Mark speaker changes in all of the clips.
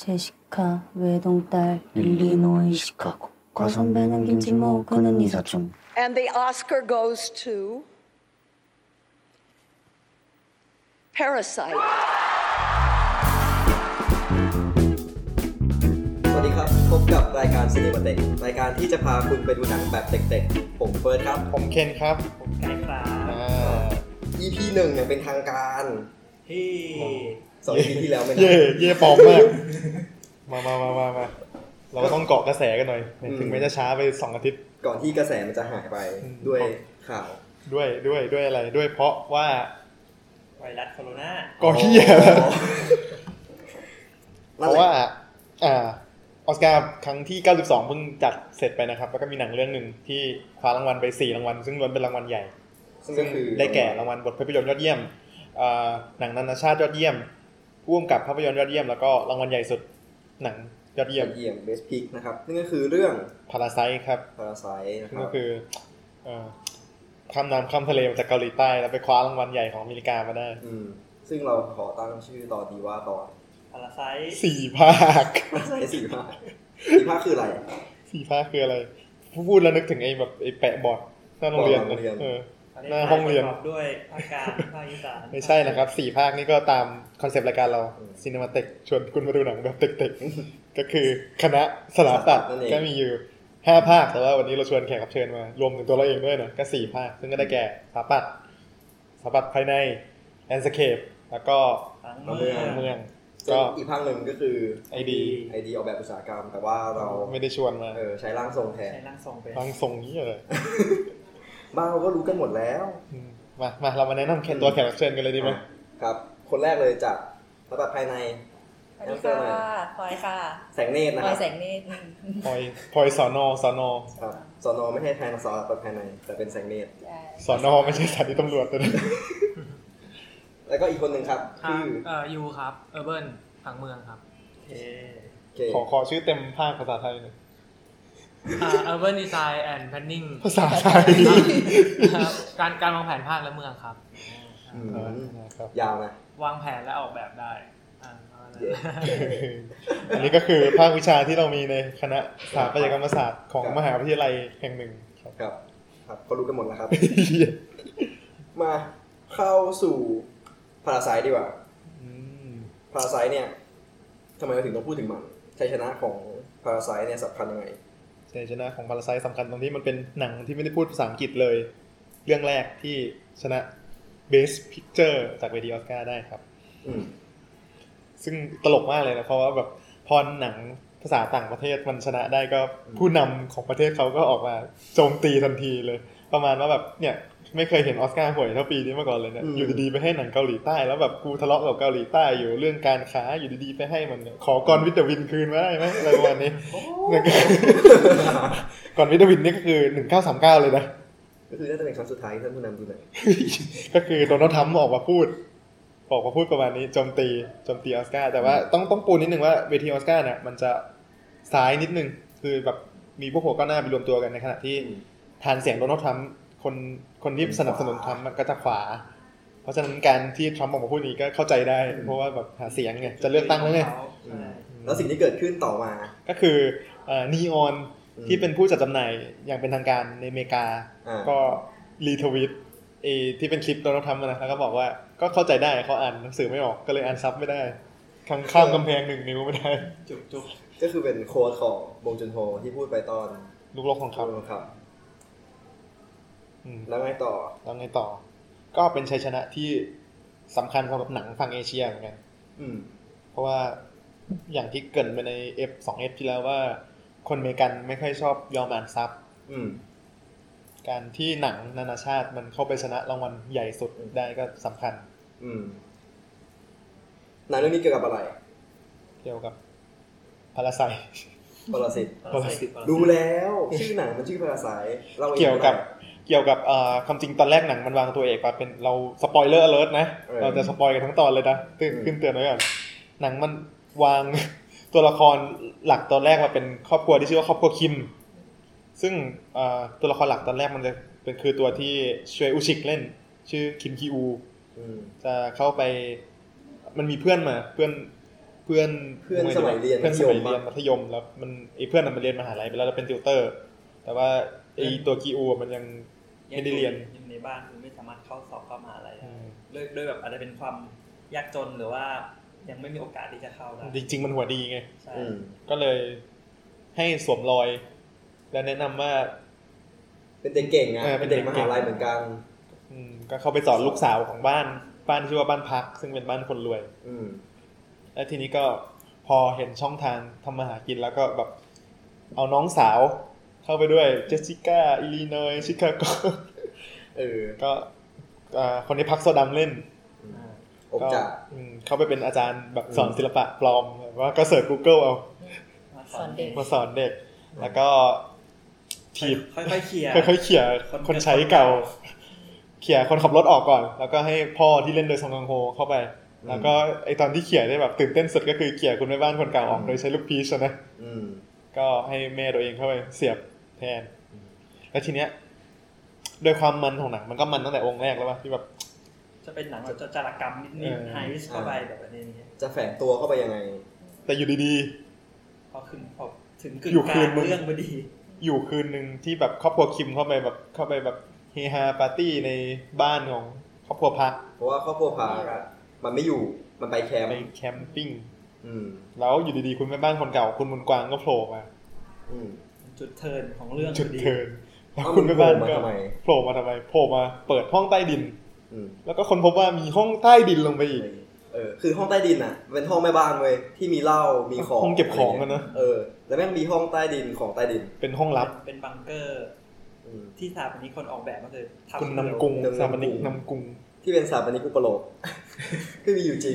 Speaker 1: 제시카, 외동딸, 일리노이, 시카고. 과선배는 김진모, 그는 이사촌.
Speaker 2: And the Oscar goes to Parasite.
Speaker 3: สวัสดีครับ พบกับรายการซีนีมาเต็กรายการที่จะพาคุณไปดูหนังแบบเต็กๆ ผมเฟิร์สครับ
Speaker 4: ผมเคนครับ ผมไก่ครับ
Speaker 3: EP หนึ่งเนี่ยเป็นทางการ
Speaker 5: ที่
Speaker 3: สอง EP ที่แล้วไม่นา
Speaker 4: เย่
Speaker 3: น
Speaker 4: เย่ปลอมมาก มามามามามาเราก็ต้องเกาะกระแสกันหน่อย
Speaker 3: อืม
Speaker 4: ถึงแม้จะช้าไปสองอาทิตย์
Speaker 3: ก่อนที่กระแสมันจะหายไป
Speaker 4: อืม
Speaker 3: ด้วยข่าว
Speaker 4: ด้วยด้วยด้วยอะไร ด้วยเพราะว่า
Speaker 5: ไวรัสโคโรนา
Speaker 4: ก็เฮียแล้ว เพ
Speaker 3: นั่น
Speaker 4: ราะ
Speaker 3: แห
Speaker 4: ว่า
Speaker 3: ละ
Speaker 4: อ่าออสการ์ครั้งที่ 92 เพิ่งจัดเสร็จไปนะครับ แล้วก็มีหนังเรื่องหนึ่งที่คว้ารางวัลไป 4 รางวัล ซึ่งล้วนเป็นรางวัลใหญ่
Speaker 3: ซึ่งก็
Speaker 4: ซึ่ง
Speaker 3: คือ
Speaker 4: ได้แก่รางวัลบทภาพยนตร์ยอดเยี่ยมเอ่อหนังนานาชาติยอดเยี่ยมร่วมกับภาพยนตร์ยอดเยี่ยม แล้วก็รางวัลใหญ่สุดหนังยอดเยี่
Speaker 3: เยี่
Speaker 4: ย
Speaker 3: ยม
Speaker 4: ม
Speaker 3: เยี่ยมเบสพิกนะครับนั่นก็คือเรื่อง
Speaker 4: พาราไซครับ
Speaker 3: พาราไซนะค
Speaker 4: ซึ่ง
Speaker 3: รับ
Speaker 4: ก็คือเอ่อข้ามน้ำข้ามทะเลมาจากเกาหลีใต้แล้วไปคว้ารางวัลใหญ่ของอเมริกามาได้
Speaker 3: มซึ่งเราขอตั้งชื่อตอนดีว่าตอ น
Speaker 5: พาราไซต์
Speaker 4: สี่ภาค
Speaker 3: พาราไซสี่ภาคสี่ภาคคืออะไร
Speaker 4: สี่ภาคคืออะไร พูดแล้วนึกถึงไอ้แบบไอ้แปะบอร์ดหน้าโรงเรียน
Speaker 3: บอร์ดหน้าโรงเรียน
Speaker 4: เออ
Speaker 5: ประเทศ
Speaker 4: หน้าห้องเรียน
Speaker 5: ประกอบด้วยภาคกลางภาคอีสาน
Speaker 4: ไม่ใช่นะครับสี่ภาคนี่ก็ตามคอนเซปต์รายการเราซีน e มาเต็กชวนคุณมาดูหนังแบบเต็กๆ ก็คือคณะสลาศาสตร์
Speaker 3: นั่นเอง
Speaker 4: ก็มีอยู่ห้าภาคแต่ว่าวันนี้เราชวนแขกรับเชิญมา รวมถึงตัวเราเองด้วยนะก็สี่ภาค ซึ่งก็ได้แก่สถาปัตย์สถาปัตย์ภายในแอนสเคปแล้วก็
Speaker 5: ทั้งเมือง
Speaker 4: เมือง
Speaker 3: ซึ่ง
Speaker 4: ก็
Speaker 3: อีกภาคหนึ่งก็คือ
Speaker 4: ไอดี
Speaker 3: ไอเดียออกแบบอุตสาหกรรม แต่ว่าเรา
Speaker 4: ไม่ได้ชวนมา
Speaker 3: เออใช้ร่างทรงแทน
Speaker 5: ใช้ร่างทรงเป็น
Speaker 4: ร่างทรงนี้เลย
Speaker 3: บ้านเราก็รู้กันหมดแล้ว
Speaker 4: อืมมามาเรามาแนะนำแขกตัวแขกรับเชิญกันเลยดีไหม
Speaker 3: ครับ คนแรกเลยจากระบบภายใน
Speaker 6: สวัสดีค่ะพลอยค่ะ
Speaker 3: แสงเนตรนะ
Speaker 6: พล
Speaker 3: ค
Speaker 6: อ
Speaker 3: รั
Speaker 6: ย
Speaker 3: บ
Speaker 6: แสงเนตรอืม
Speaker 4: พลอยพลอยสอนอสอนอ
Speaker 3: ครับสอนอไม่ใช่แทนสอนระบบภายใน แต่เป็นแสงเนตร
Speaker 6: ใช่
Speaker 4: สอนอไม่ใช่สถานีตำรวจ ตัวนั้น
Speaker 3: แล้วก็อีกคนหนึ่งครับ
Speaker 7: ทา
Speaker 3: ชื่
Speaker 7: ง
Speaker 3: อ
Speaker 7: เอ่อยูครับเออร์เบิร์นผังเมืองครับ
Speaker 5: เท
Speaker 3: เค
Speaker 4: ขอขอชื่อเต็มภาคภาษาไทยหน่อย
Speaker 7: อ่าเออร์เบิร์นดีไซน์แอนด์แพนนิ่ง
Speaker 4: ภาษาไทย
Speaker 7: การการวางแผนภาคและเมืองครับ
Speaker 3: อืม
Speaker 4: เออนะครับ
Speaker 3: ยาวนะ
Speaker 7: วางแผนและออกแบบได้อ่า
Speaker 3: เย้
Speaker 4: อันนี้ก็คือภาควิชาที่เรามีในคณะสถาปัตยกรรมศาสตร์ของมหาวิทยาลัยแห่งหนึ่งครับ
Speaker 3: ครับ ครับเขารู้กันหมดแล้วครับ มาเข้าสู่พาราไซดีกว่า
Speaker 4: อืม
Speaker 3: พาราไซเนี่ยทำไมเราถึงต้องพูดถึงมันชัยชนะของพาราไซเนี่ยสำคัญยังไง
Speaker 4: ชัยชนะของพาราไซสำคัญตรงที่มันเป็นหนังที่ไม่ได้พูดภาษาอังกฤษเลย เรื่องแรกที่ชนะ Best Picture จากเวทีออสการ์ได้ครับ
Speaker 3: อืม
Speaker 4: ซึ่งตลกมากเลยนะเพราะว่าแบบพอหนังภาษาต่างประเทศมันชนะได้ก็
Speaker 3: อืม
Speaker 4: ผู้นำของประเทศเขาก็ออกมาโจมตีทันทีเลย ประมาณว่าแบบเนี่ยไม่เคยเห็นออสการ์ห่วยเท่าปีนี้มาก่อนเลยเนี่ยอยู่ดีๆไปให้หนังเกาหลีใต้แล้วแบบกูทะเลาะกับเกาหลีใต้อยู่เรื่องการค้าอยู่ดีๆไปให้มันเนี่ยขอกอนวิตาวินคืนมาได้ไหมอะไรประมาณนี้แล้วก็ กอนวิตาวินนี่ก็คือหนึ่งเก้าสามเก้าเลยนะ
Speaker 3: ก็คือน่าจะเป็นครั้งสุดท้ายที่ท่านผู้นำดูหนัง
Speaker 4: ก็คือโดนัลด์ทรัมป์ออกมาพูด ออกมาพูดประมาณนี้โจมตีโจมตีออสการ์แต่ว่าต้องต้องปูนิดนึงว่าเวทีออสการ์เนี่ยมันจะซ้ายนิดนึง คือแบบมีพวกหัวก้าวหน้าไปรวมตัวกันในขณะที่ทานเสียงโดนัลด์ทรัมป์คนคนที่สนับสนุนทรัมป์มันก็จะขวา เพราะฉะนั้นการที่ทรัมป์ออกมาพูดนี้ก็เข้าใจได้ เพราะว่าแบบหาเสียงไงจะเลือกตั้งแล้วไง
Speaker 5: เขา
Speaker 3: อืม
Speaker 5: ใช่
Speaker 3: แล้วสิ่งที่เกิดขึ้นต่อมา
Speaker 4: ก็คือนีออน
Speaker 3: อืม
Speaker 4: ที่เป็นผู้จัดจำหน่ายอย่างเป็นทางการในอเมริกา
Speaker 3: อ่า
Speaker 4: ก็รีทวิตไอ้ที่เป็นคลิปโดนัลด์ทรัมป์อะนะแล้วก็บอกว่าก็เข้าใจได้เขาอ่านหนังสือไม่ออกก็เลยอ่านซับไม่ได้ข้างข้ามกำแพงหนึ่งนิ้วไม่ได้
Speaker 5: จุบจุบ
Speaker 3: ก็คือเป็นโค้ดของบงจุนโฮที่พูดไปตอน
Speaker 4: ลูกโลกของเขา
Speaker 3: ครับ
Speaker 4: อืม
Speaker 3: แล้วไงต่อ
Speaker 4: แล้วไงต่อ ก็เป็นชัยชนะที่สำคัญสำหรับหนังฝั่งเอเชียเหมือนกัน
Speaker 3: อืม
Speaker 4: เพราะว่าอย่างที่เกรินไปใน F 2 F ที่แล้วว่าคนอเมริกันไม่ค่อยชอบยอมอ่านซับ
Speaker 3: อืม
Speaker 4: การที่หนังนานาชาติมันเข้าไปชนะรางวัลใหญ่สุดได้ก็สำคัญ
Speaker 3: อืมหนังเรื่องนี้เกี่ยวกับอะไร
Speaker 4: เกี่ยวกับพาราไซ
Speaker 3: ปรสิต
Speaker 5: ปรสิตปรสิต
Speaker 3: ดูแล้วชื่อหนังมันชื่อปรสายเราอง
Speaker 4: เกี่ยวกับ
Speaker 3: ไม่ได้
Speaker 4: เกี่ยวกับเอ่อความจริงตอนแรกหนังมันวางตัวเอกมาเป็นเราสปอยเลอร์ alert นะ
Speaker 3: เออ
Speaker 4: เราจะสปอยกันทั้งตอนเลยนะตื่น
Speaker 3: อืม
Speaker 4: ขึ้นเตือนไว้ก่อนหนังมันวาง ตัวละครหลักตอนแรกมาเป็นครอบครัวที่ชื่อว่าครอบครัวคิม ซึ่งเอ่อตัวละครหลักตอนแรกมันจะเป็นคือตัวที่ชวยอุชิกเล่น ชื่อคิมคีอู
Speaker 3: อืม
Speaker 4: จะเข้าไปมันมีเพื่อนมาเพื่อน เพื่อน
Speaker 3: เพื่อนสมัยเรียน
Speaker 4: เพื่อนสมัยเรียน
Speaker 3: มัธยมปะ
Speaker 4: มัธยมแล้วมันไอ้เพื่อนน่ะมันเรียนมหาลัยไปแล้วแล้วเป็นติวเตอร์ แต่ว่าไอ้ตัวกีอูอะมันยังไม่ได้เรียน
Speaker 5: อยู่ในบ้านคือไม่สามารถเข้าสอบเข้ามหาอะไร
Speaker 4: อืม
Speaker 5: เลิกด้วยแบบอาจจะเป็นความยากจนหรือว่ายังไม่มีโอกาสที่จะเข้าได้
Speaker 4: จริง ๆ มันหัวดีไง
Speaker 5: ใช่
Speaker 3: อืม
Speaker 4: ก็เลยให้สวมรอย และแนะนำว่า
Speaker 3: เป็นเด็กเก่งอะ
Speaker 4: เออเป็
Speaker 3: เป็น น
Speaker 4: เด็
Speaker 3: เด็
Speaker 4: ก
Speaker 3: ก
Speaker 4: เก่
Speaker 3: ม
Speaker 4: ง
Speaker 3: หาลัยเหมือนกัน
Speaker 4: อืมก็เข้าไปสอนลูกสาวของบ้านบ้านที่ชื่อว่าบ้านพัก ซึ่งเป็นบ้านคนรวย
Speaker 3: อืม
Speaker 4: และทีนี้ก็พอเห็นช่องทางทำมาหากินแล้วก็แบบ เอาน้องสาวเข้าไปด้วยเจสสิก้าอิลลินอยชิคา โก
Speaker 3: เออ
Speaker 4: ก็อ่าคนนี้พักโซดำเล่น
Speaker 5: อ่า
Speaker 3: ผม
Speaker 4: ก็
Speaker 3: จะ
Speaker 4: อืมเข้าไปเป็นอาจารย์แบบ
Speaker 3: อืม
Speaker 4: สอนศิลปะปลอมแบบว่าก็เสิร์ช Google เอา
Speaker 5: มา
Speaker 6: สอนเด็ก
Speaker 4: มาสอนเด็ก แล้วก็ถีบ
Speaker 5: ค่อยๆเคลียร์
Speaker 4: ค่อยๆเขี่ย
Speaker 5: คน
Speaker 4: คนใช้เก่า เขี่ยคนขับรถออกก่อน แล้วก็ให้พ่อที่เล่นโดยซองกังโฮเข้าไป
Speaker 3: อืม
Speaker 4: แล้วก็ไอตอนที่เขี่ยได้แบบตื่นเต้นสุดก็คือเขี่ยคุณแม่บ้านคนเก่าออกโดยใช้ลูกพีชนะ
Speaker 3: อืม
Speaker 4: ก็ให้แม่ตัวเองเข้าไปเสียบแทน
Speaker 3: อืม
Speaker 4: แล้วทีเนี้ยโดวยความมันของหนังมันก็มันตั้งแต่องค์แรกแล้วว่าที่แบบ
Speaker 5: จะเป็นหนังจะจารกรรมนิด
Speaker 4: เออ
Speaker 5: ๆไฮวิสเข้าไปแบบอันนี้
Speaker 3: จะแฝงตัวเข้าไปยังไง
Speaker 4: แต่อยู่ดี
Speaker 5: พอขึ้นพอถึงกึ่ง
Speaker 4: อยู่
Speaker 5: กลา
Speaker 4: คืน
Speaker 5: ง
Speaker 4: มึง
Speaker 5: เรื่องพอดี
Speaker 4: ๆ อยู่คืนหนึ่งที่แบบครอบครัวคิมเข้าไปแบบเข้าไปแบบเฮฮาปาร์ตี้ในบ้านของครอบครัวพัก
Speaker 3: เพราะว่าครอบครัวพามันไม่อยู่ มันไปแคมป์
Speaker 4: ไปแคมปิ้ง
Speaker 3: อืม
Speaker 4: แล้วอยู่ดีๆคุณแม่บ้านคนเก่า คุณบุญกวางก็โผล่มา
Speaker 3: อืม
Speaker 5: จุดเทิร์นของเรื่อง
Speaker 4: จุด
Speaker 5: พอดี
Speaker 4: เทิร์นแล้ว
Speaker 3: เอ้า
Speaker 4: คุณแม่บ้านก็
Speaker 3: มัน
Speaker 4: โผ
Speaker 3: โผล่
Speaker 4: ล่มา
Speaker 3: มา
Speaker 4: ทำ
Speaker 3: ทำ
Speaker 4: ไม
Speaker 3: ไม
Speaker 4: โผล่มาเปิดห้องใต้ดิน
Speaker 3: อืม
Speaker 4: แล้วก็คนพบว่ามีห้องใต้ดินลงไปอีก
Speaker 3: เออ คือห้องใต้ดินอ่ะ เป็นห้องแม่บ้านเว้ย ที่มีเหล้า มีของ
Speaker 4: ห้องเก็บของอะนะ
Speaker 3: เออ แล้วแม่งมีห้องใต้ดินของใต้ดิน
Speaker 4: เป็นห้องลับ
Speaker 5: เป็นบังเกอร์
Speaker 3: อืม
Speaker 5: ที่สถาปนิกคนออกแบบก็คือทำ
Speaker 4: คุณนำกรุง
Speaker 3: เดิมๆ
Speaker 4: สถาปนิกนำกรุง
Speaker 3: ที่เป็นสถาปนิกอุปโลก ที่มีอยู่จริ ง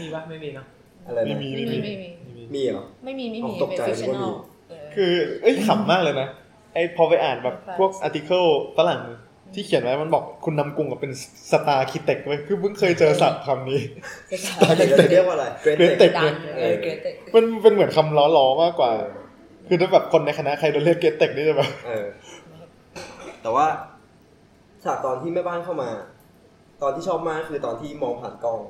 Speaker 7: มีปะไม่มีเนาะ
Speaker 3: อะไร
Speaker 4: ไม่
Speaker 3: นะ
Speaker 4: มี
Speaker 6: ไม่
Speaker 4: ไม่
Speaker 6: มี
Speaker 4: มี
Speaker 6: ไม่มี
Speaker 4: ไม่มี
Speaker 3: มีเหรอ
Speaker 6: ไม่มี ไม่
Speaker 3: อ๋
Speaker 6: มี
Speaker 3: อตกใจ
Speaker 6: เป็นฟิ
Speaker 3: นึ
Speaker 6: ชั่
Speaker 3: ก
Speaker 6: น
Speaker 3: ว่าม
Speaker 6: อ
Speaker 3: ี
Speaker 6: ล
Speaker 4: คือเอ้ยขำมากเลยนะไอพอไปอ่านแบบ
Speaker 6: ค่ะ
Speaker 4: พวกอาร์ติเคิลฝรั่งที่เขียนไว้มันบอกคุณนำกรุงกับเป็นสตาร์คิเต็กไว้ยคือเพิ่งเคยเจอศัพท์คำนี้
Speaker 3: ตอนเด็กเราจะเรียก ว่าอะไร Great
Speaker 4: เกรดเต็ก
Speaker 3: Tech
Speaker 6: ดังเออเกรดเต
Speaker 4: มันเป็นเหมือนคำล้อล้อๆมากกว่า คือถ้าแบบคนในคณะใครโดนเรียกเกตเต็กนี่จะแบบ
Speaker 3: เออ แต่ว่าฉากตอนที่แม่บ้านเข้ามา ตอนที่ชอบมากคือตอนที่มองผ่านกล้อง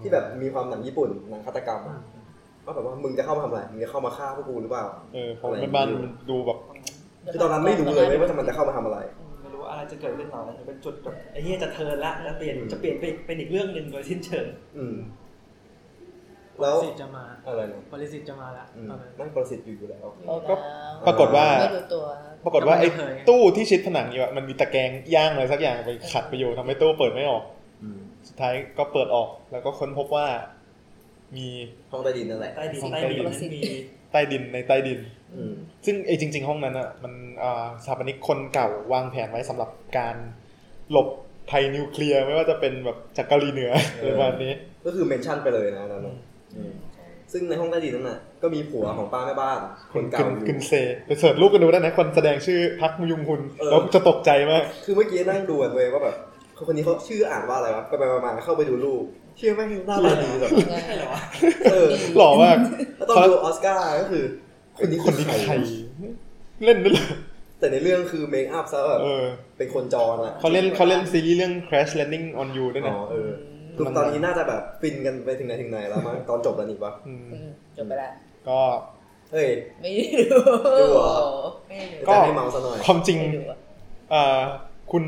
Speaker 3: ที่แบบมีความหนังญี่ปุ่นหนังฆาตกรรมอะก็แบบว่ามึงจะเข้ามาทำอะไร มึงจะเข้ามาฆ่าพวกกูหรือเปล่า
Speaker 4: เออผมแม่บ้านมันดูแบบ
Speaker 3: คือตอนนั้นไม่รู้เลยเว้ยว่ามันจะเข้ามาทำอะไร
Speaker 5: ไม่รู้ว่าอะไรจะเกิดขึ้นหรอกแต่เป็นจุดแบบไอ้เหี้ยจะเทิร์นละจะเปลี่ยนจะเปลี่ยนไปเป็นอีกเรื่องหนึ่งโดยสิ้นเชิง
Speaker 3: อืม แล้ว
Speaker 7: สิทธิ์จะมา
Speaker 3: อะไรนะ
Speaker 7: บริสิทธิ์จะมาละ
Speaker 3: อืม
Speaker 7: ตอนนั้น
Speaker 3: นั่งประสิทธิ์อยู่อยู่แล้ว
Speaker 4: ก็ ปรากฏว่า
Speaker 6: ไม่ดูตัว
Speaker 4: ปรากฏว่าไอ้
Speaker 7: ก็ไม่เคย
Speaker 4: ตู้ที่ชิดผนังอยู่อะมันมีตะแกรงย่างอะไรสักอย่างไปขัดไปอยู่ทำให้ตู้เปิดไม่ออก
Speaker 3: อืม
Speaker 4: สุดท้ายก็เปิดออกแล้วก็ค้นพบว่า มี
Speaker 3: ห้องใต้ดินนั่นแหละ
Speaker 5: ใต้ดินใต้ดินนั้นมี
Speaker 4: ใต้ดินในใต้ดิน
Speaker 3: อืม
Speaker 4: ซึ่งไอ้จริง ๆ ห้องนั้นอะมันอ่าสถาปนิกคนเก่าวางแผนไว้สำหรับการหลบภัยนิวเคลียร์ไม่ว่าจะเป็นแบบจากเกาหลีเหนือ
Speaker 3: เอ
Speaker 4: หรือ อวันนี้
Speaker 3: ก็คือเมนชั่นไปเลยนะตอนนั้นอืมซึ่งในห้องใต้ดินนั่นน่ะ ก็มีผัวของป้าแม่บ้าน คนเก่าอยู่
Speaker 4: กึนเซไปเสิร์ชรูปกันดูได้นะ คนแสดงชื่อพักมยุงหุน
Speaker 3: เออ
Speaker 4: แล้วจะตกใจมาก
Speaker 3: คือเมื่อกี้นั่งดูกันเว้ยว่าแบบคนคนนี้เขาชื่ออ่านว่าอะไรวะ ไปๆมาๆเข้าไปดูรูปเชื่อไหมหน้าตาดีแบบ
Speaker 5: ใช่เหรอวะ
Speaker 3: เออ
Speaker 4: หล่อมาก
Speaker 3: แล้วตอนดูออสการ์ก็คือ คนนี้
Speaker 4: คนนี้
Speaker 3: อ
Speaker 4: ใครเล่นด้วยเหรอ
Speaker 3: แต่ในเรื่องคือเมคอัพซะแบบ
Speaker 4: เออ
Speaker 3: เป็นคนจรอ่ะ
Speaker 4: เขาเล่นเขาเล่นซีรีส์เรื่อง Crash Landing on You ด้วย
Speaker 3: อ๋
Speaker 4: นะ
Speaker 3: อเออ
Speaker 4: มั
Speaker 3: คือน ตอนนี้น่าจะแบบฟินกันไปถึงไหนถึงไหนแล้วมั้งตอนจบแล้วนี่ปะ
Speaker 4: ม
Speaker 6: อืมจบไปละ
Speaker 4: ก็
Speaker 3: เฮ้ย
Speaker 6: ไม่ได้ดู
Speaker 3: ดูเหรอ
Speaker 6: ไม่ได้ดู
Speaker 3: จะให้เมาซะหน่อย
Speaker 4: ความจริง
Speaker 6: ไม่ดูอะ
Speaker 4: เอ่อคุณ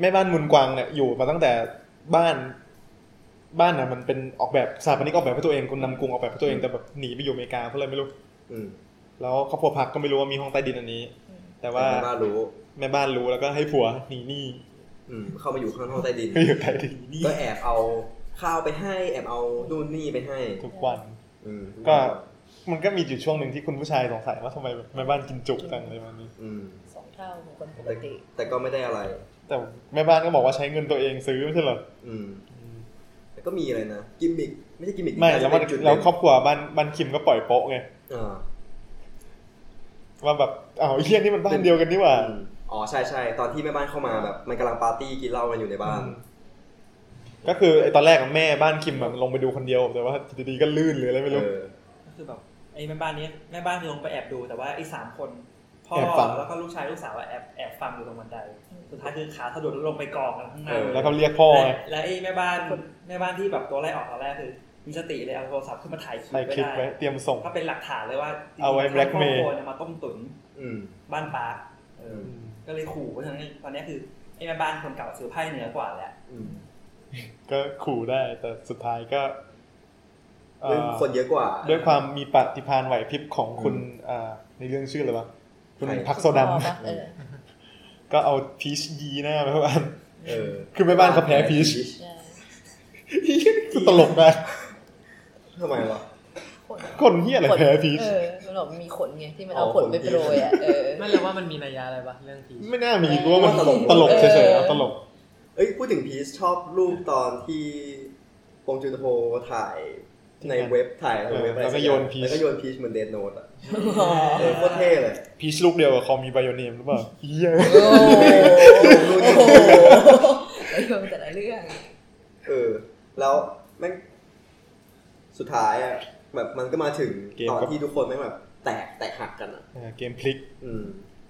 Speaker 4: แม่บ้านมุนกวางเนี่ยอยู่มาตั้งแต่บ้านบ้านน่ะมันเป็นออกแบบสถาปนิกออกแบบให้ตัวเองคุณนำกรุงออกแบบให้ตัวเองแต่แบบหนีไปอยู่อเมริกาเพราะอะไรไม่รู้
Speaker 3: อืม
Speaker 4: แล้วครอบครัวพักก็ไม่รู้ว่ามีห้องใต้ดินอันนี้
Speaker 6: อืม
Speaker 4: แต่ว่า
Speaker 3: แต่แม่บ้านรู้
Speaker 4: แม่บ้านรู้แล้วก็ให้ผัวหนีหนี้
Speaker 3: อืม เข้ามาอยู่ข้างห้องใต้ดิน
Speaker 4: ไปอยู่ใต้ดินหนี้
Speaker 3: ก็แอบเอาข้าวไปให้ แอบเอานู่นนี่ไปให้
Speaker 4: ทุกวัน
Speaker 3: อืม
Speaker 4: ก็ มันก็มีอยู่ช่วงหนึ่งที่คุณผู้ชายสงสัยว่าทำไมแบบแม่บ้านกินจุจังเลยวันนี้
Speaker 3: อืม
Speaker 6: สองเท่าของคนปก
Speaker 3: แต่
Speaker 6: ติ
Speaker 3: แต่ก็ไม่ได้อะไร
Speaker 4: แต่แม่บ้านก็บอกว่าใช้เงินตัวเองซื้อไม่ใช่เหรอ
Speaker 3: อืม แต่ก็มีอะไรนะ กิมมิก ไม่ใช่กิมมิก
Speaker 4: ไม่แล้วมัน
Speaker 3: เป็จุดเด่
Speaker 4: แล้วครอบครัวบ้านบ้านคิมก็ปล่อยโป๊ะไง
Speaker 3: อ่า
Speaker 4: ว่าแบบอ้าวไอ้เฮี้ยนี่มันบ้านเดียวกันนี่หว่า
Speaker 3: อืมอ๋อ ใช่ใช่ ตอนที่แม่บ้านเข้ามาแบบ มันกำลังปาร์ตี้กินเหล้ากันอยู่ในบ้าน
Speaker 4: ก็คือไอ้ตอนแรกอะแม่บ้านคิมอะลงไปดูคนเดียว แต่ว่าดีๆก็ลื่นหรืออะไรไม่
Speaker 3: เอ
Speaker 4: รู้
Speaker 3: อ
Speaker 5: ก็คือแบบไอ้แม่บ้านนี้แม่บ้านคือลงไปแอบดูแต่ว่าไอ้สามคนพ่อ
Speaker 4: แอบฟัง
Speaker 5: แล้วก็ลูกชายลูกสาวอะแอบแอบฟังอยู่ตรงบันไดสุดท้ายคือขาสะดุดแล้วลงไปกองกันข้างใน
Speaker 3: เออ
Speaker 4: แล้วก็เรียกพ่อไง
Speaker 5: และและไอ้แม่บ้านแม่บ้านที่แบบตัวไล่ออกตอนแรกคือ มีสติเลยเอาโทรศัพท์ขึ้นมาถ่ายคลิป
Speaker 4: ถ่ายคลิปไว้
Speaker 5: ไว้
Speaker 4: เตรียมส่ง
Speaker 5: ก็เป็นหลักฐานเลยว่าจริงๆ
Speaker 4: เอาไว้
Speaker 5: ครบครั
Speaker 4: blackmail
Speaker 5: วนี่ยมาต้มตุ๋น
Speaker 3: อืม
Speaker 5: บ้านปาร์คเออ
Speaker 4: อื
Speaker 5: อ
Speaker 4: ม
Speaker 5: ก็เลยขู่เพราะฉะนั้นตอนนี้คือไอ้แม่บ้านคนเก่าซื้อไพ่เหนือกว่าแหละ
Speaker 3: อืม
Speaker 4: ก็ขู่ได้แต่สุดท้ายก็เอ่
Speaker 3: ด้วย
Speaker 4: อ
Speaker 3: คนเยอะกว่า
Speaker 4: ด้วยความมีปฏิภาณไหวพริบของคุณอ่าในเรื่องชื่ออะไรวะคุณ
Speaker 3: ใคร
Speaker 4: พักโซดัม
Speaker 6: พ่อปะเออ
Speaker 4: ก็เอาพีชยีหน้าไปทุกอัน
Speaker 3: เออ
Speaker 4: คือแม่บ้านเขาแพ้พีช
Speaker 6: ใช่
Speaker 4: ตลกมาก
Speaker 3: ทำไมวะ
Speaker 6: ขน
Speaker 4: คนเฮี้ยอะไรแพ้พีช
Speaker 6: เออมันบอกมีขนไงที่มันเอา
Speaker 3: อ๋อ
Speaker 6: ขนไป
Speaker 3: ขน
Speaker 6: โปรยอ่ะเออ
Speaker 7: ไม่เลยว่ามันมีนัยยะอะไรปะเรื่องผี
Speaker 4: ไม่น่ามีกูว่ามัน
Speaker 3: ตลก
Speaker 4: ตลกเฉยๆเอาตลก
Speaker 3: เอ้ยพูดถึงพีชชอบรูปตอนที่ปงจุนโฮถ่ายในเว็บถ่ายในเว็บอะไร
Speaker 4: แล้วก็
Speaker 3: สัอา
Speaker 4: โย
Speaker 3: ง
Speaker 4: น Peach
Speaker 3: แล้วก็โยนพีชเหมือนเดนโนด อ่ะเออโคตรเท่เลย
Speaker 4: พีชลูกเดียวกับคอมมีไบโอเนมหรือเปล่าเฮี้ย
Speaker 6: โอ้โห
Speaker 3: รูป
Speaker 6: โอ้
Speaker 3: นี้
Speaker 6: โหไอ้เรื่องแต่ละเรื่อง
Speaker 3: เออ แล้วแม่งสุดท้ายอ่ะแบบมันก็มาถึงตอนที่ทุกคนแม่งแบบแตกแตกหักกันอ่ะ
Speaker 4: เออเกมพลิก
Speaker 3: อืม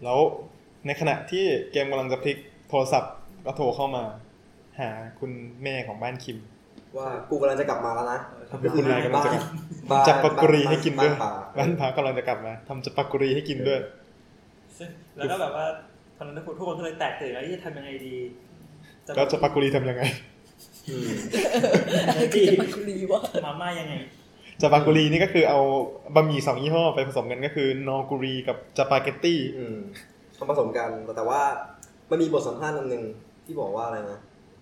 Speaker 4: แล้วในขณะที่เกมกำลังจะพลิกโทรศัพท์ก็โทรเข้ามา หาคุณแม่ของบ้านคิม
Speaker 3: ว่ากูกำลังจะกลับมาแล้วนะ
Speaker 4: คุณนายกำลังจะกลับ
Speaker 3: บ้าน
Speaker 4: จับปักกุรีให้กินด้วย
Speaker 3: บ้าป่า
Speaker 4: บ้านพักกำลังจะกลับมาทำจับปักกุรีให้กินด้วย
Speaker 5: ซึ่งแล้วก็แบบว่าตอนนั้นทุกคนทุกคนก็เลยแตกตื่นแล้วที่จะทำยังไงดี
Speaker 4: แล้วจับปักกุรีทำยังไง
Speaker 3: อืม
Speaker 5: ยังไงดี
Speaker 6: จะมาคุรีว่า
Speaker 5: มาม่ายังไง
Speaker 4: จับปักกุรีนี่ก็คือเอาบะหมี่สองยี่ห้อไปผสมกันก็คือนอกุรีกับจับปาเกตตี้
Speaker 3: อืมเขาผสมกันแต่แต่ว่า มันมีบทสัมภาษณ์อันหนึ่งที่บอกว่าอะไรนะ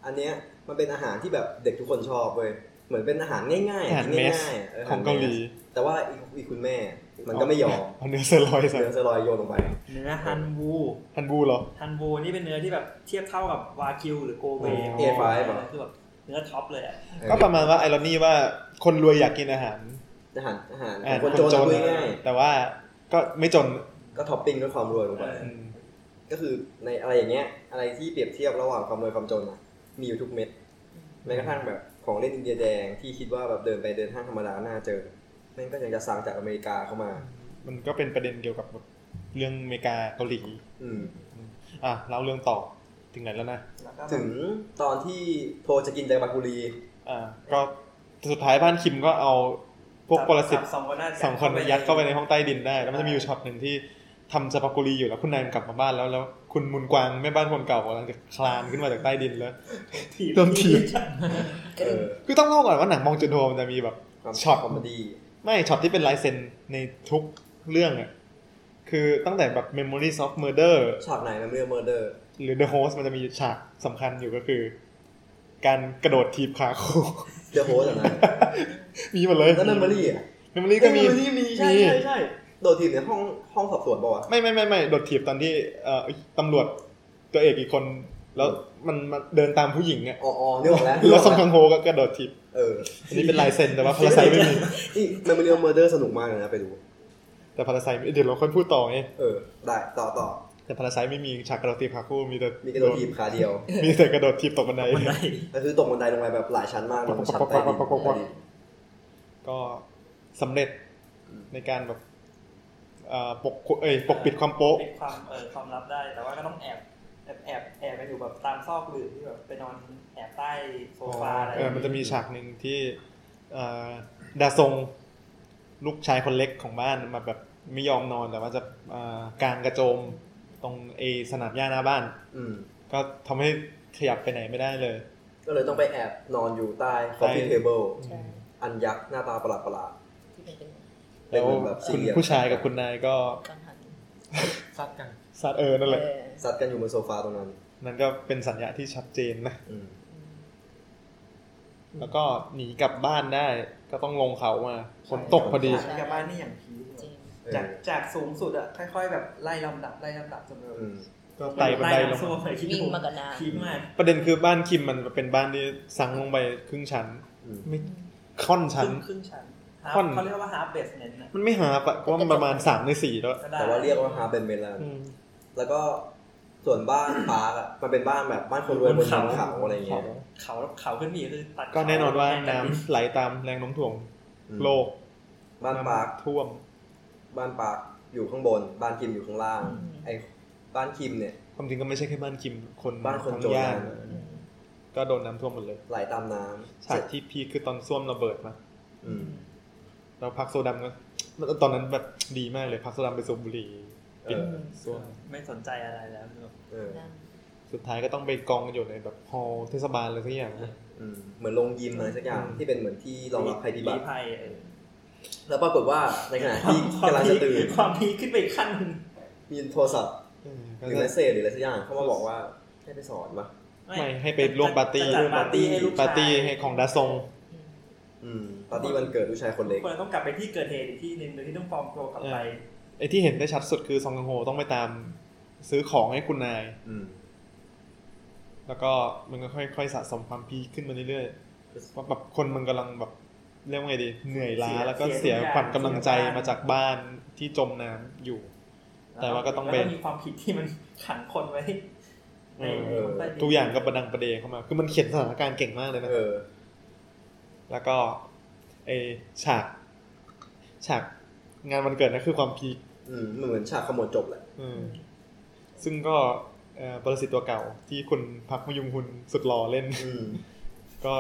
Speaker 3: อันเนี้ยมันเป็นอาหารที่แบบเด็กทุกคนชอบเว้ย เหมือนเป็นอาหารง่ายๆ
Speaker 4: อาหาร
Speaker 3: กิน
Speaker 4: เมส
Speaker 3: ง่ายๆ
Speaker 4: ของเกาหลี
Speaker 3: แต่ว่าอีกอีกคุณแม่ มันก็ไม่ยอม
Speaker 4: เอาเนื้อเซอร์ลอยใส่
Speaker 3: เดินสลอยโยนลงไป
Speaker 5: เนื้อฮันวู
Speaker 4: ฮันบูเหรอ
Speaker 5: ฮันโบนี่เป็นเนื้อที่แบบเทียบเท่ากับวากิวหรือโกเบ
Speaker 4: อ๋อ
Speaker 3: A5 เหรอ
Speaker 5: คือแบบเนื้อท็อปเลยอ่ะ
Speaker 4: ก็ประมาณว่าไอรอนี่ว่าคนรวยอยากกินอาหาร
Speaker 3: อาหารอาหาร
Speaker 4: อาหาร
Speaker 3: คนจนคุยง่าย
Speaker 4: แต่ว่าก็ไม่จน
Speaker 3: ๆก็ท็อปปิ้งด้วยความรวยลงไป
Speaker 4: อืม
Speaker 3: ก็คือในอะไรอย่างเงี้ย อะไรที่เปรียบเทียบระหว่างความรวยความจนอะมีอยู่ทุกเม็ดแม้กระทั่งแบบของเล่นอินเดียแดงที่คิดว่าแบบเดินไปเดินห้างธรรมดาน่าเจอแม่งก็ยังจะสั่งจากอเมริกาเข้ามา
Speaker 4: มันก็เป็นประเด็นเกี่ยวกับเรื่องอเมริกาเกาหลี
Speaker 3: อืม
Speaker 4: อ่ะเล่าเรื่องต่อถึงไหนแล้วนะ
Speaker 5: แล้วก็
Speaker 3: ถึงตอนที่โทรจะกินใจบากุรี
Speaker 4: อ่าก็สุดท้ายบ้านคิมก็เอาพวกปรสิต
Speaker 5: จับสองคนน่าจะ
Speaker 4: สองคนยัดเข้าไปในห้องใต้ดินได้ แล้วมันจะมีอยู่ช็อตหนึ่งที่ทำจาปากุรีอยู่แล้วคุณนายมันกลับมาบ้านแล้วแล้วคุณมุนกวางแม่บ้านคนเก่ากำลังจะคลานขึ้นมาจากใต้ดินแล้ว โดนถีบ
Speaker 3: เออ
Speaker 4: คือต้องเล่าก่อนว่าหนังมองจุนโฮมันจะมีแบบ
Speaker 3: ความ
Speaker 4: ช็อต
Speaker 3: คอมเมดี้
Speaker 4: ไม่ช็อตที่เป็นลายเซ็นในทุกเรื่องอะคือตั้งแต่แบบ Memories of Murder
Speaker 3: ช็อตไหนมันเรื่องเมอร์เดอร์
Speaker 4: หรือ The Host มันจะมีฉากสำคัญอยู่ก็คือ การกระโดดถีบขาครู
Speaker 3: เดอะโฮสอะนะ
Speaker 4: มีหมดเลย
Speaker 3: แล้วเมมโมรี่อะ
Speaker 4: Memory ก็มี
Speaker 3: เอ้ย Memory มีใช่ใช่ใช่โดดทีมในห้องห้องสอบสวนป่าวะ
Speaker 4: ไม่ไม่ไม่ไม่โดดถีบตอนที่เอ่อตำรวจตัวเอกอีกคน แล้วมันมันเดินตามผู้หญิงอ่ะ
Speaker 3: อ๋ออ๋อนึกออกแล้วนึกอ
Speaker 4: แล้
Speaker 3: อ
Speaker 4: ว
Speaker 3: ก
Speaker 4: ซอง
Speaker 3: แล้
Speaker 4: คั
Speaker 3: ว
Speaker 4: งโฮก็กระโดดถีบ
Speaker 3: เออ
Speaker 4: อันนี้เป็นลายเซ็นแต่ว่าพาราไซไม่มี
Speaker 3: นี่เมมโมรี่เมอร์เดอร์สนุกมากเลยนะไปดู
Speaker 4: แต่พาราไซไม่เดี๋ยวเราค่อยพูดต่อไง
Speaker 3: เออ ได้ต่อต่อ
Speaker 4: แต่พาราไซไม่มีฉากกระโดดถีบขาคู่มีแต่
Speaker 3: มีกระโดดทีมขาเดียว
Speaker 4: มีแต่กระโดดถีบตกบันได
Speaker 5: คนได้
Speaker 3: ก็คือตกบันไดลงไปแบบหลายชั้นมากลงไปชั้นใต้ดิน
Speaker 4: ปะปะปะปะปะปะปะ ก็สำเร็จในการแบบเอ่อปกเอ้ยปกปิดความโป๊ะ
Speaker 5: ปิดความเออความลับได้ แต่ว่าก็ต้องแอบแอบแอบแอบไปอยู่แบบตามซอกหลืมที่แบบไปนอนแอบใต้โซฟาอะไร
Speaker 4: เออมันจะมีฉากหนึ่งที่เอ่อดาซงลูกชายคนเล็กของบ้านมาแบบไม่ยอมนอนแต่ว่าจะเอ่อกางกระโจมตรงเอสนามหญ้าหน้าบ้าน
Speaker 3: อืม
Speaker 4: ก็ทำให้ขยับไปไหนไม่ได้เลย
Speaker 3: ก็เลยต้องไปแอบนอนอยู่ใต้ coffee
Speaker 4: ใต้
Speaker 3: table
Speaker 6: ใช่
Speaker 3: อันยักษ์หน้าตาประหลาดประหลาด
Speaker 6: ที่เป็นเป็น
Speaker 4: แล้ว
Speaker 3: เป็นแบบสี่
Speaker 4: คุณ
Speaker 3: เหลี่ยม
Speaker 4: ผู้ชายกับคุณนายก็
Speaker 6: กังหัน
Speaker 7: ซัดกัน
Speaker 4: ซัดเออนั่นแหละ
Speaker 6: เออ
Speaker 3: ๆซัดกันอยู่บนโซฟาตรงนั้น
Speaker 4: นั่นก็เป็นสัญญาที่ชัดเจนนะ
Speaker 3: อืม
Speaker 4: แล้วก็หนีกลับบ้านได้ก็ต้องลงเขามาฝนตกพอดี
Speaker 5: ฉากยาบ้านนี่อย่างพีค
Speaker 6: จริง
Speaker 3: เออ
Speaker 5: จากจากสูงสุดอ่ะค่อย ๆ แบบไล่ลำดับไล่ลำดับจนแบบ
Speaker 3: อืม
Speaker 4: ก็ไต่บันไดลง
Speaker 5: โซ่
Speaker 4: มา
Speaker 5: ไปที่
Speaker 6: วิ่งมากับนาง
Speaker 5: พีคมาก
Speaker 4: ประเด็นคือบ้านคิมมันเป็นบ้านที่สั่งลงไปครึ่งชั้น
Speaker 3: อืม
Speaker 4: ไม่ค่อน
Speaker 5: ครึ่
Speaker 4: ชั้น
Speaker 5: งครึ่งชั้นฮาร์ฟ
Speaker 4: ค่อน
Speaker 5: เขาเรียกว่าฮาร์ฟเบสเมนต์นะ
Speaker 4: มันไม่หาปะเพราะว่ามันประมาณสามในสี่แล้ว
Speaker 5: ก็ได้
Speaker 3: แต่ว่าเรียกว่าฮาเบนเมลัน
Speaker 4: อืม
Speaker 3: แล้วก็ส่วนบ้านปาร์กอะมันเป็นบ้านแบบบ้านคนรวยบนเขาเขาอะไร
Speaker 4: เขา
Speaker 3: เงี้ย
Speaker 5: เขาเขาขึ้นมีคือตัด
Speaker 4: ก็แน่นอนว่าน้ำ
Speaker 5: ตัดดิ
Speaker 4: ไหลตามแรงโน้มถ่วง
Speaker 3: อืม
Speaker 4: โลก
Speaker 3: บ้านปาร์ก
Speaker 4: ำท่วม
Speaker 3: บ้านปาร์กอยู่ข้างบน บ้านคิมอยู่ข้างล่าง ไอ้บ้านคิมเนี่ย
Speaker 4: ความจริงก็ไม่ใช่แค่บ้านคิมคน
Speaker 3: บ้านคน
Speaker 4: ทั้ง
Speaker 3: จน
Speaker 4: ย่านก็โดนน้ำท่วมหมดเลย
Speaker 3: ไหลตามน้
Speaker 4: ฉากที่พีคคือตอนส้วมระเบิดมา
Speaker 3: อืม
Speaker 4: แล้วพักโซดาก็ตอนนั้นแบบดีมากเลยพักโซดาไปสูบบุหรี่ปิด
Speaker 3: เออ
Speaker 4: ส่วน
Speaker 5: ไม่สนใจอะไรแล้ว
Speaker 3: เออ
Speaker 6: นั่ง
Speaker 4: สุดท้ายก็ต้องไปกองกันอยู่ในแบบฮอลล์เทศบาลเลยสักอย่าง
Speaker 3: อืมเหมือนโรงยิมอะไรสักอย่างที่เป็นเหมือนที่รองรับภัยพิบัติ
Speaker 5: ลี้ภัยเออ
Speaker 3: แล้วปรากฏว่าในขณะที่กำลังจะตื่น
Speaker 5: ความพีคขึ้นไปอีกขั้นหนึ่ง
Speaker 3: มีโทรศัพท์หรือเมสเซจหรืออะไรสักอย่างเข้ามาบอกว่าให้ไปสอนปะ
Speaker 4: ไม่ให้ไปร่วมปาร์ตี้
Speaker 5: จัดปาร์ตี้ให้ลูกชย
Speaker 4: ปาร์ตี้ให้ของดาซง
Speaker 6: อืม
Speaker 3: อืมปาร์ตี้วันเกิดลูกชายคนเล็ก
Speaker 5: คนต้องกลับไปที่เกิดเหตุอีกที่หนึ่งโดยที่ต้องปลอมตัวกลับ
Speaker 4: เอ
Speaker 5: ไป
Speaker 4: อ ไอ้ที่เห็นได้ชัดสุดคือซองกังโฮต้องไปตามซื้อของให้คุณนาย
Speaker 3: อืม
Speaker 4: แล้วก็มันก็ค่อยๆสะสมความพีคขึ้นมาเรื่อยๆว่าแบบคนมันกำลังแบบเรียกว่าไงดี เหนื่อยล้า
Speaker 5: เสีย
Speaker 4: แล้วก็
Speaker 5: เสี
Speaker 4: เสีย
Speaker 5: ย
Speaker 4: ขวัญกำลังใจ
Speaker 5: เสียบ้าน
Speaker 4: มาจากบ้านที่จมน้ำอยู่ แต่ว่าก็ต้อง
Speaker 5: แล้ว
Speaker 4: เบรก
Speaker 5: มีความผิดที่มันขังคนไว้ใน
Speaker 4: เออ
Speaker 5: ห้ใต้ดิน
Speaker 4: ทุกอย่างก็ประดังประเดเข้ามา คือมันเขียนสถานการณ์เก่งมากเลยนะ
Speaker 3: เออ
Speaker 4: แล้วก็ไอฉาก ฉากงานวันเกิดนะคือความพีค
Speaker 3: อืมมันเหมือนฉากขโมวดจบแหละ
Speaker 4: เออซึ่งก็เอ่อประสิทธิ์ตัวเก่าที่คุณพักมยุงคุณสุดหล่อเล่น
Speaker 3: อืม
Speaker 4: ก็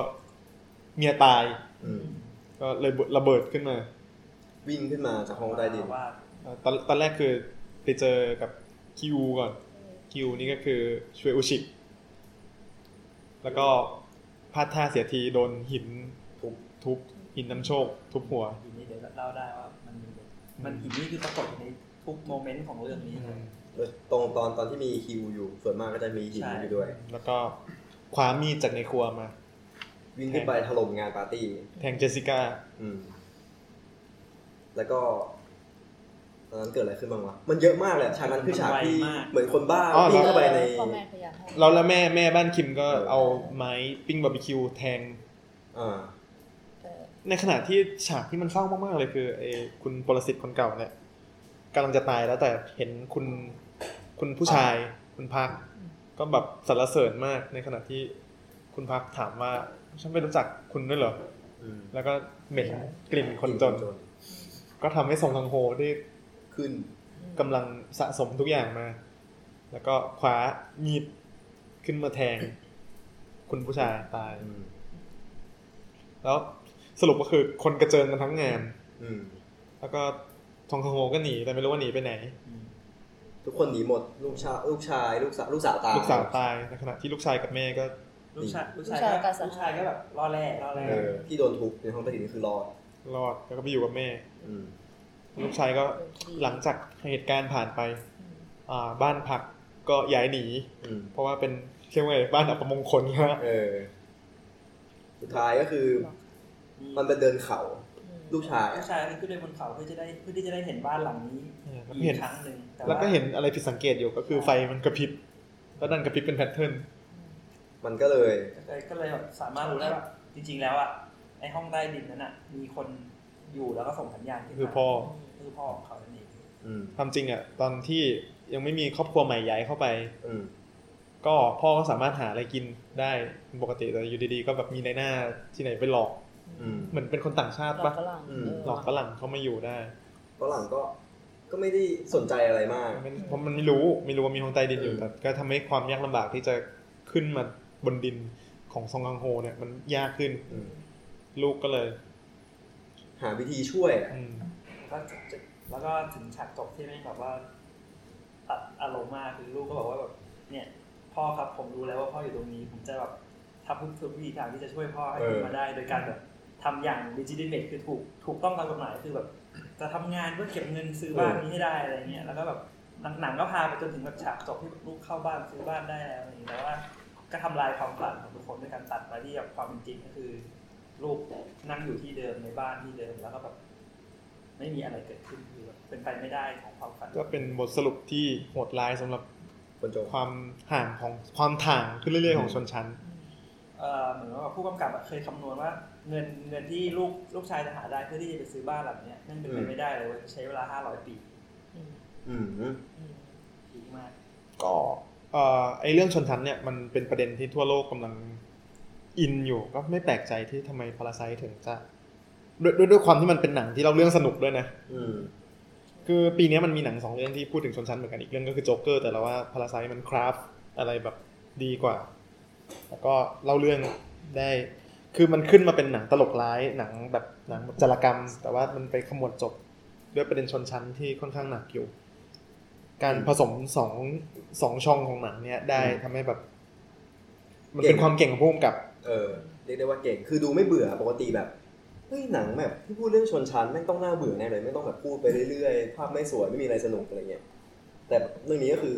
Speaker 4: เมียตาย
Speaker 3: อืม
Speaker 4: ก็เลยระเบิดขึ้นมา
Speaker 3: วิ่งขึ้นมาจากห้องใต้ดิน
Speaker 5: ว่า
Speaker 4: เอ่อตอนตอนแรกคือไปเจอกับคิวก่อนคิวนี่ก็คือช่วยอุชิ แล้วก็พลาดท่าเสียทีโดนหิน
Speaker 3: ทุบ
Speaker 4: ทุบหินน้ำโชค ทุบหัว
Speaker 5: หินนี้เดี๋ยวเล่าได้ว่ามันมีมันหินนี่คือปรากฏอยู่ในทุกโมเมนต์ของเรื่องนี้เลย
Speaker 3: โดยตรงตอนตอนที่มีคิวอยู่ ส่วนมากก็จะมีหิน
Speaker 5: ใช่
Speaker 3: อยู่ด้วย
Speaker 4: แล้วก็คว้ามีดจากในครัวมา
Speaker 3: วิ่งขึ้นไปถล่มงานปาร์ตี้
Speaker 4: แทงเจสสิก้า
Speaker 3: อืม แล้วก็ตอนนั้นเกิดอะไรขึ้นบ้างวะ มันเยอะมากเลยอะฉากนั้นคือฉากที่
Speaker 5: มันไวมาก
Speaker 3: เหมือนคนบ้า
Speaker 4: อ๋อ
Speaker 3: วิ่งเข้าไปใน
Speaker 6: พ่อแม่พยายามให้
Speaker 4: แล้วแล้วแม่แม่บ้านคิมก็เอาไม้ปิ้งบาร์บีคิวแทง
Speaker 3: อ่า
Speaker 6: เออ
Speaker 4: ในขณะที่ฉากที่มันเศร้ามากๆเลยคือไอ้คุณปรสิตคนเก่าเนี่ยกำลังจะตายแล้วแต่เห็นคุณคุณผู้ชาย คุณพัก ก็แบบสรรเสริญมากในขณะที่คุณพักถามว่าฉันไม่รู้จักคุณด้วยเหรอ
Speaker 3: อืม
Speaker 4: แล้วก็เหม็นกลิ่นคนจน ก็ทำให้ทรงคังโฮที่
Speaker 3: ขึ้น
Speaker 4: กำลังสะสมทุกอย่างมา แล้วก็คว้ามีดขึ้นมาแทง คุณผู้ชายตาย
Speaker 3: อืม
Speaker 4: แล้วสรุปก็คือคนกระเจิงกันทั้งงาน
Speaker 3: อืม
Speaker 4: แล้วก็ทองคงโฮก็หนีแต่ไม่รู้ว่าหนีไปไหน
Speaker 3: ทุกคนหนีหมด ลูกชาย ลูกชาย ลูกสาว ลูกสาวตาย
Speaker 4: ลูกสาวตายในขณะที่ลูกชายกับแม่ก็
Speaker 5: ลูกชายลูก
Speaker 6: ลูกชา
Speaker 5: ชาย ย
Speaker 6: กั
Speaker 5: ก็
Speaker 6: บสหาย
Speaker 5: ลูกชายก็แบบล่อแร่ล่อแร่
Speaker 3: เออที่โดนทุบในห้องใต้ดินนี่คือรอด
Speaker 4: รอดแล้วก็ไปอยู่กับแม่
Speaker 3: อืม
Speaker 4: ลูกชายก็หลังจากเหตุการณ์ผ่านไปอ่าบ้านพักก็ย้ายหนี
Speaker 3: อืม
Speaker 4: เพราะว่าเป็นเรียกว่าไงบ้านอัปมงคล นะฮะ
Speaker 3: เออ สุดท้ายก็คือ มันไปเดินเขา ลูกชาย
Speaker 5: ลู
Speaker 3: อะ
Speaker 5: กชายขึ้นไปบนเขาเพื่อจะได้เพื่อที่จะได้เห็นบ้านหลังนี้
Speaker 4: แล้วก็
Speaker 5: อี
Speaker 4: เห็น
Speaker 5: กครั้งหนึ่งแต่
Speaker 4: แล้ว
Speaker 5: ว่า
Speaker 4: ก็เห็นอะไรผิดสังเกตอยู่ก็คือไฟมันกระพริบแล้วดันกระพริบเป็นแพทเทิร์น
Speaker 3: มันก็เลย
Speaker 5: ก็เลยแบบสามารถรู้ได้ว่าจริง ๆ แล้วอ่ะในห้องใต้ดินนั้นอ่ะมีคนอยู่แล้วก็ส่งสัญญาณขึ้นมา
Speaker 4: คือพ่อ
Speaker 5: คือพ่อของเขานั่นเอง
Speaker 3: อืม
Speaker 4: ความจริงอ่ะตอนที่ยังไม่มีครอบครัวใหม่ย้ายเข้าไป
Speaker 3: อืม
Speaker 4: ก็พ่อก็สามารถหาอะไรกินได้เป็นปกติแต่อยู่ดีๆ ก็แบบมีในายหน้าที่ไหนไปหลอก
Speaker 3: อืม
Speaker 4: เหมือนเป็นคนต่างชาติ
Speaker 6: หลอ
Speaker 4: ปะ
Speaker 6: กฝรั่ง
Speaker 3: อืม
Speaker 6: เห
Speaker 4: ลอกฝรั่งเขามาอยู่ได้
Speaker 3: ฝรั่งก็ ก็ไม่ได้สนใจอะไรมาก
Speaker 4: มันเพราะมันไม่รู้ไม่รู้ว่ามีห้องใต้ดินอยู่
Speaker 3: อืม
Speaker 4: แต่ก็ทำให้ความยากลำบากที่จะขึ้นมาบนดินของซองกังโฮเนี่ยมันยากขึ้น
Speaker 3: อืม
Speaker 4: ลูกก็เลย
Speaker 3: หาวิธีช่วยอะ
Speaker 4: อืม
Speaker 5: แล้วก็จะแล้วก็ถึงฉากจบที่แม่งแบบว่าตัดอารมณ์มากคือลูกก็บอกว่าแบบเนี่ย พ่อครับผมรู้แล้วว่าพ่ออยู่ตรงนี้ ผมจะแบบทำทุกทุกวิธีทางที่จะช่วยพ่อให้คุณมาได้ โดยการแบบทำอย่างดิจิทัลเมทคือถูกถูกต้องตามกฎหมายคือแบบ จะทำงานเพื่อเก็บเงินซื้อบ้านนี้ให้ได้อะไรเงี้ยแล้วก็แบบหนังๆก็พาไปจนถึงแบบฉากจบที่ลูกเข้าบ้านซื้อบ้านได้แล้วอะไรอย่างเงี้ยแต่ว่าก็ทำลายความฝันของทุกคนด้วยการตัดมาที่แบบความเป็นจริงก็คือ ลูกนั่งอยู่ที่เดิมในบ้านที่เดิมแล้วก็แบบ ไม่มีอะไรเกิดขึ้นคือแบบเป็นไปไม่ได้ของความฝัน
Speaker 4: ก็เป็นบทสรุปที่โหดร้ายสำหรับ
Speaker 3: คนจง
Speaker 4: ความห่างของความถ่างขึ้นเรื่อยๆของชนชั้น
Speaker 5: เอ่อเหมือนว่าผู้กำกับอะเคยคำนวณว่าเงินเงินที่ลูกลูกชายจะหาได้เพื่อที่จะไปซื้อบ้านหลังเนี้ยนั่นเป็นไป
Speaker 3: อืม
Speaker 5: ไม่ได้เลยเว้ยใช้เวลา 500 ปี
Speaker 6: อืม
Speaker 3: อืม
Speaker 6: อืม
Speaker 5: พีคมาก
Speaker 4: ก็เอ่อไอเรื่องชนชั้นเนี่ยมันเป็นประเด็นที่ทั่วโลกกำลังอินอยู่ก็ไม่แปลกใจที่ทำไมพาราไซถึงจะด้วยด้วยด้วยความที่มันเป็นหนังที่เราเรื่องสนุกด้วยนะ
Speaker 3: อืม
Speaker 4: คือปีนี้มันมีหนังสองเรื่องที่พูดถึงชนชั้นเหมือนกันอีกเรื่องก็คือโจ๊กเกอร์แต่เราว่าพาราไซมันคราฟอะไรแบบดีกว่า แล้วก็เล่าเรื่องได้ คือมันขึ้นมาเป็นหนังตลกร้ายหนังแบบหนังจารกรรม แต่ว่ามันไปขมวดจบด้วยประเด็นชนชั้นที่ค่อนข้างหนักอยู่ การผสมสองสองช่องของหนังเนี้ยได้ทำให้แบบ มันเป็นความเก่งของผู้กำกับ
Speaker 3: เออเรียกได้ว่าเก่ง คือดูไม่เบื่อปกติแบบเฮ้ยหนังแบบที่พูดเรื่องชนชั้นแม่งต้องน่าเบื่อแน่เลยไม่งต้องแบบพูดไปเรื่อยๆภาพไม่สวยไม่มีอะไรสนุกอะไรเงี้ยแต่เรื่องนี้ก็คือ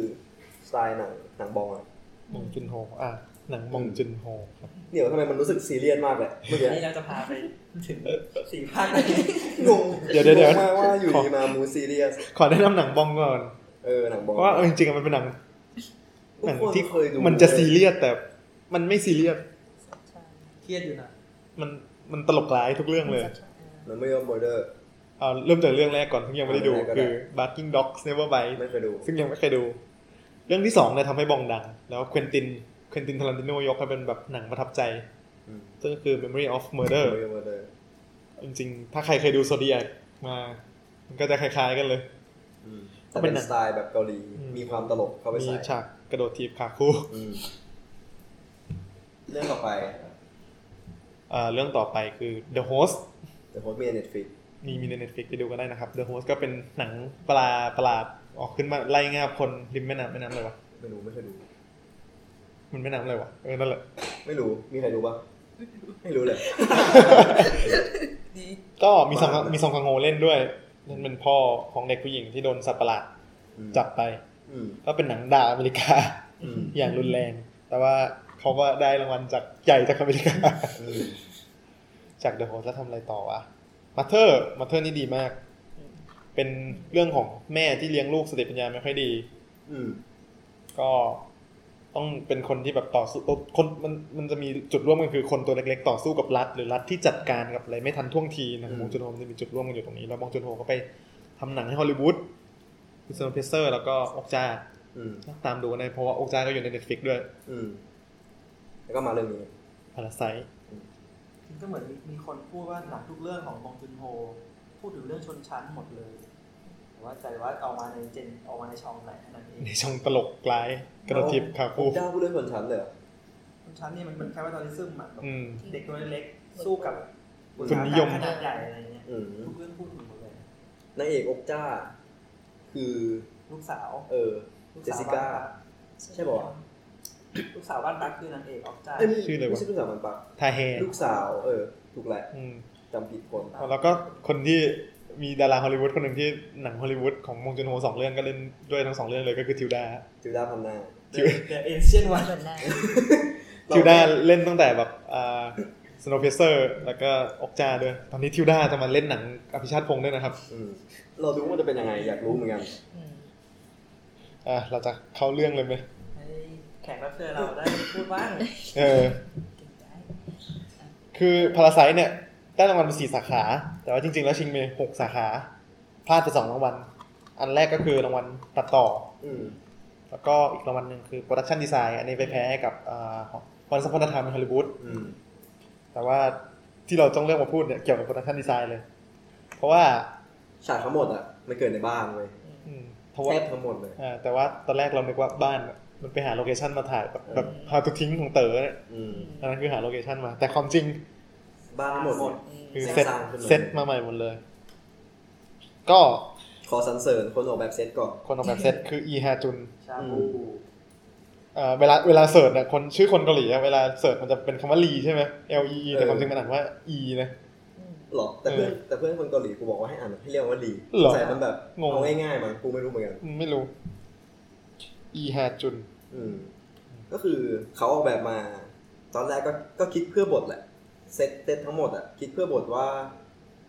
Speaker 3: สไตล์หนังหนังบองอะ
Speaker 4: มองจุนโฮ อ่ะ หนังมองจุนโฮครับ
Speaker 3: เดี๋ยวทำไมมันรู้สึกซีเรียสมากเลยเมื่อกี้
Speaker 5: นี่เราจะพาไปถึงสี่ภาคเลย
Speaker 3: งง
Speaker 4: เดี๋ยวเดี๋ยวเดี๋ยว
Speaker 3: งงมากว่าอยู่ดีมามูซีเรียส
Speaker 4: ขอแนะนำหนังบองก่อน
Speaker 3: เออหนังบอง
Speaker 4: เพราะว่าเออจริงๆอะมันเป็นหนัง
Speaker 3: ทุ
Speaker 4: หนั
Speaker 3: ก
Speaker 4: ง
Speaker 3: คน
Speaker 4: ที่
Speaker 3: เคยดู
Speaker 4: มันจะซีเรียสแต่มันไม่ซีเรียส
Speaker 6: ใช่
Speaker 7: เครียดอยู่นะ
Speaker 4: มันมันตลกร้ายทุกเรื่องเลย
Speaker 3: มันไม่ยอมบอเดอร์
Speaker 4: เอาเริ่มจากเรื่องแรกก่อนที่ยังไม่ได้ดู
Speaker 3: เรื่องแรกก็ได้
Speaker 4: คือ Barking Dogs Never Bite
Speaker 3: ไม่เคยดู
Speaker 4: ซึ่งยังไม่เคยดู เรื่องที่สองเนี่ยทำให้บองดัง แล้วเควินตินเควินตินทารันติโนยกให้เป็นแบบหนังประทับใจ
Speaker 3: อืม
Speaker 4: ซึ่งก็คือ Memory of Murder
Speaker 3: ไม่ยอมบอเดอร์
Speaker 4: จริงๆ ถ้าใครเคยดู Zodiac มา มันก็จะคล้ายๆกันเลย
Speaker 3: แต่เป็นสไตล์แบบเกาหลี
Speaker 4: อืม
Speaker 3: มีความตลกเข้าไป
Speaker 4: มี
Speaker 3: ใส่
Speaker 4: ฉากกระโดดทีบขาคู่
Speaker 3: อืมเรื่องต่อไป
Speaker 4: อ่าเรื่องต่อไปคือ The Host
Speaker 3: แต่ผมมีเน็ตฟิก
Speaker 4: มีมีใน Netflix ไปดูกันได้นะครับ The Host ก็เป็นหนังปลาประหลาดออกขึ้นมาไล่งาบคนริมแม่น้ำแม่น้ำอะไรวะ
Speaker 3: ไม่รู้ไม่เคยดู
Speaker 4: มันแม่น้ำอะไรวะ เออนั่นแหละ
Speaker 3: ไม่รู้มีใครรู้ปะไม่รู้เลย
Speaker 4: ก็มีซอง
Speaker 3: บ้า
Speaker 4: มีซองกังโฮเล่นด้วยเล่นเป็นพ่อของเด็กผู้หญิงที่โดนสัตว์ประหลาดจับไป
Speaker 3: อืม
Speaker 4: ก็เป็นหนังด่าอเมริกา
Speaker 3: อืม
Speaker 4: อย่างรุนแรง แต่ว่าเขาก็ได้รางวัลจากใหญ่จากอเมริกา
Speaker 3: อืม
Speaker 4: จากเดอะโฮสแล้วทำอะไรต่อวะมาเธอร์มาเธอร์นี่ดีมาก เป็นเรื่องของแม่ที่เลี้ยงลูกสติปัญญาไม่ค่อยดี
Speaker 3: อืม
Speaker 4: ก็ต้องเป็นคนที่แบบต่อสู้คนมันมันจะมีจุดร่วมกันคือคนตัวเล็กๆต่อสู้กับรัฐ หรือรัฐที่จัดการกับอะไรไม่ทันท่วงทีนะครับมองจุนโฮมนจะมีจุดร่วมกันอยู่ตรงนี้ แล้วมองจุนโฮก็ไปทำหนังให้ฮอลลีวูดคือเซอร์เพเซอร์ แล้วก็อกจา
Speaker 3: อืม
Speaker 4: ตามดูกันได้เพราะว่าอกจาก็อยู่ในเน็ตฟลิกด้วย
Speaker 3: อืมแล้วก็มาเรื่องนี้
Speaker 4: พาราไซ
Speaker 5: ก็เหมือนมีคนพูดว่าหนังทุกเรื่องของบองจุนโฮ พูดถึงเรื่องชนชั้นหมดเลย แต่ว่าใจว่าเอามาในเจนเอามาในช่องไหนเท่านั้นเอง
Speaker 4: ในช่องตลกกลายกระทิบขาคู่
Speaker 3: เจ้าผู้เล่นคนชั้นเลยเหรอ
Speaker 5: ชนชั้นนี่มันเป็นแค่ว่าตอนที่ซึมอ่ะแบบ
Speaker 4: อืม
Speaker 5: เด็กตัวเล็กๆสู้กับ
Speaker 4: ทุนนิยม
Speaker 5: ขนาดใหญ่อะไรเงี้ย
Speaker 3: อืม
Speaker 5: ทุกเรื่องพูดถึงหมดเลย
Speaker 3: นางเอกอกจ้า คือ
Speaker 5: ลูกสาว
Speaker 3: เออ
Speaker 5: ลูก
Speaker 3: เจส
Speaker 5: สาว
Speaker 3: สิ
Speaker 5: บ้า
Speaker 3: ก้า
Speaker 5: นรัก
Speaker 3: ใช่ป่าวะ
Speaker 5: ลูกสาวบ้านรักคือนางเอกออกจ้า
Speaker 3: เยไม่
Speaker 4: ชื่ออะไรวะ
Speaker 3: ไม่ใช่ลูกสาวมันปะ
Speaker 4: ทาเฮ
Speaker 3: ลูกสาว เออ ถูกแหละ
Speaker 4: อืม
Speaker 3: จำผิดคน
Speaker 4: แล้วก็คนที่มีดาราฮอลลีวูดคนหนึ่งที่หนังฮอลลีวูดของมงจุนโฮสองเรื่องก็เล่นด้วยทั้งสองเรื่องเลยก็คือทิวดา
Speaker 3: จิวด้าพันนา
Speaker 5: เดอะเอเชียนวัน
Speaker 6: ส่วนหน้า
Speaker 4: ทิวด้าเล่นตั้งแต่แบบสโนว์เพเซอร์แล้วก็อกจาด้วย ตอนนี้ทิวด้าจะมาเล่นหนังอภิชาติพงษ์ด้วยนะครับ
Speaker 3: อืมเราดูว่ามันจะเป็นยังไง อยากรู้เหมือนกัน
Speaker 6: อืม
Speaker 4: อ่ะเราจะเข้าเรื่องเลยไหม
Speaker 5: ให้แขกรับเชิญเราได้พูดบ้าง
Speaker 4: เออ คือพาราไซเนี่ย ได้รางวัลไปสี่สาขา แต่ว่าจริง ๆ แล้วชิงเมหกสาขา พลาดไปสองรางวัล อันแรกก็คือรางวัลตัดต่อ
Speaker 3: อืม
Speaker 4: แล้วก็อีกรางวัลหนึ่งคือโปรดักชันดีไซน์อันนี้ไปแพ้ให้กับวันสัมพันธธรรมฮอลลีวูด
Speaker 3: อืม
Speaker 4: แต่ว่าที่เราต้องเลือกมาพูดเนี่ยเกี่ยวกับโปรดักชันดีไซน์เลย เพราะว่า
Speaker 3: ฉากทั้งหมดอ่ะ มันเกิดในบ้านเว้ย
Speaker 4: อืมเพราะว่า
Speaker 3: แทบทั้งหมดเลย
Speaker 4: อ่าแต่ว่าตอนแรกเรานึกว่าบ้านมันไปหาโลเคชันมาถ่ายแบบแบบ
Speaker 6: อืม
Speaker 4: พาทุกทิ้งของเต๋อเนี่ย
Speaker 3: อืม
Speaker 4: อันนั้นคือหาโลเคชันมา แต่ความจริง
Speaker 3: บ้านทั้งหมดเนี่ย
Speaker 4: คือ
Speaker 3: สร้างส
Speaker 4: เซ็ต
Speaker 3: ร้างขึ้นมา
Speaker 4: เซ็ตมาใหม่หมดเลย ก็
Speaker 3: ขอสรรเสริญคนออกแบบเซตก่อน
Speaker 4: คนออกแบบ เซ็ตคืออีฮาจุน
Speaker 5: ชาบู
Speaker 4: อ่าเวลาเวลาเสิร์ชเนี่ยคนชื่อคนเกาหลีอะเวลาเสิร์ชมันจะเป็นคำว่าลีใช่ไหม L E E แต่ความจริงมันอ่านว่า E นะ
Speaker 6: อืม
Speaker 3: หรอแต่เพื่อน
Speaker 4: เออ
Speaker 3: แต่เพื่อนคนเกาหลีกูบอกว่าให้อ่านให้เรียกว่าลี
Speaker 4: หรอ
Speaker 3: ใส่มันแบบ
Speaker 4: งง
Speaker 3: เอาง่ายๆมันกูไม่รู้เหมือนกัน
Speaker 4: อืมไม่รู้อีฮาจุน
Speaker 3: อืม ก็คือเขาออกแบบมา ตอนแรกก็ก็คิดเพื่อบทแหละเซตเซตทั้งหมดอ่ะคิดเพื่อบทว่า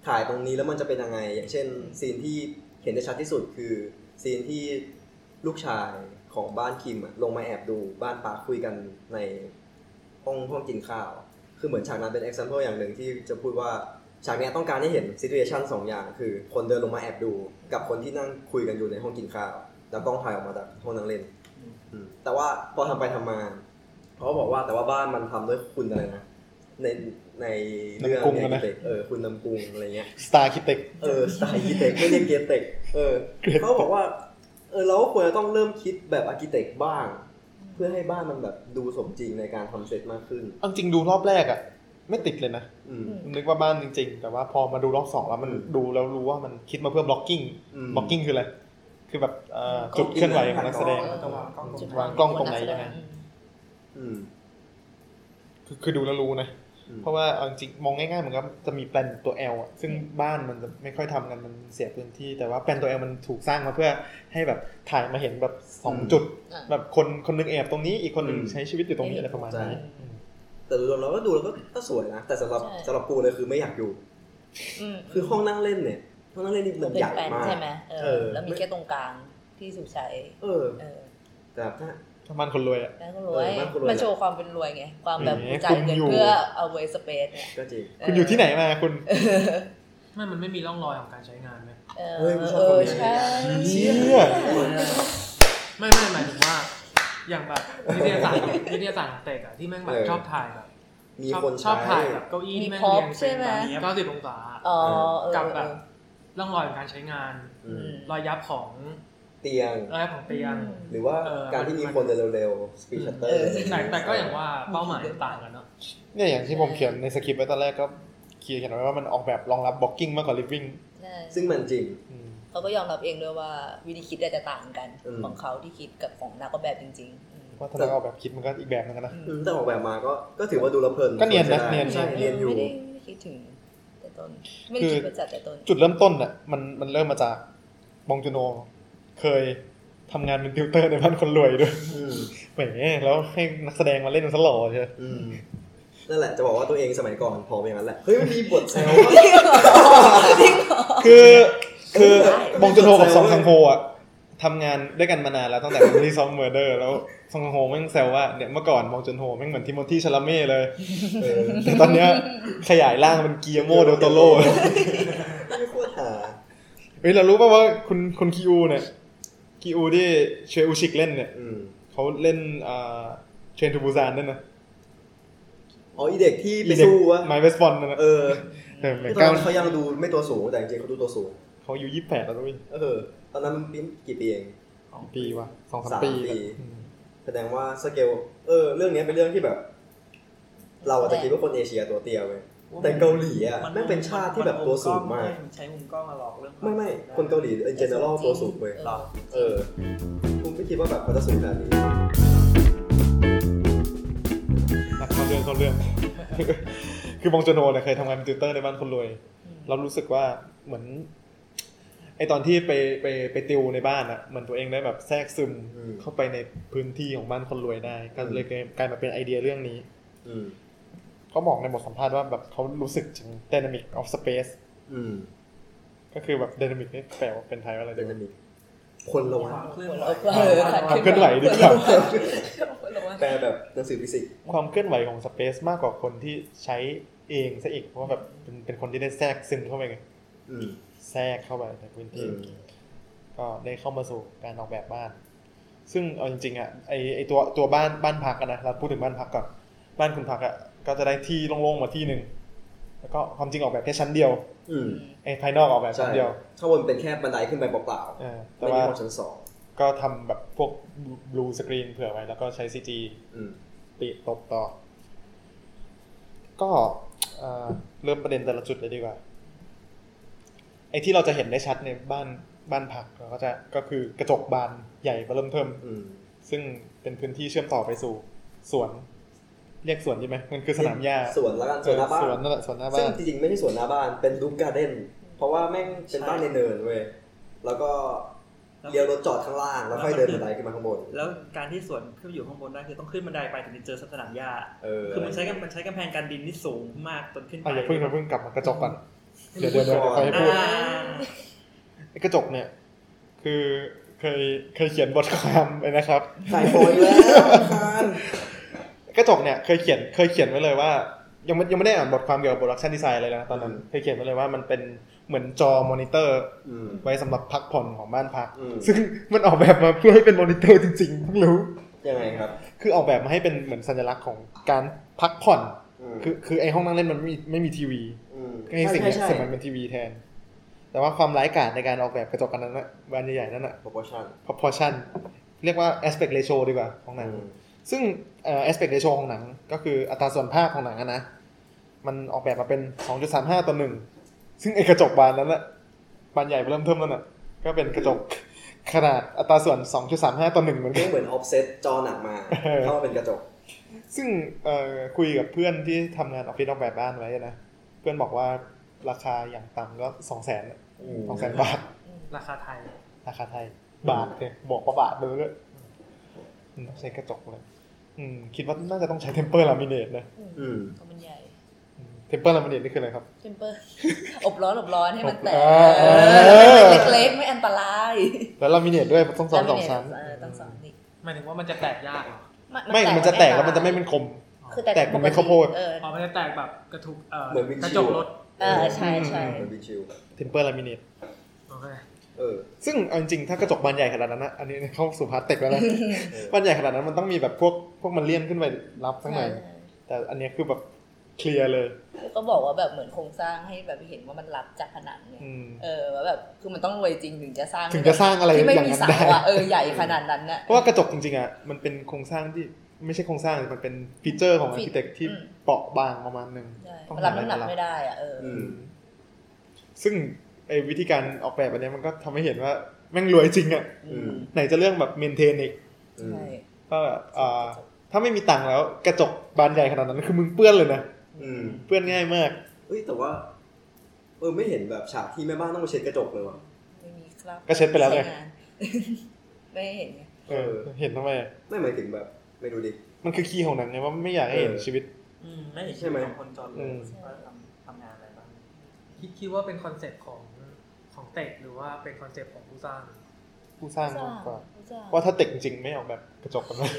Speaker 3: ถ่ายตรงนี้แล้วมันจะเป็นยังไง อย่างเช่นซีนที่เห็นได้ชัดที่สุดคือซีนที่ลูกชายของบ้านคิมอะลงมาแอบดูบ้านปาคุยกันในห้องห้องกินข้าว คือเหมือนฉากนั้นเป็น example อย่างหนึ่งที่จะพูดว่าฉากเนี้ยต้องการให้เห็น situation สองอย่าง คือคนเดินลงมาแอบดู กับคนที่นั่งคุยกันอยู่ในห้องกินข้าว แล้วกล้องถ่ายออกมาจากห้องนั่งเล่นอืมแต่ว่าพอทำไปทำมาเขาก็บอกว่าแต่ว่าบ้านมันทำด้วยคุณอะไรนะในในเรื่องเนี่ยกิเต็กเออคุณนำกรุงอะไรเงี้ย
Speaker 4: สตาร์คิเต็ก
Speaker 3: เออสไตล์อาร์กิเต็กไม่เรียกเกเต็กเออเขาบอกว่าเออเราก็ควรจะต้องเริ่มคิดแบบอาร์กิเต็กบ้าง เพื่อให้บ้านมันแบบดูสมจริงในการทำเซตมากขึ้น
Speaker 4: เอาจริงดูรอบแรกอะ ไม่ติดเลยนะ
Speaker 3: อืม
Speaker 4: นึกว่าบ้านจริง ๆ แต่ว่าพอมาดูรอบสองแล้วมัน
Speaker 3: อืม
Speaker 4: ดูแล้วรู้ว่ามันคิดมาเพื่อบล็อกกิ้ง
Speaker 3: อืม
Speaker 4: บล็อกกิ้งคืออะไร คือแบบเอ่อจุดเคลื่อนไหวของนักแสดง
Speaker 3: เออ
Speaker 7: ต้องวางกล้องตรง
Speaker 4: วางกล้องตรงไหนยังไง
Speaker 3: อืม
Speaker 4: คือคือดูแล้วรู้นะ
Speaker 3: อืม
Speaker 4: เพราะว่าเอาจริงๆมองง่ายๆเหมือนกับจะมีแปลนตัว L อ่ะซึ่งบ้านมันจะไม่ค่อยทำกันมันเสียพื้นที่ แต่ว่าแปลนตัว L มันถูกสร้างมาเพื่อให้แบบถ่ายมาเห็นแบบสองจุด
Speaker 6: อ่า
Speaker 4: แบบคนคนหนึงแอบตรงนี้อีกคนหนึงใช้ชีวิตอยู่ตรงนี้อะไรประมาณนี้อืม
Speaker 3: แต่ดูเราก็ดูแล้วก็ก็สวยนะแต่สำหรับ
Speaker 6: ใช่
Speaker 3: สำหรับกูเลยคือไม่อยากอยู่
Speaker 6: อืม
Speaker 3: คือห้องนั่งเล่นเนี่ยห้องนั่งเล่นนี่มัน
Speaker 6: เป็
Speaker 3: ให
Speaker 6: น
Speaker 3: ญ่
Speaker 6: แฟน
Speaker 3: มาก
Speaker 6: ใช่ไหมเอ
Speaker 3: เออ
Speaker 6: อแล้วมีแค่ตรงกลางที่สุชัย
Speaker 3: เออ
Speaker 6: เออ
Speaker 3: แต่ถ้า
Speaker 4: ถ้าบ้านคนรวยอ่ะ
Speaker 6: นั่นก็รวย
Speaker 3: เออบ้านก็รวย
Speaker 6: มันโชว์ความเป็นรวยไง ความแบบ
Speaker 4: แหม
Speaker 6: จ่าย
Speaker 4: คุ
Speaker 6: เงิ
Speaker 4: ณ
Speaker 6: น
Speaker 4: อยู่
Speaker 6: เพื่อเอาไว้สเปซเนี่ย
Speaker 3: ก็จริง
Speaker 6: เ
Speaker 4: คุณอยู่ที่ไหนมาคุณ
Speaker 7: ไม่มันไม่มีร่องรอยของการใช้งานไหม
Speaker 6: เออ
Speaker 3: เฮ้ยกูชอบ
Speaker 6: เอ
Speaker 3: คนนี้
Speaker 6: อใช่
Speaker 4: เชี่ย
Speaker 7: ไม่ไม่หมายถึงว่า อย่างแบบนิตยสารนิตยสารของเตกอะที่แม่งแบบ
Speaker 3: เออ
Speaker 7: ชอบถ่ายแบบ
Speaker 3: มี
Speaker 7: ชอบ
Speaker 3: คน
Speaker 7: ชอบ
Speaker 3: ใช้
Speaker 7: ถ่ายแบบเก้าอี้ที่แม่งเรียงเป็นแบบนี้เก้าสิบองศา
Speaker 6: อ๋อเออ
Speaker 7: กับ
Speaker 6: เอ
Speaker 7: แบบ
Speaker 6: อ
Speaker 7: ร่องรอยของการใช้งาน
Speaker 3: อืม
Speaker 7: รอยยับของ
Speaker 3: เตียง
Speaker 7: รอยยับของเตียง
Speaker 3: หรือว่า
Speaker 7: เออ
Speaker 3: การที่มีคนเดินเร็วๆสปีดชัตเตอร์
Speaker 7: แต่แต่ก็อย่างว่าเป้าหมายมันต่างกันเนาะ
Speaker 4: เนี่ยอย่างที่ผมเขียนในสคริปต์ไว้ตอนแรกก็เขียนไว้ว่ามันออกแบบรองรับบล็อกกิ้งมากกว่าลิฟวิ่ง
Speaker 6: ใช่
Speaker 3: ซึ่งมันจริง
Speaker 6: เขาก็ยอมรับเองด้วยว่าวิธีคิดอาจจะต่างกัน
Speaker 3: อืม
Speaker 6: ของเขาที่คิดกับของนักออกแบบจริงๆอืม
Speaker 4: ว่าถ้าเราออกแบบคิดมันก็อีกแบบนึงนะ
Speaker 6: อืม
Speaker 3: แต่ออกแบบมาก็ก็ถือว่าดูและเพลิน
Speaker 4: ก็เนียนนะ
Speaker 3: ใช้ได้
Speaker 4: เนียน
Speaker 3: ใช่เนียนอยู่
Speaker 6: ไม่ได้ไม่ได้คิดถึงแต่ต้น ไม่ได้คิดประจัดแต่ต้น
Speaker 4: จุดเริ่มต้นน่ะมันมันเริ่มมาจากบองจุโน เคยทำงานเป็นติวเตอร์ในบ้านคนรวยด้วย
Speaker 3: อืม
Speaker 4: แหมแล้วให้นักแสดงมาเล่นมันซะหล่อเชียว
Speaker 3: อืมนั่นแหละจะบอกว่าตัวเองสมัยก่อนพอเป็นอย่างนั้นแหละ เฮ้ยมันมีบทแซวว่า
Speaker 4: คือคือ
Speaker 3: เออ
Speaker 4: บองจุโนกับซองคังโฮอ่ะทำงานด้วยกันมานานแล้วตั้งแต่มูรี่ซองเมอร์เดอร์แล้วซองคังโฮแม่งแซวว่าเนี่ยเมื่อก่อนบองจุนโฮแม่งเหมือนทิโมธีชาลาเม่เลย
Speaker 3: เออ
Speaker 4: แต่ตอนเนี้ยขยายร่างเป็นเกียโมเดลโตโร
Speaker 3: ไม่โคตรหา
Speaker 4: เฮ้ยเรารู้ป่าวว่าคุณคุณคิวเนี่ยคิวที่เชยอูชิกเล่นเนี่ย
Speaker 3: อืม
Speaker 4: เขาเล่นอ่าเชนทูบูซานด้วยนะ
Speaker 3: อ๋ออีเด็กที่ไปสู้วะ
Speaker 4: ไมเวสปอนนั่นนะ
Speaker 3: เออ
Speaker 4: แต่เหมือน
Speaker 3: ตอน
Speaker 4: เก้า
Speaker 3: นั้นเขายังดูไม่ตัวสูงแต่จริงๆเขาดูตัวสูง
Speaker 4: เขาอายู่ยี่สิบแปดแล้วด้วย
Speaker 3: เออ ตอนนั้นมันกี่ปีเอง
Speaker 4: ปีว่ะสองสาม
Speaker 3: สาม
Speaker 4: ปี
Speaker 3: ปี
Speaker 4: อืม
Speaker 3: แสดงว่าสเกล เออ เรื่องเนี้ยเป็นเรื่องที่แบบ เราอาจจะคิดว่าคนเอเชียตัวเตี้ยเว้ย แต่เกาหลีอ่ะแม่งเป็นชาติที่แบบตัวสูงมาก
Speaker 5: นใช้มุมกล้องมาหลอกเรื่อง
Speaker 3: ไม่ไม่คนเกาหลีเจเนอเรลตัวสูงเว้ย
Speaker 6: หรอ
Speaker 3: เออคุณไม่คิดว่าแบบเขาจะสูงขนาดนี้
Speaker 4: อ่ะเข้าเรื่องเข้าเรื่อง คือบองโจโนเนี่ยเคยทำงานเป็นติวเตอร์ในบ้านคนรวย เรารู้สึกว่าเหมือนไอตอนที่ไปไปไปติวในบ้านอะเหมือนตัวเองได้แบบแทรกซึม
Speaker 3: อืม
Speaker 4: เข้าไปในพื้นที่ของบ้านคนรวยได้ก็เลยกลายมาเป็นไอเดียเรื่องนี้
Speaker 3: อืม
Speaker 4: เขาบอกในบทสัมภาษณ์ว่าแบบเขารู้สึกถึง dynamic of space
Speaker 3: อืม
Speaker 4: ก็คือแบบ dynamic นี่แปลว่าเป็นไทยว่าอะไร
Speaker 3: เด
Speaker 4: เดี๋ยว
Speaker 3: นามิกคนละวะ
Speaker 7: ความเคลื่อนไหว
Speaker 6: เออขัด
Speaker 4: ความเค
Speaker 6: ขึ้
Speaker 4: ลื่อ
Speaker 6: น
Speaker 4: นไหวดีกว่า
Speaker 3: แปลแบบหนังสือฟิสิกส์
Speaker 4: ความเคลื่อนไหวของ space มากกว่าคนที่ใช้เองซะอีกเพราะว่าแบบเป็นเป็นคนที่ได้แทรกซึมเข้าไปไง
Speaker 3: อืม
Speaker 4: แทรกเข้าไปในพื้น
Speaker 3: อื
Speaker 4: ที่
Speaker 3: ม
Speaker 4: ก็ได้เข้ามาสู่การออกแบบบ้าน ซึ่งเอาจริงๆอ่ะไอไอตัวตัวบ้านบ้านพักกันนะเราพูดถึงบ้านพักก่อนบ้านคุณพักอ่ะก็จะได้ที่โล่งๆมาที่หนึ่งแล้วก็ความจริงออกแบบแค่ชั้นเดียว
Speaker 3: อืม
Speaker 4: ไอภายนอกออกแบบ
Speaker 3: ใช่
Speaker 4: ชั้นเดียว
Speaker 3: ข้างบนเป็นแค่บันไดขึ้นไปเปล่า
Speaker 4: เออ
Speaker 3: ๆ
Speaker 4: แต่
Speaker 3: ไม่มี
Speaker 4: ว่า
Speaker 3: ห้องชั้นสอง
Speaker 4: ก็ทำแบบพวกบลูสกรีนเผื่อไว้ แล้วก็ใช้ซีจี
Speaker 3: อืม
Speaker 4: ติตบต่อ ก็เอ่อเริ่มประเด็นแต่ละจุดเลยดีกว่า ไอ้ที่เราจะเห็นได้ชัดในบ้านบ้านผักเราก็จะก็คือกระจกบานใหญ่มาเริ่มเทิม
Speaker 3: อืม
Speaker 4: ซึ่งเป็นพื้นที่เชื่อมต่อไปสู่สวน เรียกสวนใช่ไหมมันคือสนามหญ้า
Speaker 3: สวนละกันสวนหน้าบ้า
Speaker 4: เออสวน
Speaker 3: น
Speaker 4: นั่นแหละสวนหน้า
Speaker 3: ซึ่ง
Speaker 4: บ้าน
Speaker 3: จริงๆไม่ใช่สวนหน้าบ้านเป็นลูกการ์เด้นเพราะว่าแม่งเป็นบ้านในเนินเว้ยแล้วก็เลี้ยวรถจอดข้างล่างแล้วค่อยเดินบันไดขึ้นมาข้างบน
Speaker 5: แล้วการที่สวนขึ้นอยู่ข้างบนได้คือต้องขึ้นบันไดไปถึงจะเจอสนามหญ้า
Speaker 3: เออ
Speaker 5: คือมันใช้กำมันใช้กำแพงกันดินที่สูงมากจนขึ้นไป
Speaker 4: อ่ะอย่าเพิ่งอย่าเพิ่งกลับมากระจกก่อน เดี๋ยวเดี๋ยวเดี๋ยวเดี๋ยวค่อยให้
Speaker 5: อ่
Speaker 4: พูด
Speaker 5: า
Speaker 4: ไอ้กระจกเนี่ย คือเคยเคยเขียนบทความไว้นะครับ
Speaker 3: ขายโฟนแล้ว คาน
Speaker 4: กระจกเนี่ยเคยเขียนเคยเขียนไว้เลยว่า ยังไม่ยังไม่ได้อ่านบทความเกี่ยวกับโปรดักชันดีไซน์เลยนะตอนนั้นเคยเขียนไว้เลยว่ามันเป็นเหมือนจอมอนิเตอร์
Speaker 3: อืม
Speaker 4: ไว้สำหรับพักผ่อนของบ้านพัก
Speaker 3: อืม
Speaker 4: ซึ่งมันออกแบบมาเพื่อให้เป็นมอนิเตอร์จริงๆเพิ่งรู้
Speaker 3: ยังไงครับ
Speaker 4: คือออกแบบมาให้เป็นเหมือนสัญลักษณ์ของการพักผ่อน
Speaker 3: ม
Speaker 4: คือคือไอห้องนั่งเล่นมันไม่มีไม่มีทีวี
Speaker 3: ม
Speaker 4: ไอสิ่งเนี้ย
Speaker 3: ใช่
Speaker 4: เส
Speaker 3: ใช่
Speaker 4: มือนเป็นทีวีแทน แต่ว่าความร้ายกาจในการออกแบบกระจกกันนั้นนะบานใหญ่ๆนั่นอะ
Speaker 3: โปรโมชั่น
Speaker 4: proportion เรียกว่า aspect ratio ดีกว่าของหนัง ซึ่งเอ่อ aspect ratio ของหนังก็คืออัตราส่วนภาพของหนังอะนะ มันออกแบบมาเป็น 2.35 ต่อหนึ่งซึ่งไอกระจกบานนั้นอะบานใหญ่เริ่มเทิมแล้วน่ะก็เป็นกระจกขนาดอัตราส่วน 2.35 ต่อหนึ่งเหมือนกั
Speaker 3: ไม่
Speaker 4: น
Speaker 3: เหมือนออฟเซตจอหนักมา
Speaker 4: เออ
Speaker 3: เข้ามาเป็นกระจก
Speaker 4: ซึ่งเอ่อคุยกับเพื่อนที่ทำงานออฟฟิศออกแบบบ้านไว้นะ เพื่อนบอกว่าราคาอย่างต่ำก็สองแสนสองแสนบาท
Speaker 7: ราคาไทย
Speaker 4: ราคาไทย บาทเลยบอกว่าบาทเลยด้วยอืมต้องใช้กระจกเลยอืมคิดว่าน่าจะต้องใช้เทมเปอร์ลามิเนตนะ
Speaker 3: อืม
Speaker 6: ก็มันใหญ่
Speaker 4: เทมเปอร์ลามิเนตนี่คืออะไรครับ
Speaker 6: เทมเปอร์ อบร้อนอบร้อนให้มันแตก
Speaker 4: อบร้อน
Speaker 6: เออ
Speaker 4: เออ
Speaker 6: เล็กๆ ไม่อันตราย
Speaker 4: แล้วลามิเนตด้วยต้องซ้อนสองชั้น
Speaker 6: เออต้องสองนี่
Speaker 7: หมายถึงว่ามันจะแตกยากเหรอ
Speaker 4: ไม่มันจะแตกแล้วมันจะไม่เป็นคม
Speaker 6: คือ
Speaker 4: แตกเหมือนไม่ข้าวโพด
Speaker 6: เออ
Speaker 7: อ๋อมันจะแตกแบบกระทุกเอ่อ
Speaker 3: เหมือนวิง
Speaker 7: กระ
Speaker 3: ชิ
Speaker 7: จ
Speaker 3: ว
Speaker 7: กรถ
Speaker 6: เออใช่ใช่
Speaker 3: เหมือนบิ๊กชิล
Speaker 4: เทมเปอร์ลามิเนต
Speaker 7: โอเค
Speaker 3: เออ
Speaker 4: ซึ่งเอาจริงๆถ้ากระจกบานใหญ่ขนาดนั้นนะอันนี้เข้าสู่พาร์ทเทค แล้วนะ
Speaker 3: เออ
Speaker 4: บานใหญ่ขนาดนั้นมันต้องมีแบบพวกพวกมันเลี่ยนขึ้นไปรับข้างใน
Speaker 6: ใช่
Speaker 4: แต่อันเนี้ยคือแบบเคลียร์เลย
Speaker 6: แล้วก็บอกว่าแบบเหมือนโครงสร้างให้แบบเห็นว่ามันรับจากผนังเนี่ย
Speaker 4: อืม
Speaker 6: เออว่าแบบคือมันต้องรวยจริงถึงจะสร้าง
Speaker 4: ถึงจะสร้างอะไร
Speaker 6: ที่ไม่
Speaker 4: อ
Speaker 6: มี
Speaker 4: ย่างนั้น
Speaker 6: เสา
Speaker 4: ได้
Speaker 6: อะเออใหญ่ขนาดนั้นน่ะ
Speaker 4: เพราะว่ากระจกจริงๆอ่ะมันเป็นโครงสร้างที่ไม่ใช่โครงสร้างมันเป็นฟีเจอร์ของอาร์เคเต็กที่
Speaker 6: อืม
Speaker 4: เปราะบางประมาณหนึ่ง
Speaker 6: ใช่
Speaker 4: ต้อง
Speaker 6: มัน
Speaker 4: หาอะไร
Speaker 6: รับน้ำหนัก
Speaker 4: มารับ
Speaker 6: ไม่ได้อะเอออ
Speaker 3: อื
Speaker 4: อื
Speaker 3: ม
Speaker 4: มซึ่งไอ้วิธีการออกแบบอันเนี้ยมันก็ทำให้เห็นว่าแม่งรวยจริงอ่ะ
Speaker 6: อืม
Speaker 4: ไหนจะเรื่องแบบเมนเทนอีก
Speaker 3: อืม
Speaker 6: ใช่
Speaker 4: ก็แบบอ่าถ้าไม่มีตังค์แล้วกระจกบานใหญ่ขนาดนั้นคือมึงเปื้อนเลยนะ
Speaker 3: อืม
Speaker 4: เปื้อนง่ายมาก
Speaker 3: เอ้ยแต่ว่า เออไม่เห็นแบบฉากที่แม่บ้านต้องมาเช็ดกระจกเลยว่ะ
Speaker 6: ไม่มีครับ
Speaker 4: ก็เช็ดไปแล้วไง
Speaker 6: ใช้าน ไม่เห็นไง
Speaker 4: เออ
Speaker 3: เออ
Speaker 4: เห็นทำไมอะ
Speaker 3: ไม่หมายถึงแบบไม่ดูดิ
Speaker 4: มันคือคีย์ของหนังไงว่าไม่อยากให้เห็น
Speaker 3: เออ
Speaker 4: ชีวิต
Speaker 5: อืมไม่เห็น
Speaker 3: ใช่ไหม
Speaker 5: ของคนจนเล
Speaker 4: อื
Speaker 5: ย
Speaker 4: ม
Speaker 5: ว่าทำทำงานอะไรบ้าง
Speaker 7: คิดคิดว่าเป็นคอนเซ็ปต์ของของเต็กหรือว่าเป็นคอนเซ็ปต์ของผู้สร้าง
Speaker 4: ผู้สร้าง
Speaker 6: สร้าม
Speaker 4: าก
Speaker 6: ง
Speaker 4: กว่า
Speaker 6: สร้าง
Speaker 4: ว่าถ้าเต็กจริงๆไม่ออกแบบกระจกกันเลย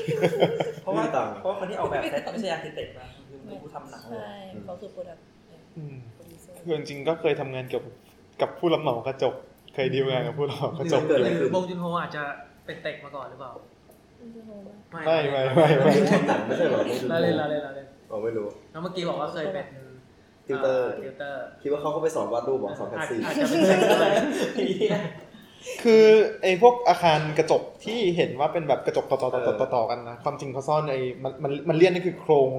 Speaker 5: เพราะว่า
Speaker 3: ไม่ต่าง
Speaker 5: เพราะว่าคนที่ออกแบบเซตไม่ใช่อาร์เคเต็กนะคือเป็นผู้ทำหนังเลย
Speaker 6: ใช่เขาคือโปรดักต์
Speaker 4: อืม
Speaker 6: โปรดิวเซอร์
Speaker 4: คือจริงๆก็เคยทำงานเกี่ยวกับกับผู้รับเหมากระจก เคยดีลงานกับผู้รับเหมากระจก
Speaker 3: เกิดอะไรขึ้น
Speaker 7: หรือบงจุนโฮอาจจะเป็นเต็กมาก่อนหรือเปล่า
Speaker 4: ไม่ไม่ไม่ไม่
Speaker 3: ทำหนังไม่ใช่เหรอไม่ดู
Speaker 7: เราเล่นเราเล่นเราเล่น
Speaker 3: อ๋อไม่รู้
Speaker 7: แล้วเมื่อกี้บอกว่าเคยเป็น
Speaker 3: ติวเตอร์
Speaker 7: ติวเตอร์
Speaker 3: คิดว่าเขาเข้าไปสอนวาดรูปเหรอสอนแฟน
Speaker 7: อาจ
Speaker 3: ซี
Speaker 7: อาจจะเป็นเซ็กก็ได้
Speaker 4: คือไอ้พวกอาคารกระจกที่เห็นว่าเป็นแบบกระจกต่อต่อต่อต่อต่อต่อกันนะ ความจริงเขาซ่อนไอ้มันมันมันเลี่ยนนี่คือโครง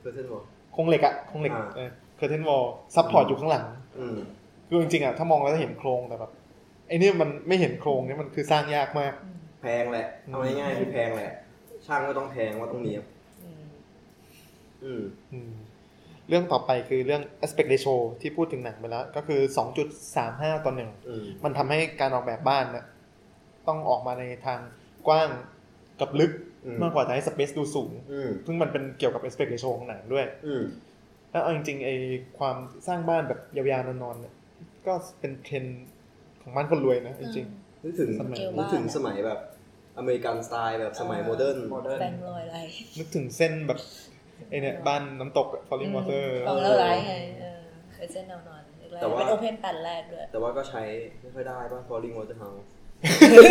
Speaker 3: เพื่อนเส้นหัว
Speaker 4: โครงเหล็กอะโครงเหล็ก
Speaker 3: อ่า
Speaker 4: เคอร์เทนวอลซับพอร์ตอยู่ข้างหลัง
Speaker 3: อืม
Speaker 4: คือจริงๆอะถ้ามองแล้วจะเห็นโครงแต่แบบไอ้เนี่ยมันไม่เห็นโครงเนี่ยมันคือสร้างยากมาก
Speaker 3: แพงแหละ เอาง่ายๆคือแพงแหละ ช่างก็ต้องแพงว่าต้องเนี้ยบ
Speaker 6: อืม
Speaker 3: อืม
Speaker 4: อืมเรื่องต่อไปคือเรื่อง aspect ratio ที่พูดถึงหนังไปแล้ว ก็คือ 2.35 ต่อหนึ่ง
Speaker 3: อืม
Speaker 4: มันทำให้การออกแบบบ้านนะต้องออกมาในทางกว้างกับลึก
Speaker 3: อืม
Speaker 4: มากกว่าจะให้สเปซดูสูง
Speaker 3: อืม
Speaker 4: ซึ่งมันเป็นเกี่ยวกับ aspect ratio ของหนังด้วย
Speaker 3: อืม
Speaker 4: แล้วเอาจริงๆไอ้ความสร้างบ้านแบบยาวๆนอนๆเนี่ยก็เป็นเทรนด์ของบ้านคนรวยนะจริง
Speaker 3: นึกถึง
Speaker 4: สมัย
Speaker 3: นึกถึงสมัยแบบอเมริกันสไตล์แบบสมัยโมเดิร์น
Speaker 5: โมเดิร์น
Speaker 6: แบงค์ลอยอะไร
Speaker 4: ๆ นึกถึงเส้นแบบไอ้เนี่ยบ้านน้ำตก falling water
Speaker 6: ฟองแล้วไรไงเออเคยเส้นแนวนอนแรก
Speaker 3: แต่ว่า
Speaker 6: ๆเป็นโอเพนแปนแรกด้วย
Speaker 3: แต่ว่าก็ใช้ไม่ค่อยได้ป่ะ Falling Water House
Speaker 5: หรือ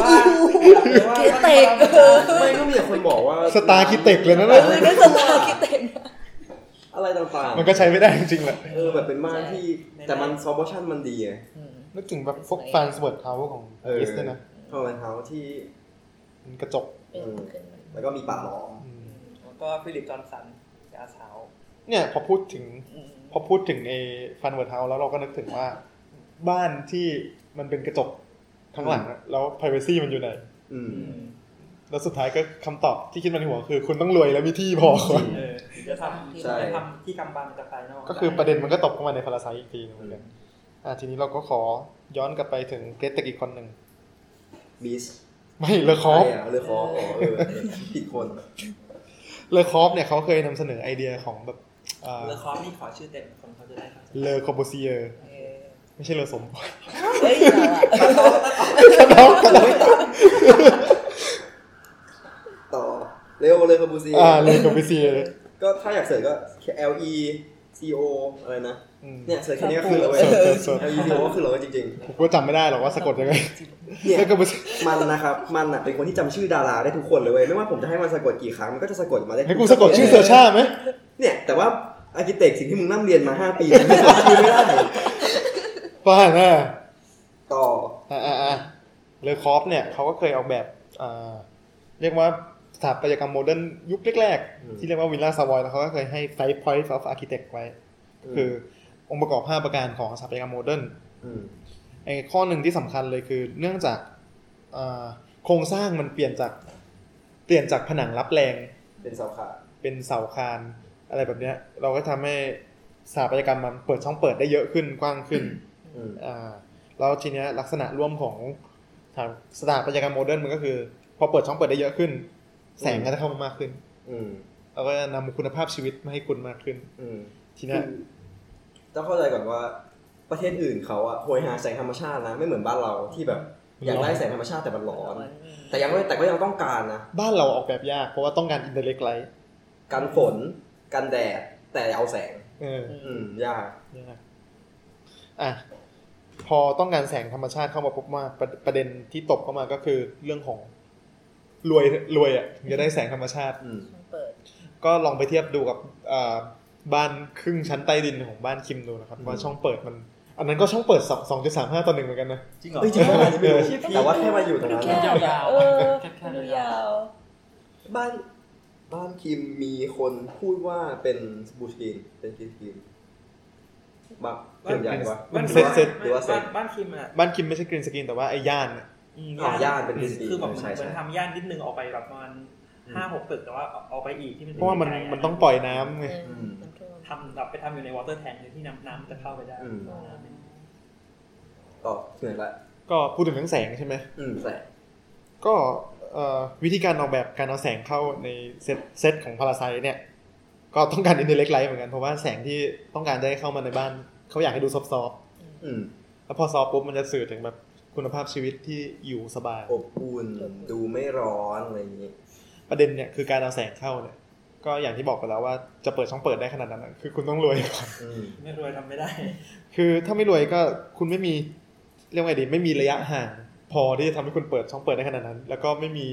Speaker 5: ว่าหรือว่า
Speaker 6: คิดเต็กเออ
Speaker 3: ไม่ก็มีแต่คนบอกว่า
Speaker 4: สตาร์คิเต็กเลยนะเนี่ย
Speaker 6: มันก็สตาร์คิดเต็ก
Speaker 3: อะไรต่างๆ
Speaker 4: มันก็ใช้ไม่ได้จริงๆแหละ
Speaker 3: เออแบบเป็นบ้านที่แต่มันซอฟต์ชั่นมันดีไง
Speaker 6: อืม
Speaker 4: นึกถึงแบบพวก Farnsworth House ของ
Speaker 3: เออ
Speaker 4: อิสเนี่ยนะ
Speaker 3: เพราะมันเฮาส์ที่
Speaker 4: มันกระจก
Speaker 6: เป็นขึ้นมา
Speaker 3: แล้วก็มีป่าล้อม
Speaker 4: อืม
Speaker 5: แล้วก็ฟิลิปจอห์นสันยาสาว
Speaker 4: เนี่ยพอพูดถึง
Speaker 6: อืม
Speaker 4: พอพูดถึงไอ้ฟันเวิร์ดเฮาแล้วเราก็นึกถึงว่า บ้านที่มันเป็นกระจกทั้างหลังอะแล้ว p r i เวซีมันอยู่ไหน
Speaker 3: อืม
Speaker 4: แล้วสุดท้ายก็คำตอบที่คิดมาในหัวคือ คุณต้องรวยแล้วมีที่พอ ก่อน
Speaker 5: เออจะทำ
Speaker 3: ใช่
Speaker 5: จะทำที่กำบังจากภายนอก
Speaker 4: ก็คือประเด็นมันก็ตกเข้ามาในพาราไซอีกทีนึงเหมือนกันอ่ะทีนี้เราก็ขอย้อนกลับไปถึงเกรตเตกอีกคนหนึ่ง
Speaker 3: บีส
Speaker 4: ไม่เลอคอฟ
Speaker 3: เรือคอฟอ๋อเออผิดคน
Speaker 4: เลอคอฟเนี่ยเขาเคยนำเสนอไอเดียของแบบ
Speaker 5: เลอคอมนี่ขอชื่อเต็มคนเขาจะได้เข้าใจ
Speaker 4: เลอคอบูซีเอร์
Speaker 6: เออ
Speaker 4: ไม่ใช่เลอสม
Speaker 6: เฮ้ยเราอะ
Speaker 4: น้องกัน
Speaker 3: ต่อเร็วเลยคาบูซี
Speaker 4: อ่าเลอคอบูซีเออร์
Speaker 3: ก็ถ้าอยากเสิร์ชก็ L E C O อะไรนะ เนี่ยเสิร์ชแค่นี้ก็คือเลย
Speaker 4: เสิร์ชเสิร์ชเสิร์ช
Speaker 3: L E C O ก็คือเลยจริง
Speaker 4: ผมก็จำไม่ได้หรอกว่าสะกดยังไง
Speaker 3: เนี่ย
Speaker 4: เลอคอบูซี
Speaker 3: มันนะครับ มันอ่ะเป็นคนที่จำชื่อดาราได้ทุกคนเลยเว้ย ไม่ว่าผมจะให้มันสะกดกี่ครั้ง มันก็จะสะกดมาได้
Speaker 4: ให้กูสะกดชื่อเซอร์ชาไหม
Speaker 3: เนี่ย แต่ว่าอาร์กิเต็กสิ่งที่มึงนั่งเรียนมา 5 ปีมันไม่สะกดชื่อไม่ได้
Speaker 4: ป้าหน่ะ
Speaker 3: ต่อ
Speaker 4: อ่าอ่าเลอคอฟเนี่ยเขาก็เคยออกแบบอ่าเรียกว่า ถาปัตยกรรมโมเดิร์นยุคแรก
Speaker 3: อืม
Speaker 4: ๆ ที่เรียกว่าวิลล่าซาวอยแล้วเขาก็เคยให้ five points of architect ไว้ คือองค์ประกอบ 5 ประการของสถาปัตยกรรมโมเดิร์น
Speaker 3: ม
Speaker 4: ไอ้ข้อหนึ่งที่สำคัญเลยคือเนื่องจากอ่าโครงสร้างมันเปลี่ยนจากเปลี่ยนจากผนังรับแรง
Speaker 3: เป็นเสาขา
Speaker 4: เป็นเสาคานอะไรแบบเนี้ย เราก็ทำให้สถาปัตยกรรมมันเปิดช่องเปิดได้เยอะขึ้นกว้างขึ้น
Speaker 3: อืม
Speaker 4: อ่าแล้วทีเนี้ยลักษณะร่วมของทางสถาปัตยกรรมโมเดิร์นมันก็คือ พอเปิดช่องเปิดได้เยอะขึ้น แสงก็จะเข้ามามากขึ้น
Speaker 3: อืม
Speaker 4: เราก็จะนำคุณภาพชีวิตมาให้คุณมากขึ้น
Speaker 3: อืม
Speaker 4: ทีเนี้ย
Speaker 3: ต้องเข้าใจก่อนว่าประเทศอื่นเขาอะโหยหาแสงธรรมชาตินะไม่เหมือนบ้านเราที่แบบอยากได้แสงธรรมชาติแต่มันร้อน แต่ยังไม่แต่ก็ยังต้องการนะ
Speaker 4: บ้านเราออกแบบยากเพราะว่าต้องการอินเตอร์เล็กไลท์
Speaker 3: กันฝนกันแดดแต่เอาแสง
Speaker 4: เออ
Speaker 3: อืมยาก
Speaker 4: ยากอ่ะพอต้องการแสงธรรมชาติเข้ามาปุ๊บมาประประเด็นที่ตบเข้ามาก็คือเรื่องของรวยรวยอ่ะถึงจะได้แสงธรรมชาติ
Speaker 3: อืม
Speaker 6: เปิด
Speaker 4: ก็ลองไปเทียบดูกับอ่าบ้านครึ่งชั้นใต้ดินของบ้านคิมดูนะครับว่าช่องเปิดมัน อันนั้นก็ช่องเปิดสองสองจุดสามห้าต่อหนึ่งเหมือนกันนะ
Speaker 8: จริงเหรอ
Speaker 3: เอ้ยจริงป่ะอันนี้ไม่รู้แต่ว่าแค่มาอยู่ตรง
Speaker 6: ดู
Speaker 3: นั้น
Speaker 6: แค่
Speaker 3: อะ
Speaker 7: ยาวๆ
Speaker 6: เออ
Speaker 7: แคบๆ
Speaker 6: ดูยาว
Speaker 3: บ้านบ้านคิมมีคนพูดว่าเป็นบูชกรีนเป็นกรีนกรีนบักเป็นใหญ่ปะ
Speaker 4: มั น
Speaker 3: ห
Speaker 4: เซ็
Speaker 3: รือว่า
Speaker 4: ตเซ็ต
Speaker 3: หรือว่าเซ็ต
Speaker 5: บ้านบ้านคิมอ่ะ
Speaker 4: บ้านคิมไม่ใช่กรีนสกรีนแต่ว่าไอ้ย่านเนี่ย
Speaker 5: ม
Speaker 3: อ๋อย่านเป็นดิสนีย์
Speaker 5: คือแบบเห
Speaker 3: ใช่
Speaker 5: มือน
Speaker 3: ใช่
Speaker 5: เหมือนทำย่านนิดนึงออกไปแบบประมาณห้าหกตึกแต่ว่าออกไปอีกที่มัน
Speaker 4: เพราะว่ามัน
Speaker 5: ไกลๆะ
Speaker 4: มันต้องปล่อยน้ำ
Speaker 6: ๆเอ
Speaker 4: ไง
Speaker 6: อน้ำท่วม
Speaker 5: ทำแบบไปทำอยู่ในวอเตอร์แทงที่น้ำน้ำจะเข้าไปได้
Speaker 3: อืม ตอบเหนื่อยละ
Speaker 4: ก็พูดถึงเรื่องแสงใช่ไหม
Speaker 3: อืมแสง
Speaker 4: ก็เอ่อวิธีการออกแบบการเอาแสงเข้าในเซตเซตของพาราไซเนี่ย ก็ต้องการอินเทอร์เล็กไลท์เหมือนกันเพราะว่าแสงที่ต้องการได้เข้ามาในบ้าน เขาอยากให้ดูซอฟต์
Speaker 3: อืม
Speaker 4: ๆแล้วพอซอฟต์ปุ๊บมันจะสื่อถึงแบบคุณภาพชีวิตที่อยู่สบาย
Speaker 3: อบอุ่นดูไม่ร้อนอะไรอย่างนี้
Speaker 4: ประเด็นเนี่ยคือการเอาแสงเข้าเนี่ย ก็อย่างที่บอกไปแล้วว่าจะเปิดช่องเปิดได้ขนาดนั้นอะคือคุณต้องรวยก่อน
Speaker 3: อืม
Speaker 5: ไม่รวยทำไม่ได้
Speaker 4: คือถ้าไม่รวยก็คุณไม่มีเรียกว่าไงดีไม่มีระยะห่าง พอที่จะทำให้คุณเปิดช่องเปิดได้ขนาดนั้น แล้วก็ไม่มี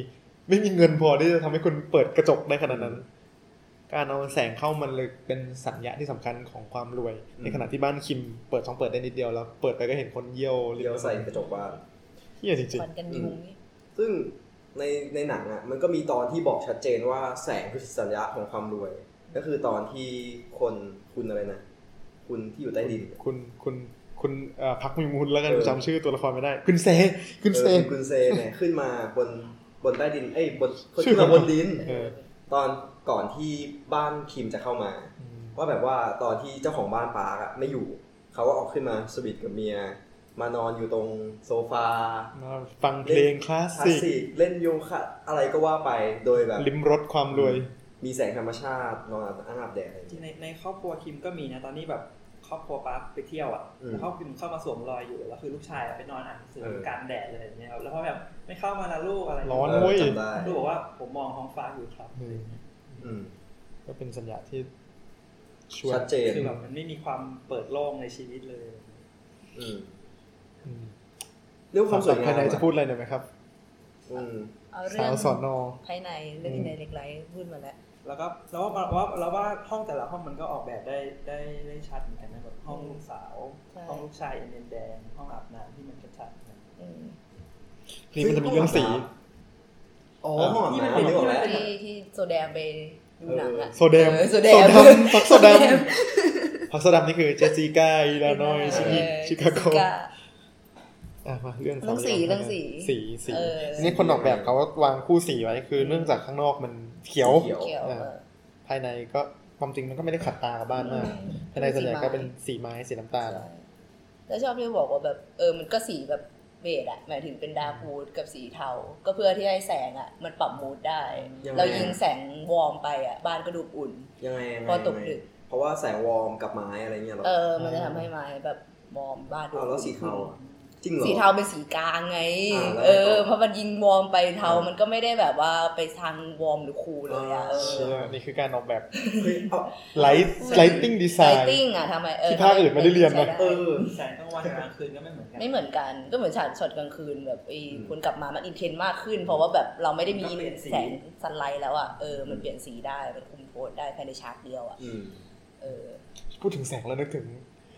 Speaker 4: ไม่มีเงินพอที่จะทำให้คุณเปิดกระจกได้ขนาดนั้น การเอาแสงเข้ามันเลยเป็นสัญญาที่สำคัญของความรวย ในขณะที่บ้านคิมเปิดช่องเปิดได้นิดเดียวแล้วเปิดไปก็เห็นคนเยี่ยว
Speaker 3: เลี้ยวใส่กระจกบ้าน
Speaker 4: เยี่ยวจริง
Speaker 6: ควันกันยุงนี่
Speaker 3: ซึ่งในในหนังอ่ะมันก็มีตอนที่บอกชัดเจนว่าแสงคือสัญลักษณ์ของความรวย ก็คือตอนที่คนคุณอะไรนะ คุณที่อยู่ใต้ดิน
Speaker 4: ๆ คุณคุณคุณเอ่อพักมีมูลแล้วกัน
Speaker 3: เออ
Speaker 4: จำชื่อตัวละครไม่ได้ คุณเซคุณเซ
Speaker 3: เออคุณเซเนี่ยขึ้นมาบนบนใต้ดิน เอ้ยบน
Speaker 4: ชื่
Speaker 3: ขึ้
Speaker 4: อน
Speaker 3: มาบนดิน
Speaker 4: เออ
Speaker 3: ตอนก่อนที่บ้านคิมจะเข้ามา ว่าแบบว่าตอนที่เจ้าของบ้านปาร์กอะไม่อยู่ เขาก็ออกขึ้นมาสวิตกับเมีย มานอนอยู่ตรงโซฟา
Speaker 4: มาฟังเพลงคลาส
Speaker 3: คลาส
Speaker 4: สิก
Speaker 3: สิกเล่นโยคะอะไรก็ว่าไปโดยแบบ
Speaker 4: ลิ้มรสความรวย
Speaker 3: มีแสงธรรมชาตินอนอาบแดดอะไรอย่าง
Speaker 5: จริง
Speaker 3: เงี้ย
Speaker 5: ๆในในครอบครัวคิมก็มีนะตอนนี้แบบครอบครัวปั๊บไปเที่ยวอ่ะ
Speaker 3: อืม
Speaker 5: แล้วครอบครัวคิมเข้ามาสวมรอยอยู่แล้วคือลูกชายอะไปนอนอ่านหนังสือ
Speaker 3: เออ
Speaker 5: กลางแดดอะไรอย่างเงี้ยครับแล้วพ่อแบบไม่เข้ามานะลูกอะไร
Speaker 4: ร้อน
Speaker 3: เออ
Speaker 4: เว้ย
Speaker 3: จำได้
Speaker 5: ลูกบอกว่าผมมองท้องฟ้าอยู่ครับ
Speaker 4: อืม
Speaker 3: อืม
Speaker 4: ก็เป็นสัญญาที่ชวน
Speaker 3: ชัดเจน
Speaker 5: คือแบบมันไม่มีความเปิดโล่งในชีวิตเลย
Speaker 3: อืม
Speaker 4: อืม
Speaker 3: เรื่องความสว
Speaker 4: ภา
Speaker 3: ยา
Speaker 4: ง
Speaker 3: ยม
Speaker 4: ใน
Speaker 3: อ
Speaker 4: จะพูดอะไรหน่อยไหมครับ
Speaker 3: อืม
Speaker 6: เอาเรื่
Speaker 4: สาวสอนอ
Speaker 6: ภายในเรื่อง
Speaker 4: อืม
Speaker 6: ในเล็กไลท์พูดมาแล้ว
Speaker 5: แล้วก็แล้วว่าว่าแล้วว่าห้องแต่ละห้องมันก็ออกแบบได้ได้ได้ชัดเหมือนกันนะแบบห้องลูกสาว
Speaker 6: ใช่
Speaker 5: ห้องลูกชายเอ็นแดงห้องอาบน้ำที่มันชัดๆนะ
Speaker 6: อืม
Speaker 4: นี่มันจะมีเรื่องสี
Speaker 3: อ๋อห้องอาบน้ำนึกออกแล้ว
Speaker 6: ที่ที่โซแดมไปดูหนังอะ
Speaker 4: โซเดม
Speaker 6: ออโซแดม
Speaker 4: โซดำพักโซ ดำพักโซดำนี่คือเจสสิก้าอิลลานอย
Speaker 6: เอ
Speaker 4: ชิค
Speaker 6: อ
Speaker 4: ชิคาโก
Speaker 6: ชิคา
Speaker 4: อ่ะมาเรื่อง
Speaker 6: เรื่องสี
Speaker 4: สาม
Speaker 6: เรื่องสี
Speaker 4: สีสี
Speaker 6: เออ
Speaker 4: ทีนี่คนออกแบบเขาวางคู่สีไว้คือเนื่องจากข้างนอกมันเขียว
Speaker 3: เขียว
Speaker 6: เขียว
Speaker 4: เออ
Speaker 6: เออ
Speaker 4: ภายในก็ความจริงมันก็ไม่ได้ขัดตากับบ้านมาก
Speaker 6: อืม
Speaker 4: ภายในส่วนใหญ่ก็เป็นสีไม้สีน้ำตาล
Speaker 6: ใช่แล้วชอบที่บอกว่าแบบเออมันก็สีแบบเบจอะหมายถึงเป็นดาร์กวูดกับสีเทา ก็เพื่อที่ให้แสงอะมันปรับมูดได้
Speaker 3: ยังไง
Speaker 6: เรายิงแสงวอร์มไปอะบ้านก็ดูอุ่น
Speaker 3: ยังไงยังไง
Speaker 6: พอตกดึก
Speaker 3: เพราะว่าแสงวอร์มกับไม้อะไรเงี้ยเหรอ
Speaker 6: เออ มันจะทำให้ไม้แบบวอร์มบ้านดู
Speaker 3: เอาแล้วสีเทาอะจริงเหรอ
Speaker 6: สีเทาเป็นสีกลางไง
Speaker 3: อ่าแล้วไงต่อ
Speaker 6: เออเพราะมันยิงวอร์มไปเทา
Speaker 3: อ่ามั
Speaker 6: มันก็ไม่ได้แบบว่าไปทางวอร์มหรือคูลเลยอะ
Speaker 3: อ่า
Speaker 6: เอ
Speaker 4: เชี่
Speaker 6: อย
Speaker 4: นี่คือการออกแบบ
Speaker 3: เฮ้ยเอา
Speaker 4: ไลท์ไลติ้งดีไซ
Speaker 6: ไล
Speaker 4: น์
Speaker 6: ติ้งอะทำไมเออ
Speaker 4: ที่ภาคอื่นไม่ได้เรียนนะ
Speaker 6: ใช้ด้
Speaker 3: เออ
Speaker 5: แสงกลางวันกลางคืนก็ไม่เหมือนกัน
Speaker 6: ไม่เหมือนกันก็เหมือนฉากช็อตกลางคืนแบบไอ้คนกลับมามันอินเทนมากขึ้น เพราะว่าแบบเราไม่ได้มี
Speaker 5: มันเปลี่ยนสี
Speaker 6: แสงสันไลท์แล้วอ่ะเออมันเปลี่ยนสีได้มันคุมโทนได้ภายในฉากเดียวอ่ะ
Speaker 3: อืม
Speaker 6: เออ
Speaker 4: พูดถึงแสงแล้วนึกถึง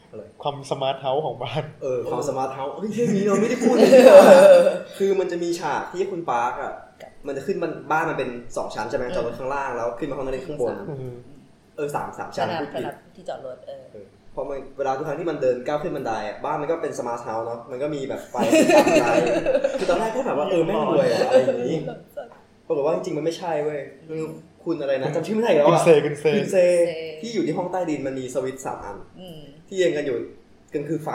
Speaker 3: อะไร
Speaker 4: ความสมาร์ทเฮาส์ของบ้าน
Speaker 3: เออความสมาร์ทเฮาส์เฮ้ยเรื่องนี้เราไม่ได้พูดเลยคือมันจะมีฉากที่คุณปาร์คอะ
Speaker 6: กลับ
Speaker 3: มันจะขึ้นมันบ้านมันเป็นสองชั้นใช่ไหมจอดรถข้างล่างแล้วขึ้นมาห้องนั่งเล่นข้างบน
Speaker 6: สาม
Speaker 4: อืม
Speaker 3: เออสามสาม
Speaker 6: ส
Speaker 3: ชั้น
Speaker 6: นาม
Speaker 3: พูด
Speaker 6: ส
Speaker 3: ผิด
Speaker 6: นามที่จอดรถเออ
Speaker 3: เออพอมันเวลาทุกครั้งที่มันเดินก้าวขึ้นบันไดอะบ้านมันก็เป็นสมาร์ทเฮาส์เนาะมันก็มีแบบไฟตามบันไดคือตอนแรกก็แบบว่าเออแม่งรวยอะอะไรอย่างนี้ปรากฏว่าจริงๆมันไม่ใช่เว้ยคือคุณอะไรนะจำชื่อไม่ได้อีกแล้ว
Speaker 4: กุน
Speaker 3: อะ
Speaker 4: เซกุนเซ
Speaker 3: คุณเซ
Speaker 6: เซ
Speaker 3: ที่อยู่ที่ห้องใต้ดินมันมีสวิตช์สามอัน
Speaker 6: อืม
Speaker 3: ที่เรียงกันอยู่ก็คือไฟ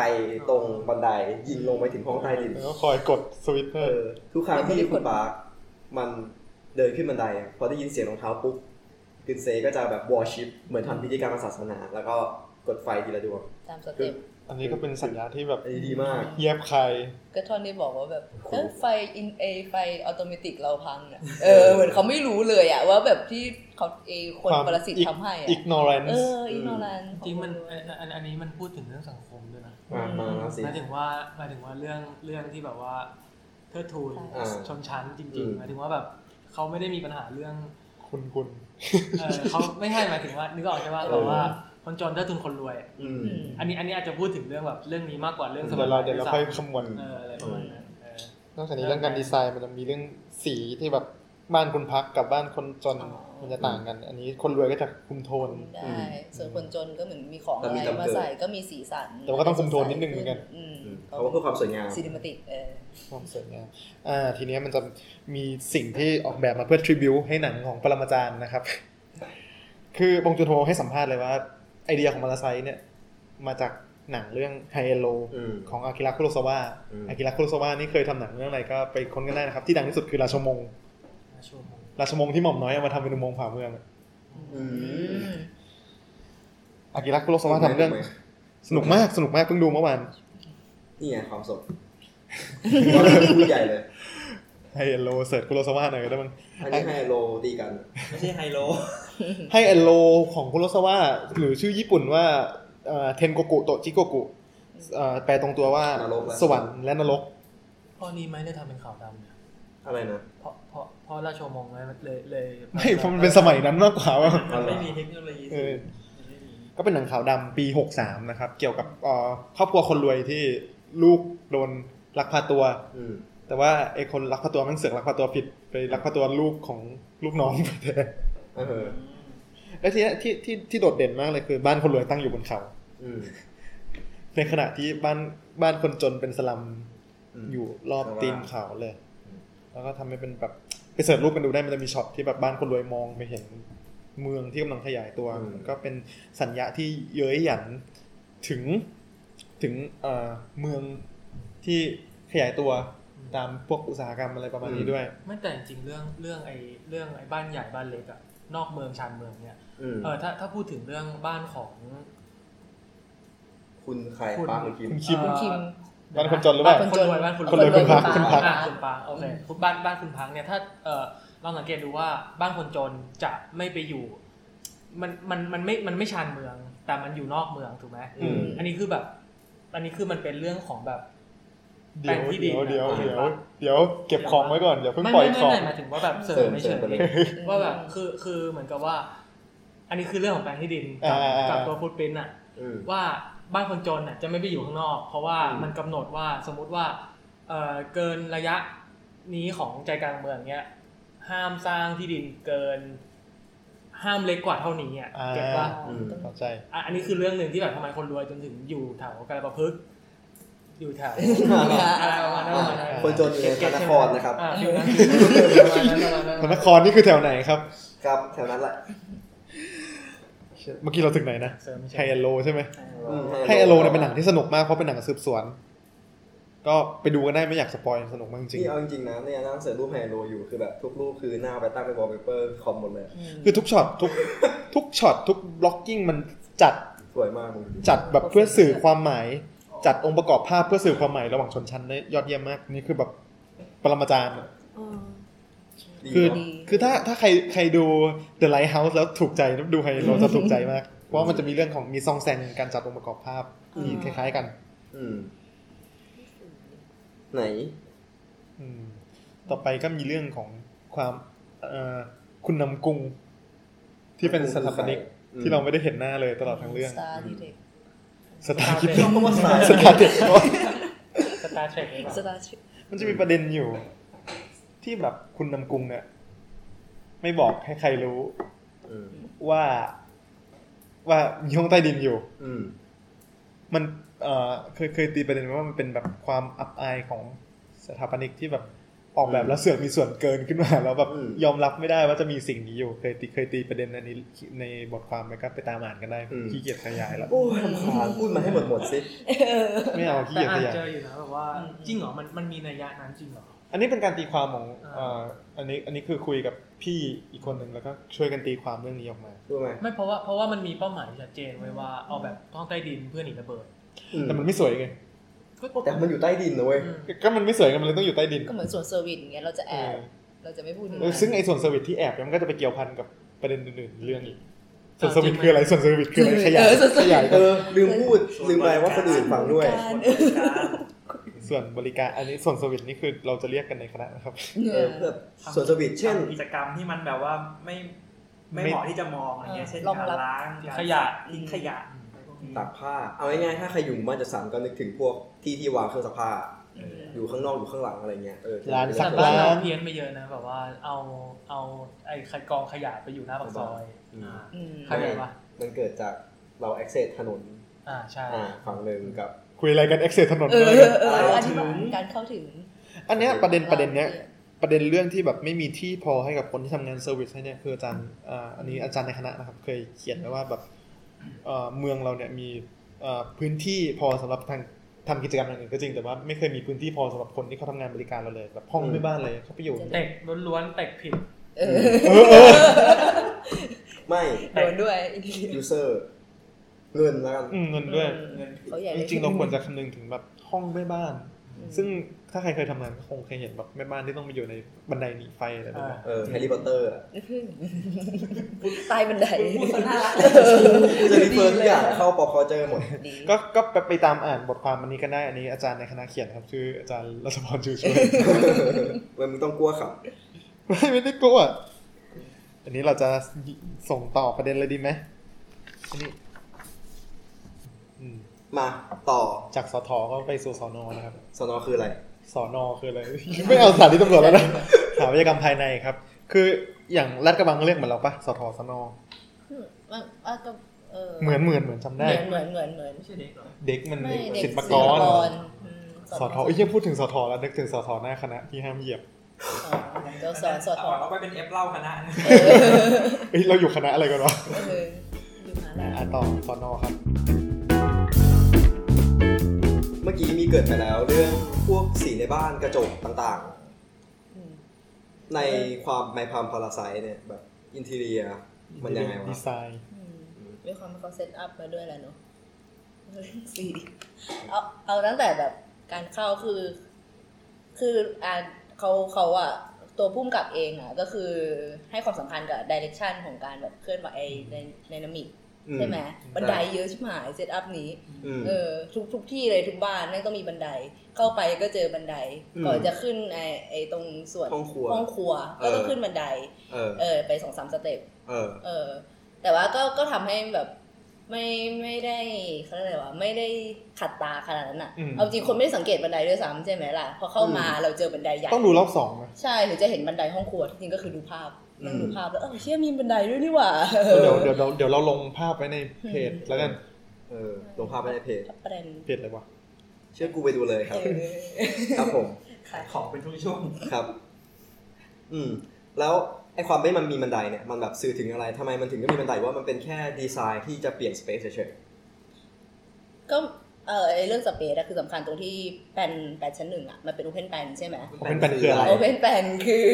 Speaker 3: ตรงบันไดยิงลงไปถึงห้องใต้ดิน
Speaker 4: แล้วก็คอยกดสวิตช์
Speaker 3: เอ
Speaker 4: ให้
Speaker 3: อทุกครั้งที่คุณบาร์คมันเดินขึ้นบันไดอะพอได้ยินเสียงรองเท้าปุ๊บกึนเซก็จะแบบวอร์ชิปเหมือนทำพิธีกรรมศาสนา แล้วก็กดไฟทีละดวง
Speaker 6: ตามสเต็ป
Speaker 4: อันนี้ก็เป็นสัญญาณที่แบบ
Speaker 3: อันนี้ดีมาก
Speaker 4: เยียบใคร
Speaker 6: ก็ท่อนที่บอกว่าแบบ
Speaker 3: โอ้โห
Speaker 6: เอ้ยไฟอินเอไฟออโตเมติกเราพังอ่ะเออเหมือนเขาไม่รู้เลยอ่ะว่าแบบที่เขาเอคน
Speaker 4: ความ
Speaker 6: ประสิท
Speaker 4: อี
Speaker 6: ธิ์
Speaker 4: ก
Speaker 6: ทำให้อ่ะ เอ
Speaker 4: ignorance
Speaker 6: ออินโนรันต์
Speaker 7: จริงมันอันอันอันนี้มันพูดถึงเรื่องสังคมด้วยนะ
Speaker 3: อ่ะมาแล้วสิ
Speaker 7: หมายถึงว่าหมายถึงว่าเรื่องเรื่องที่แบบว่าเทิดทูน
Speaker 3: อ่า
Speaker 7: ชนชั้นจ
Speaker 3: อื
Speaker 7: ริง
Speaker 3: ม
Speaker 7: ๆหมายถึงว่าแบบเขาไม่ได้มีปัญหาเรื่อง
Speaker 4: คุณคุณ
Speaker 7: เออเขาไม่ใช่หมายถึงว่านึกออกใช่ว่าแบบว่าคนจนเทิดทูนคนรวย
Speaker 3: อืม
Speaker 6: อืม
Speaker 7: อันนี้อันนี้อาจจะพูดถึงเรื่องแบบเรื่องนี้มากกว่าเรื่องสมั
Speaker 4: เดี๋ย
Speaker 7: ยว
Speaker 4: เราเดี๋ยวเราค่อยคำนวณ
Speaker 7: เอออะไรประมาณนั้นเออ
Speaker 4: นอกจากนี้เรื่องการดีไซน์มันจะมีเรื่องสีที่แบบบ้านคนพักกับบ้านคนจน
Speaker 6: อ๋อ
Speaker 4: มันจะต่างกัน อันนี้คนรวยก็จะคุมโทน
Speaker 3: อื
Speaker 6: ได้
Speaker 3: ม
Speaker 6: ส่วนคนจนก็เหมือนมีของ
Speaker 3: แต่
Speaker 6: อะ
Speaker 3: มี
Speaker 6: ไร
Speaker 3: จำเกิด
Speaker 6: มาใส่ก็มีสีสัน
Speaker 4: แต่ว่าก็ต้องคุมโทนนิดนึงเหมือนกัน
Speaker 6: ม
Speaker 3: อืมเขาก็เพื่อความสวยงาม
Speaker 6: ซีนิมาติกเออ
Speaker 4: ความสวยงามอ่า ทีเนี้ยมันจะมีสิ่งที่ออกแบบมาเพื่อ tribute ให้หนังของปรมาจารย์นะครับ คือบงจุนโฮให้สัมภาษณ์เลยว่า ไอเดียของมาราไซเนี่ย มาจากหนังเรื่องไฮเอโล
Speaker 3: อืม
Speaker 4: ของอากิระคุโรซาวะ
Speaker 3: อืม
Speaker 4: อากิระคุโรซาวะนี่เคยทำหนังเรื่องอะไรก็ไปค้นกันได้นะครับ ที่ดังที่สุดคือราชมงศ์ราชมงศ์ที่หม่อมน้อยเอามาทำเป็นอุโมงค์ผ่าเมืองอะ
Speaker 3: อืม
Speaker 4: อากิระคุโรซาวะทำเรื่อง สนุกมาก สนุกมากเพิ่งดูเมื่อวาน
Speaker 3: นี่ไงความสดว่าเป็นผู้ใหญ่เลย
Speaker 4: ไฮเอโลเสิร์ชคุโรซาวะหน่อยก็ได้มั้ง
Speaker 3: อันนี้ให้โลตีกัน
Speaker 5: ไม่ใช่ไฮโล
Speaker 4: ไฮเอโลของคุโรซาวะหรือชื่อญี่ปุ่นว่าเทนโกกุโตจิโกกุเอ่อแปลตรงตัวว่าน
Speaker 3: รกและ
Speaker 4: สวรรค์และนรก
Speaker 7: พอนี้ไหมได้ทำเป็นข่าวดำเนี่ย
Speaker 3: อะไรนะ
Speaker 7: เพราะเพราะเพราะราชวงศ์มงเลยเลยเลย
Speaker 4: ไม่เพราะมันเป็นสมัยนั้นมากกว่าว่า
Speaker 5: มันไม่มีเทคโนโลยี
Speaker 4: เอ
Speaker 5: สูง
Speaker 4: อ
Speaker 5: มันไม่มี
Speaker 4: ก็เป็นหนังขาวดำปี 63 นะครับ เกี่ยวกับเอ่อครอบครัวคนรวยที่ลูกโดนลักพาตัว
Speaker 3: อืม
Speaker 4: แต่ว่าไอ้คนลักพาตัวแมันเสือกลักพาตัวผิดไปลักพาตัวลูกของลูกน้อง ไปแทน
Speaker 3: เออ
Speaker 4: แล้วทีเนี้ยที่ที่ที่โดดเด่นมากเลยคือ บ้านคนรวยตั้งอยู่บนเขา
Speaker 3: อืม
Speaker 4: ในขณะที่บ้านบ้านคนจนเป็นสลัม
Speaker 3: ม
Speaker 4: อยู่รอบตีนเขาเลย
Speaker 3: อืม
Speaker 4: แล้วก็ทำให้เป็นแบบไปเสิร์ชรูปกันดูได้มันจะมีช็อตที่แบบบ้านคนรวยมองไปเห็นเมืองที่กำลังขยายตัวมันก็เป็นสัญญาที่เย้ยหยันถึงถึงเอ่อเมืองที่ขยายตัวตามพวกอุตสาหกรรมอะไรประมาณนี้ด้วย
Speaker 7: ไม่แต่จริงๆเรื่องเรื่องไอ้เรื่องไอ้บ้านใหญ่บ้านเล็กอะนอกเมืองชานเมืองเนี่ย
Speaker 3: อืม
Speaker 7: เออถ้าถ้าพูดถึงเรื่องบ้านของ
Speaker 3: คุณใครป้าคุณคิม
Speaker 4: คุณคิด
Speaker 7: เอ่อ
Speaker 6: คิม
Speaker 4: บ้านคนจนหรือเปล่า
Speaker 7: บ้านคนรวยบ้านคน
Speaker 4: คนรวยคุณพักคุณพัก
Speaker 7: อ่ะคุณพักโอเคคุณบ้านบ้านคุณพักเนี่ยถ้าเออลองสังเกตดูว่าบ้านคนจนจะไม่ไปอยู่ มันมันมันไม่มันไม่ชานเมือง แต่มันอยู่นอกเมืองถูกไหม
Speaker 3: อืม
Speaker 7: อันนี้คือแบบ อันนี้คือมันเป็นเรื่องของแบบ
Speaker 4: เดี๋ยว
Speaker 7: แปลงที่ดิ
Speaker 4: เดี๋
Speaker 7: น
Speaker 4: ยวเดี๋ยว
Speaker 7: นะ
Speaker 4: เดี๋ยวเดี๋ยวเก็บของไว้ก่อนเดี๋ยวเพิ่ง
Speaker 7: ไม่
Speaker 4: ปล่อ
Speaker 7: ไม่
Speaker 4: ย
Speaker 7: ไม่
Speaker 4: ของ
Speaker 7: ไม่หมายถึงว่าแบบเสริมไม่เฉ
Speaker 3: เสริ
Speaker 7: ย
Speaker 3: มไปเลย
Speaker 7: ว่าแบบคือคือเหมือนกับว่า อันนี้คือเรื่องของแปลงที่ดินกับ
Speaker 4: อ่าอ่า
Speaker 7: กับตัวฟุตปรินท์อ่ะ
Speaker 3: อืม
Speaker 7: ว่าบ้านคนจนอ่ะจะไม่ไปอยู่ข้างนอก เพราะว่า
Speaker 3: อืม
Speaker 7: มันกำหนดว่าสมมุติว่าเอ่อเกินระยะนี้ของใจกลางเมืองเนี้ยห้ามสร้างที่ดินเกิน ห้ามเล็กกว่าเท่านี้อ่ะ
Speaker 4: อ่า
Speaker 7: เก็ตว่า
Speaker 3: อืม
Speaker 4: เข้าใจ
Speaker 7: อันนี้คือเรื่องหนึ่งที่แบบทำไมคนรวยจนถึงอยู่แถวกาลประพฤกษ์อยู่แถว อะไรประมาณนั้นประมาณนั้น
Speaker 3: คนจนอยู่ในพระนครนะครับ
Speaker 7: อ่าฟิลนั้นประมาณนั้น
Speaker 4: พ
Speaker 7: ประมาณนั้น
Speaker 4: ระนครนี่คือแถวไหนครับ
Speaker 3: ครับแถวนั้นแหละ
Speaker 4: เมื่อกี้เราถึงไหนนะ
Speaker 7: เสริมไม่
Speaker 4: ไฮ
Speaker 7: ใช่
Speaker 4: เอโลใช่ไหม
Speaker 3: อืม
Speaker 4: ไฮเอโลเนี่ยเป็นหนังที่สนุกมากเพราะเป็นหนังสืบสวน ก็ไปดูกันได้ไม่อยากสปอยสนุกมากจริง
Speaker 3: นี่เอาจริงๆนะเนี่ยนั่งเสิร์ชรูปแฮร์โลอยู่คือแบบทุกรูปคือหน้าเอาไปตั้งเป็นวอลเปเปอร์คอมหมดเลย
Speaker 4: ๆคือทุกช็อตทุกทุกช็อตทุกบล็อกกิ้งมันจัด
Speaker 3: สวยมากมึง
Speaker 4: จัดแบบเพื่อสื่อความหมาย จัดองค์ประกอบภาพเพื่อสื่อความหมายระหว่างชนชั้นได้ยอดเยี่ยมมากนี่คือแบบปรมาจารย์อะ
Speaker 3: ดี
Speaker 4: คือ
Speaker 3: เนาะ
Speaker 6: ดี
Speaker 4: คือถ้าถ้าใครใครดู The Lighthouse แล้วถูกใจแล้วดูไฮเอโลจะถูกใจมาก เพราะว่ามันจะมีเรื่องของมีซองแซงการจัดองค์ประกอบภาพที่คล้ายๆกัน
Speaker 3: อืม ไหน
Speaker 4: อืมต่อไปก็มีเรื่องของความเอ่อคุณนำกรุง ที่เป็นสถาปนิก
Speaker 3: อืม
Speaker 4: ที่เราไม่ได้เห็นหน้าเลยตลอดทั้งเรื่อง
Speaker 6: สตาร์ดีเทค
Speaker 4: สตาร์กิฟ
Speaker 7: ต้องบอกว่าสตาร์
Speaker 4: สตาร์เด็ก
Speaker 7: สตาร์เทรคหรือเปล่า
Speaker 6: สตาร์
Speaker 4: มันจะมีประเด็นอยู่ ที่แบบคุณนำกุงเนี่ยไม่บอกให้ใครรู้
Speaker 3: อืม
Speaker 4: ว่า ว่ามีห้องใต้ดินอยู่
Speaker 3: อืม
Speaker 4: มันเอ่อเคยเคยตีประเด็นไว้ว่ามันเป็นแบบความอับอายของสถาปนิกที่แบบออกแบบแล้วเสือกมีส่วนเกินขึ้นมา แล้วแบบยอมรับไม่ได้ว่าจะมีสิ่งนี้อยู่ เคยตีเคยตีประเด็นอันนี้ในบทความไปก็ไปตามอ่านกันได้ขี้เกียจขยายแล้ว
Speaker 3: โอ้ยรำคาญพูดมาให้หมดหมดสิ
Speaker 4: ไม่เอาขี้
Speaker 7: แต่
Speaker 4: เกียจขยาย
Speaker 7: อ่านเจออยู่นะแบบว่าจริงเหรอมันมันมีนัยยะนั้นจริงเหรอ
Speaker 4: อันนี้เป็นการตีความของ
Speaker 7: อ่า
Speaker 4: เอ่ออันนี้อันนี้คือคุยกับพี่อีกคนหนึ่งแล้วก็ช่วยกันตีความเรื่องนี้ออกมา
Speaker 3: รู้ไหม
Speaker 7: ไม่เพราะว่าเพราะว่ามันมีเป้าหมายชัดเจนไว้ว่าเอาแบบห้องใต้ดินเพื่อหนีระเบิด
Speaker 3: อืม
Speaker 4: แต่มันไม่สวยไง
Speaker 3: แต่มันอยู่ใต้ดินนะเว้ย
Speaker 7: อืม
Speaker 4: ก็มันไม่สวยไงมันเลยต้องอยู่ใต้ดิน
Speaker 6: ก็เหมือนส่วนเซอร์วิสอย่างเงี้ยเราจะแอ
Speaker 4: เอ
Speaker 6: บ
Speaker 4: อ
Speaker 6: เราจะไม่พูดถึง
Speaker 4: เออซึ่งไอ้ส่วนเซอร์วิสที่แอบเนี่ยมันก็จะไปเกี่ยวพันกับประเด็นอื่นๆเรื่องอีก
Speaker 7: เออ
Speaker 4: ส่วนเซอร์วิส
Speaker 7: จริง
Speaker 4: คืออะไรส่วนเซอร์วิสคืออะไรขยา
Speaker 6: เอยอส่วนเซอร์
Speaker 4: ข
Speaker 6: วิส
Speaker 4: ยาย
Speaker 3: เออ ลืมพูด ลืมไปว่าคนอื่นฟังด้วย
Speaker 6: การ
Speaker 4: ส่วนบริการอันนี้ส่วนเซอร์วิสนี่คือเราจะเรียกกันในคณะนะครับ
Speaker 6: เอ
Speaker 3: เออ
Speaker 6: อ
Speaker 3: เพื่อส่วนสวิตช์เช่น
Speaker 5: ทำกิจกรรมที่มันแบบว่าไม่ไม่
Speaker 4: ไม่
Speaker 5: เหมาะที่จะมองอะไรเงี้ยเช่นการล้างการ
Speaker 7: ขยะ
Speaker 5: ทิ้งขยะอะไรพวกนี้
Speaker 3: ตักผ้า เอาง่ายๆ ถ้าใครอยู่หมู่บ้านจะสั่นก็นึกถึงพวกที่ที่วางเครื่องซักผ้า อยู่ข้างนอกอยู่ข้างหลังอะไรเงี้ย เออ
Speaker 4: ร้านซั
Speaker 7: แต่
Speaker 4: ก
Speaker 7: บ้านเรา
Speaker 4: ร้าน
Speaker 7: เพี้ยนไปเยอะนะแบบว่าเอาเอาไอ้กองขยะไปอยู่หน้าปากซอย
Speaker 3: อืม
Speaker 7: อ่า
Speaker 6: อืม
Speaker 7: เข้าใจปะ
Speaker 3: มันเกิดจากเรา access ถนน
Speaker 7: อ่าใช่
Speaker 3: อ่า ฝั่งหนึ่งกับ
Speaker 4: คุยอะไรกันเอ็กเซถนน
Speaker 6: เออ
Speaker 4: อะไร
Speaker 6: เอ
Speaker 4: กัน
Speaker 6: อเออ
Speaker 3: เข้า
Speaker 6: อัน
Speaker 3: ถึ
Speaker 6: นี้
Speaker 3: ง
Speaker 6: การเข้าถึง
Speaker 4: อันเนี้ยประเด็นประเด็นเนี้ยประเด็นเรื่องที่แบบไม่มีที่พอให้กับคนที่ทำงานเซอร์วิสให้เนี่ยคืออาจารย์อ่าอันนี้อาจารย์ในคณะนะครับ เคยเขียนไว้ว่าแบบเอ่อเมืองเราเนี่ยมีเอ่อพื้นที่พอสำหรับทางทำกิจกรรมอย่างอื่นก็จริงแต่ว่าไม่เคยมีพื้นที่พอสำหรับคนที่เขาทำงานบริการเราเลยแบบห้องไม่บ้านเลยเขาไปอยู่
Speaker 7: เตกล้วนๆเตกผิด
Speaker 6: เออ
Speaker 3: ไม่
Speaker 6: โดนด้วย
Speaker 3: user เงินแล้วกัน
Speaker 4: อืมเงินด้วย
Speaker 6: เงินเขาใหญ่
Speaker 4: จริงๆเราควรจะคำนึงถึงแบบห้องแม่บ้าน ซึ่งถ้าใครเคยทำงานก็คงเคยเห็นแบบแม่บ้านที่ต้องไปอยู่ในบันไดหนีไฟอะไรแบบนี้
Speaker 7: อ่า
Speaker 3: เออ Harry Potter อะ
Speaker 6: ใต้บันได
Speaker 3: กูจะรีเฟอร์ทุกอย่างเข้าปอคอเจอห มด
Speaker 6: ดี
Speaker 4: ก็ก็ไปตามอ่านบทความอันนี้กันได้ อันนี้อาจารย์ในคณะเขียนครับ ชื่ออาจารย์รัศพรชูช่วย
Speaker 3: มันมึงต้องกลัวขับ
Speaker 4: ไม่ไม่ได้กลัวอันนี้เราจะส่งต่อประเด็นเลยดีไหมอันนี้อืม
Speaker 3: มาต่อ
Speaker 4: จากสทก็ไปสู่สนนะครับ
Speaker 3: สนอคืออะไร
Speaker 4: สอนอคืออะไร ไม่เอาสถานีตำรวจแล้ว นะสถาปัตยกรรมภายในครับ คืออย่างรัฐกระบังก็เรียกเหมือนเราปะสทสน
Speaker 6: อืมมันมันก็เออ
Speaker 4: เหมือนเหมือนเหมือนจำ
Speaker 6: เหมื
Speaker 4: ได้
Speaker 6: อนเหมือนเหมือนเหมือน
Speaker 7: ไม่ใช่เด็กหรอ
Speaker 4: เด็กมัน
Speaker 6: ไม่เด็ก
Speaker 4: ศิลปาก
Speaker 6: ศิ
Speaker 4: ร
Speaker 6: ลปรอืม
Speaker 4: สอทอเอ้ยยังพูดถึงสอทอแล้วนึกถึงสอทอหน้าคณะที่ห้ามเหยียบ
Speaker 6: อ๋อก็สอนสอทอ
Speaker 5: เราไปเป็นเอฟเล่าคณะนะ
Speaker 4: เอ้ยเราอยู่คณะอะไรกันวะ
Speaker 6: เอออยู่มหาลัย
Speaker 4: อ่ะต่อสอนอครับ
Speaker 3: เมื่อกี้มีเกริดไปแล้วเรื่องพวกสีในบ้านกระจกต่าง
Speaker 6: อืม
Speaker 3: ๆ ในความในความพาราไซเนี่ยแบบอินเทเรียมันยังไงวะ
Speaker 4: ดีไซน์
Speaker 6: อืมด้วยความที่เขาเซตอัพมาด้วยแหละเนาะ เรื่องสีเอาเอาตั้งแต่แบบการเข้าคือ คืออ่าเขาเขาอะตัวพุ่มกับเองอะก็คือให้ความสำคัญกับดิเรกชันของการแบบเคลื่อนไหวในในนามิก
Speaker 3: อื
Speaker 6: ใช่ไหมบันไดเยอะชิบหายเซตอัพนี้
Speaker 3: อืม
Speaker 6: เออทุกทุกที่เลยทุกบ้านแม่งต้องมีบันไดเข้าไปก็เจอบันได
Speaker 3: อืม
Speaker 6: ก่อนจะขึ้นไอ้ไอ้ตรงส่วน
Speaker 3: ห้องครัว
Speaker 6: ห้องครัว
Speaker 3: เอ
Speaker 6: ก็
Speaker 3: อ
Speaker 6: ต้องขึ้นบันได
Speaker 3: เออ
Speaker 6: เออไปสองสามสเต็ป
Speaker 3: เออ
Speaker 6: เออแต่ว่าก็ก็ทำให้แบบไม่ไม่ได้เขาเรียกอะไรวะไม่ได้ขัดตาขนาดนั้นอ่ะเอาจริงคนไม่ได้สังเกตบันไดด้วยซ้ำใช่ไหมล่ะพอเข้ามาเราเจอบันไดใหญ่
Speaker 4: ต้องดูรอบสองนะ
Speaker 6: ใช่ถึงจะเห็นบันไดห้องครัวที่จริงก็คือดูภาพนั่งดู
Speaker 3: อืม
Speaker 6: ภาพแล้วเออเชื่อมีบันไดด้วยนี่หว่า
Speaker 4: เดี๋ยวเดี๋ยวเราเดี๋ยวเราลงภาพไว้ในเพจแล้วกัน
Speaker 3: เออลงภาพไปในเพจ
Speaker 6: ประเด็น
Speaker 4: เพจอะไรวะ
Speaker 3: เชื่อกูไปดูเลยครับ
Speaker 6: เออ
Speaker 3: ครับผม
Speaker 6: ค่ะ
Speaker 5: ของเป็นช่วง
Speaker 3: ครับ อืม แล้วไอความไม่มันมีบันไดเนี่ย มันแบบสื่อถึงอะไรทำไมมันถึงต้องมีบันไดว่ามันเป็นแค่ดีไซน์ที่จะเปลี่ยนสเปซเฉย
Speaker 6: ก็เออไอเรื่องสเปซอะคือสำคัญตรงที่แปลนแปลนชั้นหนึ่งอะมันเป็นโอเพนแปลนใช่ไหม
Speaker 4: โอเพนแปนคืออะไร
Speaker 6: โอเพนแปลนคือ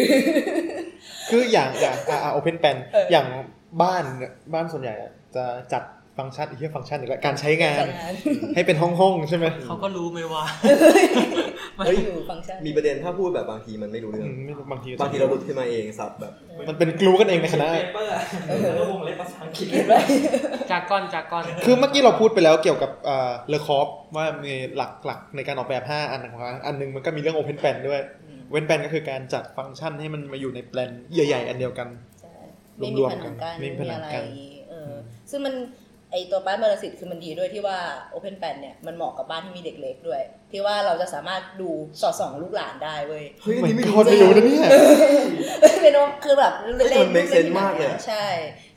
Speaker 4: คืออย่างอย่างอ่าโอเพนแปน
Speaker 6: เออ
Speaker 4: อ
Speaker 6: อ
Speaker 4: ย่างบ้านเนี่ยบ้านส่วนใหญ่อะจะจัดฟังก์ชันอีกเรื่องฟังก์ชันอีกแล้วการใช้งาน
Speaker 6: จัดงาน
Speaker 4: ให้เป็นห้องห้องๆใช่ไหม
Speaker 7: เขาก็รู้ไหมว่า
Speaker 6: เฮ้ยอยู่ฟังก์ชัน
Speaker 3: ๆ มีประเด็นถ้าพูดแบบบางทีมันไม่รู้เรื่
Speaker 4: อื
Speaker 3: อง
Speaker 4: มไม่รู้บางที
Speaker 3: บางทีเราหลุดขึ้นมาเองสับแบบ
Speaker 4: มันเป็นกลูกันเองในคณะ
Speaker 5: เปเปอร์แล้วก็วงเล็บภาษาอังกฤษ
Speaker 7: จากก้อนจากก้อน
Speaker 4: คือเมื่อกี้เราพูดไปแล้วเกี่ยวกับเลอคอฟว่ามีหลักหลักในการออกแบบ 5 อันของอันหนึ่งมันก็มีเรื่องโอเพนแปนด้วย เว้นแปนก็คือการจัดฟังก์ชันให้มันมาอยู่ในแปลนใหญ่ ๆ อันเดียวกัน
Speaker 6: ใช่
Speaker 4: ร
Speaker 6: ไม่
Speaker 4: วมๆ
Speaker 6: มีผนังกั้น
Speaker 4: ไม่
Speaker 6: ไม่
Speaker 4: มี
Speaker 6: มี
Speaker 4: ผนั
Speaker 6: อะ
Speaker 4: ง
Speaker 6: ไร
Speaker 4: กั้น
Speaker 6: เออซึ่งมัน ไอตัวบ้านมรสิทธิ์คือมันดีด้วยที่ว่า Open แปนเนี่ยมันเหมาะกับบ้านที่มีเด็กเล็กด้วย ที่ว่าเราจะสามารถดูสอดส่องลูกหลานได้เว้ย
Speaker 3: เฮ้ย
Speaker 4: เหมือน
Speaker 3: นี่ไม่
Speaker 4: คนไม่
Speaker 3: รู้นะ
Speaker 4: รู้นะเนี่ย
Speaker 6: เป็นว่าคือแบบ
Speaker 3: เฮ้ยแต่มัน make sense มากเลยอะ
Speaker 6: ใช่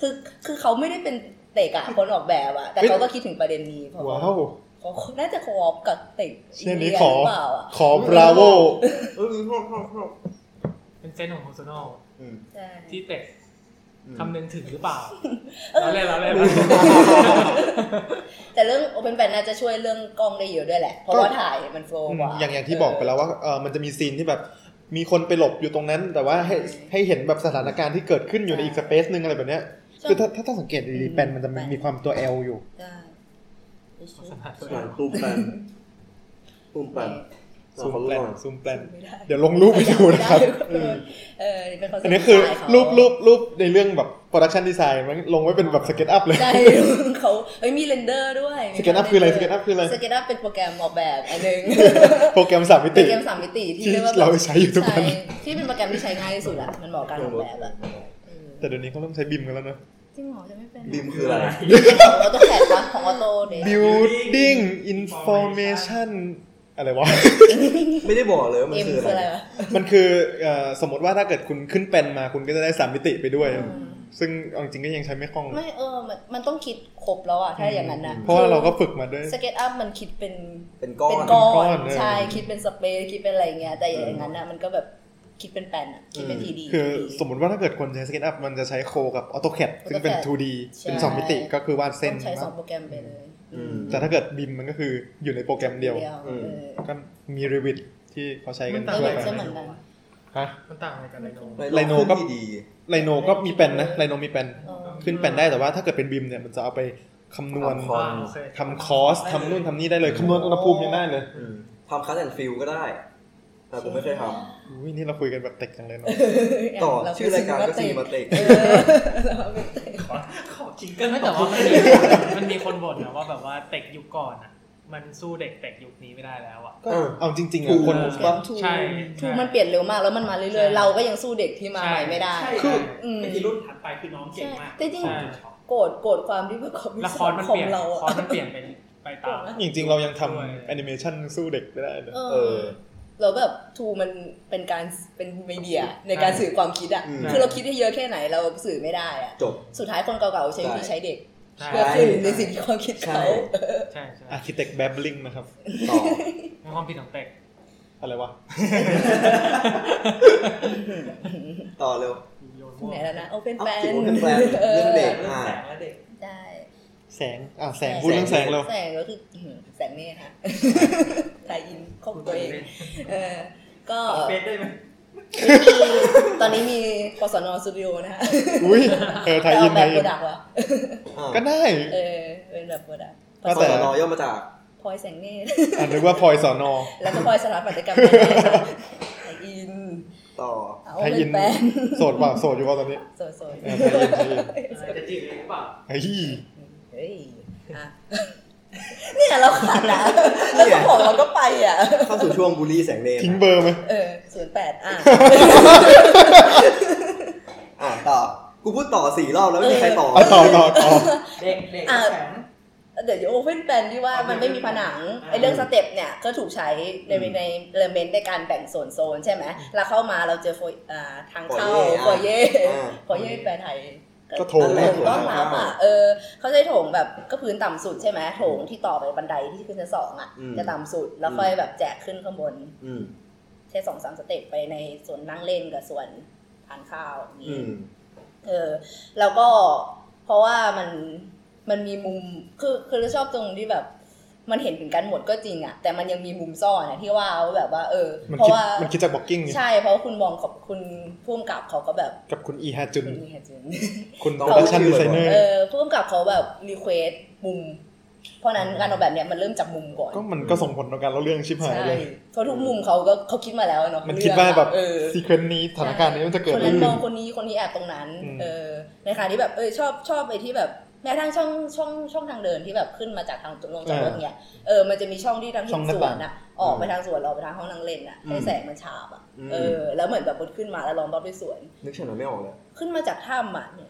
Speaker 6: คือคือเขาไม่ได้เป็นเตกอะคนออกแบบอะแต่
Speaker 4: เฮ้ย
Speaker 6: เขาก็คิดถึงประเด็นนี้เพราะ
Speaker 4: ว้าว
Speaker 6: เขาน่าจะคอปกับเตก
Speaker 4: เช่น
Speaker 6: ดี
Speaker 4: นี้
Speaker 6: ย
Speaker 4: ขอ
Speaker 6: หรือเปล่าอะ
Speaker 4: ขอบราโว
Speaker 3: เออชอบชอบชอบ
Speaker 7: เป็นเซนส์ของโฮโซโน
Speaker 3: อืม
Speaker 6: ใช่
Speaker 7: ที่เตะ
Speaker 3: อืม
Speaker 7: คำนึงถึงหรือเปล่าเราเล่นเราเล่น
Speaker 6: แต่เรื่อง Open แ a n น่าจะช่วยเรื่องกล้องได้เยอะด้วยแหละ เพราะว่าถ่ายมันโฟล์กว่า
Speaker 4: อย่างอย่างที่บอกไปแล้วว่าเออมันจะมีซีนที่แบบมีคนไปหลบอยู่ตรงนั้น แต่ว่าให้ให้เห็นแบบสถานการณ์ที่เกิดขึ้นอยู่ในอีกสเปซหนึ่งอะไรแบบเนี้ยคือถ้าถ้าถ้าสังเกตดีๆแปนมันจะมีความตัว L อยู่
Speaker 6: ใช่
Speaker 8: หลังตุ้มแปนตุ้ม แปน
Speaker 4: ซูม
Speaker 8: เขา
Speaker 4: แปล
Speaker 8: รู้
Speaker 4: น
Speaker 8: หน่อย
Speaker 4: ซูมแปลน
Speaker 6: ไม่ไ
Speaker 4: เดี๋ยวลงรูปไปดูนะครับ
Speaker 6: เออนี่เป็นคอนเซ็
Speaker 4: อัน
Speaker 6: ปต์
Speaker 4: นี้คือ
Speaker 6: ดีไซน์เขา
Speaker 4: รูปรูปรูปในเรื่องแบบโปรดักชันดีไซน์มันลงไว้เป็นแบบสเก็ตอัพเลย
Speaker 6: ใช่เขาเอ้ยมีเรนเดอร์ด้วย
Speaker 4: สเก็ตอัพคืออะไรสเก็ตอัพคืออะไร
Speaker 6: สเก็ตอัพเป็นโปรแกรมออกแบบอันหนึง
Speaker 4: โปรแกรมสามมิ
Speaker 6: เป็
Speaker 4: ติ
Speaker 6: นเกมสามมิติที่
Speaker 4: ที่
Speaker 6: เรียกว่า
Speaker 4: เราใช้อยู่ทุกวัน
Speaker 6: ใช่ที่เป็นโปรแกรมที่ใช้ง่ายที่สุดอะมันเหมาะกับการออกแบบอะเออ
Speaker 4: แต่เดี๋ยวนี้เขาเริ่มใช้บิมกันแล้วเนอะ
Speaker 6: จริงเหรอจะไม่เป็น
Speaker 3: บิมคืออะไร
Speaker 6: ของออโต้แคดปะของออโต้เด
Speaker 4: building information อะไรวะ
Speaker 3: ไม่ได้บอกเลยว่ามัน
Speaker 6: เอ็ม
Speaker 3: คือ
Speaker 6: คือ
Speaker 3: อะ
Speaker 6: อะไร ไรวะ
Speaker 4: มันคือเอ่อสมมติว่าถ้าเกิดคุณขึ้นเป็นมาคุณก็จะได้สามมิติไปด้วย
Speaker 6: อืม
Speaker 4: ซึ่งเอาจริงก็ยังใช้ไม่คล่อง
Speaker 6: ไม่เออมันมันต้องคิดครบแล้วอะถ้าอย่างนั้นนะ
Speaker 4: เพราะว่าเราก็ฝึกมาด้วย
Speaker 6: สเก็ตอัพมันคิดเป็น
Speaker 3: เป็นก้อ
Speaker 6: เป็น
Speaker 3: น
Speaker 6: ก้อ
Speaker 4: เป็นก้อน
Speaker 6: น
Speaker 4: เออ
Speaker 6: ใช่คิดเป็นสเปซคิดเป็นอะไรอย่างเงี้ยแต่อย่างนั้นนะมันก็แบบคิดเป็นแปลนอะคิดเป็นทีดี
Speaker 4: คือสมมติว่าถ้าเกิดคนใช้ SketchUp มันจะใช้โคกับ AutoCAD ซึ่งเป็น
Speaker 6: AutoCAD
Speaker 4: 2D เป็น
Speaker 6: ใช่
Speaker 4: 2 มิติก็คือวาดเส้น
Speaker 6: ต้องใช้สอง
Speaker 4: วาด
Speaker 6: โปรแกรมไปเลย
Speaker 3: อืม
Speaker 4: แต่ถ้าเกิดบิมมันก็คืออยู่ในโปรแกรมเดียว
Speaker 6: เออ
Speaker 4: ก็มี Revit ที่เขาใช้กัน
Speaker 7: มั
Speaker 6: เอน อ
Speaker 4: ทั่ว
Speaker 7: ต่า
Speaker 4: ไป
Speaker 7: งกั
Speaker 6: จะเหมือนกัน
Speaker 4: ฮะ
Speaker 7: มันต่างอะไรกันไลโน
Speaker 4: ไลโนก็
Speaker 3: ขึ้นดี
Speaker 4: ไลโนก็มีเป็นนะไลโนมีเป็น
Speaker 6: อ๋อ
Speaker 4: ขึ้นเป็นได้แต่ว่าถ้าเกิดเป็นบิมเนี่ยมันจะเอาไปคำนวณ
Speaker 7: อ่าโอเค
Speaker 4: ทำคอสทำนู่นทำนี่ได้เลยคำนวณอุณหภูมิยังได้เลย
Speaker 3: ๆอืมทำคัสแอนฟิลก็ได้ แต่ผมไม่เคยทำ
Speaker 4: อุ้ยนี่เราคุยกันแบบเต็กจังเลยเนาะ
Speaker 3: ต่อชื่อรายการก็ซีมาเตก
Speaker 7: จริงก็ไม่แต่ว่ามันมีมันมีคนบ่นนะว่าแบบว่าเตกยุคก่อนอ่ะ มันสู้เด็กเตกยุคนี้ไม่ได้แล้วอ่ะ
Speaker 4: ก็
Speaker 3: เออ
Speaker 4: เอาจริงๆ
Speaker 7: ถู
Speaker 4: อะ
Speaker 7: ก
Speaker 4: คน
Speaker 6: เก
Speaker 4: ก็
Speaker 6: มทู
Speaker 7: ใช่
Speaker 6: ทูมันเปลี่ยนเร็วมากแล้วมันมาเรื่อยๆ เราก็ยังสู้เด็กที่มาใหม่ไม่ได้
Speaker 5: ใช่
Speaker 7: คือ
Speaker 6: อืม
Speaker 5: ไอ้ที่รุ่นถัดไปคือน้องเก่งมาก
Speaker 6: ใช่แต่จริง
Speaker 5: ใช่
Speaker 6: โกรธโกรธความที่ประกอบวิ
Speaker 7: ละ
Speaker 6: ศ
Speaker 7: ค
Speaker 6: ว
Speaker 7: รมัน
Speaker 6: ขอ
Speaker 7: เป
Speaker 6: ง
Speaker 7: ลี่ยน
Speaker 6: เรา
Speaker 7: ละค
Speaker 6: อะ
Speaker 7: รมันเปลี่ยนไปไปตาม
Speaker 4: จริงๆ เรายังท
Speaker 7: ด้วย
Speaker 4: ำแอนิเมชันสู้เด็กไม่ได้เลย
Speaker 6: เออเราแบบทูมันเป็นการเป็นมีเดียในการสื่อความคิดอะ
Speaker 3: อืม
Speaker 6: คือเราคิดได้เยอะแค่ไหนเราสื่อไม่ได้อะ
Speaker 3: จบ
Speaker 6: สุดท้ายคนเก่าๆใช้วิธีใช้เด็ก
Speaker 7: ใช่
Speaker 6: เพื่อสื่อในสิ่งที่ความคิด
Speaker 3: ใช่
Speaker 6: เขา
Speaker 7: ใช่ใช่
Speaker 4: อาร์คิเต็กแบลลิงนะครับ
Speaker 3: ต่อ
Speaker 7: ในความผิดของเตก
Speaker 4: อะไรวะ
Speaker 3: ต่อเร็ว
Speaker 7: โยน
Speaker 6: ไหน
Speaker 7: มั่ว
Speaker 6: แล้วนะโอเปน
Speaker 3: เอา
Speaker 6: แปน
Speaker 3: จิ๋ว Open Plan เรื่องเด็ก
Speaker 5: เรื่องแสงและเด็ก
Speaker 6: ได้
Speaker 4: แสง อ่ะแสงพูดเรื่องแสงเร็ว
Speaker 6: แสงก็คืออื้อหือแสงเนี่ยค่ะ ทายอินครอบตัวเองเออก็
Speaker 5: เฟซได้ไหม
Speaker 6: ตอนนี้มีปสนสตูดิโอนะฮะ
Speaker 4: อุ้ยเออไทยอิน
Speaker 6: แบ
Speaker 4: ไท
Speaker 6: บ
Speaker 4: ย
Speaker 6: โป
Speaker 4: อิ
Speaker 6: ร
Speaker 4: น
Speaker 6: ดักต์วะ
Speaker 3: อ่า
Speaker 4: ก็ได้
Speaker 6: เออเป็นแบบโปรดักต์
Speaker 4: ก็
Speaker 3: ส
Speaker 4: แต่
Speaker 3: นย่อมาจาก
Speaker 6: พลอยแส งเน่
Speaker 4: อันนึกว่าพลอยสอนอ
Speaker 6: แล้วก็พลอยสถาปัตยกรรมแน่ๆค่ะ ไทยอิน
Speaker 3: ต่อ
Speaker 6: เอา
Speaker 4: ไทย
Speaker 6: เป็
Speaker 4: อิ
Speaker 6: น
Speaker 4: น
Speaker 6: แฟน
Speaker 4: โสดเปล่าโสดอยู่เปล่าตอนนี้
Speaker 6: โซน
Speaker 4: เออไทยอินไทยอิน
Speaker 7: จะจีบหรือเปล่า
Speaker 4: เฮ้ย
Speaker 6: ๆเฮ้ยอ่ะ เนี่ยเราขาดนะแล้วก็ของเราก็ไปอ่ะ
Speaker 3: เข้าสู่ช่วงบูลลี่แสงเนม
Speaker 4: ทิ้งเบอร์ไหม
Speaker 6: เออศูนย์แปดอ่ะ
Speaker 3: อ่ะต่อ กูพูดต่อสี่รอบแล้วไม่มีใครต่อ
Speaker 4: เอาต่อต่อต่อ
Speaker 5: เด็กเด็ก
Speaker 6: อ่ะ
Speaker 5: แสง
Speaker 6: เดี๋ยวโอเ n นแปนที่ว่า
Speaker 5: อ่ะ
Speaker 6: มันไม่มีผนัง
Speaker 5: อ่ะ
Speaker 6: ไอ้เรื่องสเต็ปเนี่ยก็ถูกใช้ใน
Speaker 3: อืม
Speaker 6: ในเอลเมนต์ในการแบ่งโซนโซนๆใช่ไหมเราเข้ามาเราเจอโฟยอ่าทางเข้าโฟ
Speaker 3: โฟ
Speaker 6: เย
Speaker 3: เย่
Speaker 6: ่
Speaker 3: อ่ะ
Speaker 6: โฟเย่แปลไทย
Speaker 4: ก็โถ
Speaker 6: โถ
Speaker 4: ง
Speaker 6: ง
Speaker 3: นั่นแหละ
Speaker 6: ต้อนรับอ่ะเออเขาใช้โถงแบบก็พื้นต่ำสุดใช่ไหมโถงที่ต่อไปบันไดที่ขึ้นชั้นสองอ่ะ
Speaker 3: อืม
Speaker 6: จะต่ำสุดแล้วค่อยแบบแจกขึ้นข้างบน
Speaker 3: อืม
Speaker 6: ใช้สองสามสเต็ปไปในส่วนนั่งเล่นกับส่วนทานข้าวอย่าง
Speaker 3: อื
Speaker 6: นี้
Speaker 3: ม
Speaker 6: เออแล้วก็เพราะว่ามันมันมีมุมคือคือเราชอบตรงที่แบบ มันเห็นถึงกันหมดก็จริงอะแต่มันยังมีมุมซ่อนอะที่ว่าว่าแบบว่า เออ
Speaker 4: มัน
Speaker 6: เพราะ
Speaker 4: คิด
Speaker 6: ว่า
Speaker 4: มันคิดจากบล็อกกิ้งไง
Speaker 6: ใช่เพราะว่าคุณมองกับคุณพุ่มกับเขาก็แบบ
Speaker 4: กับคุณอีฮาจุน
Speaker 6: คุณมีเหตุผล
Speaker 4: คุณ
Speaker 3: ต้
Speaker 4: โป
Speaker 3: อง
Speaker 4: รดักชันดีไซเนอร์
Speaker 6: เออพุ่มกับเขาแบบรีเควสมุม เพราะนั้นการออกแบบเนี้ยมันเริ่มจากมุมก่อน
Speaker 4: ก็มันก็ส่งผลต่อการเล่าเรื่องชิบหาย
Speaker 6: ใช่
Speaker 4: เลย
Speaker 6: เพราะทุกมุมเขาก็เขาคิดมาแล้วเนาะ
Speaker 4: มัน
Speaker 6: เรื่อง
Speaker 4: คิดว่าแบบ
Speaker 6: เออ
Speaker 4: ซีเควนต์นี้สถานการณ์นี้มันจะเกิด
Speaker 6: ค
Speaker 4: อะ
Speaker 6: น
Speaker 4: ไร
Speaker 6: นั้นม
Speaker 4: ขึ้
Speaker 6: อน งคนนี้คนนี้แอบตรงนั้น
Speaker 4: อืม
Speaker 6: เออในขณะที่แบบเออชอบชอบไอ้ที่แบบแม้กระทั่งช่องช่องช่องทางเดินที่แบบขึ้นมาจากทางลงจากรถเนี่ยเออมันจะมีช่องที่ทางเห็นสวนอะออกไปทางสวนออกไปทางห้องนั่งเล่นอะให้แสงมันฉาบอะ
Speaker 3: อืม
Speaker 6: เออแล้วเหมือนแบบมันขึ้นมาแล้วล้อมรอบด้วยสวน
Speaker 3: นึกชื่อหน่อยไม่ออกเลย
Speaker 6: ขึ้นมาจากถ้ำอะเนี่ย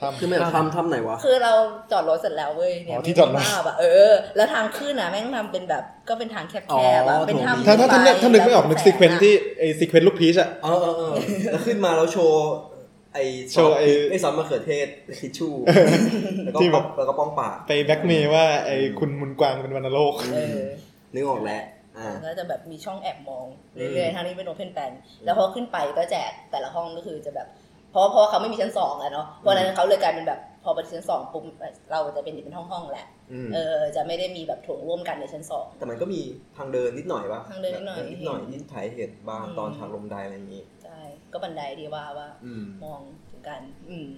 Speaker 4: ถ้ำ
Speaker 8: คือไม่ทำทำไหนวะ
Speaker 6: คือเราจอดรถเสร็จแล้วเว้ยเนี่ย
Speaker 4: อ๋อที่จอดรถ
Speaker 6: มีภาพอะเออ แล้วทางขึ้นอ่ะแม่งทำเป็นแบบก็เป็นทางแคบ
Speaker 8: อ๋อ
Speaker 6: ๆอะเป็น
Speaker 8: ถูก
Speaker 6: ถ้ำ
Speaker 4: ถ้าถ้าท่านเนี่ย
Speaker 6: ไป
Speaker 4: ท่านนึกไม่ออกนึก
Speaker 6: แล้ว
Speaker 4: ซีเควน
Speaker 6: แสงะ
Speaker 4: ที่ไอซีเควนลูกพีชอะ
Speaker 3: เออเออเออแล้วขึ้นมาแล้วโชว์ไอ้ซส
Speaker 4: โชว์ไอ้
Speaker 3: ไอ้ซอสมะเขือเทศทิ ชชู่แล้วก็
Speaker 4: ที่แบบ
Speaker 3: แล้วก็ป้องปาก
Speaker 4: ไปแบล็กเมย์ว่าไอคุณมุนกวางเป็นวันโลก
Speaker 6: เออ
Speaker 3: นึกออกแล้วอ่า
Speaker 6: แล้วก็จะแบบมีช่องแอบมองเรื่อยๆทางนี้เป็นโอเพนแปลนแล้วพอขึ้นไปก็แจกแต่ละห้องก็คือจะแบบเพราะเพราะเขาไม่มีชั้นสองอะเนาะเพราะฉะนั้นเขาเลยกลายเป็นแบบพอไปชั้นสองปุ๊บเราจะเป็นเป็นห้องๆแหละ
Speaker 3: อืม
Speaker 6: เออจะไม่ได้มีแบบโถงร่วมกันในชั้นสอง
Speaker 3: แต่มันก็มีทางเดินนิดหน่อยป่ะ
Speaker 6: ทางเดินนิดหน่อย
Speaker 3: นิดหน่อยนิดถ่ายเห็นบ้าง
Speaker 6: อืม
Speaker 3: ตอนทางลงไดอะไรอย่างงี้
Speaker 6: ใช่ก็บันไดที่ว่าว่า
Speaker 3: อืม
Speaker 6: มองถึงกัน อืม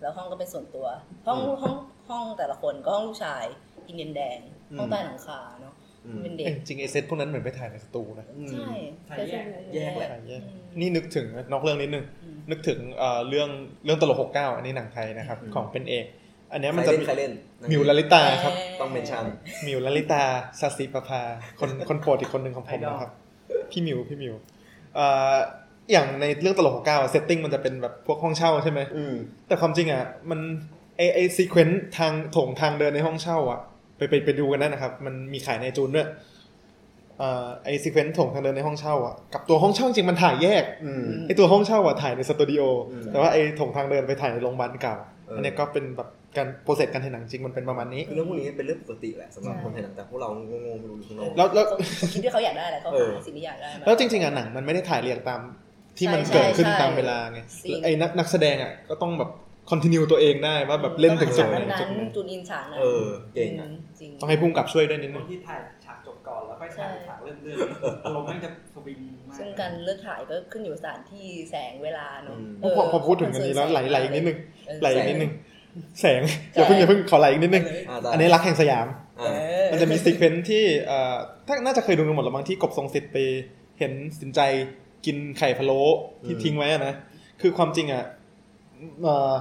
Speaker 6: แล้วห้องก็เป็นส่วนตัว ห้องห้องห้องแต่ละคนก็ห้องลูกชายอินเดียนแดง
Speaker 3: อืม
Speaker 6: ห้องใต้หลังคาเนาะ
Speaker 3: อืม
Speaker 6: เป็นเด็ก
Speaker 4: จริงๆไอเซตพวกนั้นเหมือนไปถ่ายในสตูนะ
Speaker 3: อืม
Speaker 6: ใช่
Speaker 5: ถ่ายแยก
Speaker 3: แยกแหละ
Speaker 4: ถ่ายแยก
Speaker 6: อืม
Speaker 4: นี่นึกถึงนะนอกเรื่องนิดนึง
Speaker 6: อืม
Speaker 4: นึกถึงเอ่อเรื่องเรื่องตลก 69 อันนี้หนังไทยนะครับ
Speaker 3: อืม
Speaker 4: ของเป็นเอก อันเนี้ย
Speaker 3: ใค
Speaker 4: มั
Speaker 3: ร
Speaker 4: นจะ
Speaker 3: เล่น
Speaker 4: มี
Speaker 3: ใครเล่นนั่น
Speaker 4: มิวลลิตาครับ
Speaker 3: ต้องเมนชั่น
Speaker 4: มิวลลิตาสาสิประภาคนคนโปรดอีกคนหนึ่งของผมนะครับ พี่มิวพี่มิวเอ่ออย่างในเรื่องตลกของก้าวเซตติ้งมันจะเป็นแบบพวกห้องเช่าใช่ไหม
Speaker 3: อืม
Speaker 4: แต่ความจริงอ่ะ มันไอไอซีเควนต์ทางโถงทางเดินในห้องเช่าอ่ะ ไปไปไปดูกันได้นะครับ มันมีขายในจูนด้วยเอ่อไอซีเควนต์โถงทางเดินในห้องเช่าอ่ะ กับตัวห้องเช่าจริงมันถ่ายแยก
Speaker 3: อืม
Speaker 4: ไอตัวห้องเช่าอะถ่ายในสตูดิโออ
Speaker 3: ม
Speaker 4: แต่ว่าไอโถงทางเดินไปถ่ายในโรงพยาบาลเก่า
Speaker 3: เอออั
Speaker 4: อันเนี้ยก็เป็นแบบการโปรเซสการถ่ายหนังจริงมันเป็นประมาณนี้
Speaker 3: คือเรื่องพวกนี้เป็นเรื่องปกติแหละสำหรับคนไทยหนังแต่พวกเรางงๆไม่รู้เรื่อง
Speaker 4: แล้วแล้ว
Speaker 6: เขาคิดที่เขาอยากได้อะไรเขา
Speaker 3: เออ
Speaker 6: หาสิ่งที่อยากได้มา
Speaker 4: แล้วจริงๆอะหนังมันไม่ได้ถ่ายเรียงตามที่มัน
Speaker 6: ใช่
Speaker 4: เกิดขึ้น
Speaker 6: ใช่
Speaker 4: ตามเวลาไง
Speaker 6: จริง
Speaker 4: ไอ้นักนักแสดงอะก็ต้องแบบคอนติเนียตัวเองได้ว่าแบบเล่นถึงจุ
Speaker 6: ต้องฉา
Speaker 4: ดไห
Speaker 6: ก
Speaker 4: น
Speaker 6: นั้
Speaker 4: จุด
Speaker 6: น
Speaker 4: ไหน
Speaker 6: ๆจูนอินฉากนั้น
Speaker 3: เออเก่งอะ
Speaker 6: มจริง
Speaker 4: ต้องให้พุ่มกับช่วยด้วยนิด
Speaker 5: ค
Speaker 4: นึง
Speaker 5: นที่ถ่ายฉากจบก่อนแล้วค่อยถ่าย
Speaker 6: ใช่
Speaker 5: ฉากเริ่มเรื่องอารมณ์แม่งจะสวิงมาก
Speaker 6: ซึ่งการเลือกถ่ายก็ขึ้นอยู่สถานที่แสงเวลาเนาะ
Speaker 3: อืม
Speaker 6: เออ
Speaker 4: พอพอพูดถึงอันนี้แล้วไหลไหลอีกนิดนึง
Speaker 6: เออ
Speaker 4: ไหลอีกนิดนึงแสงอย่าเพิ่งอย่าเพิ่งขอไหลอีกนิดนึง
Speaker 3: อ่าได้
Speaker 4: อันนี้รักแห่งสยาม
Speaker 6: เอ
Speaker 3: อ่า
Speaker 6: อ
Speaker 4: มันจะมีซีเควนซ์ที่เอ่อถ้าน่าจะเคยดูกันหมดแล้วบางที่กบทรงสิทธิ์ไปเห็นสินใจกินไข่พะโล้ที่
Speaker 3: อืม
Speaker 4: ทิ้งไว้อะนะ คือความจริงอ่ะเอ่อ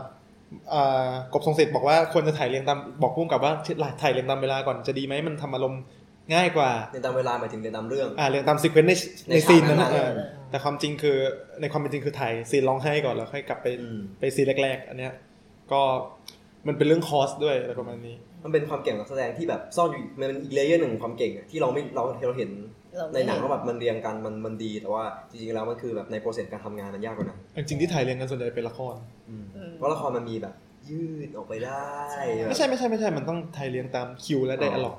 Speaker 4: เอ่อกบทรงสิทธิ์บอกว่าควรจะถ่ายเรียงตามบอกพุ่มกับว่าถ่ายเรียงตามเวลาก่อนจะดีไหมมันทำอารมณ์ง่ายกว่า
Speaker 3: เรียนตามเวลาหมายถึงเรียนตามเรื่อง
Speaker 4: อ่าเรียงตามซีเควนซ์ในใน
Speaker 3: ใน
Speaker 4: ซีน
Speaker 3: ฉากนั้
Speaker 4: นั้น
Speaker 3: น
Speaker 4: นะ
Speaker 3: น่ะ
Speaker 4: เออแต่ความจริงคือในความเป็นจริงคือถ่ายซีนร้องไห้ก่อนแล้วค่อยกลับไป
Speaker 3: อืม
Speaker 4: ไปซีนแรกๆ อันเนี้ยก็มันเป็นเรื่องคอสด้วยอะไรประมาณนี้
Speaker 3: มันเป็นความเก่งของนักแสดงที่แบบซ่อนอยู่มันเป็นอีกเลเยอร์หนึ่งของความเก่งอะที่เราไม่เราเราเห็น
Speaker 6: เรา
Speaker 3: ใน
Speaker 6: ม่
Speaker 3: หนังว่าแบบมันเรียงกันมันมันดีแต่ว่าจริงๆแล้วมันคือแบบในโปรเซสการทำงานมันยากกว่านั้น
Speaker 4: จริงๆที่ถ่ายเรียงกันส่วนใหญ่เป็นละคร
Speaker 3: อืม
Speaker 6: อืม
Speaker 3: เพราะละครมันมีแบบ ยืดออกไปได้แบบ
Speaker 4: ไม่ใช่ไม่ใช่ไม่ใช่ มันต้องไทยเรียงตามคิวและไดอะล็อก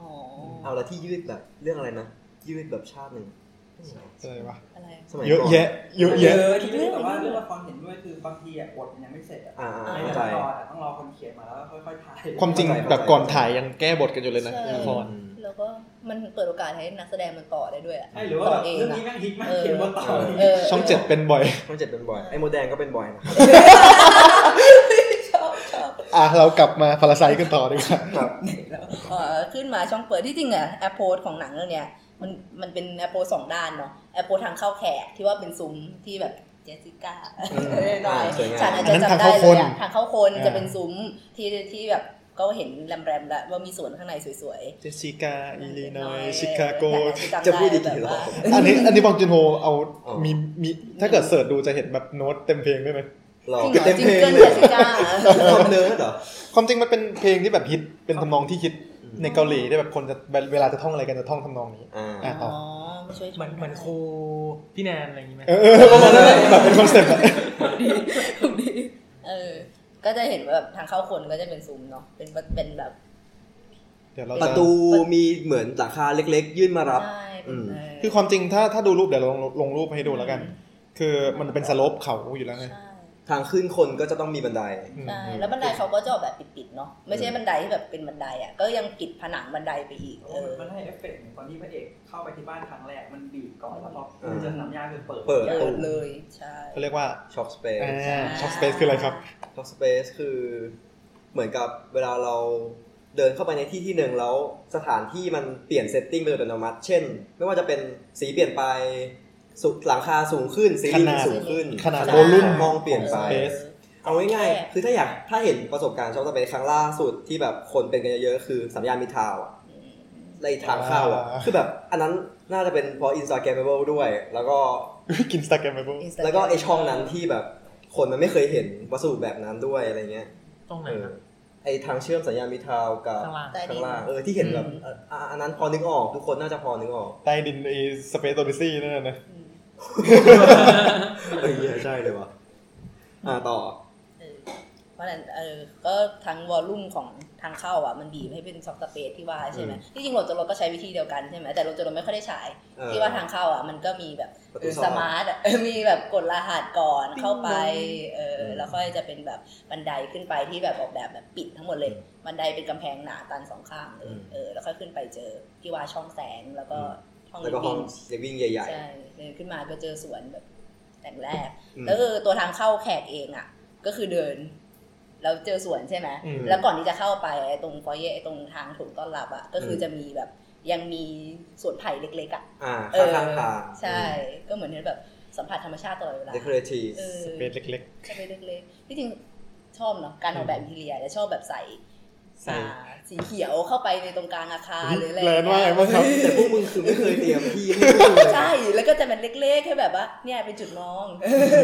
Speaker 6: อ๋อ
Speaker 3: เอาละที่ยืดแบบเรื่องอะไรนะยืดแบบชาติหนึ่ง
Speaker 4: อะไรวะ
Speaker 6: อะไรอะ
Speaker 3: สมัย
Speaker 4: เยอะ
Speaker 3: ก่อน
Speaker 4: แยะเยอะแยะ
Speaker 5: ที่ไม่ได้แบบว่าเรื่องละครเห็นด้วยคือบางทีอ่ะบทมันยังไม่เสร็จอ่ะ
Speaker 3: อ่าอ่า
Speaker 5: ไม่
Speaker 3: เข้าใจ
Speaker 5: ได้รอแต่ต้องรอคนเขียนมาแล้วก็ค่อยๆถ่าย
Speaker 4: ความจริงแบบก่อนถ่ายยังแก้บทกันอยู่เลยนะ
Speaker 6: ใช่
Speaker 4: ละคร
Speaker 3: อืม
Speaker 6: แล้วก็มันเปิดโอกาสให้นักแสดงมันต่อได้ด้วยอะ
Speaker 5: ใช่หรือว่าแบบเรื่องนี้แม่งฮิตมากเขียนบทต่อเลย
Speaker 6: เ
Speaker 4: ช่องเจ็ดเป็นบ่อย
Speaker 3: ช่องเจ็ดเป็นบ่อยไอ้โมดแดงก็เป็นบ่อยนะครับ
Speaker 6: ชอบชอบ
Speaker 4: อ่ะ เรากลับมาพาราไซกันต่อดีกว่า
Speaker 6: แล้วเอ่อขึ้นมาช่องเปิดที่จริงอะแอปโพสของหนังเรื่องเนี้ยมันมันเป็นแอปโพสสองด้านเนาะแอปโพสทางเข้าแขกที่ว่าเป็นซุ้มที่แบบเจสสิก้า
Speaker 3: อ่าสวยงาม
Speaker 6: ฉันอาจจะจำได้เลยอะทางเข้าคนจะเป็นซุ้มที่ที่แบบก็เห็นแรมแรมๆแล้วว่ามีสวนข้างในสวย
Speaker 4: เจสสิกา
Speaker 6: ๆ
Speaker 4: อิลลินอยชิคาโก
Speaker 6: ำไ
Speaker 3: จะพูดอีกกี่รอบ
Speaker 6: แบบว่า
Speaker 4: อันนี้อันนี้บองจุนโฮเอา
Speaker 3: อ๋อ
Speaker 4: มีมีถ้าเกิดเสิร์ชดูจะเห็นแบบโน้ตเต็มเพลงด้วยไหม
Speaker 3: หล่อ
Speaker 6: จริงเหรอ
Speaker 3: เต็มเพลง
Speaker 6: จิง
Speaker 3: เลย
Speaker 6: เกิลเจสสิก้า
Speaker 3: ทำเนื้อเหรอ
Speaker 4: ความจริงมันเป็นเพลงที่แบบฮิตเป็นทำนองที่ฮิตในเกาหลีที่แบบคนจะเวลาจะท่องอะไรกันจะท่องทำนองนี้
Speaker 3: อ่า
Speaker 4: อ่ะต่
Speaker 6: อ๋
Speaker 4: อ
Speaker 6: อช่วย
Speaker 7: เหมือนเหมือนครูพี่แนนอะไรอย่างงี้ไหม
Speaker 4: เออประมาณนั้นแหละแบบเป็นคอนเซ็ปต์อะ
Speaker 6: ถูกดี เออ ก็จะเห็นว่าแบบทางเข้าคนก็จะเป็นซุ้มเนาะเป็นเป็นแบบ
Speaker 4: เดี๋ยวเรา
Speaker 3: ป
Speaker 4: จ
Speaker 3: ระตูมีเหมือนหลังคาเล็กๆ ยื่นมารับ
Speaker 6: ใช่
Speaker 3: อืม
Speaker 4: คือความจริงถ้าถ้าดูรูปเดี๋ยวเราลงลงรูปให้ดูแล้วกัน คือมันเป็นสโลปเขาอยู่แล้วไง
Speaker 6: ใช่
Speaker 3: ทางขึ้นคนก็จะต้องมีบันได
Speaker 6: ใช่แล้วบันไดเขาก็จะออกแบบปิดๆเนาะไม่ใช่บันไดที่แบบเป็นบันไดอ่ะก็ยังปิดผนังบันไดไปอีก เออ
Speaker 5: มันให้เอฟเฟกต์เหมือนตอนที่พระเอกเข้าไปที่บ้านครั้งแรกมันบีบก่อนแล้วพอเจอสนามหญ้าคือเปิด
Speaker 3: เปิด
Speaker 6: เปิดเลยใช่
Speaker 4: เขาเรียกว่า
Speaker 3: ช็อปสเปซ
Speaker 4: ช็อปสเปซคืออะไรครับ
Speaker 3: ช็อปสเปซคือเหมือนกับเวลาเราเดินเข้าไปในที่ที่หนึ่งแล้วสถานที่มันเปลี่ยนเซตติ้งไปโดยอัตโนมัติ เช่น ไม่ว่าจะเป็นสีเปลี่ยนไปสุหลังคาสูงขึ้นซีลิงสูงขึ้น
Speaker 4: ขนาด
Speaker 6: ขนาด
Speaker 3: มองเปลี่ยนไป
Speaker 4: สเปซ
Speaker 3: เอาง่ายๆ คือถ้าอยากถ้าเห็นประสบการณ์ชอบจะไปครั้งล่าสุดที่แบบคนเป็นกันเยอะๆ คือสัญญาณมิตรทาวน์อะในทางเข้าอะ
Speaker 4: อ่า
Speaker 3: คือแบบอันนั้นน่าจะเป็นเพราะอินสตาแกรมเบิลด้วย แล้วก็
Speaker 4: กินสตาแกรมไปปุ๊บ
Speaker 6: อินสตาแกรม
Speaker 3: แล้วก็ไอช่องนั้นที่แบบค คนมันไม่เคยเห็นวัสดุแบบนั้นด้วยอะไรเงี้ย
Speaker 7: ตรงไหน
Speaker 3: เออ
Speaker 7: นะ
Speaker 3: ไอทางเชื่อมสัญญาณมิตรทาวน์กับ
Speaker 7: ข้างล่าง
Speaker 6: ใต้ดิน
Speaker 3: ข้างล่างเออที่เห็นแบบเอ่ออ่ะอันนั้นพอนึกออก ทุกคนน่าจะพอนึกออก
Speaker 4: ใต้ดินไอ้สเปซโอดิซี่นั่นน่ะนะ
Speaker 3: เออเหี้ยใช่เลยวะอ่าต่อ
Speaker 6: เออเพราะฉะนั้นเออก็ทั้งวอลลุ่มของทางเข้าอ่ะมันบีบให้เป็นซอฟต์สเปซที่ว่าใช่ไหม
Speaker 3: อืม
Speaker 6: ที่จริงรถจอดรถก็ใช้วิธีเดียวกันใช่ไหมแต่รถจอดรถไม่ค่อยได้ใช้
Speaker 3: เออ
Speaker 6: ที่ว่าทางเข้าอ่ะมันก็มีแบบ
Speaker 3: ประตู
Speaker 6: เออ
Speaker 3: สอด
Speaker 6: สมาร์ทอะ มีแบบกดรหัสก่อนเข้าไปเออ
Speaker 3: อืม
Speaker 6: แล้วค่อยจะเป็นแบบบันไดขึ้นไปที่แบบออกแบบแบบปิดทั้งหมดเลย บันไดเป็นกำแพงหนาตันสองข้างเลยเออแล้วค่อยขึ้นไปเจอที่ว่าช่องแสงแล้วก็ห้อง
Speaker 3: แล้วก็ห้อง
Speaker 6: ลิฟต์
Speaker 3: เลวิ่งใหญ่
Speaker 6: ใช่เดินขึ้นมาก็เจอสวนแบบแต่งแรก
Speaker 3: อืม
Speaker 6: แล้วเออตัวทางเข้าแขกเองอ่ะ ก็คือเดิน แล้วเจอสวนใช่ไหม
Speaker 3: อืม
Speaker 6: แล้วก่อนที่จะเข้าไปไอ้ตรงฟอยเย่ไอ้ตรงทางถูกต้อนรับอ่ะก็คืออ
Speaker 3: ม
Speaker 6: จะมีแบบ ยังมีสวนไผ่เล็กๆอ่ะ
Speaker 3: ๆ อ่า
Speaker 6: เอ
Speaker 3: ข้าง
Speaker 6: อ
Speaker 3: ทางทาง
Speaker 6: ใช่ ก็เหมือนที่แบบสัมผัสธรรมชาติตลอดเวลา
Speaker 3: เดคอเรทีฟ
Speaker 6: เออ
Speaker 4: สเปซเล็ก
Speaker 6: ใช่ไปเล็กๆที่จริงชอบเนาะการออกแบบอินทีเรียและชอบแบบใส่
Speaker 4: ใส่
Speaker 6: อ่าสีเขียวเข้าไปในตรงกลางอาคารหรืออะไร
Speaker 4: แลนด์ว่าไงบ้างครับ
Speaker 3: แต่พวกมึงคือไม่เคยเตรียมที่ให้พวกมึงเลย
Speaker 6: ใช่แล้วก็จะเป็นเล็กๆแค่แบบว่าเนี่ยเป็นจุดมอง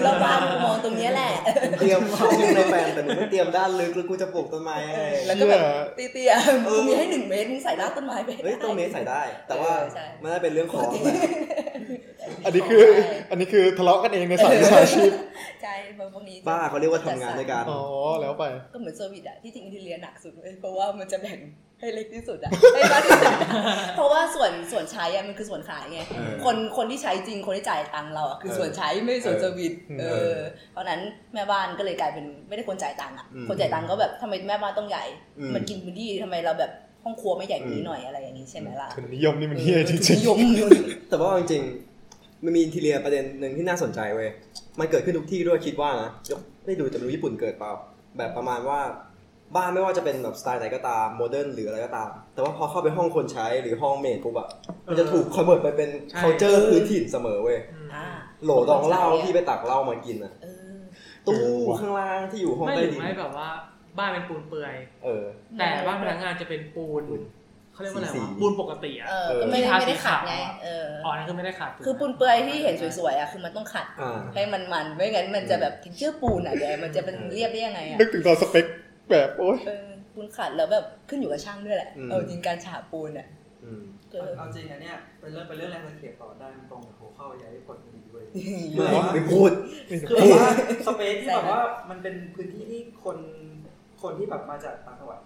Speaker 6: เราบ้านกูมองตรงเนี้ยแหละ
Speaker 3: เตรียมห้องในแปลนแต่มึงไม่เตรียมด้านลึกแล้วกูจะปลูกต้นไม้ยังไง
Speaker 6: แล้วก็แบบ
Speaker 4: เ
Speaker 6: เตี้ยๆ
Speaker 3: เอ
Speaker 6: กู
Speaker 3: อ
Speaker 6: มีให้หนึ่งเมตรมึงใส่รากต้นไม้ไป
Speaker 3: เฮ้ยตรงนี้ใส่ได้ แต่ว่า
Speaker 6: เออใช่
Speaker 3: มันน่าเป็นเรื่องของแหละ
Speaker 4: อันนี้คือ อันนี้คือทะเลาะกันเองในสายวิชาชีพ
Speaker 6: ใช่เพราะพวกนี้
Speaker 3: บ้าเขาเรียกว่าทำงานด้วยกัน
Speaker 4: อ๋อแล้วไป
Speaker 6: ก็เหมือนเซอร์วิสอะที่จริงอินทีเลียหนักสุดเลยเพราะว่ามันจะแบ่งให้เล็กที่สุดอะให้มากที่สุดอะ เพราะว่าส่วนส่วนใช้อะมันคือส่วนขายไง
Speaker 3: เออ
Speaker 6: คนคนที่ใช้จริงคนที่จ่ายตังค์เราอะคือส่วนใช้ไม่ใช่ส่วนเซอร์วิสเอ
Speaker 3: เอ
Speaker 6: อ
Speaker 3: อ
Speaker 6: เพราะฉะนั้นแม่บ้านก็เลยกลายเป็นไม่ได้คนจ่ายตังค์อะ
Speaker 3: อืม
Speaker 6: คนจ่ายตังค์ก็แบบทำไมแม่บ้านต้องใหญ่
Speaker 3: อืม
Speaker 6: มันกินพื้นที่ทำไมเราแบบห้องครัวไม่ใหญ่กว่านี้หน่อยอะไรอย่างนี้ใช่ไหมล่ะ
Speaker 4: ทุนนิยมนี่มันเฮียจ
Speaker 6: เออ
Speaker 4: ริง
Speaker 6: นิยม
Speaker 3: แต่ว่าเอาจริงๆมันมีอินทีเรียประเด็นหนึ่งที่น่าสนใจเว้ย มันเกิดขึ้นทุกที่ด้วยคิดว่านะยกได้ดูแต่ไม่รู้ญี่ปุ่นเกิดเปล่า แบบประมาณว่าบ้านไม่ว่าจะเป็นแบบสไตล์ไหนก็ตามโมเดิร์นหรืออะไรก็ตาม แต่ว่าพอเข้าไปห้องคนใช้หรือห้องเมดปุ๊บอะมันจะถูกคอนเวิร์ตไปเป็น
Speaker 7: ใช่
Speaker 3: culture พื้นถิ่นเสมอเว้ย
Speaker 6: อ่า
Speaker 3: โหลดองเหล้าที่ไปตักเหล้ามากินอะ
Speaker 6: เออ
Speaker 3: ตู้ข้างล่างที่อยู่ห้อง
Speaker 7: ไม่
Speaker 3: ใต้
Speaker 7: หรือ
Speaker 3: ดิน
Speaker 7: ไม่แบบว่าบ้านเป็นปูนเปื่อย
Speaker 3: เออ
Speaker 7: แต่บ้านพนักงานจะเป็นปูนเขาเรียกว่าอะไร
Speaker 3: สี
Speaker 7: วะ
Speaker 3: ๆ
Speaker 7: ปูนปกติอ่ะ
Speaker 6: เออก็ไม่ได้
Speaker 7: เออ
Speaker 6: ไม่ได้ขัดไงเออ
Speaker 7: อ๋อนั่นคือไม่ได้ขาดถูกไหม
Speaker 6: คือปูนเปื่อยที่เห็นสวยๆอ่ะคือมันต้องขัด
Speaker 3: อ่า
Speaker 6: ให้มันมันไม่งั้นมันจะแบบทิงเชื่อปูนอ่ะเดี๋ยวมันจะเป็น
Speaker 3: เออ
Speaker 6: เรียบได้ยังไงอ่ะ
Speaker 4: ๆนึกถึงตอนสเปคแบบโอ๊ย
Speaker 6: เออปูนขัดแล้วแบบขึ้นอยู่กับช่างด้วยแหละ
Speaker 3: อืม
Speaker 6: เอาจริงการฉาบปูนอ่ะ
Speaker 3: อืม
Speaker 6: ก็
Speaker 5: เอาจริงอันเนี้ยเป็นเรื่องเป็นเรื่องแรงตะเกียบต่อได้มันตรงกับหัวเข้าย้ายผลดีด้วย
Speaker 3: ไม่ไม่พูด
Speaker 5: คือแบบว่าสเปซที่แบบว่ามันเป็นพื้นที่ที่คนคนที่แบบมาจากต่างจังหวัด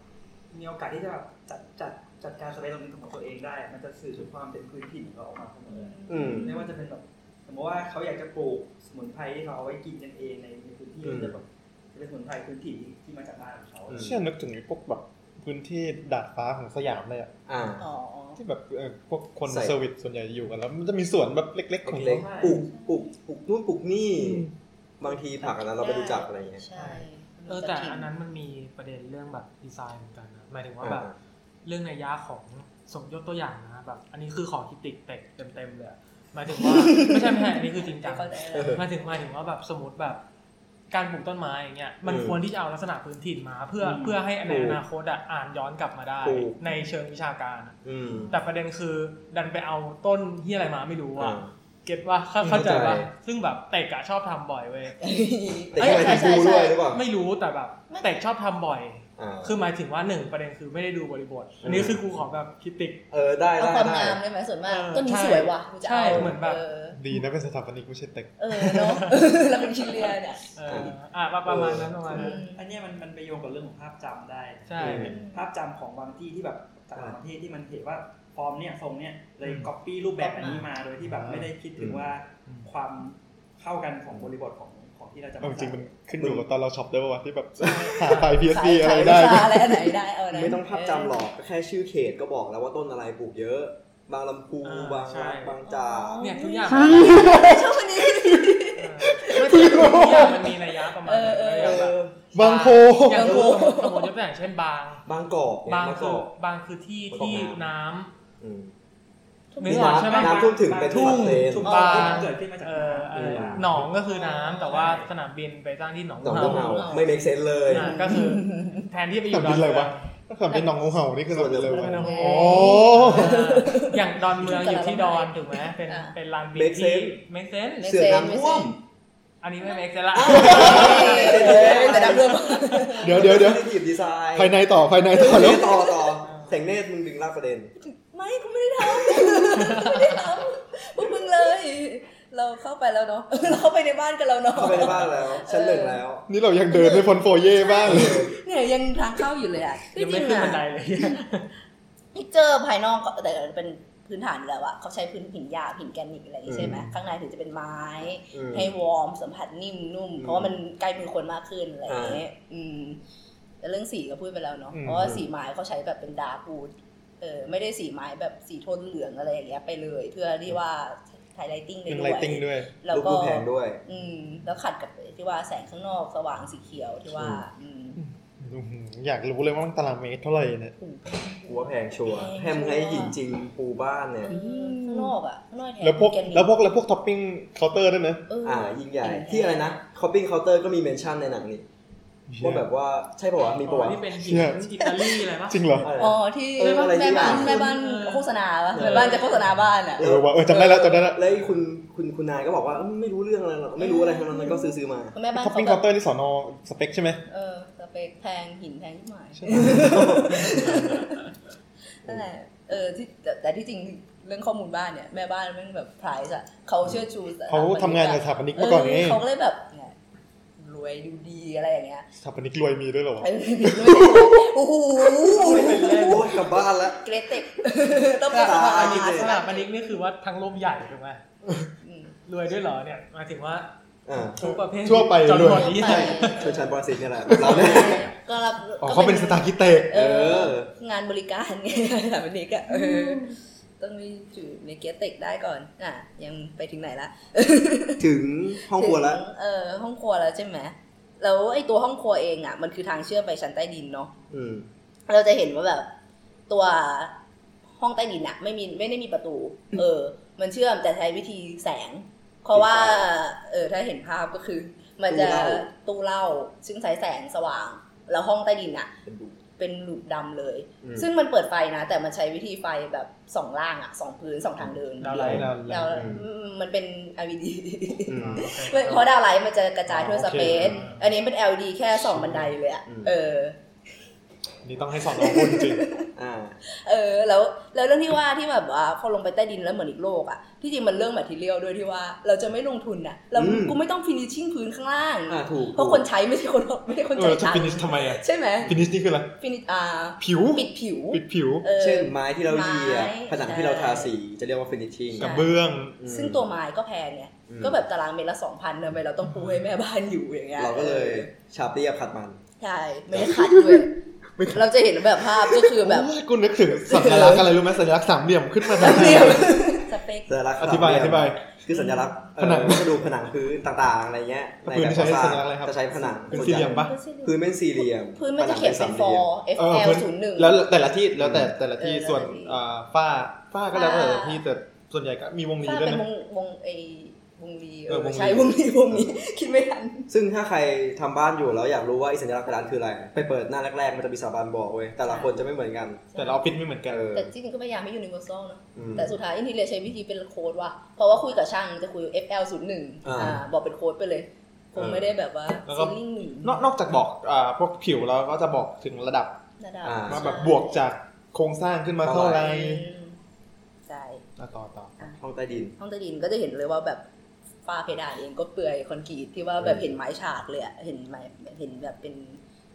Speaker 5: มีโอกาสที่จะแบบจัดจัดจัดการสเปซตรงนี้ของตัวเองได้ มันจะสื่อถึงความเป็นพื้นถิ่นของเราออกมาเสมอ
Speaker 3: อืม
Speaker 5: ไม่ว่าจะเป็นแบบสมมติว่าเขาอยากจะปลูกสมุนไพรที่เขาเอาไว้กินกันเองในในพื้นที่
Speaker 3: อืม
Speaker 5: มันจะแบบจะเป็นสมุนไพรพื้นถิ่นที่มาจากบ้านของเขา
Speaker 4: เชื่อนึกถึงไอ้พวกแบบพื้นที่ดาดฟ้าของสยามเลยอะ
Speaker 3: อ่า
Speaker 6: อ๋อ
Speaker 4: ที่แบบเออพวกคน
Speaker 3: ใส่
Speaker 4: เซอร์วิสส่วนใหญ่อยู่กันแล้ว มันจะมีสวนแบบเล็ก ๆ ของ
Speaker 3: เล็ก
Speaker 4: ขา
Speaker 3: ๆปลูกปลูกปลูกนู่นปลูกนี่
Speaker 4: อืม
Speaker 3: บางทีผักอันนั้นเราไม่รู้จักอะไรอย่างเงี้ย
Speaker 6: ใช่
Speaker 7: เออแต่อันนั้นมันมีประเด็นเรื่องแบบดีไซน์เหมือนกันนะหมายถึงว่าแบบเรื่องในยยะของสมยกตัวอย่างนะแบบ อันนี้คือขอคิดติกเต็กเต็มๆเลยอะหมายถึง ว่า ไม่ใช่ไม่ใช่อันนี้คือจริงจัง
Speaker 6: เข้าใจแล้ว
Speaker 7: หมายถึงหมายถึงว่าแบบสมมติแบบการปลูกต้นไม้อย่างเงี้ยมันควรที่จะเอาลักษณะพื้นถิ่นมา เพื่อเพื่อให้ในอนาคตอะอ่านย้อนกลับมาได้ ในเชิงวิชาการอะ
Speaker 3: อืม
Speaker 7: แต่ประเด็นคือดันไปเอาต้นที่อะไรมาไม่รู้
Speaker 3: อ่า
Speaker 7: อะเก็ตว่าเข้าเข้าใจ
Speaker 3: เข้า
Speaker 7: ปะ
Speaker 3: ใจ
Speaker 7: ซึ่งแบบเตกอะชอบทำบ่อยเว้ย
Speaker 3: แต่ที่ไปที่ปูด้วยหรือเปล่า
Speaker 7: ไม่รู้แต่แบบ
Speaker 6: ไม่
Speaker 7: เตกชอบทำบ่อย
Speaker 3: อ่า
Speaker 7: คือหมายถึงว่าหนึ่งประเด็นคือไม่ได้ดูบริบท อันนี้
Speaker 3: อืม
Speaker 7: คือกูขอแบบคิดติก
Speaker 3: เออได้
Speaker 6: เอา
Speaker 3: ได้ได้
Speaker 6: ความงามได้ไหมส่วนมาก
Speaker 7: เออ
Speaker 6: ต้นนี้
Speaker 7: ใช่
Speaker 6: สวยว่ะกูจะ
Speaker 7: ใช่
Speaker 6: เอา
Speaker 7: เหมือนแบบ
Speaker 4: ดีนะเป็นสถาปนิกไม่ใช่เต็ก
Speaker 6: เออเนาะ เราเป็นชิเลียเนี่ย
Speaker 7: เอออ่ะประประมาณนั้นประมาณ
Speaker 6: อื
Speaker 7: นั้น
Speaker 6: ม
Speaker 5: อันเนี้ยมันมันไปโยงกับเรื่องของภาพจำได้
Speaker 7: ใช่
Speaker 3: อืม
Speaker 5: ภาพจำของบางที่ที่แบบจากต่างประเทศที่มันเห็นว่าฟอร์มเนี่ยทรงเนี่ยเลยก๊อปปี้รูปแบบอันนี้มาโดยที่แบบไม่ได้คิดถึงว่า
Speaker 7: อืม
Speaker 5: ความเข้ากันของบริบทของของที่เราจะ
Speaker 4: เอาจริงๆมัน
Speaker 5: ใส่
Speaker 4: ขึ้นอยู่กับตอนเราช็อปด้วยป่าวะที่แบบหาไฟ PSD อะไร
Speaker 6: ขาย
Speaker 4: ได้
Speaker 6: ขายวิชาอะไรอันไหนได้เอาอันนั้น
Speaker 3: ไม่ต้องภาพจำหรอกแค่ชื่อเขตก็บอกแล้วว่าต้นอะไรปลูกเยอะ บางลำพู
Speaker 7: อ่า
Speaker 3: บาง
Speaker 7: ใช่
Speaker 3: รักบางจาก
Speaker 7: เนี่ยทุกอย่าง
Speaker 6: ชอบคนนี้
Speaker 7: ไม่แต่ทุกอย่างมันมีระยะประมาณนั้น
Speaker 6: เออเอ
Speaker 3: เอ
Speaker 6: อ
Speaker 3: ย
Speaker 7: ระะแบบ
Speaker 3: อบ
Speaker 4: างโพ
Speaker 7: อย่าง
Speaker 6: บาง
Speaker 7: ส
Speaker 6: โพ
Speaker 7: มมติสมมติยกตัวอย่างเช่นบาง
Speaker 3: บางกอกเนี่ย
Speaker 7: บาง
Speaker 3: บางก
Speaker 7: คือ
Speaker 3: อก
Speaker 7: บางคือที่
Speaker 3: บางกอก
Speaker 7: ที่
Speaker 3: น้
Speaker 7: น้ำ
Speaker 3: อืม
Speaker 7: นึกออกใช่ปะ
Speaker 3: น้ำท่วมถึงเป็นทุ่ง
Speaker 5: ทุ่ง
Speaker 7: บา
Speaker 5: บาง งเกิดขึ้นมาจาก
Speaker 7: เอ
Speaker 5: น้
Speaker 7: อเออ
Speaker 5: ำ
Speaker 7: หนองก็คือน้ำแต่ว่าสนามบินไปตั้งที่หนอง
Speaker 3: หนอง
Speaker 7: บั
Speaker 3: บั
Speaker 7: ว
Speaker 3: ว
Speaker 7: เฮา
Speaker 3: เฮาไม่ make sense เลย
Speaker 7: อ่ะก็คือ แทนที่ไปอ
Speaker 4: ขับ
Speaker 7: ยู่ดอ
Speaker 4: บิ
Speaker 7: น
Speaker 4: นอะไร
Speaker 7: เมือง
Speaker 4: วะถ้าขับบินหนองงูเห่านี่คือขับบินเลยวะโอ้
Speaker 7: เอออย่างดอนเมืองอยู่ที่ดอนถูกไหมเป็น
Speaker 6: อ่ะ
Speaker 7: เป็นลานบิน
Speaker 3: Make
Speaker 7: ที่
Speaker 3: sense
Speaker 7: เมกเซน
Speaker 6: make
Speaker 3: เสือ
Speaker 6: sense
Speaker 3: น้ำท่วม
Speaker 7: อ อันนี้ไม่เม็กซ์ละ
Speaker 6: แต่ดับเรื่อง
Speaker 4: เดี๋ยวเดี๋ยวเดี๋ยว
Speaker 3: ทีดีไซน์
Speaker 4: ภายในต่อภายในต่อแล้ว
Speaker 3: ต่อต่อแสงเนตรมึงดึงลากประเด็น
Speaker 6: ไม่ กูไม่ได้ทำไม่ได้ทำพวกมึงเลย เราเข้าไปแล้วเนาะ เราเข้าไปในบ้านกันแล้วเนาะ
Speaker 3: เข้าไปในบ้านแล้วชั้นหนึ่งแล้ว
Speaker 4: นี่เรายังเดินไม่พ้นโฟเย่บ้างเลย
Speaker 6: เนี่ยยังทางเข้าอยู่เลยอ่ะที่
Speaker 7: ยัง
Speaker 6: จ
Speaker 7: ไม่
Speaker 6: ริง
Speaker 7: ขึ้น
Speaker 6: อ่ะ
Speaker 7: บันไดเลย
Speaker 6: พิกเจอร์ภายนอกก็แต่เป็นพื้นฐานอยู่แล้วอะเขาใช้พื้นหินหยาบหินแกรนิตอะไรอย่างงี้ใช่ไหมข้างในถึงจะเป็นไม้
Speaker 3: อืม
Speaker 6: ให้วอร์มสัมผัสนิ่มนุ่ม
Speaker 3: อืม
Speaker 6: เพราะว่ามันใกล้มือคนมากขึ้นอะไรอย่างเงี้ยอืมแต่เรื่องสีก็พูดไปแล้วเนาะ
Speaker 4: อืม
Speaker 6: เพราะว่าสีไม้เขาใช้แบบเป็นดาร์กวูดเออไม่ได้สีไม้แบบสีโทนเหลืองอะไรอย่างเงี้ยไปเลย เพื่อที่ว่าไฮไลติ้งไป
Speaker 4: ยัง
Speaker 6: ด้ว
Speaker 4: ไลติ้ง
Speaker 6: ย
Speaker 4: ด้วย
Speaker 6: แล้ว
Speaker 3: ูก
Speaker 6: ก็
Speaker 3: ดูแพงด้วย
Speaker 6: อืม แล้วขัดกับที่ว่าแสงข้างนอกสว่างสีเขียวที่ว่า อืม
Speaker 4: อื้อหืออยากรู้เลยว่ามันตารางเมตรเท่าไหร่เนี่ย
Speaker 3: กูว่าแพงชัวร์แฮมงให้หินจริงปูบ้านเนี่ย
Speaker 6: เออข้างนอกอะข้างนอกแถม
Speaker 4: แล้วพวก
Speaker 6: กน
Speaker 4: แล้วพวกแล้วพวกท็อปปิ้งเคาน์เตอร์ด้วยนะ
Speaker 6: เอออ
Speaker 3: อ่า ยิ่งใหญ่
Speaker 6: เออ
Speaker 3: ที่อะไรนะคอปปิ้งเคาน์เตอร์ก็มีเมนชั่นในหนังนี่ว่าแบบว่าใช่ป่าวะมี
Speaker 7: อ๋
Speaker 3: ป่า
Speaker 7: อ
Speaker 3: วะ
Speaker 7: นี่เป็นหินอิตาลีอะไรปะ
Speaker 4: จริงเหรอ
Speaker 3: อะไร
Speaker 6: อ๋อ
Speaker 3: นะ
Speaker 6: ที่
Speaker 3: เอออะไรที่
Speaker 6: แม่บ้าน
Speaker 3: แบบ
Speaker 6: แม่บ้าน
Speaker 7: เออ
Speaker 6: โฆษณาปะแม่บ้านจะโฆษณาบ้านอะ
Speaker 4: เออว่ะเออจำได้แล้วจำได้แล้ว
Speaker 3: แล้วไอ้คุณคุณคุณนายก็บอกว่าเอ้ยไม่รู้เรื่องอะไรหรอกไม่รู้อะไรทั้งนั้นก็ซื้อซื้อมา
Speaker 6: แม่บ้าน
Speaker 4: ท็อป
Speaker 6: เขา
Speaker 4: ปิ้ง
Speaker 6: แบ
Speaker 4: เคา
Speaker 6: บ
Speaker 4: น์เตอร์นี่สอนอสเปคใช่ไหม
Speaker 6: เออสเปคแพงหินแพงที่หมาย
Speaker 4: ใช่
Speaker 6: นั่นแหละเออที่แต่แต่ที่จริงเรื่องข้อมูลบ้านเนี่ยแม่บ้านแม่งแบบไพรส์อะเขาเชื่อชูสถ
Speaker 4: เขาทำงานกับสถาปนิกมาก่อนไง
Speaker 6: เเขาก็เลยแบบเนี่ยรวยดูดีอะไรอย่างเงี้ย
Speaker 4: สถาปนิกรวยมีด้วยเหรอวะ
Speaker 6: เออโอ้โห
Speaker 3: ไม่เป็นไรโอ้ยกลับบ้านแล้ว
Speaker 6: เกรดเต็กต้องไปสมัคร
Speaker 3: อ่า
Speaker 6: อา
Speaker 3: จริง
Speaker 7: สลับอันนี้นี่คือว่าทั้งโลกใหญ่ถูกไหม
Speaker 6: อืม
Speaker 7: รวยด้วยเหรอเนี่ยหมายถึงว่า
Speaker 3: อ่า
Speaker 7: ทุกประเภท
Speaker 4: ทั่วไป
Speaker 7: จน
Speaker 4: รวย
Speaker 7: หมดนี้
Speaker 6: ไป
Speaker 3: ชนชั้นบอลสิต เนี่ยแหละเราเนี่ย
Speaker 6: ก็รับ
Speaker 4: อ๋อเขาเป็นสตาร์กิเตก
Speaker 6: เอองานบริการไง สถาปนิกอะเออต้องไปอยู่ในเกรดเต็กได้ก่อนอ่ะยังไปถึงไหนละ
Speaker 3: ถึง ห้องครัวแล้ว
Speaker 6: ถึงเออห้องครัวแล้วใช่ไหมแล้วไอตัวห้องครัวเองอ่ะมันคือทางเชื่อมไปชั้นใต้ดินเนาะ
Speaker 3: อืม
Speaker 6: เราจะเห็นว่าแบบตัวห้องใต้ดินอะไม่มีไม่ได้มีประตู เออ มันเชื่อมแต่ใช้วิธีแสง เพราะว่า เออถ้าเห็นภาพก็คือ มันจะ
Speaker 3: ตู้เหล้า
Speaker 6: ตู้เหล่าซึ่งใช้แสงสว่าง แล้วห้องใต้ดินอะ
Speaker 3: เป็นดู
Speaker 6: เป็นหลุมดำเลย
Speaker 3: อืม
Speaker 6: ซึ่งมันเปิดไฟนะ แต่มันใช้วิธีไฟแบบสองล่างอะสองพื้นสองทางเดิน
Speaker 7: ดาวไลท์
Speaker 4: เรา
Speaker 6: แล้ว
Speaker 4: เรา
Speaker 6: มันเป็น LED
Speaker 3: อืม
Speaker 6: เพราะดาวไลท์มันจะกระจายทั่วสเปซ
Speaker 4: โอเค
Speaker 6: อันนี้เป็น LED แค่สองบันไดเลยอะ
Speaker 3: อืม
Speaker 6: เออ
Speaker 4: อันนี่ต้องให้สอนเราพูดจริง
Speaker 3: อ่า
Speaker 6: เออ แล้ว แล้วเรื่องที่ว่าที่แบบว่าพอลงไปใต้ดินแล้วเหมือนอีกโลกอะที่จริงมันเรื่องแมทเทียลด้วยที่ว่า เราจะไม่ลงทุนอะเรา
Speaker 3: อืม
Speaker 6: กูไม่ต้องฟินิชชิ่งพื้นข้างล่าง
Speaker 3: อ่าถูก
Speaker 6: เพราะคนใช้ไม่ใช่คนไม่ใช่คน
Speaker 4: เอ
Speaker 6: จ่า
Speaker 4: อย จะ
Speaker 6: ตัง
Speaker 4: ฟินิช
Speaker 6: ค์
Speaker 4: ทำไมอ่ะ
Speaker 6: ใช่ไหม
Speaker 4: ฟินิชนี่คืออะไร
Speaker 6: ฟินิชอ่า
Speaker 4: ผิว
Speaker 6: ปิดผิว
Speaker 4: ปิดผิว
Speaker 6: เออ
Speaker 3: เช่นไม้ที่เราเหยียบ
Speaker 6: ไม้
Speaker 3: ผนังที่เราทาสีจะเรียกว่าฟินิชชิ่ง
Speaker 6: ใช่
Speaker 4: กับเบื้อง
Speaker 6: ซึ่งตัวไม้ก็แพงไง
Speaker 3: อืม
Speaker 6: ก็แบบตารางเมตรละสองพันทำไมเราต้องปูให้แม่บ้านอยู่อย่างเงี้ย
Speaker 3: เราก็เลยชาบเรียบขัดมัน
Speaker 6: ใช่ ไม่ได้ขัดด้วย เราจะเห็นแบบภาพก็คือแบบ
Speaker 4: โอ้ยกูนึกถึงสัญลักษณ์อะไรรู้ไหมสัญลักษณ์สามเหลี่ยมขึ้นมาทันที
Speaker 6: สเปค
Speaker 3: สัญลักษณ์
Speaker 4: อธิบาย
Speaker 3: สมเห
Speaker 4: อ
Speaker 3: ลี่
Speaker 4: ธิบาย
Speaker 3: คือสัญลักษณ์เอ่อ
Speaker 4: ผนัง
Speaker 3: กระดูกผนังพื้นต่างๆอะไรเงี้ยใน
Speaker 4: พื้น
Speaker 3: แบบ
Speaker 4: ใช้
Speaker 3: ก่อสร้าง
Speaker 4: สัญลักษณ์อะไรครับ
Speaker 3: จะใช้ผนัง
Speaker 4: เป็นสี่เหลี่ยมปะ
Speaker 3: พื้นเป็นสี่เหลี่ยม
Speaker 6: พื้นมันจะเขียนเป็นฟอ
Speaker 4: เออ
Speaker 6: FL
Speaker 4: พื้น
Speaker 6: ศูนย์หนึ่ง
Speaker 4: แล้วแต่ละที่แล้วแต่แต่ละที่
Speaker 6: เออ
Speaker 4: ส่วน
Speaker 6: แต่ละที่
Speaker 4: อ่าฝ้าฝ้าก็แล้วแต่ละที่แต่ส่วนใหญ่ก็มีวงลี
Speaker 6: ถ้า
Speaker 4: ด้วย
Speaker 6: เป็น
Speaker 4: นะ
Speaker 6: วงวงไอวงลีเอ
Speaker 4: เออว
Speaker 6: อง
Speaker 4: ลี
Speaker 6: ใช่วงลีวงนี้คิดไม่ทัน
Speaker 3: ซึ่งถ้าใครทำบ้านอยู่แล้วอยากรู้ว่าไอ้สัญลักษณ์กระดานคืออะไร ไปเปิดหน้าแรกๆ มันจะมีสถาบันบอกเว้ยแต่ละคนจะไม่เหมือนกัน
Speaker 4: แต่เราออฟฟิศไม่เหมือนกัน
Speaker 3: เออ
Speaker 6: แต่จริงๆก็พยายามไม่อยู่ในเวอร์ซอลนะ
Speaker 3: อืม
Speaker 6: แต่สุดท้ายอินทีเรียใช้วิธีเป็นโค้ดว่ะเพราะว่าคุยกับช่างจะคุย FL ศูนย์หนึ่ง
Speaker 3: อ่า
Speaker 6: อ่าบอกเป็นโค้ดไปเลย คงไม่ได้แบบว่า
Speaker 4: แล้วก็
Speaker 6: ซีลิ่งหนึ่ง
Speaker 4: นอกนอกจากบอกอ่าพวกผิวเราก็จะบอกถึงระดับ
Speaker 6: ระดับ
Speaker 3: อ่า
Speaker 4: ว่าแบบบวกจากโครงสร้างขึ้นมาเท่าไหร่
Speaker 6: อืมใช่
Speaker 4: อ่ะต่อต่อ
Speaker 3: ห้องใต้ดิน
Speaker 6: ห้องใต้ดินก็จะเห็นเลยว่าแบบฝ้าเพดานเองก็เปื่อยคอนกรีตที่ว่าแบบเห็นไม้ฉากเลยอะเห็นไม้เห็นแบบเป็น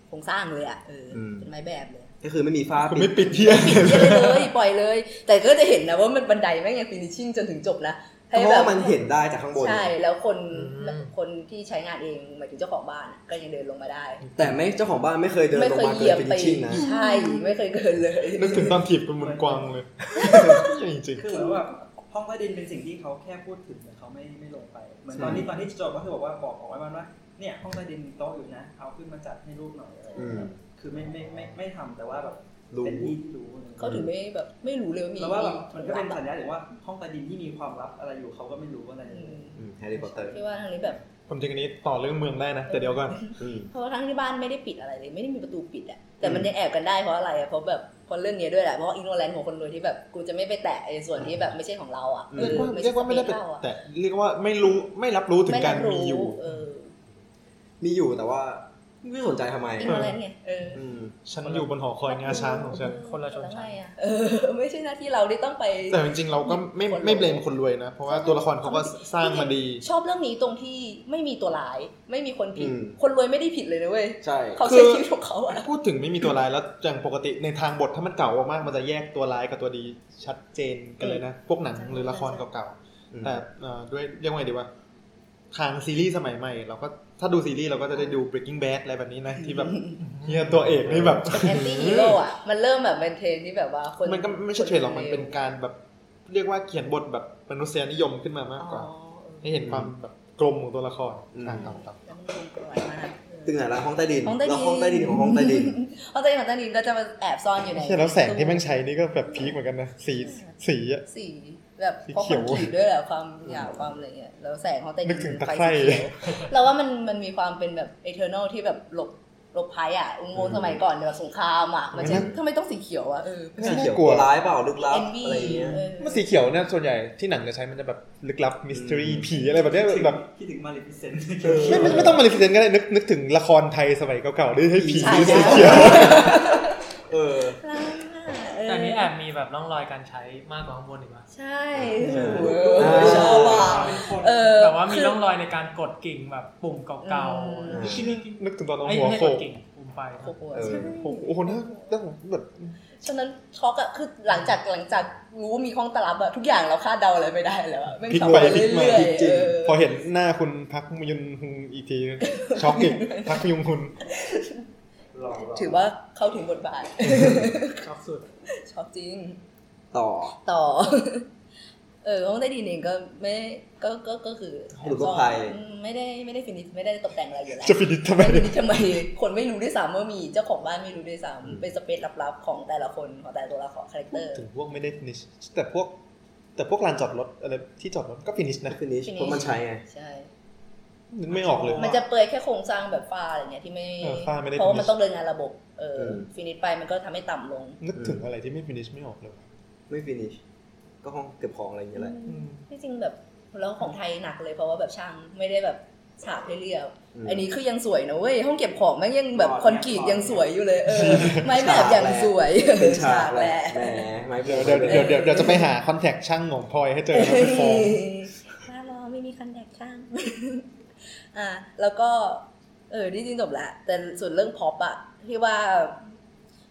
Speaker 6: โครงสร้างเลยอะเอออ
Speaker 3: ม
Speaker 6: เป็นไม้แบบเลย
Speaker 3: ก็คือไม่มีฝ้า
Speaker 4: คือ
Speaker 3: ปิ
Speaker 4: ไม่
Speaker 3: ด
Speaker 4: ปิดเที่ย
Speaker 6: ปิดเยอะเลยปล่อยเลย แต่ก็จะเห็นนะว่ามันบันไดแม่งยังฟินิชชิ่งจนถึงจบนะ
Speaker 3: เพราะว่ามันเห็นได้จากข้างบน
Speaker 6: ใช่แล้วคนคนที่ใช้งานเองหมายถึงเจ้าของบ้านก็ยังเดินลงมาได้
Speaker 3: แต่ไม่เจ้าของบ้านไม่เคยเดิน
Speaker 6: ไม่
Speaker 3: ลง
Speaker 6: เคย
Speaker 3: มา
Speaker 6: เห
Speaker 3: เกิ
Speaker 6: ยีย
Speaker 3: น
Speaker 6: บ
Speaker 3: ฟิ
Speaker 6: ไป
Speaker 3: นิชชิ่งนะ
Speaker 6: ใช่ไม่เคยเกินเลย
Speaker 4: นึกถึงตอนถีบเป็นหมุนกวางเลยจริง
Speaker 5: คือเหมือนว่าห้องใต้ดินเป็นสิ่งที่เขาแค่พูดถึงแต่เขาไม่ไม่ลงไป เหมือนตอนนี้ตอนที่จบก็คือบอกว่าบอกบอกไว้มันว่าเนี่ยห้องใต้ดินมีโต๊ะอยู่นะ เอาขึ้นมาจัดให้รูปหน่อยอะไรอย่างเงี้ยคือไม่ไม่ไม่ไม่ทำแต่ว่าแบบ
Speaker 3: รู้
Speaker 5: เป็นที่รู้อะไรอย่าง
Speaker 6: เขา
Speaker 5: เงี้ย
Speaker 6: ถึงไม่แบบไม่รู้เลยว่ามี
Speaker 5: แล้วว่าแบบมันก็เป็นสัญญาณถึงว่าห้องใต้ดินที่มีความลับอะไรอยู่เขาก็ไม่รู้อะไรอย่าง
Speaker 6: อื
Speaker 5: เงี้ย
Speaker 6: ม
Speaker 3: แฮร์รี่พอตเตอร์
Speaker 6: ที่ว่าทางนี้แบบ
Speaker 4: ความจริงอันนี้ต่อเรื่องเมืองได้นะแต่เดี๋ยวก่อน
Speaker 6: เพราะว่าทั้งที่บ้านไม่ได้ปิดอะไรเลย ไม่ได้มีประตูปิดอะแต่มันยังแอบกันได้เพราะอะไรอะเพราะแบบเพราะเรื่องนี้ด้วยแหละเพราะว่าอินโนแลนของคนรวยที่แบบกูจะไม่ไปแตะไอ้ส่วนที่แบบไม่ใช่ของเราอะ
Speaker 4: เรียกว่า
Speaker 6: ออ
Speaker 4: เรียกว่าไม่ได้เป็น
Speaker 6: ใช่ของเราอะ
Speaker 4: แต่เรียกว่าไม่รู้ไม่รับรู้ถึงการ
Speaker 6: ไรู้
Speaker 4: มีอยู่
Speaker 6: เออ
Speaker 3: มีอยู่แต่ว่าไม่สนใจทำไม
Speaker 6: อินโนแลนไงเออ
Speaker 3: อืม
Speaker 4: ฉันอยู่บนหอคอยงาช้างของฉัน
Speaker 7: คนละชนชั้น
Speaker 6: แล้วไงอะเออไม่ใช่หน้าที่เราที่ต้องไป
Speaker 4: แต่จริงๆเราก็ไม่
Speaker 6: คนรวย
Speaker 4: ไม่เบลมคนรวยนะ เพราะว่าตัวละครเขาก็สร้างมาดี
Speaker 6: ชอบเรื่องนี้ตรงที่ไม่มีตัวร้าย ไม่มีคนผิด
Speaker 3: อืม
Speaker 6: คนรวยไม่ได้ผิดเลยนะเว้ย
Speaker 3: ใช่
Speaker 6: เขา
Speaker 4: คือ
Speaker 6: ใช้ชีวิตของเขา อะ
Speaker 4: พูดถึงไม่มีตัวร้ายแล้วอย่างปกติในทางบทถ้ามันเก่ามากๆมันจะแยกตัวร้ายกับตัวดีชัดเจนกันเลยนะ พวกหนังหรือละครเก่า
Speaker 3: อืม
Speaker 4: ๆแต่เอ่อด้วยเรียกว่าไงดีว่า ทางซีรีส์สมัยใหม่ เราก็ถ้าดูซีรีส์เราก็จะได้ดู Breaking Bad อะไรแบบนี้นะที่แบบเฮียตัวเอกนี่แบบ
Speaker 6: แอนตี้ฮีโร่อะมันเริ่มแบบเป็นเทรนที่แบบว่าคน
Speaker 4: มันก็ไม่ใช่เทรนด์หรอก มันเป็น
Speaker 6: ค
Speaker 4: การแบบเรียกว่าเขียนบทแบบมนุษยนิยมขึ้นมามากกว่า
Speaker 6: อ๋อเออ
Speaker 4: ให้เห็นความแบบกลมของตัวละคร
Speaker 3: อืม
Speaker 4: ต่างๆ
Speaker 6: แล้วมันลงกลอยมากเอ
Speaker 3: ตึง
Speaker 6: อ
Speaker 3: ไหนละห้องใต้ดิน
Speaker 6: ห้องใต้ดิน
Speaker 3: แล้วห้องใต้ดินของห้องใต้ดิน
Speaker 6: เพราะตอนนี้ของตอนนี้เราจะมาแอบซ่อนอยู่ใน
Speaker 4: ใช่แล้วแสงที่แม่งใช้นี่ก็แบบพีคเหมือนกันนะ สีสีอะ
Speaker 6: สีแบบ
Speaker 4: สี
Speaker 6: เพราะ
Speaker 4: เขี
Speaker 6: ค
Speaker 4: ย
Speaker 6: น
Speaker 4: ว
Speaker 6: ขีดด้วยแหละความหยาบความอะไรเงี้ยแล้วแสงของตอน
Speaker 4: นึ
Speaker 6: นี้
Speaker 4: กถึงตะ
Speaker 6: ไฟ
Speaker 4: ไคร่
Speaker 6: สีเขียวเราว่ามันมันมีความเป็นแบบเอเทอร์นอลที่แบบหลบหลบภัยอ่ะอุโมงค์สมัยก่อนแบบสงครามอ่ะมันจะทำไมต้องสีเขียวอ่ะเออ
Speaker 4: ไม่
Speaker 3: สีเขียว
Speaker 4: น่ากลัว
Speaker 3: ตัวร้ายเปล่าลึกลับ
Speaker 6: เอ็นวี
Speaker 3: อะไรอย่างเงี้ย
Speaker 6: เออ
Speaker 4: เมื่อสีเขียวเนี่ยส่วนใหญ่ที่หนังจะใช้มันจะแบบลึกลับมิสทรี
Speaker 3: อืม
Speaker 4: ผีอะไรแบบเนี้ยแบบ
Speaker 5: คิดถึงมาลิพิเซน
Speaker 4: ไม่ไม่ไม่ต้องมาลิฟิเซนก็ได้นึกนึกถึงละครไทยสมัยเก่าๆที่ให้ผี
Speaker 6: ฉา
Speaker 4: สี
Speaker 6: ยา
Speaker 4: เขียว
Speaker 3: เออ
Speaker 6: ร้ายมากเออ
Speaker 7: แต่อันนี้แอบมีแบบร่องรอยการใช้มากกว่าข้างบนอีกมั้ย
Speaker 6: ใช่
Speaker 3: เออ
Speaker 6: โอ้โหชอบอ่ะ
Speaker 7: เป็นคน
Speaker 6: เออ
Speaker 7: แบบว่ามี
Speaker 6: คือ
Speaker 7: ร่องรอยในการกดกิ่งแบบปุ่มเก่า
Speaker 6: อืม
Speaker 7: ๆชิ้นกิ่ง
Speaker 4: นึกถึงตอนเรา
Speaker 7: ไอ้ย
Speaker 4: หัว
Speaker 7: ไม่ใช่
Speaker 4: โข
Speaker 7: กด
Speaker 4: ก
Speaker 7: กิ่งปุ่มไฟ
Speaker 6: โอ้โห
Speaker 3: เออ
Speaker 4: โอ้โหน่าน่าแบบ
Speaker 6: ฉะนั้นช็อกอะคือหลังจากหลังจากรู้ว่ามีห้องตลับอะทุกอย่างเราคาดเดาอะไรไม่ได้แล้วอะแม่ง
Speaker 4: พลิก
Speaker 6: ขับ
Speaker 4: ไป
Speaker 6: ไป
Speaker 4: พลิกมา
Speaker 6: เรื่อยๆ
Speaker 4: จริง
Speaker 6: เออ
Speaker 4: พอเห็นหน้าคุณพักมยุนฮุงอีกทีช็อกอีกพักมยุนฮุน
Speaker 6: ถือว่าเข้าถึงบทบาท
Speaker 7: ชอบสุด
Speaker 6: ช็อกจริง
Speaker 3: ต่อ
Speaker 6: ต่อ เออห้องใต้ดินเองก็ไม่ก็ก็ก็คือ
Speaker 3: หลุดก็ภัย
Speaker 6: อืมไม่ได้ไม่ได้ฟินิชไม่ได้ตกแต่งอะไรอยู่แล้ว
Speaker 4: จะฟินิชทำไม
Speaker 6: ไม่รู้ทำไมคนไม่รู้ด้วยซ้ำว่ามีเจ้าของบ้านไม่รู้ด้วยซ้ำเป็นสเปซลับๆของแต่ละคนของแต่ละตัวละครคาแรคเตอร์
Speaker 4: ถึงพวกไม่ได้ฟินิชแต่พวก แต่พวกลานจอดรถอะไรที่จอดรถก็ฟินิชนะ
Speaker 3: ฟินิช
Speaker 6: finish
Speaker 3: เพราะมันใช้ไง
Speaker 6: ใช่
Speaker 4: นึกไม่ออกเลย
Speaker 6: มันจะเปื่อยแค่โครงสร้างแบบฝ้าอะไรเนี่ยที่ไม่
Speaker 4: เออฝ้าไม่ได้
Speaker 6: เพราะว่ามัน
Speaker 4: finish
Speaker 6: ต้องเดินงานระบบเออ
Speaker 3: ม
Speaker 6: ฟินิชไปมันก็ทำให้ต่ำลง
Speaker 4: นึกถึงอะไรที่ไม่ฟินิชไม่ออกเลย
Speaker 3: ไม่ฟินิชก็ห้องเก็บของอะไรอย่างเงี้ยแหละ
Speaker 6: ที่จริงแบบแล้วของไทยหนักเลยเพราะว่าแบบช่างไม่ได้แบบฉาบให้เรียบ
Speaker 3: อืม
Speaker 6: อันนี้คือยังสวยนะเว้ยห้องเก็บของแม่งยังแบบ
Speaker 5: รอด
Speaker 6: คอนกรีตยังสวยอยู่เลยเออไม้แบบ
Speaker 3: ฉาบ
Speaker 6: อย่าง
Speaker 3: แหละ
Speaker 6: สวย
Speaker 3: เป็นฉากแห
Speaker 6: แห
Speaker 3: ละ
Speaker 6: ละ
Speaker 3: แหมไม่เป
Speaker 4: เดี๋ยว
Speaker 3: ลี่
Speaker 4: เดี๋ย
Speaker 3: ยว
Speaker 4: เดี๋ยวเดี๋ยวเดี๋ยวจะไปหาคอนแทคช่างของพลอยให้เจอ นะไปฟ้อง
Speaker 6: บ้านเราไม่มีคอนแท คช่าง อ่ะแล้วก็ เออที่จริงจบละแต่ส่วนเรื่องพ็อปอะที่ว่า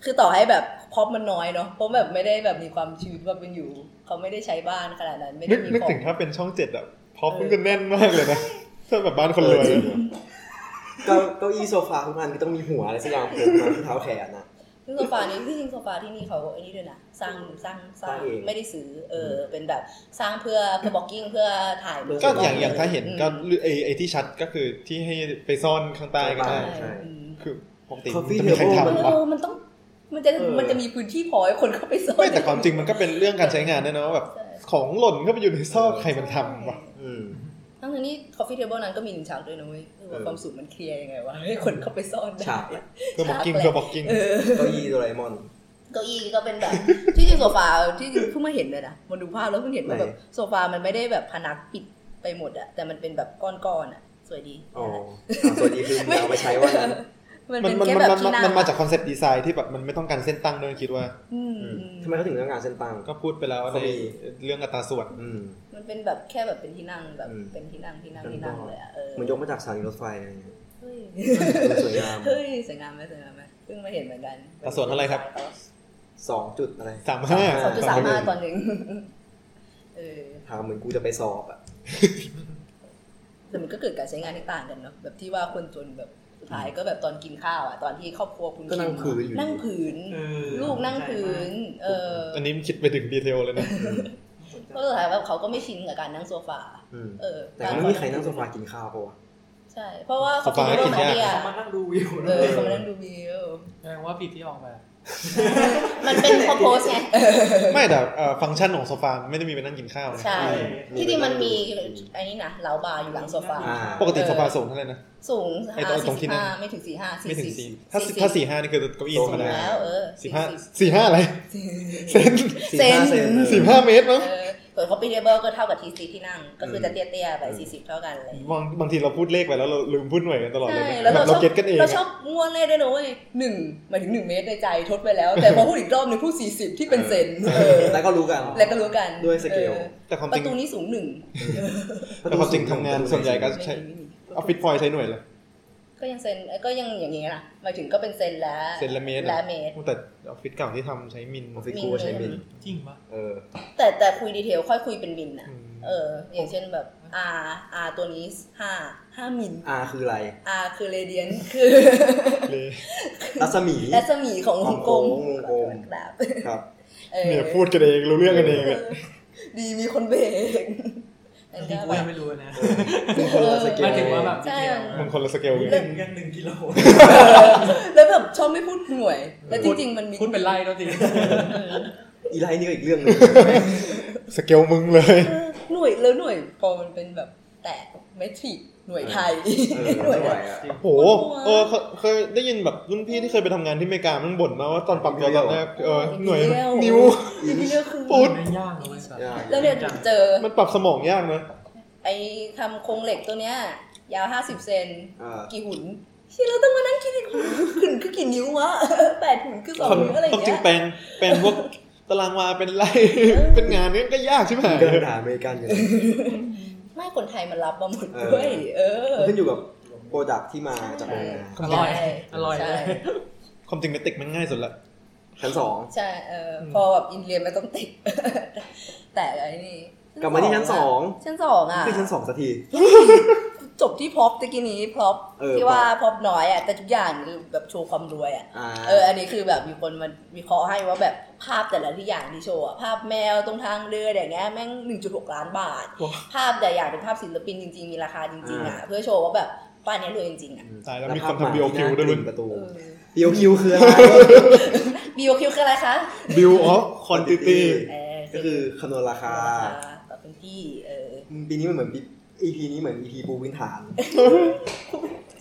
Speaker 6: คือต่อให้แบบพ็อปมันน้อยเนาะเพราะแบบไม่ได้แบบมีความชีวิตความเป็นอยู่ เขาไม่ได้ใช้บ้านขนาดนั้น ไม่
Speaker 4: นึ
Speaker 6: ได้
Speaker 4: ก
Speaker 6: มี
Speaker 4: นึก
Speaker 6: ของ
Speaker 4: ถึงถ้าเป็นช่องเจ็ดอะพอปมันจะแน่นมากเลยนะ ถ้าแบบบ้านคนรวยอะ
Speaker 3: เก้าเก้าอี้โซฟาทุกอันก็ต้องมีหัวอะไรสักอย่างโผล่มาที่เท้าแขนนะ
Speaker 6: ซึ่งโซฟานี้ที่จริงโซฟาที่นี่เขาไอ้นี่ด้วยนะสร้างสร้างสร้าง
Speaker 3: สร้างเอง
Speaker 6: ไม่ได้ซื้อเออเป็นแบบสร้างเพื่อเพื่อบ็อกกิ้งเพื่อถ่ายรูป
Speaker 4: ก็อย่างอย่างถ้าเห็นก็
Speaker 6: อืม
Speaker 4: ไอไอที่ชัดก็คือที่ให้ไปซ่อนข้างใต้ก็ได้
Speaker 3: ใช่
Speaker 6: อืม
Speaker 4: คือปกติ
Speaker 3: Coffee
Speaker 4: จะมีใคร
Speaker 3: table
Speaker 6: เอ
Speaker 4: ทำปะ
Speaker 6: อมันต้องมันจะ
Speaker 3: เออ
Speaker 6: มันจะมีพื้นที่พอให้คนเข้าไปซ่อน
Speaker 4: ไม่แต่ความจริงมันก็เป็นเรื่องการใช้งานด้วยนะว่าแบบ
Speaker 6: ใช่
Speaker 4: ของหล่นเข้าไปอยู่ในซอกใครมันทำวะ
Speaker 3: อืม
Speaker 6: ทั้งนี้คอฟฟี่เทเบิลนั้นก็มีหนึ่งฉากด้วยนะเว้ยคือว่า
Speaker 3: เออ
Speaker 6: ความสูงมันเคลียร์ยังไงวะให้คนเข้าไปซ่อนได้
Speaker 3: ฉากแหละ
Speaker 4: เพื่อบ็อกกิ้งเพื่อบ็อกกิ้ง
Speaker 6: เออ
Speaker 3: เก้าอี้โดราเอมอน
Speaker 6: เก้าอี้ก็เป็นแบบ ที่จริงโซฟาที่จริงเพิ่งมาเห็นเลยนะมันดูภาพแล้วเพิ่งเห็นว่าแบบ
Speaker 3: ไหน
Speaker 6: โซฟามันไม่ได้แบบพนักปิดไปหมดอะแต่มันเป็นแบบก้อนๆอะสวยดี
Speaker 3: อ๋ออ่ะสวัสดีคือมึงเอาไปใช้ว่างั้น
Speaker 6: มัน
Speaker 4: มันมั
Speaker 6: เป็น
Speaker 4: น
Speaker 6: แค่
Speaker 4: มัน
Speaker 6: แบ
Speaker 4: มั
Speaker 6: บ
Speaker 4: น
Speaker 6: ที่นั่ง
Speaker 4: มันมาจากคอนเซปต์ดีไซน์ที่แบบมันไม่ต้องการเส้นตั้งด้วยคิดว่า
Speaker 6: อืม
Speaker 3: ทำไมเขาถึงเรื่องงานเส้นตัง
Speaker 4: ก็พูดไปแล้ว
Speaker 3: เขา
Speaker 4: ใน
Speaker 3: มี
Speaker 4: เรื่องอัตราส่วน
Speaker 3: อืม
Speaker 6: มันเป็นแบบแค่แบบเป็นที่นั่งแบบ
Speaker 3: อืม
Speaker 6: เป็นที่นั่งที่นั่ง
Speaker 3: เป็น
Speaker 6: ที่นั่ง
Speaker 3: ตัว
Speaker 6: เลยอะเออ
Speaker 3: มันยกมาจากสถานีรถไฟอะไรอย่างเงี้ย
Speaker 6: เฮ้ย
Speaker 3: เออสวยงาม
Speaker 6: เฮ้ยสวยงามไหมสวยงามไหมเพิ่งมาเห็นเหมือนกัน
Speaker 4: แต่ส่วนเท่าไหร่ครับ
Speaker 3: สองจุดอะไร
Speaker 4: สามห้า
Speaker 6: สองจุดสามห้าตอนหนึ่ง เออ
Speaker 3: ถามเหมือนกูจะไปสอบอ่ะ
Speaker 6: แต่มันก็เกิดการใช้งานที่ต่างกันเนาะแบบที่ว่าคนจนแบบสุดท้ายก็แบบตอนกินข้าวอ่ะตอนที่ครอบครัวคุณ
Speaker 3: ก็นั่ง
Speaker 6: กิ
Speaker 3: พื้นอยู่
Speaker 6: นั่งผืน
Speaker 5: เออ
Speaker 6: ลูกนั่งผืน เออ
Speaker 4: อันนี้มันคิดไปถึงดีเทลเลย นะ
Speaker 6: เพราะสุดท้ายแบบเขาก็ไม่ชินกับการนั่งโซฟา
Speaker 3: อืม
Speaker 6: เออ
Speaker 3: แต่ไม่มีใครนั่งโซฟากินข้าวปะวะ
Speaker 6: ใช่ เพราะว่า
Speaker 4: สปาร์คกินยาก
Speaker 6: เดีย
Speaker 5: มานั่งดูวิว
Speaker 6: เออเขามานั่งดูวิว
Speaker 7: แสดงว่าผิดที่ออกแบบ
Speaker 6: มันเป็นพอโพส ไง
Speaker 4: ไม่แต่เอ่อฟังก์ชันของโซฟาไม่ได้มีไปนั่งกินข้าวนะ
Speaker 6: ใช่
Speaker 3: มี
Speaker 6: ที่จริงมันมี
Speaker 3: มี
Speaker 6: ไอ้นี่นะเหลาบาร์อยู่หลังโซฟา
Speaker 3: อ่า
Speaker 4: ปกติโซฟาสูงเท่าไหร่นะ
Speaker 6: สูง
Speaker 4: ไอ้ตรงตรงที่นั่ง
Speaker 6: 45ไม่ถึงสี่ห้า
Speaker 4: ไม่ถึงสี่
Speaker 6: สี่
Speaker 4: ถ้าถ้าสี่ห้านี่คือเก้าอี้ธรรมดา
Speaker 6: แล้ว เออ
Speaker 4: สี่ห้าสี่ห้าอะไร
Speaker 6: สี่
Speaker 4: เซน
Speaker 6: เซน
Speaker 4: สี่ห้าเมตรมั้ง
Speaker 6: เออส่วนเขาปีเทเบิลก็เท่ากับทีซีที่นั่ง ก็คือจะเตี้ยๆไปสี่สิบเท่ากันเลย
Speaker 4: บางบางทีเราพูดเลขไปแล้วเราลืมพูดหน่วยกันตลอดเลย
Speaker 6: ใช่
Speaker 4: นะ
Speaker 6: แล้ว
Speaker 4: แบบเรา
Speaker 6: เราชอบ
Speaker 4: เก็ตกันเอง
Speaker 6: เราชอ
Speaker 4: อะ
Speaker 6: บง่วนเล่ด้วยนะเว้ยหนึ่งหมายถึงหนึ่งเมตรในใจทดไปแล้ว แต่พอพูดอีกรอบหนึ่งพูดสี่สิบที่เป็นเซนเออ
Speaker 3: แล้วก็รู้กัน
Speaker 6: แล้วก็รู้กัน
Speaker 3: ด้วยสเกล
Speaker 6: ออ
Speaker 4: แต่ความ
Speaker 6: ป
Speaker 4: จริ
Speaker 6: ระ
Speaker 4: ง
Speaker 6: ตูนี้สูงหนึ่ง
Speaker 4: แต่ความจริงทำงานส่วนใหญ่ก็ใช้
Speaker 6: ไม่มี
Speaker 4: ออฟฟิศฟอยใช้หน่วยเลย
Speaker 6: ก็ยังเซนเอ้ยก็ยังอย่างงี้ล่ะหมายถึงก็เป็นเซนและ
Speaker 4: เซนละเมตร
Speaker 6: และเมตร
Speaker 4: แต่ออฟฟิศเก่าที่ทำใช้มิล
Speaker 3: ออฟฟิศกูก็ใช้บิน
Speaker 7: จริงปะ
Speaker 3: เออ
Speaker 6: แต่แต่คุยดีเทลค่อยคุยเป็นมิลนะ
Speaker 4: อืม
Speaker 6: เออ อย่างเช่นแบบ R R ตัวนี้ห้าห้ามิล
Speaker 3: R คืออะไร
Speaker 6: R คือเรเดียนคือ
Speaker 4: เลย
Speaker 3: รัศมี
Speaker 6: รัศมีของวงกลม
Speaker 3: ของวงกลม
Speaker 6: ครับ
Speaker 3: ครับ
Speaker 6: ออ
Speaker 4: เนี่ยพูดกันเองรู้เรื่องกันเองเลย
Speaker 6: ดีมีคนเบรก
Speaker 7: จริงๆกูยังไม่รู้เลยนะ
Speaker 3: คือคนละสเกล
Speaker 7: หมายถึงว่าแบบ
Speaker 6: ใช่มัน
Speaker 4: มันคนละสเกล
Speaker 7: ห
Speaker 4: ไง
Speaker 7: นึ่งกันหนึ่งกิโล
Speaker 6: แล้วแบบชอบไม่พูดหน่วย แล้วจริงๆมันมี
Speaker 7: พูดเป็นไล่แล้วจริง
Speaker 3: อีไลน์นี่ก็อีกเรื่องหนึง
Speaker 4: สเกลมึงเลย
Speaker 6: เออหน่วยแล้วหน่วยพอมันเป็นแบบแตะเมทริกหน่วยไทย
Speaker 3: เออ
Speaker 6: หน่วย
Speaker 3: ไม่ไหวอ่ะ
Speaker 4: โห เออเคยเคยได้ยินแบบรุ่นพี่ที่เคยไปทำงานที่อเมริกามันบ่นนะว่าตอนปรับตัวตอนแรกเออหน่วย
Speaker 6: นิ้ว
Speaker 4: นิ้ว
Speaker 6: ที่พี่เลือกคือ
Speaker 4: ปุ๊ด
Speaker 7: ไม่ยากเลยสัตว์
Speaker 3: ยาก
Speaker 6: แล้วเนี่ยเจอ
Speaker 4: มันปรับสมองยากนะ
Speaker 6: ไอ้คำโครงเหล็กตัวเนี้ย ยาวห้าสิบเซน
Speaker 3: อ่า
Speaker 6: กี่หุ่นที่เราต้องมานั่งคิดอีกหุ่นคือกี่นิ้ววะแปดหุ่นคือสอง
Speaker 4: คน
Speaker 6: นิ้วอะไรอ
Speaker 4: ต้อย่าง
Speaker 6: ง
Speaker 4: จึ
Speaker 6: เงี้
Speaker 4: ง
Speaker 6: ย
Speaker 4: แปลงแปลงว่าตารางวาเป็นไร เป็นงานนี้ก็ยากใช่ไหม
Speaker 3: เดินด่าอเมริกันอยู่
Speaker 6: ไม่คนไทยมันรับมาหมด
Speaker 3: เออ
Speaker 6: ด้วยเออ
Speaker 3: ขึ้นอยู่กับโปรดักที่มาจากโรงงาน
Speaker 7: อร่อย
Speaker 6: ใช่
Speaker 7: อร่อยเล
Speaker 6: ใช่
Speaker 7: ย
Speaker 4: ความจริงเมติกมันง่ายสุดละ
Speaker 3: ชั้นสอง
Speaker 6: ใช่เอออพอแบบอินเรียนมันต้องติด แต่ไอ้นี่
Speaker 3: กลับมาที่ชั้นสอง
Speaker 6: ชั้นสองอ่ะ
Speaker 3: ขึ้นชั้นสองสักที
Speaker 6: จบที่พร็อพตะกี้นี้พร็อพ
Speaker 3: เออ
Speaker 6: ที่ว่าพร็อพน้อยอ่ะแต่ทุกอย่างคือแบบโชว์ความรวยอ่ะ
Speaker 3: อ่า
Speaker 6: เอออันนี้คือแบบมีคนมาวิเคราะห์ให้ว่าแบบภาพแต่ละที่อย่างที่โชว์อะภาพแมวตรงทางเดินอย่างเงี้ยแม่ง 1.6 ล้านบาท
Speaker 4: ว้าว
Speaker 6: ภาพแต่อย่างเป็นภาพศิลปินจริง ๆ มีราคาจริง ๆ อ่ะ
Speaker 3: อ่า
Speaker 6: เพื่อโชว์ว่าแบบบ้านเนี้ยรวยจริงๆอ่ะ
Speaker 4: ตายแล้วมีคนทำ BOQ ด้วยมึง
Speaker 3: ประตู BOQ คืออะไร
Speaker 6: บีโอคิวคืออะไรคะ
Speaker 4: บิลออฟคอนติตี้
Speaker 6: เออ
Speaker 3: ก็คือคำนวณราคา
Speaker 6: ราคาต่อเป็นที่เออ
Speaker 3: มึงปีนี้มันเหมือน EP นี้เหมือน EP ปูพื้นฐาน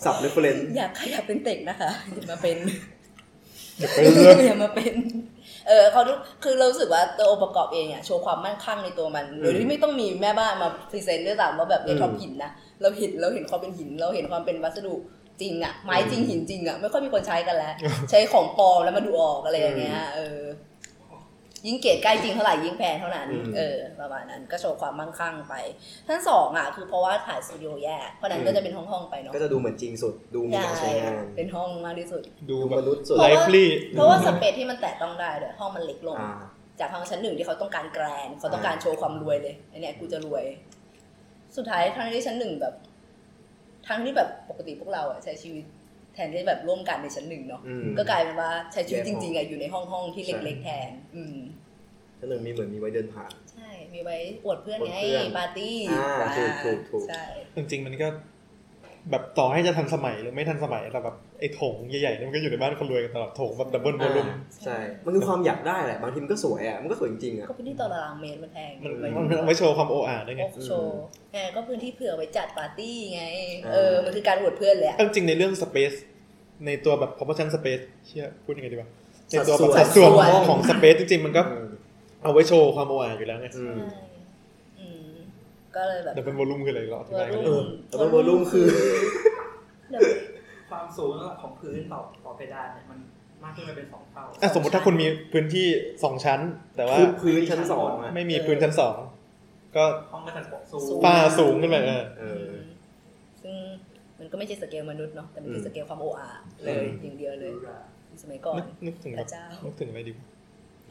Speaker 3: สับเรฟเฟรนซ์
Speaker 6: อยากขยับเป็นเต็กนะคะ อย่ามาเป็น
Speaker 4: อย่าไปเลย
Speaker 6: อย่ามาเป็น เออเขาดูคือเรารู้สึกว่าตัวองค์ประกอบเองอะโชว์ความมั่นคงในตัวมันโดยที่ไม่ต้องมีแม่บ้านมาพรีเซนต์ด้วยซ้ำว่าแบบเนี่ยท็อปหินนะเราเห็นเราเห็นความเป็นหิน เราเห็นความเป็นวัสดุจริงอะไม้จริงหินจริงอะไม่ค่อยมีคนใช้กันแล้ว ใช้ของปลอมแล้วมาดูออกอะไรอย่างเงี้ยเออ ยิ่งเกรดใกล้จริงเท่าไหร่ยิ่งแพงเท่านั้น เออประมาณนั้นก็โชว์ความมั่งคั่งไปท่านสองอ่ะคือเพราะว่าถ่ายสตูดิโอแยกเพราะนั้นก็จะเป็นห้องๆไปเนาะ
Speaker 3: ก็จะดูเหมือนจริงสุด ดูมีการใช้
Speaker 6: ใช่
Speaker 3: งาน
Speaker 6: เป็นห้องมากที่สุด
Speaker 4: ดู
Speaker 3: ดู
Speaker 4: แบ
Speaker 3: ม
Speaker 4: บ
Speaker 3: นุษย์สุด
Speaker 6: เพราะว่า
Speaker 4: lively
Speaker 6: เพราะว่าสเปซที่มันแตะต้องได้เดี๋ยวห้องมันเล็กลง
Speaker 3: อ่า
Speaker 6: จากห้องชั้นหนึ่งที่เขาต้องการแกรนเขาต้องการโชว์ความรวยเลยไอเนี้ยกูจะรวย สุดท้ายทั้งที่ชั้นหนึ่งแบบ ทั้งที่แบบปกติพวกเราอะใช้ชีวิต แทนที่แบบร่วมกันในชั้นหนึ่งเนาะ
Speaker 3: อืม
Speaker 6: ก็กลายเป็นว่าใช้ชีวิต
Speaker 3: แย
Speaker 6: จ
Speaker 3: กห้อง
Speaker 6: ริงๆอะอยู่ในห้องห้องที่
Speaker 3: ใช่
Speaker 6: เล็กๆแทน อืม
Speaker 3: ชั้นหนึ่งมีเหมือนมีไว้เดินผ่าน
Speaker 6: ใช่ มีไว้อวดเพื่อนไง
Speaker 3: อวดเพื่อน
Speaker 6: ปาร์ตี้
Speaker 3: อ่าถูกถูกถูก
Speaker 6: ใช่
Speaker 4: จริงๆมันก็ แบบต่อให้จะทันสมัยหรือไม่ทันสมัยแต่แบบไอ้โถงใหญ่ๆเนี่ยมันก็อยู่ในบ้านคนรวยกันตลอดโถงแบบดับเบิลวอลลุ่ม
Speaker 3: อ่าใช่ มันคือความอยากได้แหละ บางทีมันก็สวยอ่ะ มันก็สวยจริงๆอ่ะ
Speaker 6: ก็พื้นที่ต่อตารางเมตรมันแพง
Speaker 4: มันมันเอาไว้โชว์ความโอ้อาได้ไง
Speaker 6: โอ๊คโชว์ไงก็พื้นที่เผื่อไว้จัดปาร์ตี้ไง
Speaker 3: อ่า
Speaker 6: เออ มันคือการอวดเพื่อนเลยอะ
Speaker 4: เอาจริงในเรื่องสเปซในตัวแบบ proportion space เชี่ยพูดยังไงดีวะในตัวแบบ
Speaker 3: สั
Speaker 4: สั
Speaker 3: ด
Speaker 4: ด
Speaker 3: ส่
Speaker 4: ส่
Speaker 3: ว
Speaker 4: วน นของสเปซจริงๆ มันก็
Speaker 3: อืม
Speaker 4: เอาไว้โชว์ความโอ้อาอยู่แล้วไง
Speaker 3: อืม
Speaker 6: ใช่อืม ก็เลยแบบ
Speaker 4: ดับเบิลวอลลุ่มคืออะไรก็อ
Speaker 6: วอบ
Speaker 4: ธิายไม่
Speaker 6: ลุ่
Speaker 4: ได้
Speaker 3: เออ
Speaker 6: ม
Speaker 3: แล้ววอลลุ่มคือ
Speaker 6: เดี๋ยว
Speaker 5: ความสูงของพื้นต่อต่อเพดานเนี่ยมันมากขึ้นไปเป็นสองเท่า
Speaker 4: อ่ะสมมติถ้าคุณมีพื้นที่ 2 ชั้น แต่ว่า
Speaker 3: คือพื้นชั้นสองอ่ะ
Speaker 4: ไม่มีพื้นชั้นสองก็
Speaker 5: ห้องก็จะสูง
Speaker 4: ฝ้าสูงขึ้นไปเออ
Speaker 3: เออ
Speaker 6: ซึ่งมันก็ไม่ใช่สเกลมนุษย์เนาะ แต่มันคือ
Speaker 3: ม
Speaker 6: สเกลความโออาเลย อย่างเดียวเลย สมัยก่อน
Speaker 4: นึกนึกถึงแบบ
Speaker 6: พระเจ้า
Speaker 4: นึกถึงอะไรดีวะ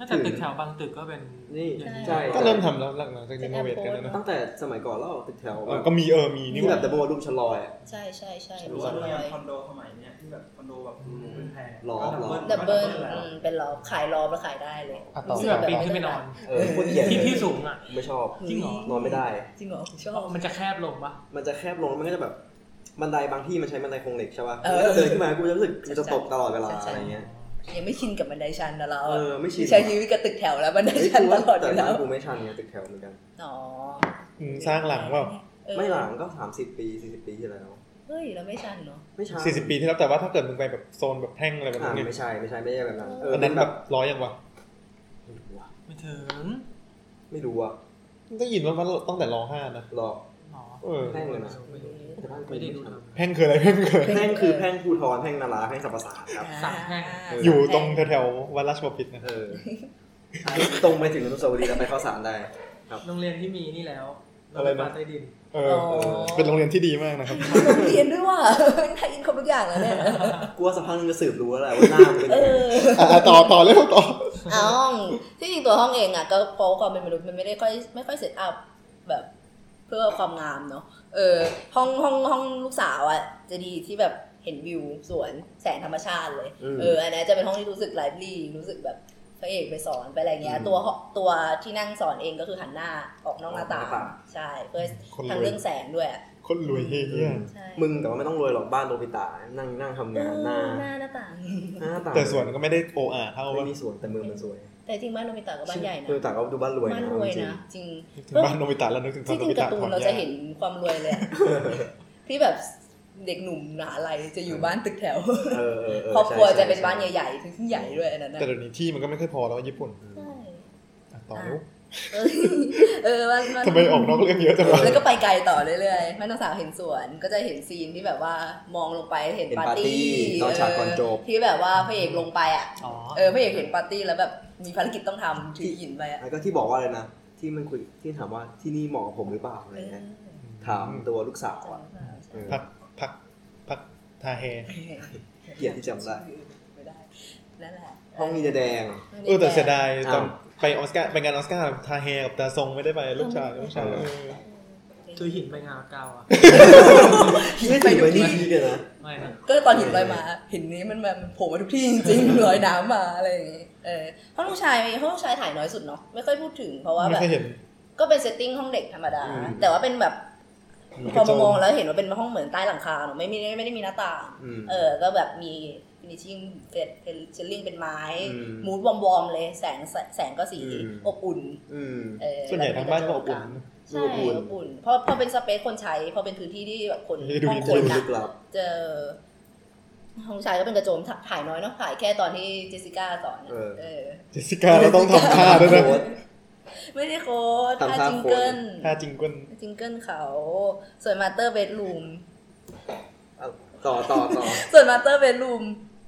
Speaker 7: น่าจะตึกแถวบางตึกก็เป็น
Speaker 3: นี่
Speaker 7: อย่าง
Speaker 3: ใช่
Speaker 4: ก็เริ่มทำแล้วหลังจากนี้โนเวทกันแล้วนะ
Speaker 3: ตั้งแต่สมัยก่อนแล้วตึกแถว
Speaker 4: เออก็มีเออมีนี่
Speaker 3: ที่
Speaker 4: ห
Speaker 3: แบ
Speaker 4: ว่า
Speaker 3: บดับเบิลวอลลุ่มชะลอยอ่ะ
Speaker 6: ใช่ใช่ใช่
Speaker 5: หรือ
Speaker 6: มี
Speaker 5: ว่า
Speaker 6: ชั้นล
Speaker 5: อย่าง
Speaker 6: อย
Speaker 5: คอนโดสมัยเนี่ยที่แบบคอนโดแบบหรูๆเป็นแพง
Speaker 3: ล้อม
Speaker 6: ดับเบิล
Speaker 5: แว
Speaker 6: อืมเป็นล้อมขายล้อมแล้วขายได้เลย
Speaker 4: อ่ะต่อ
Speaker 7: เสื้อปีนขึ้นไปนอน
Speaker 3: เออโคนเกลียด
Speaker 7: ที่
Speaker 3: เลย
Speaker 7: ที่สูงอ่ะ
Speaker 3: ไม่ชอบ
Speaker 7: จริงเหรอ
Speaker 3: นอนไม่ได้
Speaker 6: จริงเหรอชอบ
Speaker 7: มันจะแคบลงปะ
Speaker 3: มันจะแคบลงแล้วมันก็จะแบบบันไดบางที่มันใช้บันไดโครงเหล็กใช่ป่ะ
Speaker 6: เออ
Speaker 3: เดินขึ้นมากูจะรู้สึกกูจะตกตลอดเวลา
Speaker 6: ใช่
Speaker 3: อะไรเงี้ย
Speaker 6: ยังไม่ชินกับบันไดชันนะเรา
Speaker 3: เอ
Speaker 6: อะ
Speaker 3: อไม่ชิน
Speaker 6: ใช้ชีวิตกับตึกแถวแล้วบันได
Speaker 3: เฮ้ย
Speaker 6: ชัน
Speaker 3: กู
Speaker 6: ต
Speaker 3: ว่า
Speaker 6: ลอดอ
Speaker 3: แต่
Speaker 6: ยู่
Speaker 3: บ้า
Speaker 6: แล้
Speaker 3: น
Speaker 6: ว
Speaker 3: กูไม่ชันไงตึกแถวเหมือนกัน
Speaker 6: อ๋อ
Speaker 4: อืมสร้างหลังเปล่า
Speaker 6: เออ
Speaker 3: ไม่หลังก็ 30 ปี 40 ปีที่แล้ว
Speaker 6: เฮ้ยเราไม่ชันเนาะ
Speaker 3: ไม่ใช่
Speaker 4: สี่สิบปีที่แล้วแต่ว่าถ้าเกิดมึงไปแบบโซนแบบแท่งอะไรแบบ
Speaker 3: อ่า
Speaker 4: นั้นเนี่ย
Speaker 3: ไม่ใช่ไม่ใช่ไม่ใช่แบบนั้นเออ
Speaker 4: อัน
Speaker 3: เป็
Speaker 4: นั้น น
Speaker 3: แบ
Speaker 4: แบบ บร้อยยังวะ
Speaker 7: ไม่ถึง
Speaker 3: ไม่รู้อะ
Speaker 4: ได้ยินว่าตั้งแต่รอห้านะ
Speaker 3: หรอก
Speaker 7: หรอ
Speaker 4: เออ
Speaker 3: แพ่งเลยนะ
Speaker 7: ไม่รู้
Speaker 3: แต่บ้านกู
Speaker 7: ไม่ได้
Speaker 3: ไม่
Speaker 7: ดู
Speaker 3: ชัน
Speaker 7: ทำ
Speaker 4: แพ่งคืออะไรแพ่งคืออะไร
Speaker 3: แพ่งคือแพ่งภูทรแพ่งนาราแพ่งสัปปสาครับ
Speaker 7: สามแพร่ง
Speaker 4: อยู่ตรงแถวๆวัดราชบพิตรนะ
Speaker 3: เออตรงไปถึงอนุสาวรีย์แล้วไปเข้าสารได้
Speaker 7: โรงเรียนที่มีนี่แล้ว
Speaker 4: อะไรนะ
Speaker 7: โงพยาบาลใต้ดิน
Speaker 4: เออ
Speaker 6: อ๋อ
Speaker 4: เป็นโรงเรียนที่ดีมากนะครับ
Speaker 6: เรียนด้วยว่ะ ไทยอินครบทุกอย่างแล้วเนี่ย
Speaker 3: กลัวสักพักนึงจะสืบรู้แล้วแหละว่าหน้ามันเป็น
Speaker 6: เอ
Speaker 3: ยังไง
Speaker 6: อ
Speaker 4: อ่ะต่อต่อเร็วต่อ
Speaker 6: เอาที่จริงตัวห้องเองอ่ะก็เพราะว่าความเป็นมนุษย์มันไม่ได้ค่อยไม่ค่อยเซตอัพแบบเพื่อความงามเนาะเออห้องห้องห้องลูกสาวอ่ะจะดีที่แบบเห็นวิวสวนแสงธรรมชาติเลย
Speaker 3: อืม
Speaker 6: เอออันนี้จะเป็นห้องที่รู้สึกไลฟ์ลีรู้สึกแบบพระเอกไปสอนไปอะไรเงี้ย
Speaker 3: อืม
Speaker 6: ตัวห้องตัวที่นั่งสอนเองก็คือหันหน้าออกนอกหน้าต่า
Speaker 3: ออกนอกหน้าต่าง ง
Speaker 6: ใช่เพื่อ
Speaker 4: คน
Speaker 6: ทาง
Speaker 4: รวย
Speaker 6: เรื่องแสงด้วยอะ
Speaker 4: คนรวยเฮีย
Speaker 6: ใช่
Speaker 3: มึงแต่ว่าไม่ต้องรวยหรอกบ้านโรบิตานั่งนั่ง
Speaker 6: เอง
Speaker 3: ทำาน
Speaker 6: อ
Speaker 3: ห
Speaker 6: ห
Speaker 3: น้า
Speaker 6: น้าหน้าต่าง
Speaker 3: หน้าต่าง
Speaker 4: แต่สวนก็ไม่ได้โออาเท่า
Speaker 3: ไม่
Speaker 4: ว่า
Speaker 3: มีสวนแต่เมืองมันสวย
Speaker 6: แต่จริงบ้านโนมิตะก็บ้านใหญ่นะ
Speaker 3: โรบิตาก็ดูบ้านรวย
Speaker 6: บ้าน
Speaker 3: นะ
Speaker 6: รวย
Speaker 3: จริง
Speaker 6: นะจริง
Speaker 4: ถึงบ้านโนบิตะแล้วนึกถึงตอน
Speaker 6: ที่
Speaker 4: โน
Speaker 6: จริง
Speaker 4: บิ
Speaker 6: กา
Speaker 4: ตะ
Speaker 6: ร์ตู
Speaker 4: ถอน น
Speaker 6: เรา
Speaker 4: หญ้า
Speaker 6: จะเห็นความรวยเลยอะ ที่แบบเด็กหนุ่มมหาลัยจะอยู่บ้านตึกแถว
Speaker 3: เออเออเออ
Speaker 6: ครอบครัว
Speaker 3: ใช่
Speaker 6: จะ
Speaker 3: ใช่
Speaker 6: เป็นบ้าน
Speaker 3: ใช่
Speaker 6: ใหญ่ๆที่ใหญ่ด้วยอันนั้นนะ
Speaker 4: แต่เดี๋ยวนี้ที่มันก็ไม่ค่อยพอแล้วญี่ปุ่น
Speaker 6: ใช่
Speaker 4: อ่ะต่อเร็ว
Speaker 6: เออเออมันมัน
Speaker 4: ทำไมออกนอกเรื่องเยอะจังวะ
Speaker 6: แล้วก็ไปไกลต่อเรื่อยๆแม่น้องสาวเห็นสวนก็จะเห็นซีนที่แบบว่ามองลงไปเห็น
Speaker 3: เห็น
Speaker 6: ปา
Speaker 3: ปาร์
Speaker 6: ร์
Speaker 3: ตี้
Speaker 6: ตี้
Speaker 3: ตอนฉากก่อนจบ
Speaker 6: เที่แบบว่าพระเอกลงไปอ่ะ
Speaker 7: อ๋อ
Speaker 6: เออพระเอกเห็นปาร์ตี้แล้วแบบมีภารกิจต้องทำถือหินไปอ่ะ
Speaker 3: แล้วก็ที่บอกว่าอะไรนะที่มันคุยที่ถามว่าที่นี่เหมาะกับผมหรือเปล่าอะไรเงี้ยถามตัวลูกสาวอ่ะเออ
Speaker 4: พักพักพักทาแฮ
Speaker 3: เกลียดที่จำได้
Speaker 6: ไม่ได้นั่นแหละ
Speaker 3: ห้องนี้จะแดง
Speaker 4: เออแต่เสียดายตอน
Speaker 3: อ้าว
Speaker 4: ไปออสการ์ไปงานออสการ์ทาแฮกับตาทรงไม่ได้ไปลูกชายลูกชายเออ
Speaker 7: คือหินไปงานเก่าอ่ะ
Speaker 3: พี่ไม่ถึงไปนี่พี่กันนะ
Speaker 7: ไม่นะ
Speaker 6: ก็ตอนหินลอยมาเห็นนี้มันแบบโผล่มาทุกที่จริงๆ ลอยน้ำมาอะไรอย่างงี้เออห้องลูกชายห้องลูกชายถ่ายน้อยสุดเนาะไม่ค่อยพูดถึงเพราะว่า
Speaker 4: ไม่
Speaker 6: แบบ
Speaker 4: เคยเห็น
Speaker 6: ก็เป็นเซตติ้งห้องเด็กธรรมดา
Speaker 4: อืม
Speaker 6: แต่ว่าเป็นแบบพ
Speaker 4: ก
Speaker 6: อ
Speaker 4: ระจก
Speaker 6: มองแล้วเห็นว่าเป็นห้องเหมือนใต้หลังคาเนาะไม่มีไม่ได้มีหน้าต่าง
Speaker 3: อืม
Speaker 6: เออก็แบบมีฟินิชชิ่งเป็นเชลลิ่งเป็นไม้
Speaker 3: อืม
Speaker 6: มูดวอมๆเลยแสงแสงก็สี
Speaker 3: อืม
Speaker 6: อบอุ่น
Speaker 3: อืม
Speaker 6: เออ
Speaker 4: ส่วนใหญ่ทางบ้านก็อบอุ่น
Speaker 6: ใช่
Speaker 3: อบอุ่น
Speaker 6: อบอุ่นเพราะเพราะเป็นสเปซคนใช้เพราะเป็นพื้นที่ที่แบบคน
Speaker 4: ดู
Speaker 6: ห้อง
Speaker 4: ดี
Speaker 6: คน
Speaker 3: ดู
Speaker 6: นะ
Speaker 3: ลึกลับ
Speaker 6: เจอห้องชายก็เป็นกระโจมถถ่ายน้อยเนาะถ่ายแค่ตอนที่เจสสิก้าสอนน่ะ
Speaker 3: เออ
Speaker 6: เออ
Speaker 4: เจสสิก้าเราต้องทำท่าด้วยนะ
Speaker 3: โพสต์
Speaker 6: ไม่ได้โค้ด
Speaker 3: ทำ
Speaker 6: ถ่าย
Speaker 3: ท่า
Speaker 6: จิง
Speaker 3: โค้ด
Speaker 6: เกิล
Speaker 4: ท่าจริงกวน
Speaker 6: จิงเกิลเขา ส่วนมาสเตอร์เบดรูม
Speaker 3: เอาต่อต่อ ต่อ
Speaker 6: ส่วนมาสเตอร์เบดรูม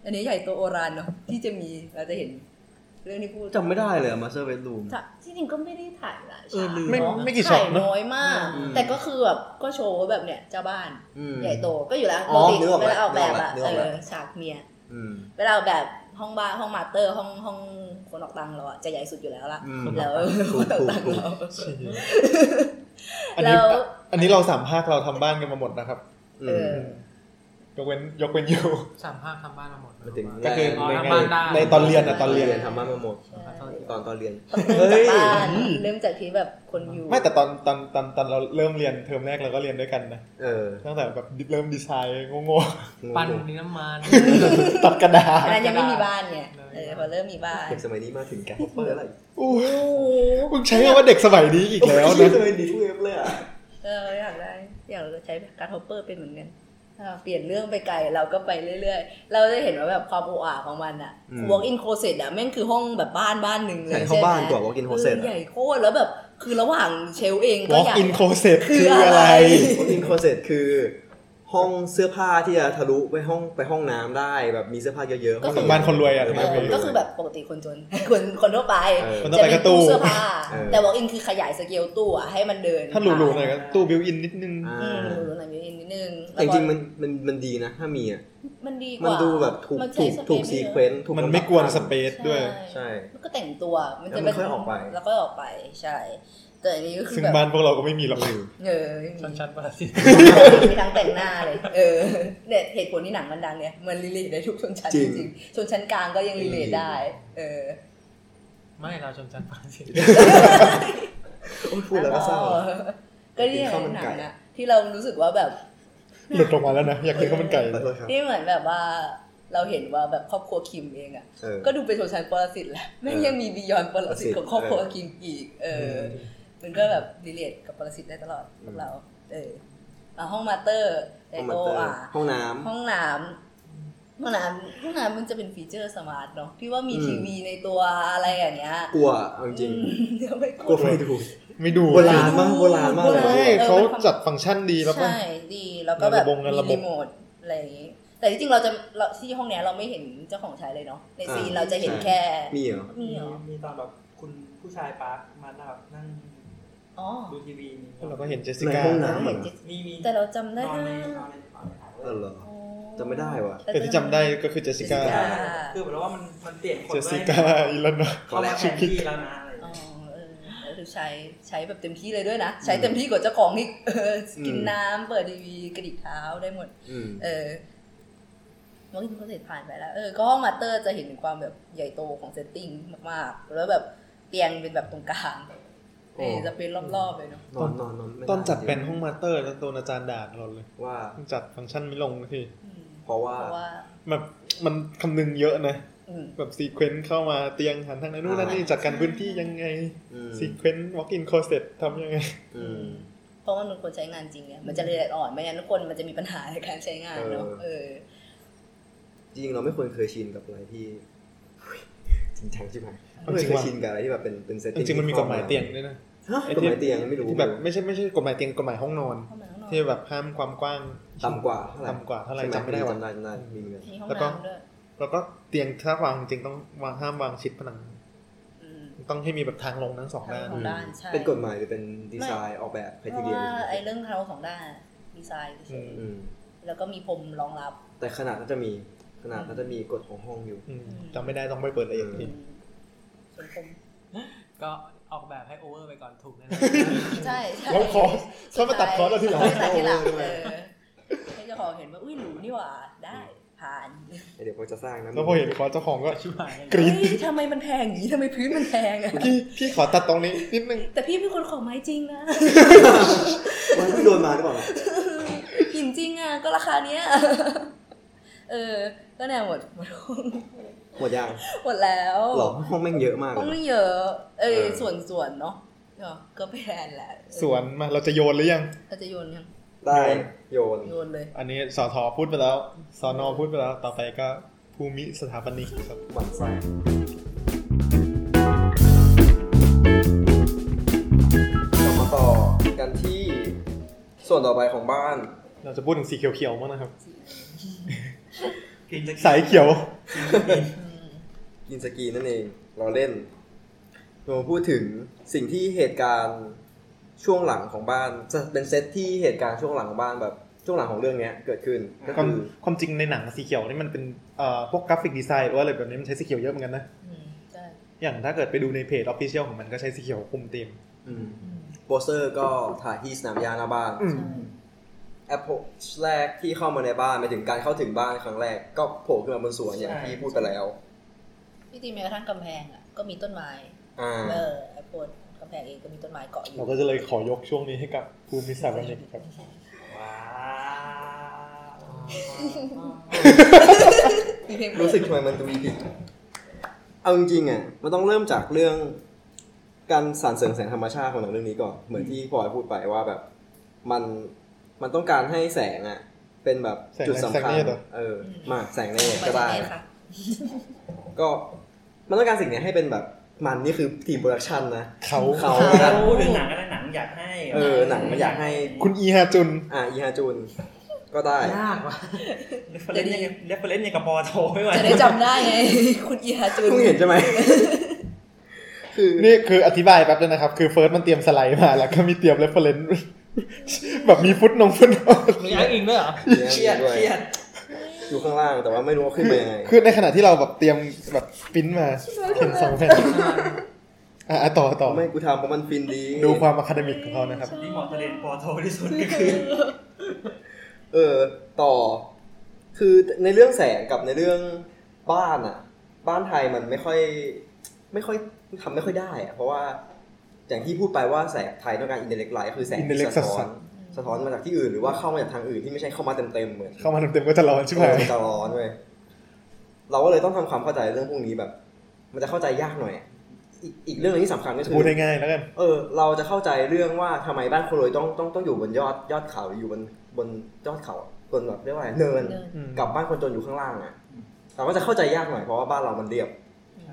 Speaker 6: อันนี้ใหญ่โตโอรานเนาะที่จะมีเราจะเห็น เรื่องที่พูด
Speaker 3: จำไม่ได้เลยมาสเตอร์เบดรูม
Speaker 6: ถ้าที่จริงก็ไม่ได้ถ่ายหลาย
Speaker 7: เออ
Speaker 6: ฉาก
Speaker 7: ลืม
Speaker 4: ไม่
Speaker 7: เนอะ
Speaker 4: ไม่กี่ช็อ
Speaker 6: ถ่า
Speaker 4: ต
Speaker 6: ย
Speaker 4: เนอะ
Speaker 6: น้อยมาก
Speaker 3: อืม
Speaker 6: แต่ก็คือแบบก็โชว์ว่าแบบเนี่ยเจ้าบ้าน
Speaker 3: อืม
Speaker 6: ใหญ่โตก็อยู่แล้ว
Speaker 3: อ๋
Speaker 6: ป
Speaker 3: อก
Speaker 6: ติ
Speaker 3: นึกออก
Speaker 6: เว
Speaker 3: แล้ว
Speaker 6: ลาออกแบบอะ
Speaker 3: นึกอ
Speaker 6: เอ
Speaker 3: อกแล้ว
Speaker 6: อฉากเมีย
Speaker 3: อืม
Speaker 6: เวลาแบบห้องบาร์ห้องมาสเตอร์ห้องห้องคนออกตังค์เราอะจะใหญ่สุดอยู่แล้วล่ะ
Speaker 3: อืม
Speaker 6: แล้ว
Speaker 3: ถู
Speaker 6: ค
Speaker 3: ก
Speaker 6: นออกตัง
Speaker 3: ถูก
Speaker 6: ค์เรา
Speaker 4: อันนี้
Speaker 6: แล้ว
Speaker 4: อันนี้เราสามภาคเราทำบ้านกันมาหมดนะครับ
Speaker 3: อื
Speaker 6: เอ
Speaker 3: ม
Speaker 6: อย
Speaker 4: กเว้นยกเว้นยู
Speaker 7: สามภาคทำบ้านมาหมด
Speaker 3: มาถึง
Speaker 4: ก็คือ
Speaker 7: อ๋อ
Speaker 4: ใน
Speaker 7: ทำบ้านได้
Speaker 4: ในตอนเรียนอะตอนเรียน
Speaker 3: ทำบ้านมาหมด
Speaker 6: ใช่
Speaker 3: ตอนตอนเรียน
Speaker 6: เริ่มจากบ้าน
Speaker 4: เฮ้ย
Speaker 6: เริ่มจากที่แบบคนอยู่
Speaker 4: ไม่แต่ตอนตอนตอนตอนเราเริ่มเรียนเทอมแรกเราก็เรียนด้วยกันนะ
Speaker 3: เออ
Speaker 4: ตั้งแต่แบบเริ่มดีไซน์โง่
Speaker 7: ปั้นดินน้ำมัน
Speaker 4: ๆ ตัดกระดาษ
Speaker 6: อันนั้นยังไม่มีบ้านไง
Speaker 7: ไ
Speaker 6: เอ
Speaker 7: ม่มีบ้าน
Speaker 6: อพอเริ่มมีบ้าน
Speaker 3: เด็กสมัยนี้มาถึงแกเปิดอะไร
Speaker 4: อู้
Speaker 6: โอ้โห
Speaker 4: มึงใช้คำว่าเด็กสมัยนี้อีกแล้ว
Speaker 3: นะ
Speaker 4: นะ
Speaker 3: สมัยนี้ทุกเอฟเลยอ่ะ
Speaker 6: เอออยากได้อยากใช้การดฮอปเปอร์เป็นเหมือนกันอ่าเปลี่ยนเรื่องไปไกลเราก็ไปเรื่อยๆ เราจะเห็นว่าแบบความโออาของมันอะ walk in closet อะแม่งคือห้องแบบบ้านบ้านหนึ่งเล
Speaker 3: ใส่
Speaker 6: ย
Speaker 3: เข้า
Speaker 6: ใช่ไหม
Speaker 3: บ้านกว่าวอกินโฮเซน
Speaker 6: ออใหญ่โคตรแล้วแบบคือระหว่างเชลฟ์เองก็ให
Speaker 4: walk
Speaker 6: ญ่
Speaker 4: in closet คืออะไร
Speaker 3: วอกินโฮเซนคือ ห้องเสื้อผ้าที่จะทะลุไปห้องไปห้องน้ำได้แบบมีเสื้อผ้าเยอะๆ
Speaker 6: ก็คือ
Speaker 3: ห้
Speaker 4: บ้านคนรวยอะ
Speaker 3: เ
Speaker 6: เออก็คือแบบปกติคนจ น คนคนทั่วไป
Speaker 3: เออ
Speaker 4: คนทั่ว
Speaker 6: จะ
Speaker 4: ไป
Speaker 6: มี
Speaker 4: ก็
Speaker 6: ตู้
Speaker 4: ตู้
Speaker 6: เสื้อผ้า
Speaker 3: เออ
Speaker 6: แต่ walk in คือขยายสเกลตู้อะให้มันเดิน
Speaker 4: ถ้าหรูๆหน่อยก็ตู้บิวอินนิดนึง
Speaker 3: อ่า
Speaker 6: อืมหรูๆหน่อยมีนิดนึง
Speaker 3: แต่จริงๆมันมันมันดีนะ ถ้ามีอ่ะ
Speaker 6: มันดีกว่า
Speaker 3: มั
Speaker 6: มัน
Speaker 3: ดูแบบถูก
Speaker 6: ใช้
Speaker 3: ถูกถูกซีเควนต์ถูก
Speaker 4: มันไม่กวน
Speaker 3: ลำดับ
Speaker 4: สเปซด้วย
Speaker 6: ใช่
Speaker 3: ใช่
Speaker 6: มันก็แต่งตัวมันจะ
Speaker 3: แล้วมันค่อยออกไป
Speaker 6: แล้วก็ออกไปใช่ แต่อันนี้ก็คือ
Speaker 4: ซึ่ง
Speaker 6: แบบ
Speaker 4: บ้านพวกเราก็ไม่มี หรอก
Speaker 6: เออไม่มี
Speaker 7: ชั้นประสิทธิ์
Speaker 6: มีทั้งแต่งหน้าเลย เออเนี่ยเหตุผลที่หนังมันดังเนี่ยมันรีเลทได้ทุกชนชั้น
Speaker 3: จ
Speaker 6: จ
Speaker 3: ริง
Speaker 6: ริงๆชนชั้นกลางก็ยังรีเลทได้ เออ
Speaker 7: ไม่เราชนชั้นประสิทธิ์
Speaker 3: โอ้ยพูดแล้วก็เศร้า
Speaker 6: ก็เนี่
Speaker 3: กิ
Speaker 6: ย
Speaker 3: นข้าวมัน
Speaker 6: หนั
Speaker 3: ไก่
Speaker 6: งอะที่เรารู้สึกว่าแบบ
Speaker 4: หลุดออกมาแล้วนะ อยากกินข้าวมันไก่
Speaker 3: ขอโทษครับ
Speaker 6: ที่เหมือนแบบว่า เราเห็นว่าแบบครอบครัวคิมเองอ่ะ
Speaker 3: เออ
Speaker 6: ก็ดูเป็นชนชั้นปรสิตแหละแม่ง
Speaker 3: เออ
Speaker 6: ยังมีบิยอนปร
Speaker 3: ปรสิ
Speaker 6: สิต
Speaker 3: ต
Speaker 6: ของครอบครัว
Speaker 3: เออ
Speaker 6: คิมอีก เออ มันก็แบบดีเลทกับปรสิตได้ตลอดพวกเรา เอออ่ะห้องมาสเตอร์ได
Speaker 3: ห้องมันเต
Speaker 6: โต
Speaker 3: อร์
Speaker 6: อ่ะ
Speaker 3: ห้องน้
Speaker 6: ห้องน้ำห้องน้ำห้องน้ำมันจะเป็นฟีเจอร์สมาร์ทเนาะพี่ว่ามีทีวีในตัวอะไรอย่างเงี้ย
Speaker 3: ำกลัวเอาจริง
Speaker 6: เดี๋ยวไม่
Speaker 3: ๆกลัวไฟดู
Speaker 4: ไม่ดู
Speaker 3: โบราณมากโบราณมากเลย
Speaker 6: โบ
Speaker 4: ไม่
Speaker 6: ออ
Speaker 4: เขา
Speaker 6: เป็นความ
Speaker 4: จัดฟังก์ชันดีแล้วก็
Speaker 6: ใช่ดีแล้วก็แบ
Speaker 4: ระ
Speaker 6: บ
Speaker 4: บบงานระบบ
Speaker 6: มีรีโมทอะไรอย่างงี้แต่ที่จริงเราจะเราที่ห้องเนี้ยเราไม่เห็นเจ้าของใช้เลยเนาะในซีน
Speaker 3: อ่า
Speaker 6: เราจะเห็นแค่
Speaker 3: มีเหรอ
Speaker 6: มีเหรอ
Speaker 5: มีตอนแบบคุณผู้ชายปาร์คมาแบบนั่ง
Speaker 6: อ๋อ
Speaker 5: ดูทีวีมี
Speaker 4: เราก็เห็นเจสสิก้า
Speaker 3: ในห้องน้
Speaker 6: เราเห็นจิ
Speaker 5: มีมี
Speaker 6: แต่เรา
Speaker 5: น
Speaker 6: จำได้
Speaker 5: อนใน
Speaker 6: ว่าน
Speaker 5: อนในนอนในอ่าง
Speaker 3: เออเหรอ
Speaker 6: อ๋อ
Speaker 3: จำไม่ได้ว่ะ
Speaker 4: แต่ที่จำได้ก็คือเจสสิก้า
Speaker 5: ใช่คือแบบว่ามันมันเปลี่ยนคน
Speaker 4: เจสสิก้าอีลันนะ
Speaker 5: เขาแล้วแผนที่แล้วนะอะไรอย่าง
Speaker 6: อ๋อ
Speaker 5: เงี้ย
Speaker 6: เออแล้วคือใช้ใช้แบบเต็มที่เลยด้วยนะ ใช้เต็มที่กว่าเจ้าของอีกเออกิน
Speaker 3: อืม
Speaker 6: น้ำเปิดทีวีกระดิกเท้าได้หมด
Speaker 3: อืม
Speaker 6: เออเมื่อกี้เขาเสร็จผ่านไปแล้ว เออ ก็ห้องมาสเตอร์จะเห็นถึงความแบบใหญ่โตของเซตติ้งมากๆ แล้วแบบเตียงเป็นแบบตรงกลาง
Speaker 3: โอ้
Speaker 6: เออจะเป็นรอบๆเลยเนาะ
Speaker 3: นอนนอนนอนไม่ไ
Speaker 4: ตอนจัดเป็นห้องมาสเตอร์แล้วโดนอาจารย์ด่าตลอดเลย
Speaker 3: ว่า
Speaker 4: จัดฟังก์ชันไม่ลงสักที
Speaker 6: อืม
Speaker 3: เพราะว่า
Speaker 6: เพราะว่า
Speaker 4: แบบมันคำนึงเยอะนะ
Speaker 6: อืม
Speaker 4: แบบซีเควนต์เข้ามาเตียงหันทางนั้นนู่นนั่นนี่จัดการพื้นที่ยังไง
Speaker 3: อืม
Speaker 4: ซีเควนต์วอล์กอินคอเซ็ตทำยังไง
Speaker 3: อืม
Speaker 6: เพราะว่ามันควรใช้งานจริงเนี่ย มันจะละเอียดอ่อน ไม่งั้นทุกคนมันจะมีปัญหาในการใช้งานเนาะ
Speaker 3: เออ
Speaker 6: เออ
Speaker 3: จริงๆเราไม่ควรเคยชินกับอะไรที่ จริงจังใช่ไหม
Speaker 4: เอา
Speaker 3: ไม่
Speaker 4: จริง
Speaker 3: เคย
Speaker 4: ว่ะ
Speaker 3: ชินกับอะไรที่แบบเป็นเป็นเซต
Speaker 4: จ
Speaker 3: ติ้ง
Speaker 4: ริงๆมันมีกฎหมายเตียงด้วยนะ
Speaker 3: ฮะกฎหมายเตียงยังไม่รู้
Speaker 4: ที่แบบไม่ใช่ไม่ใช่กฎหมายเตียงกฎหมายห้องนอน
Speaker 6: ห้องน้ำนอน
Speaker 4: ที่แบบห้ามความกว้าง
Speaker 3: ต่ำกว่าเท่าไหร่
Speaker 4: ต่ำกว่าเท่าไหร่
Speaker 3: ใช่
Speaker 4: จำไม่ได้ว่ะ
Speaker 3: จำได้จำได้มีเหมือนกัน
Speaker 6: มีห้อง
Speaker 4: แล้วก็
Speaker 6: น้ำด้วย
Speaker 4: แล้วก็เตียงถ้าวางจริงๆต้องวางห้ามวางชิดผนัง
Speaker 6: อืม
Speaker 4: ต้องให้มีแบบทางลงทั้งสอง
Speaker 6: ทาง
Speaker 4: ด้าน
Speaker 6: สองด้านใช่
Speaker 3: เป็นกฎหมายหรือเป็นดีไซน์ออกแบบใคร
Speaker 6: เพ
Speaker 3: ที่เรียน
Speaker 6: ราะว่าไอ้เรื่องทางสองด้านดีไซน์เฉย
Speaker 4: อื
Speaker 3: อืม
Speaker 6: ๆแล้วก็มีพรมรองรับ
Speaker 3: แต่ขนาดก็จะมีขนาดก็จะมีกฎของห้องอยู่
Speaker 4: อืมจำไม่ได้ต้องไปเปิดเอง
Speaker 6: อื
Speaker 4: ที
Speaker 6: มเป็นพรม
Speaker 7: ก็ออกแบบให้โอเวอร์ไปก่อนถูกแน่นอน
Speaker 6: ใช่ใช่
Speaker 4: แล้วคอร์สเขามาตัดคอร์สเราทีหลัง
Speaker 6: ไม่ตัดที่หลังเออให้เจ้าของเห็นว่า อุ้ยหรูนี่หว่า ได้ ผ่าน
Speaker 3: เดี๋ยวเขาจะสร้างนะ
Speaker 4: แล้วพอเห็นคอร์สเจ้าของก็
Speaker 7: ชิบหายเลย
Speaker 4: กรี๊ด
Speaker 6: เฮ้ยทำไมมันแพงอย่างนี้ทำไมพื้นมันแพงอะ
Speaker 4: พี่พี่ขอตัดตรงนี้นิดนึง
Speaker 6: แต่พี่เป็นคนขอไม้จริงนะ
Speaker 3: มันไม่โดนมาหรือเปล่า
Speaker 6: หินจริงอะก็ราคาเนี้ย เออ ก็แนวหมดหมด
Speaker 3: หมดยัง
Speaker 6: หมดแล้ว
Speaker 3: หรอห้องแม่งเยอะมาก
Speaker 6: ต้อ
Speaker 3: เล
Speaker 6: ง
Speaker 3: ย
Speaker 6: ไม่เยอะ เออ
Speaker 3: เออ
Speaker 6: ส่วนส่วนๆเนาะเนอะก็ไปแทนแหละ
Speaker 4: สวนมาเราจะโยนหรือยัง
Speaker 6: เราจะโยนยัง
Speaker 3: ได้โยน
Speaker 6: โยนเลย
Speaker 4: อันนี้สอทอพูดไปแล้วสอนอพูดไปแล้วต่อไปก็ภูมิสถาปนิกครับ
Speaker 3: หวั่นไส้กลับมาต่อกันที่ส่วนต่อไปของบ้าน
Speaker 4: เราจะพูดถึงสีเขียวๆบ้างนะครับ
Speaker 5: กินจะกิน
Speaker 4: สายเขียว
Speaker 3: กินสกีนั่นเองเราเล่นเรามาพูดถึงสิ่งที่เหตุการณ์ช่วงหลังของบ้าน จะเป็นเซตที่เหตุการณ์ช่วงหลังของบ้านแบบช่วงหลังของเรื่องเนี้ยเกิดขึ้นก็
Speaker 4: ความ
Speaker 3: คือ
Speaker 4: ความจริงในหนังสีเขียวนี่มันเป็นเอ่อพวกกราฟิกดีไซน์หรือว่าอะไรแบบนี้มันใช้สีเขียวเยอะเหมือนกันนะ
Speaker 6: อืมใช่
Speaker 4: อย่างถ้าเกิดไปดูในเพจออฟฟิเชียลของมันก็ใช้สีเขียวคุมเต็ม
Speaker 3: อืม
Speaker 6: อืม
Speaker 3: โปสเตอร์ก็ถ่ายที่สนามหญ้าหน้าบ้าน
Speaker 4: อืม
Speaker 6: ใช่
Speaker 3: แอปโพสแรกที่เข้ามาในบ้านไปถึงการเข้าถึงบ้านครั้งแรก ก็โผล่ขึ้นมาบนสวนอย่างที่พูดไปแล้ว
Speaker 6: ที่จริงแม้กระทั่งกำแพงอะก็มีต้นไม้
Speaker 3: อ่า
Speaker 6: เออแอปเปิลกำแพงเองก็มีต้นไม้เกาะอยู่
Speaker 4: เราก็จะเลยขอยกช่วงนี้ให้กับภูมิสถาปนิกครับ
Speaker 5: ว้าว
Speaker 6: มีเพลง
Speaker 3: รู้สึกทำไมมันดูมีผิด เอาจริงๆอ่ะ มันต้องเริ่มจากเรื่องการสานเสริมแสงธรรมชาติของหนังเรื่องนี้ก่อน เหมือนที่พลอยพูดไปว่าแบบ มันมันต้องการให้แสงอ่ะ เป็นแบบจุดสำคัญเออ มากแสงเนตก็
Speaker 6: มาจาก
Speaker 3: ได้
Speaker 6: ไหนคะ
Speaker 3: ก็มันต้องการสิ่งเนี้ยให้เป็นแบบมันนี่คือทีมโปรดักชันนะ
Speaker 4: เขา
Speaker 3: เขา
Speaker 5: ถ้า
Speaker 3: นะ
Speaker 5: พูดถึงหนังก็ได้หนังอยากให้
Speaker 3: เออหนังมันอยากให้
Speaker 4: คุ
Speaker 5: คุณ
Speaker 4: ณอีฮาจุน
Speaker 3: อ่ะอีฮาจูนก็ได้
Speaker 5: ยากว่ะเรฟเฟลนยังเรฟเฟลนยังกับปอโทไม่ไหว
Speaker 6: จะได้จำได้ไง คุณอีฮาจุน
Speaker 3: เพิ่งเห็น ใช่ไหม คือ
Speaker 4: นี่คืออธิบายแป๊บนึงนะครับ คือเฟิร์สมันเตรียมสไลด์มาแล้วก็มีเตรียมเรฟเฟรนซ์ แบบมีฟุตนงฟุตนง
Speaker 7: มีอ้างอิงด้วยเหรอ
Speaker 5: เครียด
Speaker 3: ด้ว
Speaker 5: เครียด
Speaker 3: อยู่ข้างล่างแต่ว่าไม่รู้ว่าขึ้นไปยังไง
Speaker 4: คือในขณะที่เราแบบเตรียมแบบปริ้นมาเห็นสองแผ่นอ่ะอ่ะต่อต่อ
Speaker 3: ไม่กูทำเพราะมันฟินดี
Speaker 4: ดูความอะคาเดมิกของเขานะครับ
Speaker 5: นี่เหมาะจะเรียนปอโทที่สุดก็คือ
Speaker 3: เออ ต่อ คือในเรื่องแสงกับในเรื่องบ้านอะบ้านไทยมันไม่ค่อย ไม่ค่อยทำไม่ค่อยได้อะเพราะว่า อย่างที่พูดไปว่าแสงไทยต้องการอินเดเล็กไลท์คือแสงที่
Speaker 4: indirect
Speaker 3: สะท้อ
Speaker 4: สั
Speaker 3: น
Speaker 4: ส
Speaker 3: สะท้อนมาจากที่อื่นหรือว่าเข้ามาจากทางอื่นที่ไม่ใช่เข้ามาเต็มๆเหมือน
Speaker 4: เข้ามาเต็มๆก็จะร้อนใช่ไหม
Speaker 3: จะร้อนเว้ย เราก็เลยต้องทำความเข้าใจเรื่องพวกนี้แบบ มันจะเข้าใจยากหน่อย อีกอีกเรื่องหนึงที่สำคัญก็คื
Speaker 4: พูด
Speaker 3: อ
Speaker 4: ง่ายๆแล้วกัน
Speaker 3: เออเราจะเข้าใจเรื่องว่าทำไมบ้านคนรวยต้องต้องต้องอยู่บนยอดยอดเขาหรืออยู่บนบนยอดเขาบนแบบเรียกว่าอะไรเนิน
Speaker 6: เนิน
Speaker 4: อืม
Speaker 3: กับบ้านคนจนอยู่ข้างล่างอ่ะแต่ว่าจะเข้าใจยากหน่อยเพราะว่าบ้านเรามันเรียบ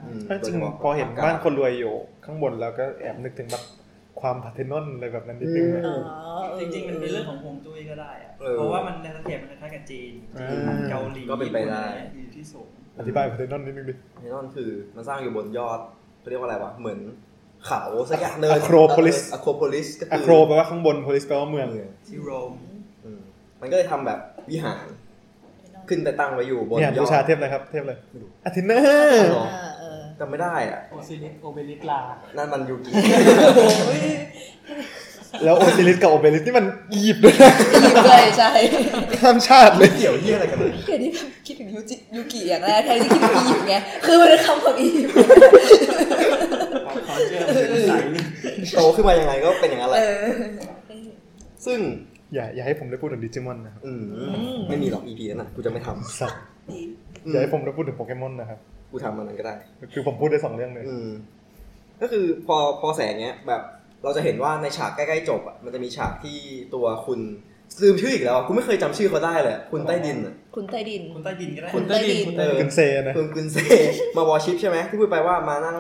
Speaker 3: อืม
Speaker 4: เออจริง
Speaker 3: โดยฉพาะ
Speaker 4: พอเห็นบ้านคนรวยอยู่ข้างบนแล้วก็แอบนึกถึงแบบความพาเทนอนอะไรแบบนั้นนิดนึงนะ
Speaker 6: อ๋อเออ
Speaker 5: จริงๆ มันเป็นเรื่องของฮวงจุ้ยก็ได้อะ
Speaker 3: เออ
Speaker 5: เพราะว่ามันในสังเกตมันคล้ายๆกับจีน
Speaker 4: อ่า
Speaker 5: จีนเกาหลี
Speaker 3: ก็เป็นไปได้
Speaker 5: อยู่ที่สูง
Speaker 4: อธิบายพาเทนอนนิดนึงดิ
Speaker 3: ไอ้นั่นคือมันสร้างอยู่บนยอดเขาเรียกว่าอะไรวะเหมือนเขาสักอย่างเนิน
Speaker 4: Acropolis
Speaker 3: อะโครโพลิสก็
Speaker 4: อะ
Speaker 3: คือ
Speaker 4: โครแปลว่าข้างบน police แปลว่าเมือง
Speaker 3: เมือง
Speaker 5: ที่โรม
Speaker 3: อืมมันก็เลยทำแบบวิหารขึ้นไปตั้งไว้อยู่บน
Speaker 4: เนี่ย
Speaker 3: ยอ
Speaker 4: บู
Speaker 3: ด
Speaker 4: ชาเทพเลยครับ เทพเลย
Speaker 3: ไม่รู้
Speaker 4: อาทิตย์หน้า
Speaker 3: หรอ
Speaker 6: เออเออ
Speaker 3: จำไม่ได้อ่ะ
Speaker 7: โอซิลิสโอเบลิสลา
Speaker 3: นั่นมันยูกิ
Speaker 4: แล้วโอซิลิสกับโอเบลิสนี่มันหยิบด้วยนะ
Speaker 6: หยิบเลยใช่
Speaker 4: ข้ามชาติเลย
Speaker 3: เกี่ยวเหี่ยอะไรกันเลย
Speaker 6: เดี๋ยวนี้คิดถึงยูจิยูกิอย่างแรกแทนที่คิดถึงอียิปต์ไงคือมันเป็นคำของอียิปต์
Speaker 5: เขาเชื่อเป็นสาย
Speaker 3: โตขึ้นมายังไงก็เป็นอย่างนั้นแห
Speaker 6: เอ
Speaker 3: ละ
Speaker 6: อ
Speaker 3: ซึ่ง
Speaker 4: อย่าอย่าให้ผมได้พูดถึงดิจิมอนนะครับ
Speaker 3: อืม ไม่มีหรอก EP นั้นนะกูจะไม่ท
Speaker 4: สัตว์
Speaker 3: ำ
Speaker 4: อย่าให้ผมได้พูดถึงโปเกมอนนะครับ
Speaker 3: กูทำมันนั้นก็ได้
Speaker 4: คือผมพูดได้สองเรื่องเลย
Speaker 3: อืม ก็คือพอพอแสงเนี้ย แบบเราจะเห็นว่าในฉากใกล้ๆจบอ่ะมันจะมีฉากที่ตัวคุณลืมชื่ออีกแล้วอะกูไม่เคยจำชื่อเขาได้เลยอะคุณใต้ดินอะ
Speaker 6: คุณใต้ดิน
Speaker 5: คนใต้ดินก็ได้
Speaker 6: คุณใต้ดิน
Speaker 5: คุณ
Speaker 3: เอ
Speaker 5: ใต้
Speaker 3: อ
Speaker 5: ดิน
Speaker 4: กินเซนะ
Speaker 3: คุณกุนเซ มาวอชิปใช่ไหมที่พูดไปว่ามานั่ง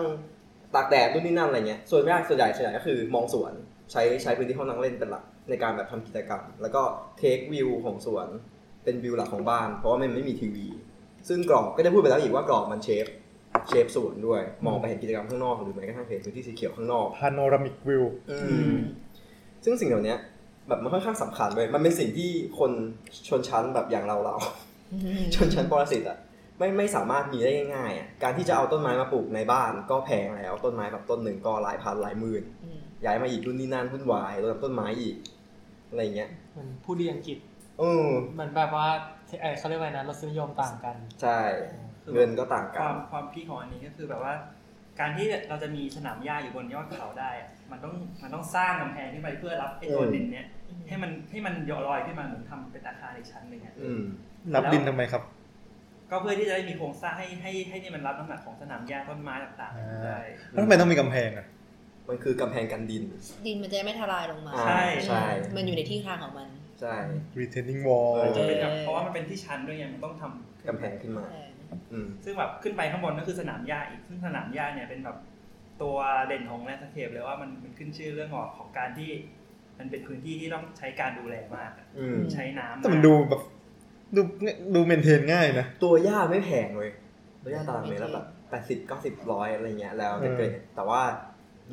Speaker 3: ตากแดดนู่นนี่นั่นอะไรเงี้ยส่วนมากส่วนใหญ่ส่วนใหญ่ก็คือมองสวนใช้ใช้พื้นที่ห้องนั่งเล่นเป็นหลักในการแบบทำกิจกรรม แล้วก็เทควิวของสวนเป็นวิวหลักของบ้าน เพราะว่ามันไม่มีทีวี ซึ่งกรอบก็ได้พูดไปแล้วอีกว่ากรอบมันเชฟเชฟสวนด้วย มองไปเห็นกิจกรรมข้างนอกหรือแม้กระทั่งเห็นพื้นที่สีเขียวข้างนอก
Speaker 4: พาโนรามิกวิว
Speaker 3: ซึ่งสิ่งเหล่าเนี้ยแบบมันค่อนข้างสำคัญเลยมันเป็นสิ่งที่คนชนชั้นแบบอย่างเราเรา ชนชั้นปรสิตอ่ะไม่ไม่สามารถมีได้ง่ายๆอ่ะการที่จะเอาต้นไม้มาปลูกในบ้านก็แพงแล้วต้นไม้แบบต้นหนึ่งก็หลายพันหลายหมื่น
Speaker 6: อืม
Speaker 3: ย้ายมาอีกรุ่นนี่นั่นวุ่นวายรดน้ำต้นไม้อีกอะไรเงี้ย
Speaker 7: เหมือนผู้เรียนอังกฤษ
Speaker 3: เออ
Speaker 7: เหมือนแบบว่าเอ่อเขาเรียกว่าอะไรนะรสนิยมต่างกัน
Speaker 3: ใช่เงินก็ต่าง
Speaker 5: ค
Speaker 3: กั
Speaker 5: วาน มความพีคของอันนี้ก็คือแบบว่า การที่เราจะมีสนามหญ้าอยู่บนยอดเขาได้อะมันต้องมันต้องสร้างกำแพงขึ้นไปเพื่อรับไอ้ตัวดินเนี้ยให้มันให้มันย่อลอยขึ้นมาเหมือนทำเป็นอาคารอีกชั้นหนึ่งอะ
Speaker 3: อืม
Speaker 4: รับดินทำไมครับ
Speaker 5: ก็เพื่อที่จะได้มีโครงสร้างให้ให้ให้นี่มันรับน้ำหนักของสนามหญ้าต้นไม้ต่าง
Speaker 4: อ่า
Speaker 5: ๆได้
Speaker 4: แล้วทำไมต้องมีกำแพงอ่ะ
Speaker 3: มันคือกำแพงกันดิน
Speaker 6: ดินมันจะไม่ทลายลงมา
Speaker 3: อ่า
Speaker 5: ใช่
Speaker 3: ใช่
Speaker 6: มันอยู่ในที่ทางของมัน
Speaker 3: ใช่
Speaker 4: retaining wall
Speaker 3: เออ
Speaker 5: จะเป็นแบบ
Speaker 6: เออ
Speaker 5: เพราะว่ามันเป็นที่ชั้นด้วยไงมันต้องทำ
Speaker 3: กำแพงขึ้นมา
Speaker 6: เออ
Speaker 3: อืม
Speaker 5: ซึ่งแบบขึ้นไปข้างบนก็คือสนามหญ้าอีกซึ่งสนามหญ้าเนี่ยเป็นแบบตัวเด่นของแลนด์สเคปเลยว่ามันมันขึ้นชื่อเรื่องของของการที่ มันเป็นพื้นที่ที่ต้องใช้การดูแลมากอะ
Speaker 3: อืม
Speaker 5: ใช้น้ำ
Speaker 4: แต่มันดูแบบดูดูเมนเทนง่ายนะ
Speaker 3: ตัวหญ้าไม่แพงเว้ยตัวหญ้าตารางเมตรละแบบแปดสิบเก้าสิบร้อยอะไรเงี้ยแล้วแต่เกิดแต่ว่า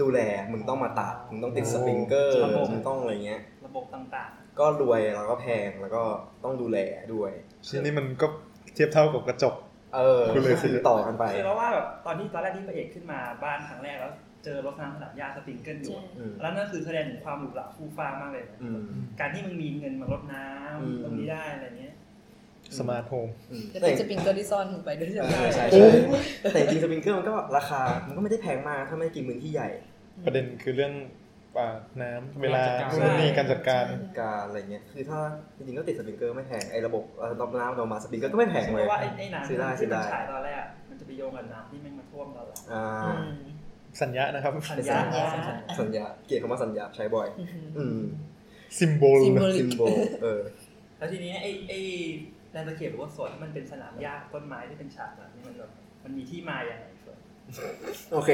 Speaker 3: ดูแลมึงต้องมาตากมึงต้องติดสปริงเกอร์มึงต้องอะไรเงี้ย
Speaker 5: ระบบต่าง
Speaker 3: ก็รวยแล้วก็แพงแล้วก็ต้องดูแลด้วย
Speaker 4: ชิ้นนี้มันก็เทียบเท่ากับกระจก
Speaker 3: เออ
Speaker 4: คุณเลยซื้อ
Speaker 3: ต่อกันไป
Speaker 5: ๆคือเพราะว่าแบบตอนที่ตอนแรกที่พระเอกขึ้นมาบ้านครั้งแรกแล้ว เจอรถน้ำสนามหญ้าสปริงเกิลอยู่อะ
Speaker 3: อืม
Speaker 5: แล้วนั่นคือแสดงถึงความหรูหราฟู่ฟ้ามากเลย
Speaker 3: อืม
Speaker 5: การที่มึงมีเงินมารดน้
Speaker 3: อืม
Speaker 5: ำตรงนี้ได้อะไรเงี้ย
Speaker 4: สมาร์ทโฮม
Speaker 3: อืม
Speaker 6: จะ
Speaker 3: แต่
Speaker 6: เป็นสปริงเกอร์ที่ซ่อนลงไปด้วย
Speaker 3: เอ
Speaker 6: ใช่ไหม
Speaker 3: อใช่
Speaker 4: โอ้
Speaker 3: ใช่
Speaker 4: ย
Speaker 3: แต่จริงสปริงเกอร์มันก็ราคา มันก็ไม่ได้แพงมากถ้าไม่ได้กินพื้นที่ใหญ่
Speaker 4: ประเด็นคือเรื่องอ่าน้ำเวลา
Speaker 7: การจัดการ
Speaker 4: นู่นนี่การจัดการ
Speaker 3: การอะไรเงี้ยคือถ้าจริงๆก็ติดสปริงเกอร์ไม่แพงไอ้ระบบระบบน้ำเรามาสปริงเกอร์ก็ไม่แพง
Speaker 5: เพ
Speaker 3: เลย
Speaker 5: ราะว่าไอ้ไอ้น้ำ
Speaker 3: ซื้อได้
Speaker 5: ที่
Speaker 3: ซื้อได้
Speaker 5: มันฉายตอนแรกอะมันจะไปโยงกับน้ำที่แม่งมาท่วมตอนหลัง
Speaker 3: อ่า
Speaker 6: อืม
Speaker 4: สัญญานะครับ
Speaker 5: สัญ ญา
Speaker 6: สัญญา
Speaker 3: สัญญาเกลียดคำว่าสัญญาใช้บ่อย
Speaker 6: อือหือ
Speaker 3: อืม
Speaker 4: ซิมโบล
Speaker 6: symbol
Speaker 3: ซิมโบเออ
Speaker 5: แล้วทีนี้ไอ้ไอ้แลนด์สเคปหรือว่าสวนที่มันเป็นสนามหญ้าต้นไม้ที่เป็นฉากแบบนี้มันแบบมันมีที่มาอย่างไรส่วน
Speaker 3: โอเค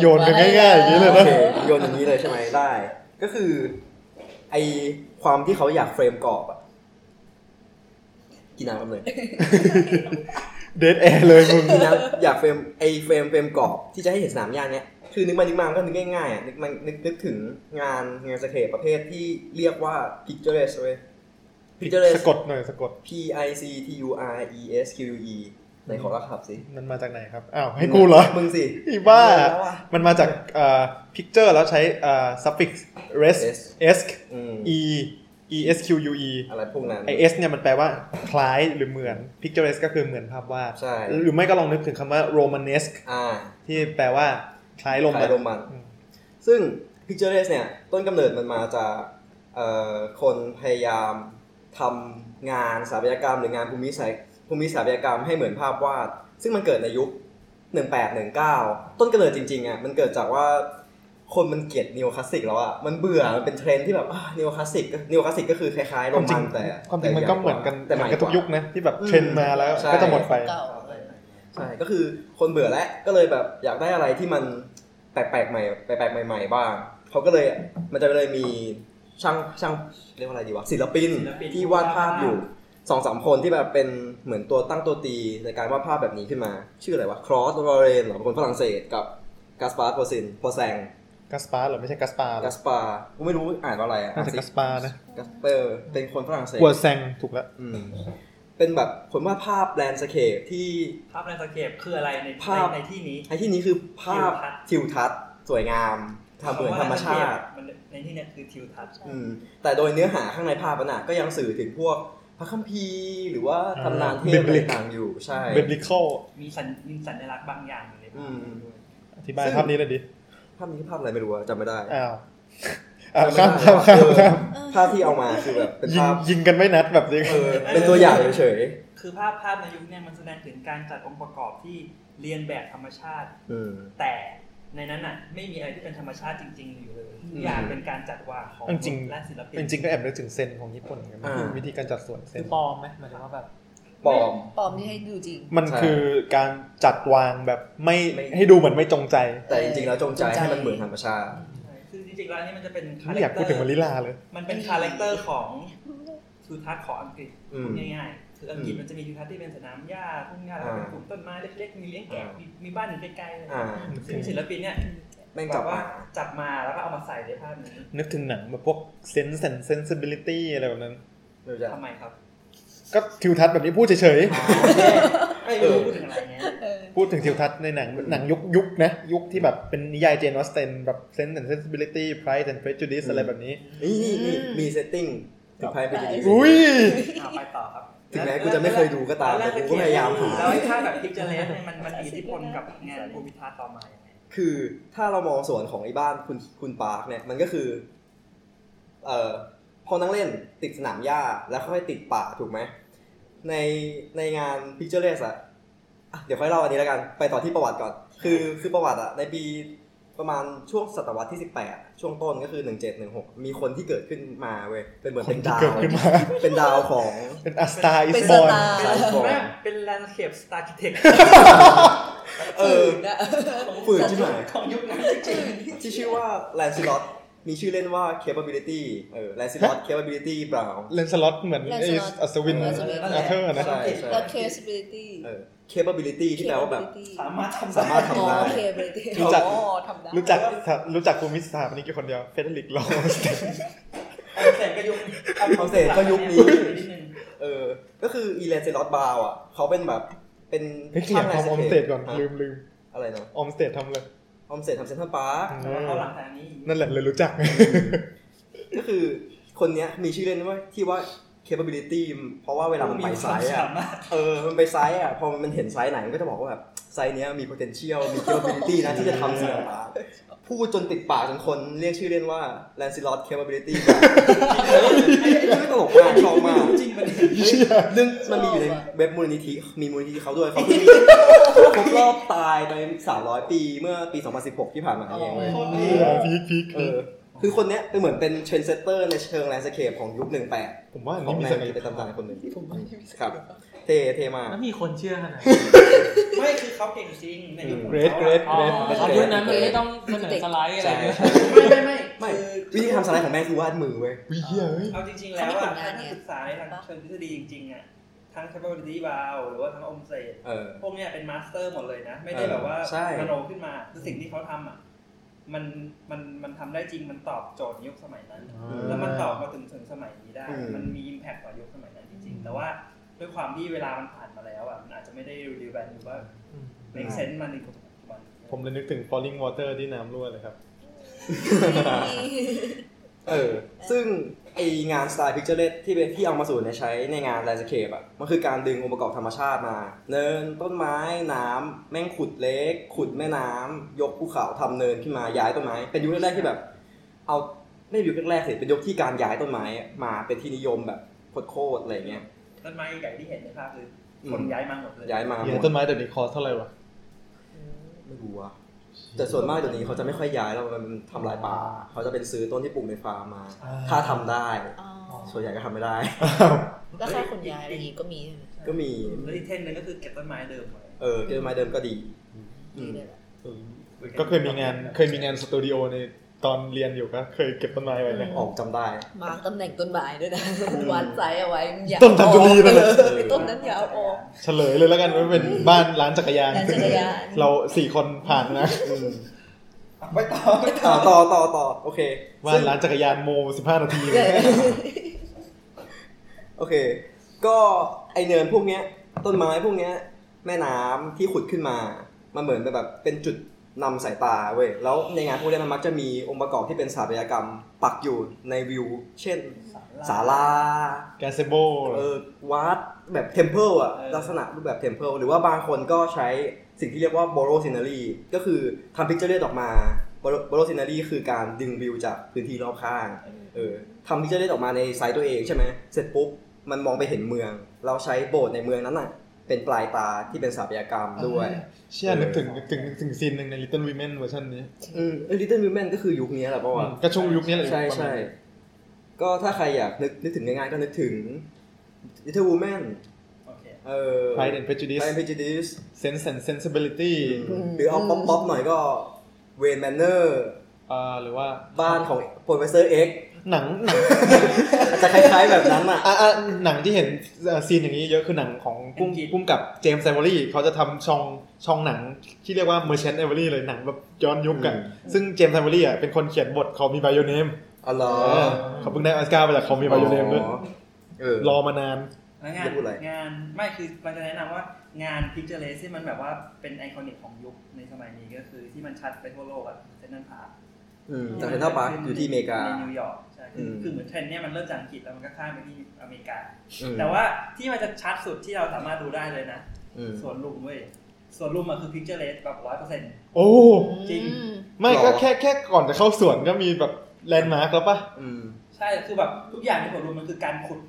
Speaker 4: โยนกันง่ายๆอย่างนี้เลย
Speaker 3: โอ
Speaker 4: นะ
Speaker 3: เค โยนอย่างนี้เลยใช่ไหมได้ ก็คือ ไอความที่เขาอยากเฟรมกรอบอะกินน้ำกันเลย
Speaker 4: เดทแอร์เลยมึง
Speaker 3: กินน้ำอยากเฟรมไอเฟรมเฟรมกรอบที่จะให้เห็นสนามหญ้าเนี้ยคือนึกมานึกมามันก็นึกง่ายๆอะนึกมันนึกนึกถึงงานงานสเคปประเภทที่เรียกว่า pictures เว้ย pictures
Speaker 4: สะกดหน่อยสะกด
Speaker 3: P I C T U R E S Q U E ไหนขอรับขับสิ
Speaker 4: มันมาจากไหนครับ อ้าว ให้กูเหรอ
Speaker 3: มึงสิ
Speaker 4: อีบ้า
Speaker 3: แล้วอะ
Speaker 4: มันมาจากเอ่อ picture แล้วใช้เอ่อ suffix res
Speaker 3: S
Speaker 4: s
Speaker 3: อืม
Speaker 4: e e s q u e
Speaker 3: อะไรพวกนั้น
Speaker 4: ไอเอสเนี่ยมันแปลว่าคล้ายหรือเหมือน picturesque ก็คือเหมือนภาพวาด
Speaker 3: ใช่
Speaker 4: หรือไม่ก็ลองนึกถึงคำว่า romanesque
Speaker 3: อ่า
Speaker 4: ที่แปลว่าคล้ายโร
Speaker 3: ค
Speaker 4: มั
Speaker 3: ล้าน ยโรมัน
Speaker 4: อืม
Speaker 3: ซึ่ง Pictures เนี่ย ต้นกำเนิดมันมาจากเอ่อคนพยายามทำงานสถาปัตยกรรมหรืองานภูมิศาสตร์ภูมิสถาปัตยกรรมให้เหมือนภาพวาด ซึ่งมันเกิดในยุคหนึ่งแปดหนึ่งเก้าต้นกำเนิดจริงๆอ่ะมันเกิดจากว่าคนมันเกลียดนิวคลาสสิกแล้วอ่ะมันเบื่อมันเป็นเทรนด์ที่แบบนิวคลาสสิกนิวคลาสสิกก็คือคล้ายๆโร
Speaker 4: ความจริ
Speaker 3: มั
Speaker 4: ง
Speaker 3: นแต่
Speaker 4: ความจริงมันก็เหมือนกัน
Speaker 3: แต่
Speaker 4: เห
Speaker 3: ให
Speaker 4: มือ
Speaker 3: ม่ก
Speaker 4: นกันทุก
Speaker 3: ว่า
Speaker 4: ยุคนะที่แบบเทรนด์มาแล้ว
Speaker 3: ใช่
Speaker 4: ก็จะหมดไป
Speaker 6: เก่า
Speaker 3: ใช่ก็คือคนเบื่อแล้วก็เลยแบบอยากได้อะไรที่มันแปลกๆใหม่แปลกๆใหม่ๆบ้างเขาก็เลยมันจะเลยมีช่างช่างเรียกว่าอะไรดีวะศิลปิน
Speaker 5: ศิลปิน
Speaker 3: ที่วาดภาพอยู่สองสามคนที่แบบเป็นเหมือนตัวตั้งตัวตีในการวาดภาพแบบนี้ขึ้นมา ชื่ออะไรวะครอสลอเรนหรอเป็นคนฝรั่งเศสกับกาสปาร์โพซินโพแซง
Speaker 4: กัสปาร์เหรอไม่ใช่กัสปาร์หรอก
Speaker 3: าสปาร์กูไม่รู้อ่านว่าอะไรอ่ะ
Speaker 4: น่าจะกัสปาร์นะ
Speaker 3: กาสเปอร์เป็นคนฝรั่งเศส
Speaker 4: กัวแซงถูกแล้ว
Speaker 3: อืมเป็นแบบคนวาดภาพแลนด์สเคปที่
Speaker 5: ภาพในสเก็ปคืออะไรใน
Speaker 3: ภาพ
Speaker 5: ในในที่นี้
Speaker 3: ไอ้ที่นี้คือภาพทิวทัศน์สวยงามทำเหมือนธรรมชาติ
Speaker 5: มันในที่เนี้ยคือทิวทัศน์
Speaker 3: อืมแต่โดยเนื้อหาข้างในภาพมันน่ะก็ยังสื่อถึงพวกพระคัมภีร์หรือว่าตำนานเทพอะไร
Speaker 4: Biblic
Speaker 3: ต่างๆอยู่ใช่
Speaker 4: เบบิคอล
Speaker 5: มีสัญมีสัญลักษณ์บางอย่างอยู่ใน
Speaker 3: อืม
Speaker 5: ภาพด้วย
Speaker 4: อธิบายภาพนี้เลยดิ
Speaker 3: ภาพนี้คือภาพอะไรไม่รู้อะจำไม่ได้
Speaker 4: อ้าวอ่ะ
Speaker 3: จำไม่
Speaker 4: ข้าม
Speaker 3: ได้
Speaker 4: ข้ามข้าม
Speaker 3: เออภา
Speaker 4: ข้าม
Speaker 3: พที่เอามาคือแบบเป็น
Speaker 4: ยิง
Speaker 3: ภาพ
Speaker 4: ยิงกันไม่นัดแบบนี้
Speaker 3: เออเป็นตัวอย่างเฉย
Speaker 5: คือภาพภาพในยุคเนี่ยมันแสดงถึงการจัดองค์ประกอบที่เรียนแบบธรรมชาติ
Speaker 3: ๆอืม
Speaker 5: แต่ในนั้นน่ะไม่มีอะไรที่เป็นธรรมชาติจริง ๆ อยู่เลยทุกอย่างเป็นการจัดวางของ
Speaker 4: จริง
Speaker 5: และศิลปิน
Speaker 4: ๆจริงๆก็แอบนึกถึงเซนของญี่ปุ่นเหมือนกันนะ
Speaker 3: อ่า
Speaker 4: วิธีการจัดส่วนเซ
Speaker 7: คื
Speaker 4: น
Speaker 7: อปลอมไหมหมายถึงว่าแบบ
Speaker 3: ปลอม
Speaker 6: ปลอมที่ให้ดูจริง
Speaker 4: มัน
Speaker 3: ใช่
Speaker 4: คือการจัดวางแบบไม่
Speaker 3: ไม่
Speaker 4: ให้ดูเหมือนไม่จงใจ
Speaker 3: แต่จริงๆแล้วจงใจ
Speaker 6: จงใจ
Speaker 3: ให้มันเหมือนธรรมชาติ
Speaker 5: ใช่คือจริงๆแล้วอันนี่มันจะเป็นคา
Speaker 4: ไม่
Speaker 5: แร
Speaker 4: อ
Speaker 5: ค
Speaker 4: ยาก
Speaker 5: เต
Speaker 4: พู
Speaker 5: อ
Speaker 4: ดถึงมาริ
Speaker 5: ร์
Speaker 4: ลาเลย
Speaker 5: มันเป็นคาแรคเตอร์ของทิวทัศน์ของอังกฤษ
Speaker 3: อืม
Speaker 5: พูดง่ายๆ คืออังกฤษ
Speaker 3: อืม
Speaker 5: มันจะมีทิวทัศน์ที่เป็นสนามหญ้าทุ่งหญ้าแล้วก็เป็นกลุ่มต้นไม้เล็กๆมีเลี้ยงแกะ
Speaker 3: อ่ามี
Speaker 5: มีมีบ้านอยู่ไกลๆเลย
Speaker 3: อ่า
Speaker 5: ซึ่งศิลปินเนี่ย
Speaker 3: แม่ง
Speaker 5: แบ
Speaker 3: จับบ
Speaker 5: ว่า
Speaker 3: มา
Speaker 5: จับมาแล้วก็เอามาใส่ในภาพนี้
Speaker 4: นึกถึงหนังแบบพวกเซนส์เซนซิบิลิตี้อะไรแบบนั้น
Speaker 5: ทำไมครับ
Speaker 4: ก็ทิวทัศน์แบบนี้พูดเฉย
Speaker 5: ไม่รู้พูดถึงอะไรเงี้ย
Speaker 4: ๆ พูดถึงทิวทัศน์ในหนังหนังยุคยุคนะ ยุคที่แบบเป็นนิยายเจนอสเตนแบบเซนส์เซนซิบิลิตี้ไพรส์แอนด์เฟรจูดิส
Speaker 3: อืม
Speaker 4: อะไรแบบนี้
Speaker 3: นี่นี่นี่มีเซตติ้งถึงไพ่เป็นอย่างนี้
Speaker 4: อุ้ย
Speaker 5: เอาไปต่อครับ
Speaker 3: ถึงแม้กูจะไม่เคยดูก็ตามแต่กูก็พยายามหา
Speaker 5: แล้วไอ้ภาพแบบพิกเจอร์เลสเนี่ยมันมันมีอิทธิพลกับงานภูมิทัศน์ต่อมายังไง
Speaker 3: คือถ้าเรามองส่วนของไอ้บ้านคุณคุณปาร์คเนี่ยมันก็คือ เอ่อพอนั่งเล่นติดสนามหญ้าแล้วค่อยติดป่าถูกไหมในในงานพิกเจอร์เลสอะอ่ะเดี๋ยวค่อยเล่าอันนี้แล้วกัน ไปต่อที่ประวัติก่อน คือคือประวัติอะในปีประมาณช่วงศตวรรษที่ 18 ช่วงต้นก็คือ 1716 มีคนที่เกิดขึ้นมาเว้ยเป็นเหมือนเป็นดาว
Speaker 4: คนที่เกิดขึ้นมา
Speaker 3: เป็นดาวของ
Speaker 4: เป็นอัสตาอิ
Speaker 6: เป็
Speaker 4: ส
Speaker 6: น
Speaker 4: บ
Speaker 6: ส
Speaker 4: อล
Speaker 6: ไตา
Speaker 3: สาย
Speaker 6: ร์
Speaker 3: ฝน
Speaker 5: แม่งเป็นแลนด์เคปสตาร์กิเทค
Speaker 3: เออ ฝืนที่ไหน
Speaker 5: ของยุคนั้นจริง
Speaker 3: ที่ชื่อว่าแลนซิลอตมีชื่อเล่นว่า capability เออแลนซิลอต capability brown
Speaker 4: เลนสล็อตเหมือนไอ้อัศวิน
Speaker 6: อัศวิน
Speaker 4: อาเธอร์นะ
Speaker 3: ใช่ใช่
Speaker 6: แล้ว capability
Speaker 3: เออ capability ที่แปลว่าแบบ
Speaker 6: Capability
Speaker 5: ๆสามารถทำ
Speaker 3: สามารถ
Speaker 6: อ๋อ
Speaker 3: ทำได้
Speaker 6: capability
Speaker 4: รู้จัก
Speaker 6: อ๋อทำได้
Speaker 4: รู้จักรู้จักภูมิสถาปนิกอยู่คนเดียวเฟเดริกลอส
Speaker 5: คอนเซ็ปต์ก็ยุค
Speaker 3: คอนเซ็ปต์ก็ยุคนี้ เออ ก็คืออีแลนซิลอตบาวอ่ะ เขาเป็นแบบเป็น
Speaker 4: เฮ้ยขยันทำออมสเตดก่อนลืมลืม
Speaker 3: อะไรนะ
Speaker 4: ออมสเตดทำเลย
Speaker 3: ออมสเตดทำเซ็นทรัลปาร์ค
Speaker 5: แต่ว่าเขาหลังจากนี้
Speaker 4: นั่นแหละเลยรู้จัก
Speaker 3: ก็คือคนเนี้ยมีชื่อเล่นว่าที่ว่า capability เพราะว่าเวลามันไปไซส์อ่ะ
Speaker 5: สามารถ
Speaker 3: เออ มันไปไซส์อ่ะ พอมันเห็นไซส์ไหนมันก็จะบอกว่าแบบไซส์เนี้ยมี potential มี capability นะที่จะทำเซ็นทรัลปาร์คพูดจนติดปากจนคนเรียกชื่อเล่นว่าแลนซิลอต capability ไอ้เรื่องตลกมากชอบมาก
Speaker 5: จริงมัน
Speaker 3: เรื่องมันมีอยู่ในเว็บมูลนิธิ มีมูลนิธิเขาด้วยเขาเพิ่งมีครบรอบตายไป 300 ปีเมื่อปี 2016 ที่ผ่านมาเองเว้ย
Speaker 4: พีคพีค
Speaker 3: เออ คือคนเนี้ยเป็นเหมือนเป็นเทรนเซตเตอร์ในเชิงแลนด์สเคปของยุค 18
Speaker 4: ผมว่าอัน
Speaker 3: ขอ
Speaker 4: นี้
Speaker 3: ง
Speaker 4: มี
Speaker 3: แม
Speaker 4: เส
Speaker 3: น
Speaker 4: น่ห์
Speaker 3: เป็นตำนานคนหนึ่ง
Speaker 6: ผมว่าไม่มี
Speaker 3: ครับ เทเทมาก
Speaker 7: แล้วมีคนเชื่อขนาดนั้น
Speaker 5: ไม่คือเขาเก่งจริงในยุคของ
Speaker 4: เกรด
Speaker 5: ขา
Speaker 4: เกร
Speaker 5: อะ
Speaker 4: ดเกรด
Speaker 7: อ๋อตอนยุคนั้นมันไม่ต้องเสนอสไลด์อะไรเลย
Speaker 3: ใช่
Speaker 5: ไม่ไม่ไม่
Speaker 3: ไม่
Speaker 5: คือ
Speaker 3: วิธีทำสไลด์ของแม่คือวาดมือเว้ย
Speaker 4: วิเหี้ยเฮ้ย
Speaker 5: เอาจริง ๆ แล้วอะถ้านักศึกษาในทางเชิงทฤษฎีจริงๆอะทั้ง capability bound หรือว่าทั้งองค์เศษ
Speaker 3: เออ
Speaker 5: พวกเนี้ยเป็นมาสเตอร์หมดเลยนะ ไม่ได้แบบว่า
Speaker 3: ใช่
Speaker 5: มโนขึ้นมาคือสิ่งที่เขาทำอะมันมันมันทำได้จริงมันตอบโจทย์ยุคสมัยนั้น แล้วมันตอบมาถึงถึงสมัยนี้ได้
Speaker 3: อืม
Speaker 5: มันมี impact ต่อยุคสมัยนั้นจริง ๆ แต่ว่าด้วยความที่เวลามันผ่านมาแล้วอะมันอาจจะไม่ได้รีแบนหรือว่า make sense มันในปัจจุบัน
Speaker 4: ผมเลยนึกถึง falling water ที่น้ำรั่วเลยครับ
Speaker 3: เออ ซึ่งไองานสไตล์พิกเจอร์เลที่เป็นที่เอามาสู่ในใช้ในงานแลนด์สเคปอ่ะ มันคือการดึงองค์ประกอบธรรมชาติมา เนินต้นไม้น้ำแม่งขุดเล็ก ขุดแม่น้ำยกภูเขาทำเนินขึ้นมาย้ายต้นไม้ เป็นยุคแรกๆที่แบบ เอาไม่ใช่ยุคแรกๆสิเป็นยุคที่การย้ายต้นไม้มาเป็นที่นิยมแบบโคตรๆอะไรเงี้ย
Speaker 5: ต้นไม้ใหญ่ที่เห็นในภาพคือ คนย้ายมาหมดเลย
Speaker 3: ย้ายมา
Speaker 4: อย่างต้นไม้เดี๋ยวนี้คอสเท่าไหร่วะ
Speaker 3: ไม่รู้อะแต่ส่วนมากเดี๋ยวนี้เขาจะไม่ค่อยย้ายแล้วมันทำลายป่า เขาจะเป็นซื้อต้นที่ปลูกในฟาร์มมา ถ้าทำได้
Speaker 6: อ๋อ
Speaker 3: ส่วนใหญ่ก็ทำไม่ได้
Speaker 6: แล้วค่าขนย้ายอะไรอย่างงี้ก็มีใช่ไหม
Speaker 3: ก็มี
Speaker 5: แล้วอีกเทรนด์หนึงก็คือเก็บต้นไม้เดิมไว้
Speaker 3: เออเกิดไม้เดิมก็ดี อื
Speaker 6: มี
Speaker 3: ม
Speaker 6: ด้วยเหรอ
Speaker 4: ก็เคยมีงานเคยมีงานสตูดิโอในตอนเรียนอยู่ก็เคยเก็บต้นไม้ไว้นะ
Speaker 3: ออกจำได้
Speaker 6: มาตำแหน่งต้นไม้ด้วยนะวาดไซส์เอาไว้อย่า
Speaker 4: ต้นทำตัวดีไปเลย
Speaker 6: ออไอ้ต้นนั้นอย่าเอาออก
Speaker 4: เฉลยเลยแล้วกันว่าเป็นบ้านร้านจักรยาน
Speaker 6: ร้านจักรยาน
Speaker 4: เราสี่คนผ่านนะ
Speaker 5: ไม่ต่อไม่ต่อ
Speaker 3: ต่อต่อต่อต่อโอเค
Speaker 4: ว่า
Speaker 3: ซึ่ง
Speaker 4: ร้านจักรยานโมสิบห้านาที
Speaker 3: โอเค ก็ไอเนินพวกเนี้ย ต้นไม้พวกเนี้ย แม่น้ำที่ขุดขึ้นมา มันเหมือนเป็นแบบเป็นจุดนำสายตาเว้ย แล้วในงานพวกเนี้ยมันมักจะมีองค์ประกอบที่เป็นสถาปัตยกรรม ปักอยู่ในวิว เช่นศาลา
Speaker 4: แกเซโบ
Speaker 3: เออวัดแบบเทมเพลอะลักษณะรูปแบบเทมเพลหรือว่าบางคนก็ใช้สิ่งที่เรียกว่าโบโรซินารีก็คือทำพิกเจอร์เรียออกมาโบโรซินารีคือการดึงวิวจากพื้นที่รอบข้างเออทำพิกเจอร์เรียออกมาในไซต์ตัวเองใช่ไหมเสร็จปุ๊บ มันมองไปเห็นเมือง เราใช้โบสถ์ในเมืองนั้นน่ะ เป็นปลายตาที่เป็นสถาปัตยกรรมด้วย
Speaker 4: เชื่อนึกถึงนึกถึงนึกถึงซีนหนึ่งใน Little Women เวอร์ชันนี้
Speaker 3: อืมลิตเติ้ลวิวแมนก็คือยุคนี้แหละป่าวะ
Speaker 4: ก็ช่วงยุคนี้แหละ
Speaker 3: ใช่
Speaker 4: ประมา
Speaker 3: ใช่
Speaker 4: ณนี้
Speaker 3: ก็ถ้าใครอยากนึกนึกถึงง่ายๆก็นึกถึง Little Women
Speaker 5: โอเค
Speaker 3: เออ
Speaker 4: Pride and Prejudice
Speaker 3: Pride and Prejudice
Speaker 4: Sense and Sensibility
Speaker 3: หรือเอาป๊อปป๊อปหน่อยก็เวนแมนเนอร์
Speaker 4: อ่าหรือว่า
Speaker 3: บ้านของโปรเฟสเซอร์เอ็ก
Speaker 4: หนังหนัง
Speaker 3: จะคล้ายๆแบบนั้นอ่ะ
Speaker 4: อ่ะอ่ะหนังที่เห็นเอ่อซีนอย่างนี้เยอะคือหนังของกุ้ง
Speaker 5: อังกฤษ
Speaker 4: กุ้งกับเจมส์ไซวอรี่เขาจะทำช่องช่องหนังที่เรียกว่า Merchant Ivory เลยหนังแบบย้อนยุคอะ
Speaker 3: อืม
Speaker 4: ซึ่งเจมส์ไซวอรี่อ่ะเป็นคนเขียนบทเขามีไบโอเนม
Speaker 3: อ๋อเหรอ
Speaker 4: เขาเพิ่งได้ออสการ์มาจากเขามีไบโอเนมด้วย
Speaker 3: เออ
Speaker 4: รอมานาน
Speaker 5: แล้ว
Speaker 3: อ
Speaker 5: งา
Speaker 3: น ย่าพูดอะไร
Speaker 5: งานไม่คือเราจะแนะนำว่างานพิกเจอร์เลสที่มันแบบว่าเป็นไอคอนิกของยุคในสมัยนี้ก็คือที่มันชัดไปทั่วโลกอะเซนนันพาร์ค
Speaker 3: อืมจากเซนทรัลพาร์คอยู่ที่อเมริกา
Speaker 5: ในนิวยอร์กใช่คือ
Speaker 3: อืม
Speaker 5: คือเหมือนเทรนด์เนี่ยมันเริ่มจากอังกฤษแล้วมันก็ข้ามไปที่อเมริกา
Speaker 3: อืม
Speaker 5: แต่ว่าที่มันจะชัดสุดที่เราสามารถดูได้เลยนะ
Speaker 3: อืม
Speaker 5: สวนลุมเว้ยสวนลุมอะคือพิกเจอร์เลสแบบร้อยเปอร์เซ็นต์
Speaker 4: โอ้
Speaker 5: จริง
Speaker 6: อืม
Speaker 4: ไม่
Speaker 3: หรอ
Speaker 4: ก็แค่แค่ก่อนจะเข้าสวนก็มีแบบแลนด์มาร์กแล้วปะ
Speaker 3: อืม
Speaker 5: ใช่คือแบบทุกอย่างในสวนลุมมันคือการขุด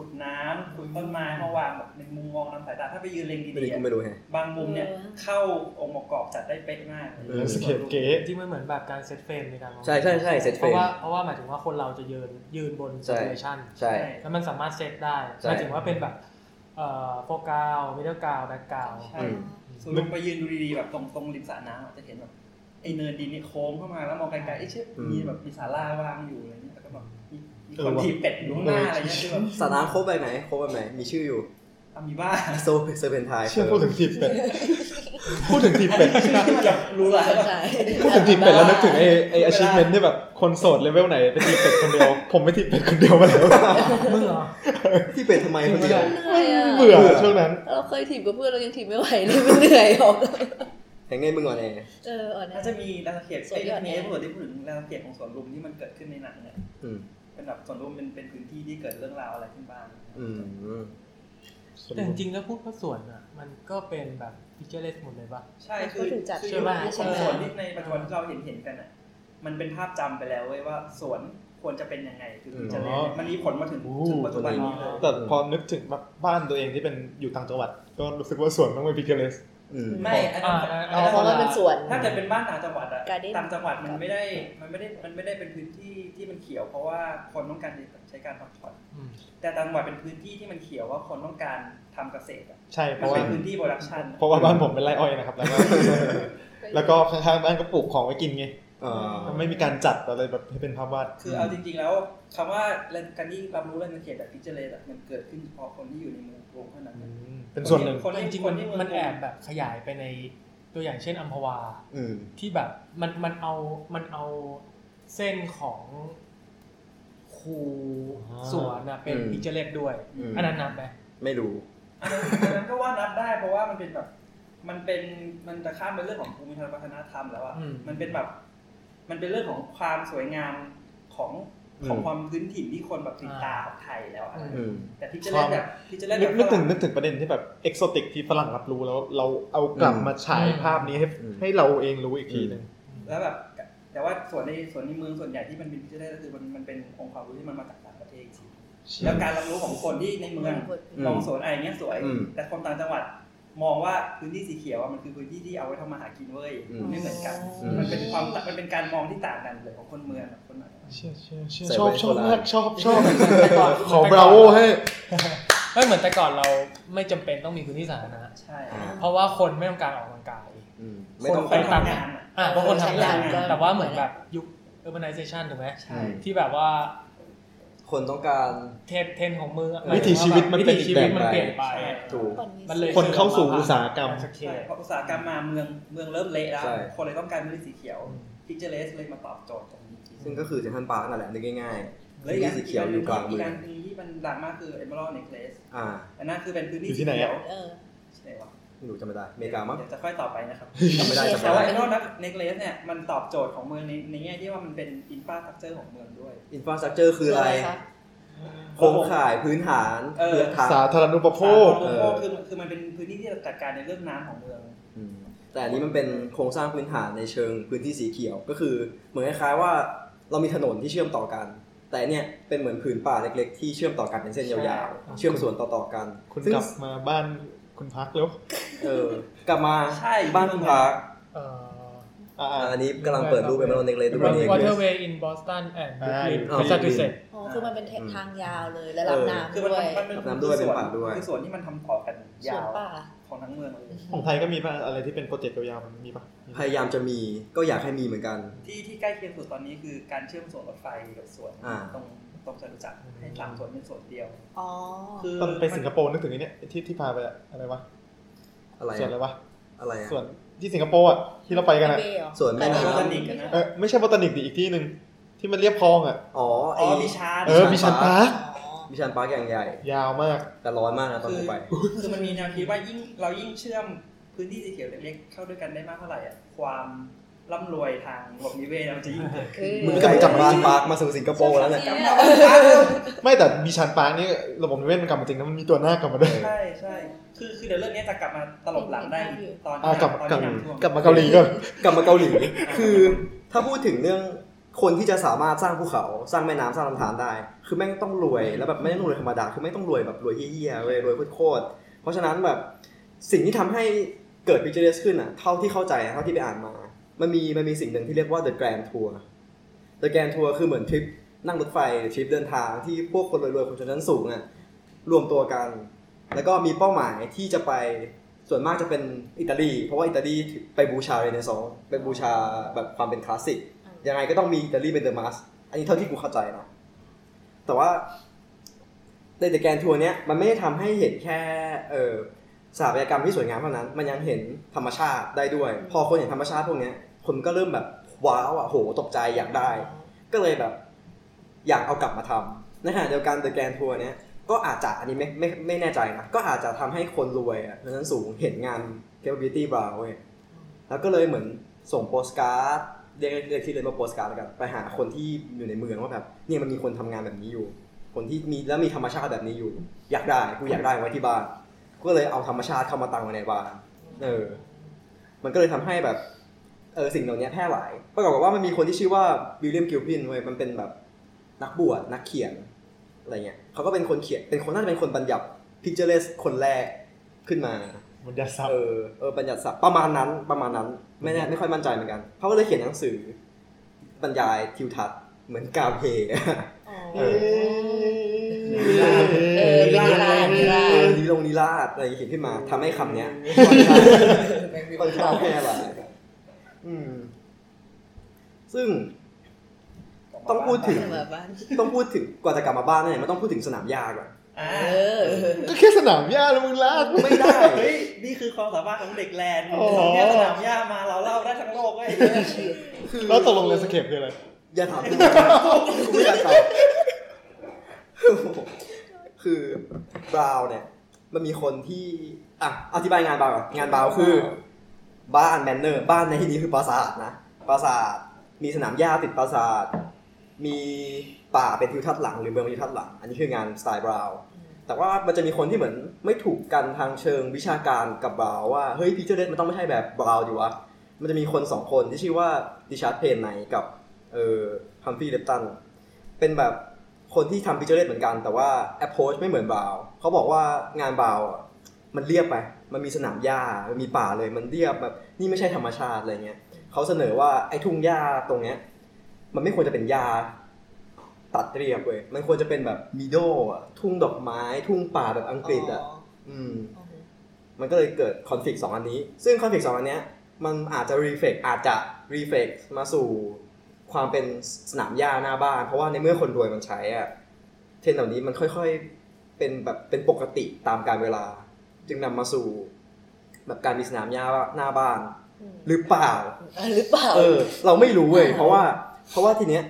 Speaker 5: ขุดน้ำขุดต้นไม้มาวางแบบในมุมมองนำสายตาถ้าไปยืนเล็ง
Speaker 3: ไม่
Speaker 5: ดี
Speaker 3: รู้
Speaker 5: ๆ
Speaker 3: ก็
Speaker 5: อะ
Speaker 3: ไม่รู้แฮะ
Speaker 5: บางมุมเนี่ยเข้าองค์ประกอบจัดได้เป๊ะมาก
Speaker 3: เออ
Speaker 4: สเก็ตเก๋
Speaker 7: จริงมันเหมือนแบบการเซตเฟรมในการมอง
Speaker 3: ใช่ใช่ใช่เซตเฟ
Speaker 7: เพ
Speaker 3: ร
Speaker 7: ราะ
Speaker 3: ม
Speaker 7: ว่าเพราะว่าหมายถึงว่าคนเราจะยืนยืนบน
Speaker 3: ใช่
Speaker 7: ซิ u เ t ชัน
Speaker 3: ใช่
Speaker 7: แล้วมันสามารถเซตได้
Speaker 3: ใช่
Speaker 7: หมายถึงว่าเป็นแบบเอ่อโฟกาวมิดเดิลกาวแบ็กกาว
Speaker 5: ใช่
Speaker 3: อืม
Speaker 5: สวนลุมไปยืนดูดีๆแบบตรงตรงริมสระน้ำอะจะเห็นแบบไอเนินดินเนี่ยโค้งเข้ามาแล้วมองไกลๆไอ้เชื่อ
Speaker 3: อืม
Speaker 5: มีแบบมีศาลาวางอยู่อะไรเงี้ยแล้วก็แบบมีมี
Speaker 4: เอ
Speaker 5: ค
Speaker 4: อนว่ะ
Speaker 5: ถีบเป็ดอยู่ข้างหน้าอะไรเงี้ยคือแบบ
Speaker 3: สนามโคบไปไหน โคบไปไหน มีชื่ออยู่
Speaker 5: อามีบ้า
Speaker 3: โซเซอร์เพนทาย
Speaker 4: เชื่อพูดถึงที เป็ด พูดถึงที เป็ด
Speaker 5: ชื่อที่มันแบบรู้ละ
Speaker 6: ใช่
Speaker 4: พูดถึงทีเป็ดแล้วนึกถึงไอ้ไอ้ achievement ที่แบบคนโสดเลเวลไหนไปทีเป็ดคนเดียว ผมไปทีเป็ดคนเดียวมา แล้ว
Speaker 7: เมื่อ
Speaker 3: ที่เป็นทำไมคนเดียว
Speaker 4: เบื่อช่วงนั้น
Speaker 6: เราเคยถีบกับเพื่อนเรายังถีบไม่ไหวเลยมันเหนื่อยออก
Speaker 3: แห่งไงมึงก่อนเอง
Speaker 6: เอออ่อนแอ
Speaker 5: น่าจะมีแรงเขียน
Speaker 6: สวยยอด
Speaker 5: มี
Speaker 6: แน่
Speaker 5: ไอ้ส่วนที่พูดถึงแรงเขียนของสวนลุมที่มันเกิดขึ้นในหนังเนี่ย
Speaker 3: อืม
Speaker 5: เป็นแบบส่วนรวมเป็นเป็นพื้นที่ที่เกิดเรื่องราวอะไรขึ้นบ้าง
Speaker 3: อืม
Speaker 7: แต่จริงๆแล้วพูดว่าส่วนอ่ะ มันก็เป็นแบบพิเจอร์เลสหมดเลยปะ
Speaker 5: ใช่คื
Speaker 6: ก็
Speaker 5: อ
Speaker 6: ถึงจัด
Speaker 5: คือ
Speaker 6: ใช่ไหมใช่ไหม
Speaker 5: ส่วนที่ในปัจจุบันที่เราเห็นเห็นกันอ่ะ มันเป็นภาพจำไปแล้วเว้ยว่าสวนควรจะเป็นยังไงคือ
Speaker 3: อืม
Speaker 5: จะเล่นมันมีผลมาถึง
Speaker 4: โอ้
Speaker 5: ถึงปัจจุบันนี้เลย
Speaker 4: แต่พอนึกถึงแบบบ้านตัวเองที่เป็นอยู่ต่างจังหวัด ก็รู้สึกว่าสวนต้องเป็นพิเกเลส
Speaker 3: อืม
Speaker 5: ไม่อันนั้นอั
Speaker 7: อ่า
Speaker 5: นนั้น
Speaker 6: เพราะ
Speaker 7: ว่
Speaker 6: มันเป็นสวน
Speaker 5: ถ้าเกิดเป็นบ้านต่างจังหวัดอะ
Speaker 6: Garden
Speaker 5: ต่างจังหวัดมันไม่ได้มันไม่ได้มันไม่ได้เป็นพื้นที่ที่มันเขียว เพราะว่าคนต้องการใช้การพักผ่อน
Speaker 7: อืม
Speaker 5: แต่ต่างจังหวัดเป็นพื้นที่ที่มันเขียวว่าคนต้องการทำเกษตรอะ
Speaker 4: ใช่เพ
Speaker 5: มัน
Speaker 4: ราะว่า
Speaker 5: เป็นพื้นที่โปรดักชัน
Speaker 4: เพราะว่าบ้านผมเป็นไร่อ้อยนะครับ แล้วก็ แล้วก็ข้างๆบ้านก็ปลูกของไว้กินไง
Speaker 3: เอ่อ
Speaker 4: มันไม่มีการจัดอะไรแบบให้เป็นภาพวาด
Speaker 5: คือเอาจริงๆแล้วคำว่าเรื่องการที่รับรู้เรื่องเขตแบบพิจารณามันเกิดขึ้นเฉพาะคนที่อยู่ในเมืองกรุงเท่านั้น
Speaker 4: เป็นส่วนหนึ่ง
Speaker 5: คน
Speaker 7: จ
Speaker 5: ที่
Speaker 7: ริง
Speaker 5: คน
Speaker 7: ๆมัน
Speaker 5: ที่เง
Speaker 7: มันแอบแบบขยายไปในตัวอย่างเช่นอัมพวา
Speaker 3: อืม
Speaker 7: ที่แบบมันมันเอามันเอาเส้นของคู
Speaker 4: อ่า
Speaker 7: สวนน่ะเป็น
Speaker 3: อืม
Speaker 7: พิจเล็กด้วย
Speaker 3: อืม
Speaker 7: อันนั้นนับไหม
Speaker 3: ไม่รู้
Speaker 5: อันนั้นอันนั้นก็ว่านับได้เพราะว่ามันเป็นแบบ มันเป็นมันจะข้ามไปเรื่องของภูมิทัศน์วัฒนธรรมแล้วอะ
Speaker 7: อืม
Speaker 5: มันเป็นแบบ มันเป็นเรื่องของความสวยงามของของ
Speaker 3: อืม
Speaker 5: ความพื้นถิ่นที่คนแบบติดตาของไทยแล้วอะ
Speaker 7: อืม
Speaker 3: อืม
Speaker 5: แต่พิจารณาแบบพิจารณา
Speaker 4: นึก
Speaker 5: แบบ
Speaker 4: นึกถึง
Speaker 5: ฝ
Speaker 4: นึ
Speaker 5: รั่
Speaker 4: กถึงประเด็นที่แบบเอกโซติกที่ฝรั่งรับรู้แล้ว เราเอากลับ
Speaker 3: อืม
Speaker 4: มาฉายภาพนี้ให้
Speaker 3: อืม
Speaker 4: ให้เราเองรู้อีกทีหนึ่ง
Speaker 5: แล้วแบบ แต่ว่าส่วนในส่วนในเมืองส่วนใหญ่ที่มันเป็นพิจารณาก็คือมันมันเป็นองค์ความรู้ที่มันมาจากต่างประเทศจริง แล้วการรับรู้ของคนที่ในเมืองมองสวนอะไรเนี้ยสวย
Speaker 3: อืม
Speaker 5: แต่คนต่างจังหวัดมองว่าพื้นที่สีเขียวอะมันคือพื้นที่ที่เอาไว้ทำมาหากินเว้ย
Speaker 3: อืม
Speaker 5: ไม่เหมือนกัน
Speaker 3: อืม
Speaker 5: มันเป็นความมันเป็นการมองที่ต่างกันเลยของคนเมืองกับคนต่างจังหวัด
Speaker 4: เชื่อเชื่อเชื่อ
Speaker 3: ใส่
Speaker 4: ชอบ
Speaker 3: ไว้
Speaker 4: ชอบ
Speaker 3: โบราณ
Speaker 4: มากชอบชอบ
Speaker 7: แต่ก่อน
Speaker 4: ขอบราโวให้
Speaker 7: ไม่เหมือนแต่ก่อนเราไม่จำเป็นต้องมีพื้นที่สาธารณะ
Speaker 5: ใช่
Speaker 7: เพราะว่าคนไม่ต้องการออกกำลังกาย
Speaker 3: อืม
Speaker 5: ค
Speaker 3: ไม่
Speaker 5: น
Speaker 3: ต้อง
Speaker 5: ไป
Speaker 3: ไป
Speaker 5: ทำงานอะ
Speaker 7: อ่าเพราะคนทำงาน
Speaker 6: ใช่ใช่
Speaker 7: แต่ว่าเหมือนแบบยุค urbanization ถูกไหม
Speaker 5: ใช่
Speaker 7: ที่แบบว่า
Speaker 3: คนต้องการ
Speaker 7: เทรนด์เทรนด์ของเมืองอะ
Speaker 4: วิถีชีวิตมันเป็นอี
Speaker 7: วิถี
Speaker 4: ก
Speaker 7: ชี
Speaker 4: แบ
Speaker 7: วิต
Speaker 4: บ
Speaker 7: มันเปลี่ยนไป
Speaker 5: ใช่
Speaker 3: ถูก
Speaker 7: มันเลย
Speaker 4: คนเข้าสู่อุตสาหกรรม
Speaker 7: สเคล
Speaker 5: ใช่เพราะอุตสาหกรรมมาเมืองเมืองเริ่มเละแล้ว
Speaker 3: ใช่
Speaker 5: คนเลยต้องการพื้นที่สีเขียวพิกเจอร์เลสเลยมาตอบโจทย์ตรงนี้
Speaker 3: ซึ่งก็คือเซนทรัลปาร์คนั่นแหละนึกง่ายๆ
Speaker 5: แล้
Speaker 3: พื้นที่
Speaker 5: อีกอัน
Speaker 3: สีเขียวอยู่กลางเมื
Speaker 5: อี
Speaker 3: อก ง
Speaker 5: อันหนึงที่มันดังมากคือเอเมอรัลเน c เลส
Speaker 3: อ่า
Speaker 5: อันนั้นคือเป็นพื้นที่
Speaker 4: อยู่ที่ไหน
Speaker 5: สีเขี
Speaker 4: อะ
Speaker 5: ว
Speaker 6: เออ
Speaker 5: ที่ไหนวะ
Speaker 3: ไม่รู้จำไม่ได้อเมริกามั้ง
Speaker 5: เดี๋ยวจะค่อยต่อไป นะครับ
Speaker 3: จำไม่ได้จำ
Speaker 5: แต่
Speaker 3: ไม่
Speaker 5: ว่า
Speaker 3: ได้
Speaker 5: เอเมอรัลเน c เลสเนี่ยมันตอบโจทย์ของเมืองในในแง่ที่ว่ามันเป็นอินฟราสตรักเจอร์ของเมืองด้วย
Speaker 3: อินฟราสตรักเจอร์คืออะไรโครงข่ายพื้นฐาน
Speaker 5: เออ
Speaker 3: เรือทาง
Speaker 4: สาธารณูปโภค
Speaker 5: สาธารณูปโภค
Speaker 3: เออ
Speaker 5: คือคือมันเป็นพื้นที่ที่จัดการในเรื่องน้ำของเมือง
Speaker 3: อืมแต่อันนี้มันเป็นโครงสร้างพื้นฐานในเชิงพื้นที่สีเขียวก็คือเหมือนคล้ายๆว่าเรามีถนนที่เชื่อมต่อกัน แต่เนี่ยเป็นเหมือนผืนป่าเล็กๆ ที่เชื่อมต่อกันเป็นเส้นยาวๆ เชื่อมส่วนต่อๆกัน
Speaker 4: คุณ
Speaker 3: ซึ่ง
Speaker 4: กลับมาบ้านคุณพักแล้ว
Speaker 3: เออกลับมา
Speaker 5: ใช่
Speaker 3: บ้านคุณพัก
Speaker 7: เอ่อ
Speaker 4: อ่า
Speaker 3: อ่าอันนี้กำลังเปิดรูปเป็นมันเล็กๆดูมันเอง
Speaker 7: Waterway in Boston and Brooklyn
Speaker 3: อ่า
Speaker 7: Massachusetts
Speaker 6: อ๋อคือมันเป็นทางยาวเลยและรับน้ำ
Speaker 5: คือ
Speaker 6: ด้
Speaker 5: มัน
Speaker 6: วย
Speaker 5: มันเป็น
Speaker 3: น้ำด้วยเป็นป่าด้วย
Speaker 5: คือส่วนที่มันทำต่อกัน
Speaker 6: สวย
Speaker 5: าน ว
Speaker 6: ป่า
Speaker 5: ของทั้งเมืองเลย
Speaker 4: ของไทยก็มีป่ะอะไรที่เป็นโปรเจกต์ยาวๆมันมีป่ะ
Speaker 3: พยายามจะมีก็อยากให้มีเหมือนกัน
Speaker 5: ที่ที่ใกล้เคียงสุดตอนนี้คือการเชื่อมส่วนรถไฟกับส่วน
Speaker 3: อ่า
Speaker 5: ตรงตรงจตุจักรให้สามส่วนเป็นส่วนเดียว
Speaker 6: อ๋อ
Speaker 5: คือ
Speaker 4: ตอนไปสิงคโปร์นึกถึงไอ้เนี่ยที่ที่พาไปอะอะไรวะ
Speaker 3: อะไร
Speaker 4: ส่วนอะไรวะ
Speaker 3: อะไรอะ
Speaker 4: ส่วนที่สิงคโปร์อ่ะที่เราไปกันอ่ะ
Speaker 6: Bay เหรอ
Speaker 3: ส่วนแม่
Speaker 5: มันมีโบ
Speaker 3: น้
Speaker 5: ตานิกอะนะ
Speaker 4: เออไม่ใช่บอตานิกดิอีกที่หนึ่งที่มันเรียบคลองอ่ะ
Speaker 3: ำอ๋อไอ
Speaker 5: อ๋อวิชา
Speaker 4: เออบิชันพาร์ค
Speaker 3: มิชันปาร์คอย่างใหญ่
Speaker 4: ยาวมาก
Speaker 3: แต่ร้อนมากนะตอน
Speaker 5: คื
Speaker 3: ผม
Speaker 5: อ
Speaker 3: ไป
Speaker 5: คือมันมีแนวคิดว่ายิ่งเรายิ่งเชื่อมพื้นที่สีเขียวเล็กๆเข้าด้วยกันได้มากเท่าไหร่อะความร่ำรวยทางระบบนิเวศมันจะยิ่งเกิดขึ้น
Speaker 3: มึงกลับจากบ้านปาร์คมาสู่สิงคโปร์แล้วเนี่ย
Speaker 5: จำได้ว่า
Speaker 4: ไม่แต่บิชันพาร์คนี่ระบบนิเวศมันกลับมาจริงนะมันมีตัวหน้ากลับมาด้วย
Speaker 5: ใช่ใช่คือคือเดี๋ยวเรื่องนี้จะกลับมาตลบหลังได้ตอน
Speaker 4: อ่ะกลับ
Speaker 5: ตอน
Speaker 4: กลับ
Speaker 5: ที่น้ำท่วม
Speaker 4: กลับมาเกาหลีก่อน
Speaker 3: กลับมาเกาหลี คือถ้าพูดถึงเรื่องคนที่จะสามารถสร้างภูเขาสร้างแม่น้ำสร้างลำธารได้ คือแม่งต้องรวยแล้วแบบไม่ได้รวยธรรมดาคือไม่ต้องรวยแบบรวยเยี่ยๆเว้ยรวยโคตรๆเพราะฉะนั้นแบบสิ่งที่ทำให้เกิดพิจิเรสขึ้นอ่ะเท่าที่เข้าใจอะเท่าที่ไปอ่านมา มันมีมันมีสิ่งหนึ่งที่เรียกว่า the grand tour the grand tour คือเหมือนทริปนั่งรถไฟทริปเดินทางที่พวกคนรวยๆคนชนชั้นสูงอ่ะรวมตัวกัน แล้วก็มีเป้าหมายที่จะไป ส่วนมากจะเป็นอิตาลี เพราะว่าอิตาลีถือไปบูชาเรเนซองส์ไปบูชาแบบความเป็นคลาสสิก
Speaker 6: อืม
Speaker 3: ยังไงก็ต้องมีอิตาลีเป็นเดอะมาสอันนี้เท่าที่กูเข้าใจนะแต่ว่าในเดอะแกรนทัวร์เนี้ยมันไม่ได้ทำให้เห็นแค่เออสถาปัตยกรรมที่สวยงามเท่านั้น มันยังเห็นธรรมชาติได้ด้วย พอคนเห็นธรรมชาติพวกเนี้ยคนก็เริ่มแบบว้าวอ่ะโหตกใจอยากได้ ก็เลยแบบอยากเอากลับมาทำในขณะเดียวกัน The Grand Tour เนี้ยก็อาจจะอันนี้ไม่ไม่ไม่แน่ใจนะ ก็อาจจะทำให้คนรวยอะนั้นสูงเห็นงาน Capability Brown เว้ยแล้วก็เลยเหมือนส่งโปสการ์ดเรียกเรียกที่เรียกว่าโปสการ์ดแล้วกันไปหาคนที่อยู่ในเมืองว่าแบบเนี่ยมันมีคนทำงานแบบนี้อยู่ คนที่มีแล้วมีธรรมชาติแบบนี้อยู่ อยากได้กูอยากได้ไว้ที่บ้านก็เลยเอาธรรมชาติเข้ามาตั้งไว้ในบ้านเออ มันก็เลยทำให้แบบ เออสิ่งเหล่านี้แพร่หลายประกอบกับว่ามันมีคนที่ชื่อว่าวิลเลียมกิลพินเว้ยมันเป็นแบบนักบวชนักเขียนอะไรเงี้ยเขาก็เป็นคนเขียนเป็นคนน่าจะเป็นคนบัญญัติพิกเจอร์เลสคนแรกขึ้นมา
Speaker 4: มันยาซับ
Speaker 3: เออเออบัญญัติศัพท์ประมาณนั้นประมาณนั้น ไม่แน่ไม่ค่อยมั่นใจเหมือนกันเขาก็เลยเขียนหนังสือบรรยายทิวทัศน์ เหมือนกาเพ เออ
Speaker 6: เออลีลาลีลา
Speaker 3: เออลีลงลีลาดอะไรเขียนขึ้นมาทำให้คำเนี้ย ค่อนข้างแพร่หลายอืม ซึ่ง ต้องพูดถึง
Speaker 6: กลับมาบ้าน
Speaker 3: ต้องพูดถึงกว่าจะกลับมาบ้านเนี่ยมันต้องพูดถึงสนามหญ้าก่อน
Speaker 5: อ่า
Speaker 6: เออ
Speaker 4: ก็แค่สนามหญ้าแล้วมึงลาก
Speaker 3: ไม่ได้
Speaker 5: เฮ้ยนี่คือความสามารถของเด็กแลนด์
Speaker 4: อ๋อ
Speaker 5: เราแค่สนามหญ้ามาเราเล่าได้ทั้งโลกเลย
Speaker 4: แล้วตกลงเลนสเคปคืออะไร
Speaker 3: อย่าถามกูกูไม่อยากตอบคือบราวน์เนี่ย มันมีคนที่อ่ะอธิบายงานบราวน์ก่อนงานบราวน์คือ บ้านแมนเนอร์ บ้านในที่นี้คือปราสาทนะปราสาทมีสนามหญ้าติดปราสาท มีป่าเป็นทิวทัศน์หลังหรือเมืองเป็นทิวทัศน์หลัง อันนี้คืองานสไตล์บราวน์แต่ว่ามันจะมีคนที่เหมือนไม่ถูกกันทางเชิงวิชาการกับบราวน์ว่าเฮ้ยพีเจอร์เลสมันต้องไม่ใช่แบบบราวน์ดิวะมันจะมีคนสองคนที่ชื่อว่าดิชาร์ดเพนไนกับ เออฮัมฟี่เลปตัน เป็นแบบ คนที่ทำพิจเรตเหมือนกัน แต่ว่าแอปโพสไม่เหมือนบาวเขาบอกว่างานบาวอ่ะมันเรียบไป มันมีสนามหญ้ามันมีป่าเลยมันเรียบแบบนี่ไม่ใช่ธรรมชาติอะไรเงี้ยเขาเสนอว่าไอ้ทุ่งหญ้าตรงเนี้ย มันไม่ควรจะเป็นหญ้าตัดเรียบเว้ยมันควรจะเป็นแบบมีโดอ่ะทุ่งดอกไม้ ทุ่งป่าแบบอังกฤษอ่ะอืม
Speaker 6: โอเค
Speaker 3: มันก็เลยเกิดคอนฟ lict สองอันนี้ ซึ่งคอนฟ lict สองอันเนี้ย มันอาจจะรีเฟกอาจจะรีเฟกมาสู่ความเป็นสนามหญ้าหน้าบ้าน เพราะว่าในเมื่อคนรวยมันใช้อะเทรนด์เหล่านี้มันค่อยๆ เป็นแบบเป็นปกติตามการเวลา จึงนำมาสู่แบบการมีสนามหญ้าหน้าบ้าน
Speaker 6: อืม
Speaker 3: หรือเปล่า
Speaker 6: อ่ะหรือเปล่า
Speaker 3: เออ เราไม่รู้เว้ยเพราะว่า เพราะว่าทีเนี้ย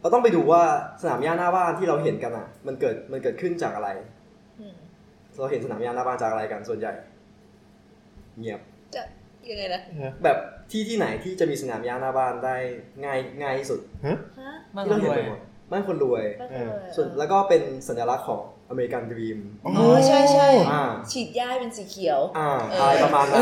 Speaker 3: เราต้องไปดูว่าสนามหญ้าหน้าบ้านที่เราเห็นกันอะมันเกิดมันเกิดขึ้นจากอะไร
Speaker 6: ม
Speaker 3: เราเห็นสนามหญ้าหน้าบ้านจากอะไรกันส่วนใหญ่ เงียบ
Speaker 6: จะยังไงนะ
Speaker 3: แบบที่ที่ไหนที่จะมีสนามหญ้าหน้าบ้านได้ง่ายง่ายที่สุด
Speaker 6: ฮะ
Speaker 7: มัน
Speaker 3: ที่เรา
Speaker 7: ร
Speaker 3: เห็น
Speaker 7: วย
Speaker 3: ไปหมดบ้านคนรวย
Speaker 6: ไม่เคย
Speaker 3: ส่วนแล้วก็เป็นสัญลักษณ์ของอเมริกันดรีม
Speaker 6: อ๋อใช่ใช่
Speaker 3: อ่า
Speaker 6: ฉีดยาให้เป็นสีเขียว
Speaker 3: อ่า
Speaker 6: เอออ
Speaker 3: อะไรประมาณนั้น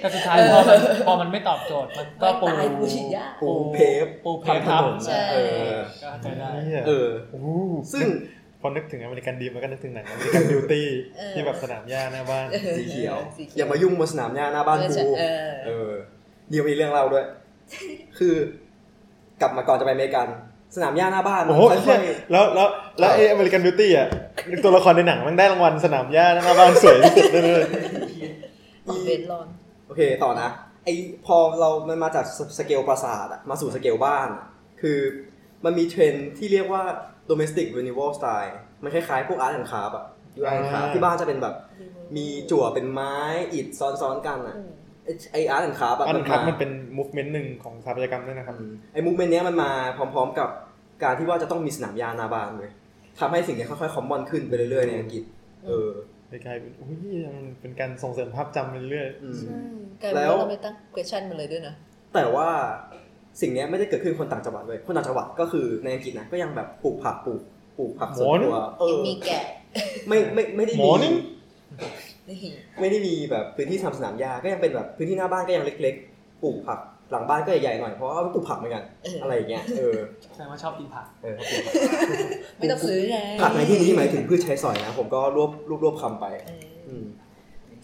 Speaker 7: แต่สุดท้ายพอมันพอมันไม่ตอบโจทย์มันก็ปู
Speaker 6: ตายกูฉีดยา
Speaker 3: ปูเพฟ
Speaker 7: ปูเพ
Speaker 3: ทำถ
Speaker 7: ทับ
Speaker 3: นน
Speaker 6: ใช่
Speaker 3: เออ
Speaker 7: ก็เข้าใจได้
Speaker 4: เนี่ย
Speaker 3: เออ
Speaker 4: โอ้โห
Speaker 3: ซึ่ง
Speaker 4: พอนึกถึงอเมริกันดีมันก็นึกถึงหนังอเมริกันบิวตี้
Speaker 6: เออ
Speaker 4: ที่แบบสนามหญ้าหน้าบ้าน
Speaker 3: สีเขียว
Speaker 6: สีเขียว
Speaker 3: อย่ามายุ่งบนสนามหญ้าหน้าบ้านกู
Speaker 6: เออ
Speaker 3: เออเดี๋ยวมีเรื่องเล่าด้วย คือกลับมาก่อนจะไปอเมริกัน สนามหญ้าหน้าบ้าน
Speaker 4: โอ้โห
Speaker 3: มัน
Speaker 4: เชี่
Speaker 3: ค่อย ยๆ
Speaker 4: แล้วแล้วแล้วไอ้อเมริกันบิวตี้อ่ะตัวละครในหนังมันได้รางวัลสนามหญ้าหน้าบ้านสวยที่สุดเลย
Speaker 6: ตอนเบนร้อน
Speaker 3: โอเค ต่อนะ ไอพอเรา มันมาจากสสเกลปราสาทอะมาสู่สเกลบ้านอะคือมันมีเทรนด์ที่เรียกว่า domestic renewal style มันคล้ายๆ พวกอาร์ตแอนด์คาร์บอะยูอาร์ตแอนด์คาร์
Speaker 4: อ่า
Speaker 3: ที่บ้านจะเป็นแบบ มีจั่วเป็นไม้อิฐซ้อนๆกันอะ
Speaker 6: อืม
Speaker 3: ไอ้ไออาร์ตแอนด์คาร์บอะ
Speaker 4: อันครับมัน
Speaker 3: มา
Speaker 4: เป็นมูฟเมนต์หนึ่งของสถาปัตยกรรมด้วยนะครับ
Speaker 3: อืมไอมูฟเมนต์เนี้ยมันมาพร้อมๆกับการที่ว่าจะต้องมีสนามหญ้าหนาบานเลยทำให้สิ่งเนี้ยค่อยๆคอมมอนขึ้นไปเรื่อยๆในอังกฤษ เออ
Speaker 4: กลายเป็นอุ้ยมันเป็นการส่งเสริมภาพจำไปเรื่อย
Speaker 3: อืม
Speaker 6: กลายเป็นว่าเราไม่ตั้ง question มันเลยด้วยนะ
Speaker 3: แต่ว่าสิ่งเนี้ยไม่ได้เกิดขึ้นคนต่างจังหวัดเลยคนต่างจังหวัดก็คือในอังกฤษนะก็ยังแบบปลูกผักปลูกปลูกผักสวนครัวเออ
Speaker 6: มีแกะ
Speaker 3: ไม่ไม่ไม่ได้
Speaker 4: หม
Speaker 3: มี
Speaker 4: อนี่
Speaker 6: นี่
Speaker 3: ไม่ได้มีแบบพื้นที่ทำสนามหญ้าก็ยังเป็นแบบพื้นที่หน้าบ้านก็ยังเล็ก ๆ ปลูกผักหลังบ้านก็ใหญ่ๆหน่อยเพราะว่าปลูกผักเหมือนกัน
Speaker 6: เออ
Speaker 3: อะไรอย่างเงี้ยเออ
Speaker 7: แสดงว่าชอบกินผัก
Speaker 3: เออปลูกผัก
Speaker 6: ไม่ต้องซื้อไง
Speaker 3: ผักในที่นี้หมายถึงพืชใช้สอยนะผมก็รวบรวบรวบคำไป
Speaker 6: เออ
Speaker 3: อืม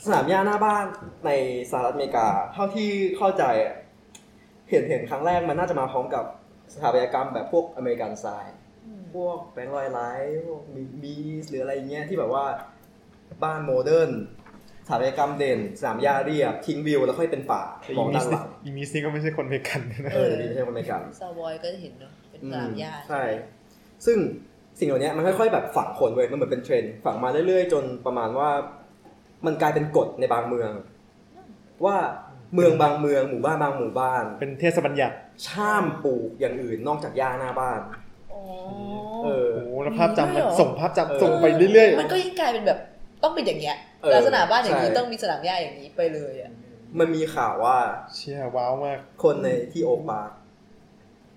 Speaker 3: สนามหญ้าหน้าบ้านในสหรัฐอเมริกา เท่าที่เข้าใจอะเห็นเห็นครั้งแรกมันน่าจะมาพร้อมกับสถาปัตยกรรมแบบพวกอเมริกันสไตล์ พวกแบงค์ลอยไลท์พวกมีมีหรืออะไรเงี้ยที่แบบว่าบ้านโมเดิร์นสถาปัตยกรรมเด่นสนามหญ้าเรียบทิ้งวิวแล้วค่อยเป็นป่า
Speaker 4: แต่
Speaker 3: ม
Speaker 4: อี
Speaker 3: อง
Speaker 4: มิ
Speaker 3: ด้า
Speaker 4: ส
Speaker 3: นห
Speaker 4: นี่
Speaker 3: ลัง
Speaker 4: อีมิสนี่ก็ไม่ใช่คนอเมริกันนะ
Speaker 3: เออนี่ไม่ใช่คนอเมริกัน
Speaker 6: ซาวอยก็จะเห็นเนาะ เป็น
Speaker 3: อื
Speaker 6: กรามหญ้า
Speaker 3: ใช่ ซึ่งสิ่งเหล่านี้มันค่อย ๆ แบบฝังคนเว้ย มันเหมือนเป็นเทรนด์ฝังมาเรื่อย ๆ จนประมาณว่า มันกลายเป็นกฎในบางเมือง ว่าเมืองบางเมืองหมู่บ้านบางหมู่บ้าน
Speaker 4: เป็นเทศบัญญัติ
Speaker 3: ห้ามปลูกอย่างอื่นนอกจากหญ้าหน้าบ้าน
Speaker 6: อ๋อ
Speaker 3: เออ
Speaker 4: โอ้โหแล้วภาพจำมัน
Speaker 6: มีด้วยเหรอ
Speaker 4: ส่งภาพ
Speaker 3: เออ
Speaker 4: จำส่งไปเรื่อย
Speaker 6: มันก็ยิ่งกลายเป็นแบบต้องเป็นอย่างเงี้ย
Speaker 3: เออ
Speaker 6: ลักษณะบ้านอย่างนี้
Speaker 3: ใช่
Speaker 6: ต้องมีสนามหญ้าอย่างนี้ไปเลยอ่ะ
Speaker 3: มันมีข่าวว่า
Speaker 4: ๆเชี่ยว้าวมาก
Speaker 3: คนในที่โอปาร์ค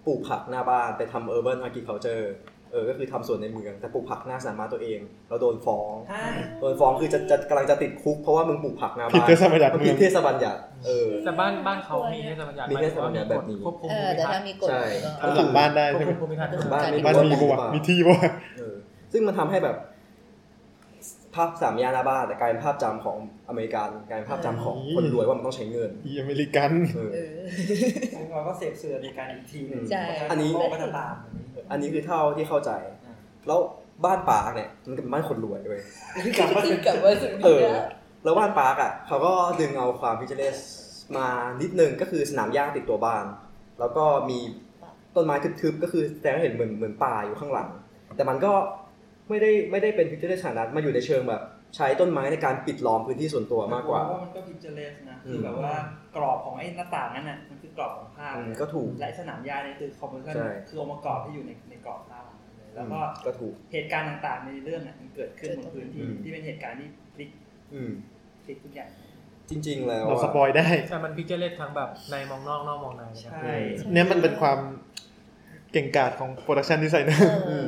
Speaker 3: ปลูกผักหน้าบ้านไปทำเออร์เบิร์นอาร์กิเคเจอร์เออ ก็คือทำสวนในเมือง แต่ปลูกผักหน้าสนามม้าตัวเองเราโดนฟ้อง โดนฟ้องคือจะจะกำลังจะติดคุกเพราะว่ามึงปลูกผักหน้า
Speaker 4: ผิด
Speaker 3: บ้าน
Speaker 4: เทศบัญญัติ
Speaker 3: มัน
Speaker 4: เมื
Speaker 3: ผิ
Speaker 4: อ
Speaker 3: ด
Speaker 4: ง
Speaker 3: เทศบัญญัติเออ
Speaker 7: แต่บ้านบ้านเขามีเทศบัญญัติ
Speaker 3: มีเทศบัญญัติแบบนี้
Speaker 7: ควบคุม
Speaker 6: เออ
Speaker 7: ภูมิ
Speaker 6: แต่ถ้า
Speaker 7: ทัศน์
Speaker 6: มีกฎ
Speaker 3: ใช่
Speaker 6: ก็
Speaker 4: ทำหลังบ้านได้
Speaker 7: ควบ
Speaker 4: ใช่ไหม
Speaker 7: คุมภูมิทัศน์
Speaker 6: เออ
Speaker 3: บ้านมี
Speaker 4: บ้านมีปะวะ
Speaker 3: เปล่า
Speaker 4: มีที่ปะวะ
Speaker 3: เออซึ่งมันทำให้แบบ ภาพสามย่านหน้าบ้านแต่กลายเป็นภาพจำของอเมริกันกลายเป็นภาพจำของคนรวยว่ามันต้องใช้เงิน
Speaker 4: อีอเมริกัน
Speaker 3: เออ
Speaker 6: เออ
Speaker 5: เราก็เสพสื่อในการอีกทีหนึง
Speaker 6: ใช่
Speaker 3: อันนี้
Speaker 5: โลกก็จะตาม
Speaker 3: อันนี้คือเท่าที่เข้าใจ แล้วบ้านปาร์กเนี่ยมันก็เป็นบ้านคนรวยเลย
Speaker 5: กลับมาถึง
Speaker 6: กลับมาสุด
Speaker 3: เอ
Speaker 6: นี้
Speaker 3: อ
Speaker 6: นะ
Speaker 3: แล้วบ้านปาร์กอ่ะเขาก็ดึงเอาความพิเศษมานิดนึงก็คือสนามหญ้าติดตัวบ้าน แล้วก็มีต้นไม้ทึบๆก็คือแต่เห็นเหมือนเหมือนป่าอยู่ข้างหลัง แต่มันก็ไม่ได้ไม่ได้เป็นพิเศษขนาดนั้นมาอยู่ในเชิงแบบ ใช้ต้นไม้ในการปิดล้อมพื้นที่ส่วนตัวมากกว่า
Speaker 5: เพระมันก็พิจารณนะคือ
Speaker 3: ม
Speaker 5: แบบว่ากรอบของไอ้หน้าต่างนั่นน่ะมันคือกรอบของภาพ
Speaker 3: อืมก็ถูก
Speaker 5: และสนามหญ้าเนี่ยคือคอมมิชชั่น
Speaker 3: ใช่
Speaker 5: คือองค์ประกอบที่อยู่ในในกรอบภาพของมันเลยแล้วก็
Speaker 3: อืมก็ถูก
Speaker 5: เหตุการณ์ต่างๆในเรื่องน่ะมันเกิดขึ้นบนพื้นที่
Speaker 3: อืม
Speaker 5: ที่เป็นเหตุการณ์ที่พลิก
Speaker 3: อืม
Speaker 5: พลิกทุกอย่าง
Speaker 3: จริง ๆ แล้ว
Speaker 4: เรา
Speaker 3: อะ
Speaker 4: สปอยได้
Speaker 7: แต่มันพิจารณาทั้งแบบในมองนอกนอกมองในนะครับ
Speaker 5: ใช่
Speaker 4: เนี่ยมันเป็นความเก่งกาจของโปรดักชันดีไซเนอร์
Speaker 6: เอ
Speaker 3: อื
Speaker 6: อ
Speaker 3: ม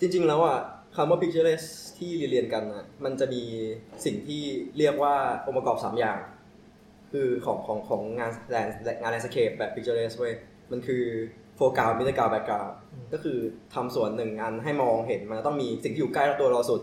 Speaker 3: จริง ๆ แล้วอ่ะคำว่า pictureless ที่เรียนๆกันอะมันจะมีสิ่งที่เรียกว่าองค์ประกอบ 3 อย่าง คือของของของงานแลนงานแลนสเคปแบบ pictureless เว้ยมันคือ โฟกัสมิเตอร์กาวแบ็กกราว
Speaker 7: อืม
Speaker 3: ก็คือทำส่วนหนึ่งอันให้มองเห็นมันต้องมีสิ่งที่อยู่ใกล้ตัวเราสุด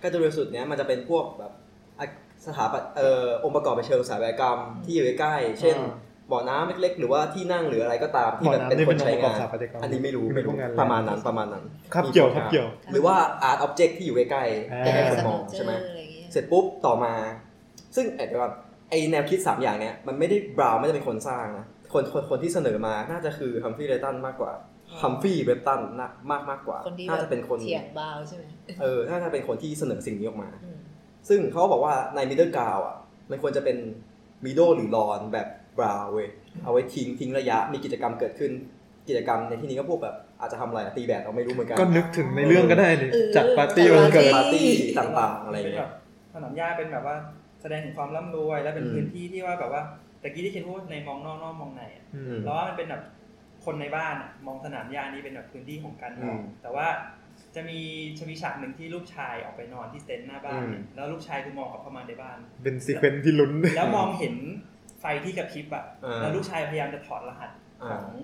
Speaker 3: ใกล้ตัวเราสุดเนี้ยมันจะเป็นพวกแบบอ่ะสถาปัตย์เอ่อองค์ประกอบไปเชิงสถาปัตยกรรมที่อยู่ใกล้ๆเช่น
Speaker 4: อ่า
Speaker 3: บ่อน้ำเล็กๆ หรือว่าที่นั่งหรืออะไรก็ตามที่
Speaker 4: บ่อ
Speaker 3: แบบ
Speaker 4: น้ำ
Speaker 3: เป็น
Speaker 4: นี่
Speaker 3: ค
Speaker 4: เป็น
Speaker 3: น
Speaker 4: อง
Speaker 3: ใช้
Speaker 4: ค์ประกอบ
Speaker 3: งา
Speaker 4: ส
Speaker 3: น
Speaker 4: ถาปัตยกรรม
Speaker 3: อันนี้ไม่รู้
Speaker 4: ไม่
Speaker 3: ไม่
Speaker 4: รู้
Speaker 3: รู้
Speaker 4: งานแรง
Speaker 3: ประมาณนั้นประมาณนั้น
Speaker 4: ครับเกี่ยว
Speaker 3: มี
Speaker 4: ครั
Speaker 3: ปัญ
Speaker 4: บ
Speaker 3: หา
Speaker 4: เกี่ยว
Speaker 3: หรือว่า art object ที่อยู่ใกล้ๆ
Speaker 4: อ่า
Speaker 3: ใกล้ๆค
Speaker 6: ส
Speaker 3: นม
Speaker 6: โน
Speaker 3: อง
Speaker 6: ว์เจอ
Speaker 3: ใช่ไหม
Speaker 6: ร์อะไรอย่างเงี้ย
Speaker 3: เสร็จปุ๊บต่อมา ซึ่งไอ้เดี๋ยวก่อนไอ้แนวคิด 3 อย่างเนี้ยมันไม่ได้บราวน์ไม่ได้เป็นคนสร้างนะคนคนคนที่เสนอมาน่าจะคือฮัมฟรีย์เรตันมากกว่าฮัมฟรีย์เรตันนะมากมากกว่า
Speaker 6: คนที่
Speaker 3: น่าจะเป็นคน
Speaker 6: เถียงบาวใช่ไหม
Speaker 3: เออน่าจะเป็นคนที่เสนอสิ่งนี้ออกมา
Speaker 6: อืม
Speaker 3: ซึ่งเขาบอกว่าในมิดเดิลกราวอ่ะมันควรจะเป็นมิดเดิลหรือรอนแบบบราวเว้ยเอาไว้ทิ้งทิ้งระยะมีกิจกรรมเกิดขึ้นกิจกรรมในที่นี้ก็พวกแบบอาจจะทำอะไรอะตีแบดเราไม่รู้เหมือนกัน
Speaker 4: ก็นึกถึงในเรื่องก็ได้นี่จัดปาร์ตี้
Speaker 3: เออ
Speaker 4: วันเกิด
Speaker 3: ปาร์ตี้ต่างๆอะไรอย่างเงี้ย
Speaker 5: สนามหญ้าเป็นแบบว่าแสดงถึงความร่ำรวย และเป็น
Speaker 3: อืม
Speaker 5: พื้นที่ที่ว่าแบบว่าแต่กี้ที่เคนพูดในมองนอกนอกมองในอะ
Speaker 4: อืม
Speaker 5: แล้วว่ามันเป็นแบบคนในบ้านอะมองสนามหญ้านี้เป็นแบบพื้นที่ของการมอง
Speaker 3: อืม
Speaker 5: แต่ว่าจะมีจะมีฉากหนึ่งที่ลูกชายออกไปนอนที่เต็นท์หน้าบ้าน
Speaker 3: อืม
Speaker 5: แล้วลูกชายคือมองกลับเข้ามาในบ้าน
Speaker 4: เป็นซีเควนซ์ที่ลุ้น
Speaker 5: แล้วมองเห็นไฟที่กระพริบอะ
Speaker 3: อ่า
Speaker 5: แล้วลูกชายพยายามจะถอดรหัสข
Speaker 3: อ่า
Speaker 5: อง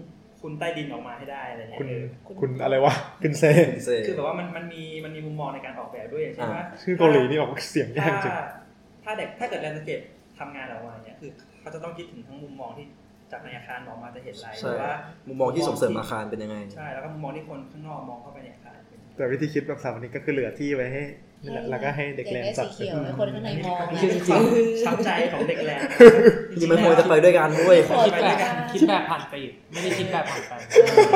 Speaker 5: คุณใต้ดินออกมาให้ได้อะไรเงี้ย
Speaker 4: คุณ
Speaker 5: เออ
Speaker 4: คุณอะไรวะคุณเซ
Speaker 3: เซ
Speaker 5: คือแบบว่ามันมันมีมันมีมุมมองในการออกแบบด้วยอย่างเช่น
Speaker 3: อ่า
Speaker 5: ว่า
Speaker 4: ชื่อเกาหลีนี่ออกเสีย
Speaker 5: ถ้าย
Speaker 4: งากจริง
Speaker 5: ถ้าเด็กถ้าเกิดแลนด์สเคปทำงานออกมาเนี่ยคือเขาจะต้องคิดถึงทั้งมุมมองที่จากในอาคารมองมาจะเห็นอะไร
Speaker 3: ใช่
Speaker 5: หรือว่า
Speaker 3: มุ
Speaker 5: มุ
Speaker 3: มมองที่ส่งเสริมอาคารเป็นยังไง
Speaker 5: ใช่แล้วก็มุมมองที่คนข้างนอกมองเข้าไปในอาคารเป็นยังไง
Speaker 4: แต่วิธีคิดแบบสามนี้ก็คือเหลือที่ไว้ให้นี่แหละแล้วก็ให้เด็ก
Speaker 6: อยา
Speaker 4: เรียน
Speaker 6: ได้
Speaker 4: จั
Speaker 6: สี
Speaker 4: ด
Speaker 6: เขียวให้คนข้างในมอง
Speaker 5: นี่
Speaker 6: นะ
Speaker 5: คือความช้ำใจของเด็กแลนด์
Speaker 3: นี่มันควรจะไปด้วยกันด้วย
Speaker 6: ขอ
Speaker 7: คิดแบบคิดแบบผ่านไปอีกไม่ได้คิดแบบผ่านไป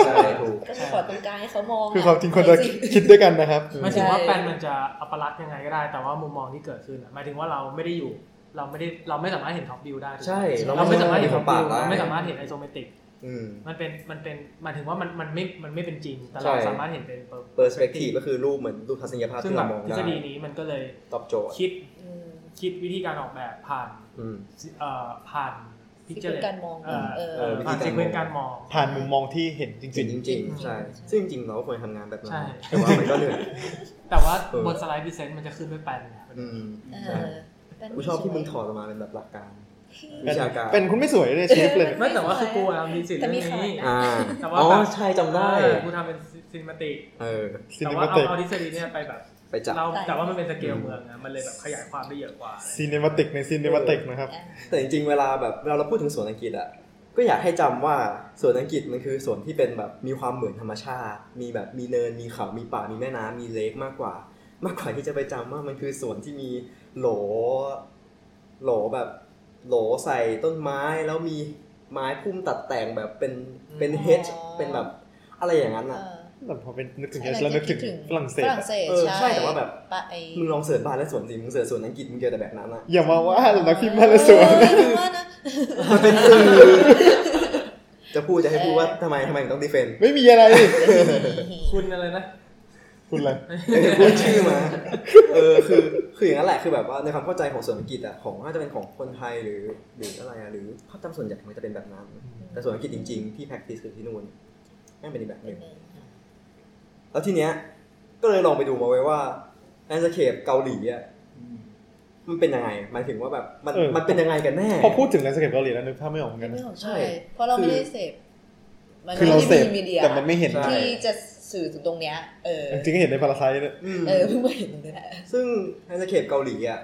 Speaker 3: ใช่ถูก
Speaker 6: ก็คือขอตรงกลางให้เขามอง
Speaker 4: คือความจริงคนจะคิดด้วยกันนะครับ
Speaker 7: หมายถึงว่าแฟนมันจะอัปลักษณ์ยังไงก็ได้ แต่ว่ามุมมองที่เกิดขึ้นอะหมายถึงว่าเราไม่ได้อยู่ เราไม่ได้เราไม่สามารถเห็นท็อปวิวได้ถูกไหม
Speaker 3: ใช่
Speaker 7: เราไม่สามารถเห็น
Speaker 3: ข
Speaker 7: ท็
Speaker 3: อ
Speaker 7: อง ป
Speaker 3: ปา
Speaker 7: วิ
Speaker 3: ก
Speaker 7: ว
Speaker 3: ได้
Speaker 7: เราไม่สามารถเห็นไอโซเมตริก
Speaker 3: อืม
Speaker 7: มันเป็นมันเป็นหมายถึงว่ามันมันไม่มันไม่เป็นจริง แต่
Speaker 3: ใช่
Speaker 7: เราสามารถเห็นเป็น
Speaker 3: เปอร์สเปกทีฟก็คือรูปเหมือนรูปทัศนียภาพ
Speaker 7: ซึ่ง
Speaker 3: ที่
Speaker 7: แบ
Speaker 3: เรา
Speaker 7: บ
Speaker 3: มอง
Speaker 7: ทฤ
Speaker 3: ได้
Speaker 7: ษฎีนี้มันก็เลย
Speaker 3: ตอบโจทย์
Speaker 7: คิด
Speaker 6: อืม
Speaker 7: คิดวิธีการออกแบบผ่าน
Speaker 3: อืม
Speaker 7: เอ่อผ่านพิจารณา
Speaker 6: การมอง
Speaker 7: เออ
Speaker 6: เออ
Speaker 7: เออผ่าน
Speaker 3: วิธีการมอง
Speaker 7: ซีเควนการมอง
Speaker 4: ผ่านมุมมองที่เห็นจ
Speaker 3: จริ
Speaker 4: ริ
Speaker 3: ง
Speaker 4: ง
Speaker 3: จริงๆใช่ ซึ่งจริงๆเราก็ควรทำงานแบบนั้น
Speaker 7: ใช่
Speaker 3: แต่ว่ามันก็เหนื่อย
Speaker 7: แต่ว่า
Speaker 3: เออ
Speaker 7: บนสไลด์พิเศษมันจะขึ้นด้วยแปลนไง
Speaker 3: อืม
Speaker 6: เออแต่
Speaker 3: กูชอบที่มึงถอดออกมาเป็นแบบหลักการวิชาการ
Speaker 4: ๆ เป็นคุณไม่สวยเลยชีฟเลย
Speaker 7: ไม่แต่ว่าคือกูอะมีสิทธิ์เรื่องนี้
Speaker 3: อ่า
Speaker 7: แต่ว่า
Speaker 3: อ๋อ
Speaker 7: แบบ
Speaker 3: ใช่จำได้
Speaker 7: เออกูทำเป็นซินมาติก
Speaker 3: เออ
Speaker 4: ซิ
Speaker 7: แต่
Speaker 4: นิ
Speaker 7: ว่า
Speaker 4: มา
Speaker 7: เอา
Speaker 4: ติก
Speaker 7: เอาทฤษฎีเนี่ยไปแบบ
Speaker 3: ไปจับ
Speaker 7: เราแต่ว่ามันเป็นสเกลเมืองนะมันเลยแบบขยายความได้เยอะกว่า
Speaker 4: ซินิมาติกในซินิมาติกนะครับ
Speaker 3: แต่จริงๆเวลาแบบเราเราพูดถึงสวนอังกฤษอ่ะก็อยากให้จำว่าสวนอังกฤษมันคือสวนที่เป็นแบบมีความเหมือนธรรมชาติ มีแบบมีเนินมีเขา มีป่ามีแม่น้ำมีเลคมากกว่า มากกว่าที่จะไปจำว่ามันคือสวนที่มีโหล โหลแบบโหลใส่ต้นไม้แล้วมีไม้พุ่มตัดแต่งแบบเป็นเป็นเฮดเป็นแบบอะไรอย่างนั้น
Speaker 6: เอ
Speaker 3: อ่ะ
Speaker 6: อ
Speaker 4: แต่พอเป็นนึกถึงเอสแล้วนึกถึงฝรั่งเศส
Speaker 6: ฝ
Speaker 4: อะ
Speaker 6: รั่งเศส
Speaker 3: เออใช่แต่ว่าแบบ
Speaker 6: ปะไอ
Speaker 3: มึงลองเสิร์ชบ้านและสวนสิมึงเสิร์ชสวนอังกฤษมึงเจอแต่แบบนั้นอ่ะ
Speaker 4: อย่ามาว่าสำนักพิมพ์มาลสวน
Speaker 6: เออไม่ว่านะ
Speaker 3: มันเป็นสื่อจะพูดจะให้พูดว่าทำไมทำไมถึงต้องดีเฟนต์
Speaker 4: ไม่มีอะไร
Speaker 7: คุณอะไรนะ
Speaker 4: คุณอะไร
Speaker 3: พูดชื่อมา เออคือคืออย่างนั้นแหละคือแบบว่าในความเข้าใจของส่วนอังกฤษอะของน่าจะเป็นของคนไทยหรือหรืออะไรอะหรือภาพจำส่วนใหญ่มันจะเป็นแบบนั้น แต่ส่วนอังกฤษจริงๆที่ practice คือที่นู่นนั่นเป็นอีกแบบหนึ่ง แล้วทีเนี้ยก็เลยลองไปดูมาไว้ว่าแอนสเคปเกาหลีอะมันเป็นยังไงหมายถึงว่าแบบมัน
Speaker 4: เออ
Speaker 3: มันเป็นยังไงกันแน่
Speaker 4: พอพูดถึงแลนด์สเคปเกาหลีแล้วนึกภาพไม่ออกเหมือนกัน
Speaker 6: ไม่ออก
Speaker 3: ใช่
Speaker 6: ใช่ เพราะเราไม่ได้เสพมัน
Speaker 4: คือเราเสพ
Speaker 6: ไม่ได้มีมีเดีย
Speaker 4: แต่มันไม่เห็น
Speaker 3: ใช่
Speaker 6: ที่จะสื่อถึงตรงเนี้ย เออ
Speaker 4: จริงๆก็เห็นในพาราไซเนี่ย
Speaker 3: อืม
Speaker 6: เออเพิ่งมาเห็นตรงเนี้ย
Speaker 3: ซึ่งในสเคปเกาหลีอ่ะ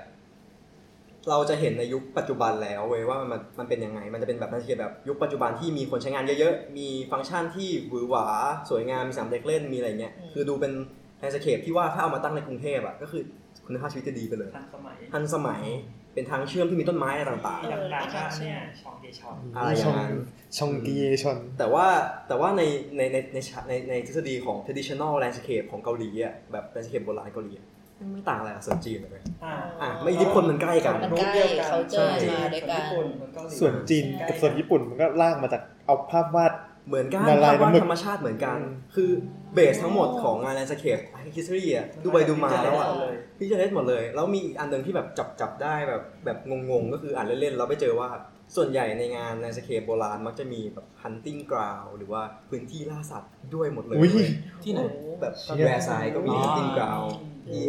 Speaker 3: เราจะเห็นในยุคปัจจุบันแล้วเว้ยว่ามันมันเป็นยังไง มันจะเป็นแบบในสเคปแบบยุคปัจจุบันที่มีคนใช้งานเยอะๆ มีฟังก์ชันที่หวือหวา สวยงาม มีสนามเด็กเล่น มีอะไรเงี้ย คือดูเป็นในสเคปที่ว่าถ้าเอามาตั้งในกรุงเทพอ่ะก็คือคุณภาพชีวิตจะดีไปเลย
Speaker 5: ทันสมัย
Speaker 3: ทันสมัยเป็นทางเชื่อมที่มีต้นไม้อะไรต่าง
Speaker 5: ที่ดังๆว่าเนี่ยชองเดชอง
Speaker 3: ๆ อะไรอย่างนั้น
Speaker 4: ชองกีชอน
Speaker 3: แต่ว่าแต่ว่าในในในในชะในในทฤษฎีของ traditional landscape ของเกาหลีอ่ะแบบ landscape โบราณเกาหลีอะมันไม่ต่างอะไรกับสวนจีนเลยเว้ย
Speaker 5: อ่า
Speaker 3: อ่ะไม่อิทธิพลมันใกล้กัน
Speaker 6: มันใกล้เขาเจอมาด้วยกัน
Speaker 5: ส่วนญี่ปุ่นเกาหลี
Speaker 4: ส่วนจีนกับส่วนญี่ปุ่นมันก็ลากมาจากเอาภาพวาด
Speaker 3: เหมือนกัน
Speaker 4: ละลาย
Speaker 3: ภาพวาด
Speaker 4: น้ำหมึก
Speaker 3: ธรรมชาติเหมือนกัน คือเบสทั้งหมดของงานแลนด์สเคปไอคิสเรียดูไปดูมาแล้วอ่ะ
Speaker 6: เออ
Speaker 3: พิจารณหมดเลย แล้วมีอีกอันหนึ่งที่แบบจับจับได้แบบแบบงงๆ ก็คืออ่านเล่นๆแล้วไปเจอว่า ส่วนใหญ่ในงานแลนด์สเคปโบราณมักจะมีแบบ hunting ground หรือว่าพื้นที่ล่าสัตว์ด้วยหมดเลย
Speaker 4: อุ้ย
Speaker 7: ที่ไหน
Speaker 3: แบบ
Speaker 4: เชี่ย
Speaker 3: แวร์ไซด์ก็มี hunting
Speaker 7: อ๋อ
Speaker 3: ground ที่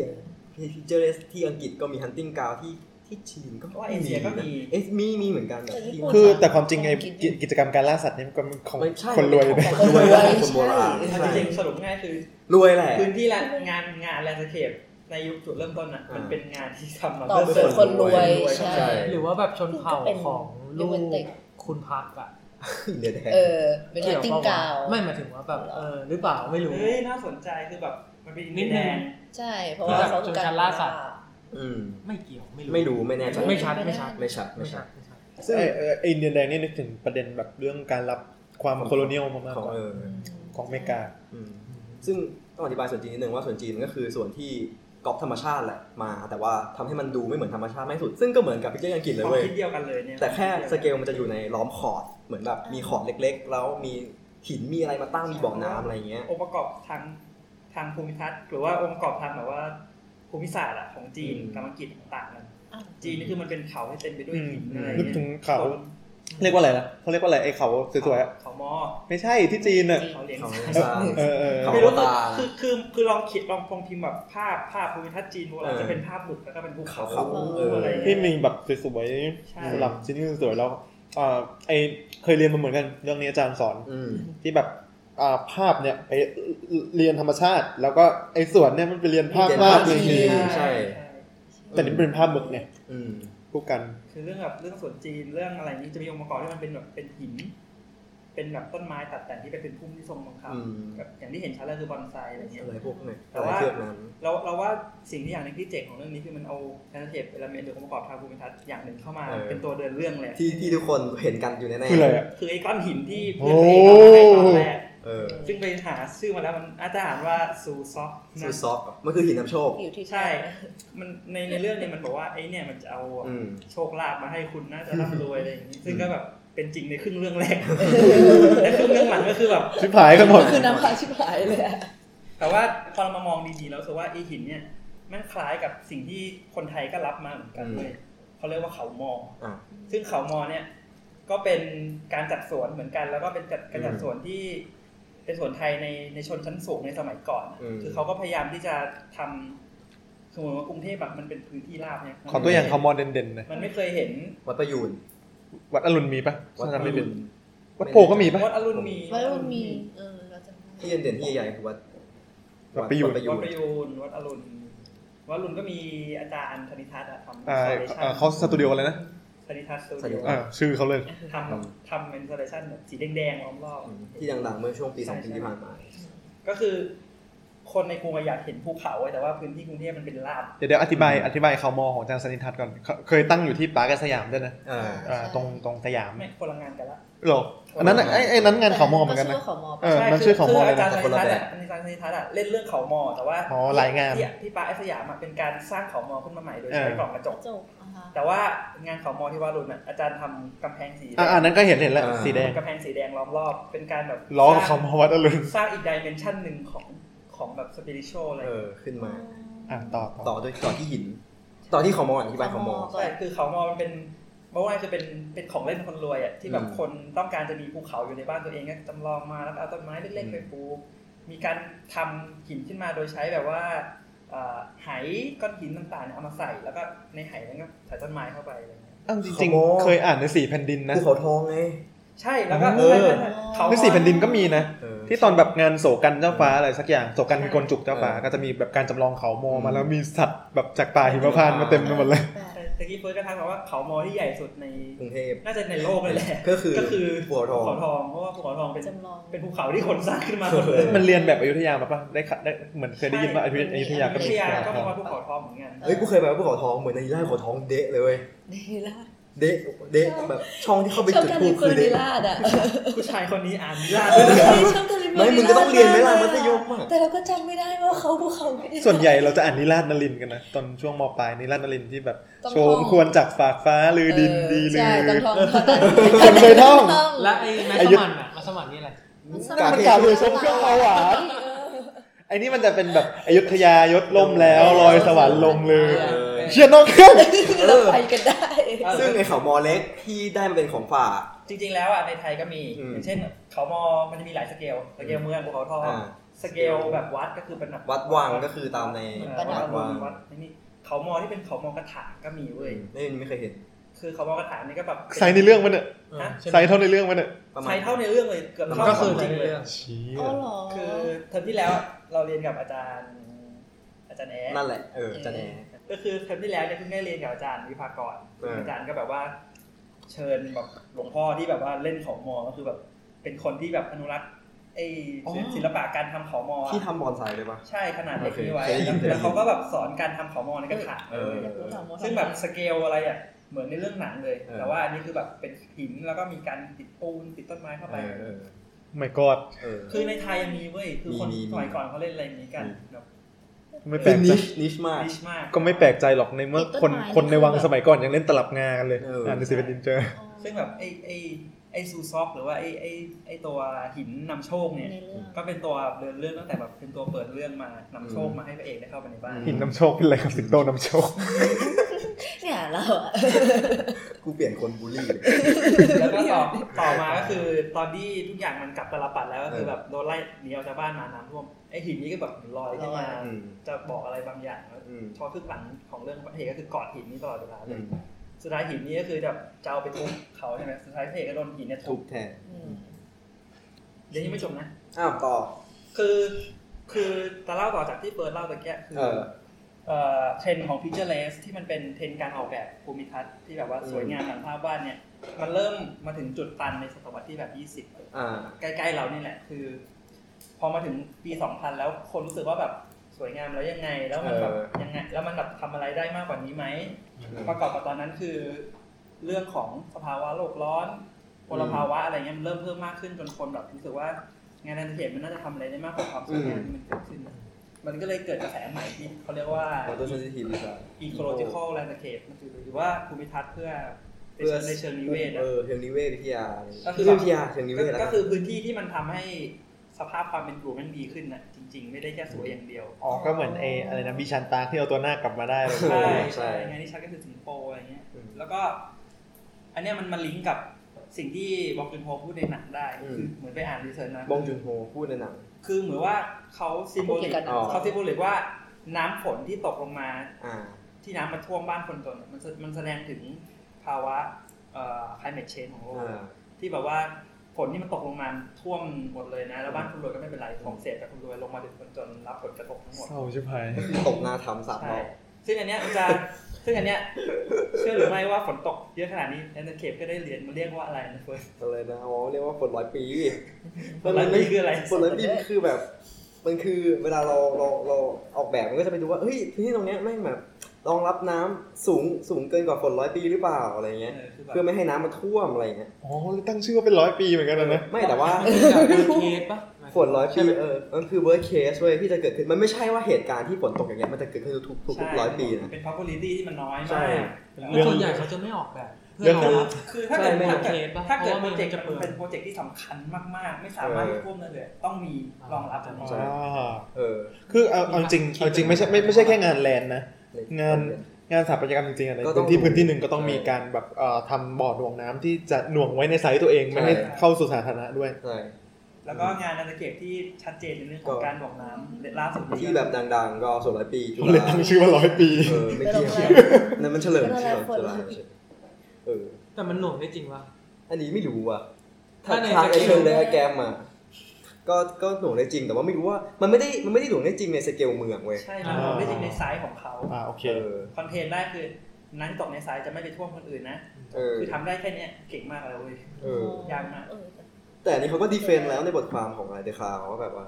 Speaker 3: ที่เจอที่อังกฤษก็มี hunting ground ที่ ที่จีนก็
Speaker 5: เพราะว่าเอเชียก็มี
Speaker 3: เอสมีมีเหมือนกันแบบ
Speaker 6: แต่ญี่
Speaker 3: ที่
Speaker 6: ปุ่น
Speaker 4: คือแต่ความจริงไงกิกิจกรรมการล่าสัตว์เนี่ยมันก็เป็นของ
Speaker 3: ไม่ใช่
Speaker 4: คนรวยนะ
Speaker 3: ของคนรวย
Speaker 6: ใช่
Speaker 3: คนโบราณ
Speaker 5: เอา
Speaker 3: ใช่
Speaker 5: จริงๆสรุปง่ายคือ
Speaker 3: รวยแหละ
Speaker 5: พื้นที่ละงานงานแลนด์สเคปในยุคจุดเริ่มต้นอ่ะ
Speaker 3: อ่ามั
Speaker 5: มันเป็นงานที่ทำมา
Speaker 6: ตอบ
Speaker 5: เพื่อ
Speaker 6: โจ
Speaker 5: เสริ
Speaker 6: ท
Speaker 5: ม
Speaker 6: ย์คนรวย
Speaker 3: คนรวย
Speaker 6: ใช่
Speaker 3: ใช่
Speaker 7: หรือว่าแบบชนเผ่า
Speaker 6: ก็เป็น
Speaker 7: ของลูก
Speaker 6: romantic
Speaker 7: คุณพักอ่ะ
Speaker 3: อินเดียแท้
Speaker 6: เออ เป็น
Speaker 7: เกี่ยว
Speaker 6: ติ้ง
Speaker 7: เปล่า
Speaker 6: กา
Speaker 7: วะ
Speaker 6: ว
Speaker 7: ไม่หมายถึงว่าแบบเออหรือเปล่าไม่รู้
Speaker 5: เฮ้ยน่าสนใจคือแบบมันเป็นอินเดียแดง
Speaker 6: ใช่ เพราะว่าเขา
Speaker 7: จนการล่าสัตว์
Speaker 3: อืม
Speaker 7: ไม่เกี่ยวไม่รู้
Speaker 3: ไม่รู้ไม่แน่ใจ
Speaker 7: ไม่ชัดไม่ชัด
Speaker 3: ไม่ชัดไม่
Speaker 7: ไม่
Speaker 3: ชั
Speaker 7: ชั
Speaker 3: ด
Speaker 7: ดไม่ชัด
Speaker 4: ซึ่งไอ้ไอ้ไออินเดียนแดงนี่นึกถึงประเด็นแบบเรื่องการรับความโคโลเนียลมามาก
Speaker 3: ขอกง
Speaker 4: ว่า
Speaker 3: เออ
Speaker 4: ของอเมริกา
Speaker 3: อืมซึ่งต้องอธิบายส่วนจีนนิดนึงว่าส่วนจีนก็คือส่วนที่ก๊อปธรรมชาติแหละมา แต่ว่าทำให้มันดูไม่เหมือนธรรมชาติมากที่สุด ซึ่งก็เหมือนกับพิเศษอังกฤษเลย
Speaker 5: ความ
Speaker 3: เว้ย
Speaker 5: คิดเดียวกันเลยเนี่ย
Speaker 3: แต่แค่สเกลมันจะอยู่ในล้อมขอดเหมือนแบบมีขอดเล็กๆ แล้วมีหินมีอะไรมาตั้งมีบ่อน้ำอะไรเงี้ย
Speaker 5: องค์ประกอบทางทางภูมิทัศน์หรือว่าองค์ประกอบทางแบบว่าภูมิศาสตร์อะของจีน
Speaker 3: อืม
Speaker 5: กับอังกฤษต่างกันจีนนี่คือมันเป็นเขาที่เต็มไปด้วย
Speaker 4: อืม
Speaker 5: หินอะไรเงี้ย
Speaker 4: นึกถึงเขา เรียกว่าอะไรนะเขาเรียกว่าอะไรไอ้เขาสวยๆอะ
Speaker 5: เขาหมอ
Speaker 4: ไม่ใช่ที่จีนอ่ะ
Speaker 5: เขาเหลียง
Speaker 3: เขา
Speaker 5: สาย
Speaker 3: สร้าง
Speaker 4: เออเออ
Speaker 3: เขา
Speaker 5: ไม่รู้
Speaker 3: ตา
Speaker 5: คือคือคือลองคิดลองพงพิมพ์แบบภาพภาพภูมิทัศน์จีนโบราณ
Speaker 3: เออ
Speaker 5: จะเป็นภาพหลุดแล้วก็เป็นภูเขา
Speaker 3: เขาเอออ
Speaker 5: อะไร
Speaker 4: ที่
Speaker 5: เงี้ย
Speaker 4: มีแบบสวย
Speaker 5: ใช่
Speaker 4: ๆสลับชิ้นสวยๆแล้วเอ่อไอเคยเรียนมาเหมือนกันเรื่องนี้อาจารย์สอน
Speaker 3: อืม
Speaker 4: ที่แบบอ่าภาพเนี่ยไปเรียนธรรมชาติ แล้วก็ไอ้ส่วนเนี่ยมันไปเรียนภาพ
Speaker 3: เรียน
Speaker 4: วาด
Speaker 3: ภาพ
Speaker 4: เล
Speaker 3: จ
Speaker 4: ย
Speaker 3: ริ
Speaker 4: ที
Speaker 3: ง ใช่
Speaker 4: แต่นี่มันเป็นภาพหมึกเนี่ย
Speaker 3: อืม
Speaker 4: คู่กัน
Speaker 5: คือเรื่องแบบเรื่องสวนจีนเรื่องอะไรนี้จะมีองค์ประกอบที่มันเป็นแบบเป็นหิน เป็นแบบต้นไม้ตัดแต่งที่ไปเป็นพุ่มที่ทรงบังคับ
Speaker 3: อืม
Speaker 5: แบบอย่างที่เห็นชัดเลยคือบอนไซอะไรเงี้ย
Speaker 3: อะไรพวกเนี่ย
Speaker 5: แต่
Speaker 3: อะไร
Speaker 5: ว่า
Speaker 3: เทือกนั้น
Speaker 5: เราเราว่าสิ่งที่อย่างหนึงที่เจ๋งของเรื่องนี้คือมันเอาแทนเทปเอลเมนต์หรือองค์ประกอบทางภูมิทัศน์อย่างหนึ่งเข้ามาเป็นตัวเดินเรื่องเลย
Speaker 3: ที่ที่ทุกคนเห็นกันอยู่แน่ๆ
Speaker 4: คืออะไรอะ
Speaker 5: คือไอ้ก้อนหินที่เพื่อนเอกเอาให้ตอนแรก
Speaker 3: เออ
Speaker 5: ซึ่งไปหาชื่อมาแล้วมันอาจจะอ่านว่าซูซอกนะ
Speaker 3: ซูซอกอะมันคือหินน้ำโชค
Speaker 6: อยู่ที่
Speaker 5: ใช่ มันในในเรื่องเนี่ยมันบอกว่าไอ้เนี่ยมันจะเอา
Speaker 3: อืม
Speaker 5: โชคลาภมาให้คุณน่าจะร่ำรวยอะไรอย่างนี้ ซึ่งก็แบบเป็นจริงในครึ่งเรื่องแรก และครึ่งเรื่องหลังก็คือแบบ
Speaker 4: ชิบหายกันหมด
Speaker 6: คือน้ำพาชิบหายเลยอะ
Speaker 5: แต่ว่าพอเรามามองดีๆแล้วรู้สึกว่าไอ้หินเนี่ยมันคล้ายกับสิ่งที่คนไทยก็รับมาเหมือนกันเลยเขาเรียกว่าเขามอ
Speaker 3: อ่ะ
Speaker 5: ซึ่งเขามอเนี่ยก็เป็นการจัดสวนเหมือนกัน แล้วก็เป็นจัดการจัดสวนที่เป็นสวนไทยในในชนชั้นสูงในสมัยก่อนอะ
Speaker 3: อืม
Speaker 5: คือเขาก็พยายามที่จะทำสมมติว่ากรุงเทพแบบมันเป็นพื้นที่ราบเนี่ย
Speaker 4: ขอตัวอย่างคำมอนเด่นๆนะ
Speaker 5: มันไม่เคยเห็น
Speaker 3: วัดประยูน
Speaker 4: วัดอรุณมีปะ
Speaker 3: วัดป
Speaker 4: จำ
Speaker 3: ระ
Speaker 4: ไม่
Speaker 3: ยูน
Speaker 4: เป็นวัดโพก็มีปะ
Speaker 5: วัดอรุณมี
Speaker 6: แล้วมันมี เออ เราจะไม่
Speaker 3: ที่เด่นๆที่ใหญ่ๆคือวัด
Speaker 4: วัดประยูน
Speaker 5: วัดประยูนวัดอรุณวัดอรุณก็มีอาจารย์ธนิทัศน์อะทำ
Speaker 4: อ่า
Speaker 5: installation
Speaker 4: อ่าเขาสตูดิโออะไรนะ
Speaker 5: ธนิทัศน์สตูดิโอ
Speaker 4: อ่าชื่อเขาเลย
Speaker 5: ทำทำเป็นสเลชันแบบสีแดงๆล้อมรอบ
Speaker 3: อืมที่ดังๆเมื่อช่วงปีสองปีที่ผ่านมา
Speaker 5: ก็คือ คนในกรุงอะอยากเห็นภูเขาอะแต่ว่าพื้นที่กรุงเทพมันเป็นราบ
Speaker 4: เดี๋ยวเดี๋ยวอธิบายอธิบายเขามอของอาจารย์สนิทัศน์ก่อนเขาเคยตั้งอยู่ที่ปาร์คสยามด้วยนะ
Speaker 3: อ่า
Speaker 4: อ่าตรงตรงสยาม
Speaker 5: ไม่คนละงานกันละ
Speaker 4: หรออันนั้นน่ะไอ้ไอ้นั้นงานเขามอเหมือนกัน
Speaker 6: ก็
Speaker 4: นะ
Speaker 6: ชื่ว่าเขามอ
Speaker 4: เออมันชื่อเขามอเลยนะ
Speaker 5: อาจารย์
Speaker 3: แต่
Speaker 5: ธ
Speaker 3: คน
Speaker 5: นิ
Speaker 3: ละ
Speaker 5: ทัศน์
Speaker 3: แบ
Speaker 5: อะ
Speaker 3: บ
Speaker 5: อาจารย์ธนิทัศน์อะเล่นเรื่องเขามอ แต่ว่า
Speaker 4: อ๋อหลายงาน
Speaker 5: ที่ที่ปาร์คสยามอะเป็นการสร้างเขามอขึ้นมาใหม่โดยใช้กล่องกระจ
Speaker 6: ก
Speaker 5: ก
Speaker 6: ระจกอ่ะฮะ
Speaker 5: แต่ว่างานเขามอที่วารุณอะอาจารย์ทำกำแพงสีแดง
Speaker 4: อ่าอันนั้นก็เห็นเห็นแล้ว
Speaker 3: อ่า
Speaker 4: สีแดง
Speaker 5: กำแพงสีแดงล้อมรอบ เป็นการแบบ
Speaker 4: ล้อกับ
Speaker 5: สร้าง
Speaker 4: คำว่าวัดอรุณ
Speaker 5: สร้างอีกดิเมนชันหนึ่งของของแบบสปิริชวลอะไร
Speaker 3: เออขึ้นมา
Speaker 4: อ่าต่อต่
Speaker 3: ต่
Speaker 4: อ
Speaker 3: อด้วยต่อที่หิน ต่อที่ขอมออธิบายขอมอ
Speaker 5: ใช่คือเขามอมันเป็นเมื่อวานคือเป็นเป็นของเล่นคนรวยอะที่แบบ
Speaker 3: อืม
Speaker 5: คนต้องการจะมีภูเขาอยู่ในบ้านตัวเองก็จำลองมาแล้วก็เอาต้นไม้เล็ก
Speaker 3: อืม
Speaker 5: ๆไปปลูกมีการทำหินขึ้นมาโดยใช้แบบว่าเอ่อไหก้อนหินต่างๆเนี่ยเอามาใส่ แล้วก็ในไหนั้นก็ใส่ต้นไม้เข้าไปอะไรอย่างเงี้ย
Speaker 4: อ้าวจริง
Speaker 3: เขามอ
Speaker 4: ๆเคยอ่านในสี่แผ่นดินนะ
Speaker 3: ภูเขาทองไง
Speaker 5: ใช่แล้วก็
Speaker 4: เออ
Speaker 5: ใช่ใช่ใช่เขา
Speaker 4: ในสี่แผ่นดินก็มีนะ
Speaker 3: เออ
Speaker 4: ที่ตอนแบบงานโศกันเจ้าฟ้าอะไรสักอย่างโศกันคือกลจุกเจ้าฟ้า
Speaker 3: เออ
Speaker 4: ก็จะมีแบบการจำลองเขาโม
Speaker 3: อื
Speaker 4: มา
Speaker 3: ม
Speaker 4: แล้วมีสัตว์แบบจากป่าหิมพานต์มาเต็มไปหมดเลย
Speaker 5: ใช่ตะกี้เฟิร์สก็ทักมาว่าเขามอที่ใหญ่สุดใน
Speaker 3: กรุงเทพ
Speaker 5: น่าจะในโลกเลยแหละ
Speaker 3: ก็คือ
Speaker 5: ก็คือ
Speaker 3: ภูเขาทอง
Speaker 5: ภูเขาทองเพราะว่าภูเขาทองเป็น
Speaker 6: จำลอง
Speaker 5: เป็นภูเขาที่คนสร้างขึ้นมาหมดเลย
Speaker 4: มันเรียนแบบอยุธยามาปะได้ขะได้เหมือนเคยได้ยินว่า
Speaker 5: ใช่
Speaker 4: อยุธอยุธยา
Speaker 5: อ
Speaker 4: ก็
Speaker 5: ยุ
Speaker 4: มี
Speaker 5: ธยาก็
Speaker 4: ภู
Speaker 5: มีว่า
Speaker 4: เขา
Speaker 5: ภูเขาทองเหมือนกัน
Speaker 3: เฮ้ยกูเคยไปว่าภูเขาทองเหมือนในนิราชภูเขาทองเดะเลยเว้ย
Speaker 6: นีลาด
Speaker 3: เดะเดะแบบช่องที่เข้าไป
Speaker 6: ชอบ
Speaker 3: จุด
Speaker 6: การ
Speaker 3: ทู
Speaker 6: รี
Speaker 3: บ
Speaker 6: เฟอ
Speaker 3: คือ
Speaker 6: ร์นี
Speaker 3: เดะ
Speaker 6: ลาดอ่ะ
Speaker 5: ผู้ชายคนนี้อ่านนิยาย
Speaker 6: ชอบการรีเฟอร์
Speaker 3: ไม่มึงก็ต้องเรียนไหมล่ะมัธยมอ่ะ
Speaker 6: แต่เราก็จำไม่ได้ว่าเขาภูเขาไม่ได้
Speaker 4: ส่วนใหญ่เราจะอ่านนิราชนลินทร์กันนะตอนช่วงมปลายนิราชนลินทร์ที่แบบ
Speaker 6: ต้อง
Speaker 4: โช
Speaker 6: ท่อง
Speaker 4: มควรจากฝากฟ้าลือดินดีลื
Speaker 6: ใช่
Speaker 4: อ
Speaker 6: ต้องท่อง
Speaker 4: คนเคยท่อง
Speaker 7: และไอ้แมส
Speaker 4: อายุ
Speaker 7: มันอะแมสมันนี่อะไร
Speaker 3: การ
Speaker 4: มัน
Speaker 3: ที่
Speaker 4: กล่าวโดยชมเครื่องเบาหวานไอ้นี่มันจะเป็นแบบอยุธยายศล่มแล้วลอยสวรรค์ลงเลย
Speaker 3: เออ
Speaker 4: เชียร์นอกเครื่อง
Speaker 6: เราไปกันได้
Speaker 3: ซึ่งไอเขามอเล็กที่ได้มาเป็นของฝาก
Speaker 5: จริงๆแล้วอ่ะในไทยก็มี
Speaker 3: อืม
Speaker 5: อย่างเช่น เขามอมันจะมีหลายสเกล สเกลเมืองภูเขาทอง
Speaker 3: อ่า
Speaker 5: สเกลแบบวัดก็คือเป็นแบบ
Speaker 3: วัดวังก็คือตามใน
Speaker 5: เออ
Speaker 6: ประดั
Speaker 5: วั
Speaker 6: บ
Speaker 5: ด
Speaker 3: วัดวัง
Speaker 5: วัดนี่ เขามอที่เป็นเขามอกระถางก็มีเว้ย
Speaker 3: นี่ไม่เคยเห็น
Speaker 5: คือเขามอกระถางนี่ก็แบบเป็
Speaker 4: ไซส์ในเรื่องมันเนี่ย
Speaker 7: เออใช่ไหม
Speaker 4: ไซส์เท่าในเรื่องมันเนี่ย
Speaker 3: ประมา
Speaker 5: ไซ
Speaker 3: ณ
Speaker 5: ส์เท่าในเรื่องเลยเกือบ
Speaker 7: มัน
Speaker 5: เท่า
Speaker 7: ก็คือ
Speaker 5: ข
Speaker 7: จริ
Speaker 5: ง
Speaker 7: ง
Speaker 5: จริง
Speaker 7: เรื่อง
Speaker 4: เชี้
Speaker 6: อ๋อเหรอ
Speaker 5: คือเทอมที่แล้วเราเรียนกับอาจารย์ อาจารย์แอ๊ะ
Speaker 3: นั่นแหละ เออจะแหน
Speaker 5: ก็คือเทอมที่แล้วเนี่ยเพิ่งได้เรียนกับอาจารย์วิภากร
Speaker 3: เออ
Speaker 5: อาจารย์ก็แบบว่า เชิญแบบหลวงพ่อที่แบบว่าเล่นของมอก็คือแบบ เป็นคนที่แบบอนุรักษ์ไอ้ศิลศิลปะการทำของมอ
Speaker 3: ที่ทำบอลไซด์เลยปะ
Speaker 5: ใช่ขนาดเล็ก
Speaker 3: โอเค
Speaker 5: นี้ไว้
Speaker 3: เคยได้ยินเคยได้ยิน
Speaker 5: แล้วเขาก็แบบสอนการทำของมอในกระถาง
Speaker 3: เออ
Speaker 6: อยากรู้ถามว่า
Speaker 5: ซึ่งแบบสเกลอะไรอ่ะเหมือนในเรื่องหนังเลย
Speaker 3: เออ
Speaker 5: แต่ว่าอันนี้คือแบบเป็นหินแล้วก็มีการติดปูนติดต้นไม้เข้าไป
Speaker 3: เออเออ
Speaker 4: ไม่กอด
Speaker 3: เออ
Speaker 5: คือในไทยยังมีเว้ยคือคน
Speaker 3: มีมี
Speaker 5: สมัยก่อนเขาเล่นอะไรอย่างนี้กัน
Speaker 3: มี
Speaker 5: แบบ
Speaker 4: ไม่แปล
Speaker 3: เป็น
Speaker 4: กใจ
Speaker 3: นิชนิชมาก
Speaker 5: ดิชมาก
Speaker 4: ก็ไม่แปลกใจหรอกในเมื่อคนคนในวังสมัยก่อนยังเล่นตลับงากันเลย
Speaker 3: เอออ่
Speaker 4: อ่านในสิเป็นดินเจอ
Speaker 6: อ๋อ
Speaker 5: ซึ่งแบบไอ้ไอ้ไอ้ซูซอกหรือว่าไอ้ไอ้ไอ้ตัวหินนำโชคเนี่ย
Speaker 6: ในเรื่อง
Speaker 5: ก็เป็นตัวเดินเรื่องตั้งแต่แบบเป็นตัวเปิดเรื่องมานำโชคมาให้พระเอกได้เข้าไปในบ้าน
Speaker 4: หินนำโชคเป็นอะไรกับสิงโตนำโชค
Speaker 6: เนี่ยเราอะ
Speaker 3: กูเปลี่ยนคนบูลลี่
Speaker 5: แล้วก็ต่อต่อมาก็คือตอนที่ทุกอย่างมันกลับตลปัดแล้วก็คือแบบโดนไล่หนีออกจากบ้านมาน้ำท่วมไอ้หินนี้ก็แบบลอยขึ้นมา
Speaker 3: อืม
Speaker 5: จะบอกอะไรบางอย่างแล้ว
Speaker 3: อืม
Speaker 5: พอขึ้นหลังของเรื่องพระเอกก็คือกอดหินนี้ตลอดเวลาเล
Speaker 3: อื
Speaker 5: ย
Speaker 3: ม
Speaker 5: สุดท้ายหินนี้ก็คือจะจะเอาไปทุบเขาใช่ไหมสุดท้ายพระเอกก็โดนหินเนี่ยทุ
Speaker 3: ทุ
Speaker 5: บบ
Speaker 3: แทน
Speaker 6: อืม
Speaker 5: เดี๋ยวยังไม่จบนะ
Speaker 3: อ้าวต่อ
Speaker 5: คือคือจะเล่าต่อจากที่เปิร์ดเล่าตะเกียคื
Speaker 3: เออ
Speaker 5: เอ่อเทรนด์ของ pictureless ที่มันเป็นเทรนด์การออกแบบภูมิทัศน์ที่แบบว่าสวยงามหลังภาพวาดเนี่ย มันเริ่มมาถึงจุดตันในศตวรรษที่แบบ
Speaker 3: อ่า
Speaker 5: 20 ใกล้ๆเรานี่แหละ คือ พอมาถึงปี 2000 แล้วคนรู้สึกว่าแบบสวยงามแล้วยังไง แล้วมันแบบ
Speaker 3: เออ
Speaker 5: ยังไง แล้วมันแบบทำอะไรได้มากกว่านี้ไหม ประกอบกับตอนนั้นคือ เรื่องของสภาวะโลกร้อนมลภาวะอะไรเงี้ยมันเริ่มเพิ่มมากขึ้นจนคนแบบรู้สึกว่างานอดิเรกมันน่าจะทำอะไรได้มากกว่าความสวยงามที่มันเกิดขึ้น มันก็เลยเกิดกระแสใหม่ที่เขาเรียกว่า
Speaker 3: มอเตอร์เซนซิทีฟ
Speaker 5: ecological landscape มันคือหรือว่าภูมิทัศน์เพื่อ
Speaker 3: เพื่อ
Speaker 5: ในเชิงนิเวศอะ
Speaker 3: เออเชิงนิเวศวิทยา
Speaker 5: ก็คือ
Speaker 3: เรื่องวิทยาเชิงนิเว
Speaker 5: ก็
Speaker 3: ศแล้ว
Speaker 5: ก็
Speaker 3: น
Speaker 5: คือพื้นที่ที่มันทำให้สภาพความเป็นอยู่มันดีขึ้นนะจริง ๆ ไม่ได้แค่สวยอย่างเดียว
Speaker 4: อ๋อ ก็เหมือนเออะไรนะบีชันตาที่เอาตัวหน้ากลับมาได้เลย
Speaker 5: ใช่ใช่งานที่ชัดก็คือสิงคโปร์อะไรเงี้ย แล้วก็ อันเนี้ยมันมาลิงก์กับสิ่งที่วองจุนโฮพูดในหนังได้คือเหมือนไปอ่านรีเสิร์ชมา
Speaker 3: บองจุนโฮพูดในหนัง
Speaker 5: คือเหมือนว่าเขาซิมโบ
Speaker 6: พูด
Speaker 5: ลิ
Speaker 6: เกี่ย
Speaker 5: ก
Speaker 6: วกับหนัง
Speaker 3: อ๋อ
Speaker 5: เขาซิมโบลิกว่าน้ำฝนที่ตกลงมา
Speaker 3: อ่า
Speaker 5: ที่น้ำมันท่วมบ้านคนจนมันแสมันแสดงถึงภาวะเอ่อ climate change ของโลก
Speaker 3: อ่า
Speaker 5: ที่แบบว่าฝนที่มันตกลงมาท่วมหมดเลยนะ แล้วบ้านคนรวยก็ไม่เป็นไรของเศษจากคนรวยลงมาถึงคนจนรับผลกระทบทั้งหมด
Speaker 4: เศร้าชิบหาย
Speaker 3: คือตกหน้าทำสัตว์
Speaker 5: ใช่
Speaker 3: เรา
Speaker 5: ซึ่งอันเนี้ยอาจารย์ซึ่งอันเนี้ยเชื่อหรือไม่ว่าฝนตกเยอะขนาดนี้แอนเดอร์เคปก็ได้เรียนมาเรียกว่าอะไรนะเฟิร์ส
Speaker 3: อะไรนะอ๋อเรียกว่าฝนร้อยปี
Speaker 5: ฝนร้อยปีคืออะไร
Speaker 3: ฝนร้อยปีมันคือแบบ มันคือเวลาเราเราเราออกแบบมันก็จะไปดูว่าเฮ้ยพื้นที่ตรงเนี้ยแม่งแบบรองรับน้ำสูงสูงเกินกว่าฝนร้อยปีหรือเปล่าอะไรเงี้ย
Speaker 5: เออคือแบ
Speaker 3: เพื่อบ ไม่ให้น้ำมันท่วมอะไรเงี้ย
Speaker 4: อ๋อเลยตั้งชื่อว่าเป็นร้อยปีเหมือนกันนะนะ
Speaker 3: ไม่แต่ว่า
Speaker 7: เคสปะ
Speaker 3: ฝนร้อยปีเออมันคือ worst case เว้ยที่จะเกิดขึ้น มันไม่ใช่ว่าเหตุการณ์ที่ฝนตกอย่างเงี้ยมันจะเกิดขึ้นทุกๆทุก
Speaker 5: ใช่
Speaker 3: ร้อยปีนะ
Speaker 5: เป็น probability ที่มันน้อย
Speaker 3: ใช่
Speaker 5: มาก
Speaker 4: เรื่อง
Speaker 7: ส่วนใหญ่เขาจะไม่ออกแบบเพื่
Speaker 4: เรื่
Speaker 7: อ
Speaker 4: อง
Speaker 7: รองรับ
Speaker 5: คือถ้าเกิด
Speaker 3: ใช่ไม่
Speaker 5: ถ้าเกิด
Speaker 7: เคสปะ
Speaker 5: ถ้าเกิด
Speaker 7: เพ
Speaker 5: โปร
Speaker 7: ราะว่า
Speaker 5: เจกต์
Speaker 7: มันจะเปิด
Speaker 5: เป็นโปรเจกต์ที่สำคัญมากๆ ไม่สามารถ
Speaker 3: เออ
Speaker 5: ท่วมได้เลยต้องมีรองรับอันนี้
Speaker 4: อ๋อ
Speaker 3: เออ
Speaker 4: คือเอาเอาจริงเอาจริงไม่ใช่ไม่ไม่ใช่แค่งานแลนด์นะ
Speaker 3: ใ
Speaker 4: งาน งานสถาปัตยกรรมจริงๆอะใน
Speaker 3: ก็ต้
Speaker 4: พื้
Speaker 3: อง
Speaker 4: นที่พื้นที่หนึ่งก็ต้อง
Speaker 3: ใช่
Speaker 4: มีการแบบเอ่อทำบ่อหน่วงน้ำที่จะหน่วงไว้ในไซต์ตัวเองไม่ให้
Speaker 3: ใช่
Speaker 4: เข้าสู่สาธารณะด้วย
Speaker 3: ใช่
Speaker 5: แล้วก็งานอันเกตที่ชัดเจนในเรื่องของ
Speaker 3: ก็
Speaker 5: การบอกน้ำล่าสุด
Speaker 3: ที่แบบดังๆ ก็ส่วนร้อยปีจุ
Speaker 4: เล
Speaker 3: ฬาย
Speaker 4: ตั้งชื่อว่าร้อยปี
Speaker 3: เออไม่เกี่ยวนั่นมันเฉลิม
Speaker 6: เป็น
Speaker 3: เฉ
Speaker 6: อะ
Speaker 3: ลิมจุ
Speaker 6: ไรฝนร้
Speaker 3: ฬา
Speaker 6: อยปี
Speaker 3: เออ
Speaker 7: แต่มันหน่วงได้จริงวะ
Speaker 3: อันนี้ไม่รู้ว่ะถ้า
Speaker 7: ถ้าใน
Speaker 3: ทางไอเชิง
Speaker 7: scale
Speaker 3: ไดอะแกรมอ่ะก็ก็หน่วงได้จริงแต่ว่าไม่รู้ว่ามันไม่ได้มันไม่ได้หน่วงได้จริงในสเกลเมืองเว้ย
Speaker 5: ใช่มันบอกได้จริงในไซส์ของเขา
Speaker 4: อ่าโอเค
Speaker 3: เออ
Speaker 5: คอนเทนต์ได้คือนั้นตกในไซส์จะไม่ไปท่วมคนอื่นนะ
Speaker 3: เออ
Speaker 5: คือทำได้แค่เนี้ยเก่งมากเลยเว้ย
Speaker 3: เออ
Speaker 5: ยากมาก
Speaker 6: เออ
Speaker 3: แต่อันนี้เขาก็ดีเฟนแล้วในบทความของอะไรเดคลาวว่าแบบว่า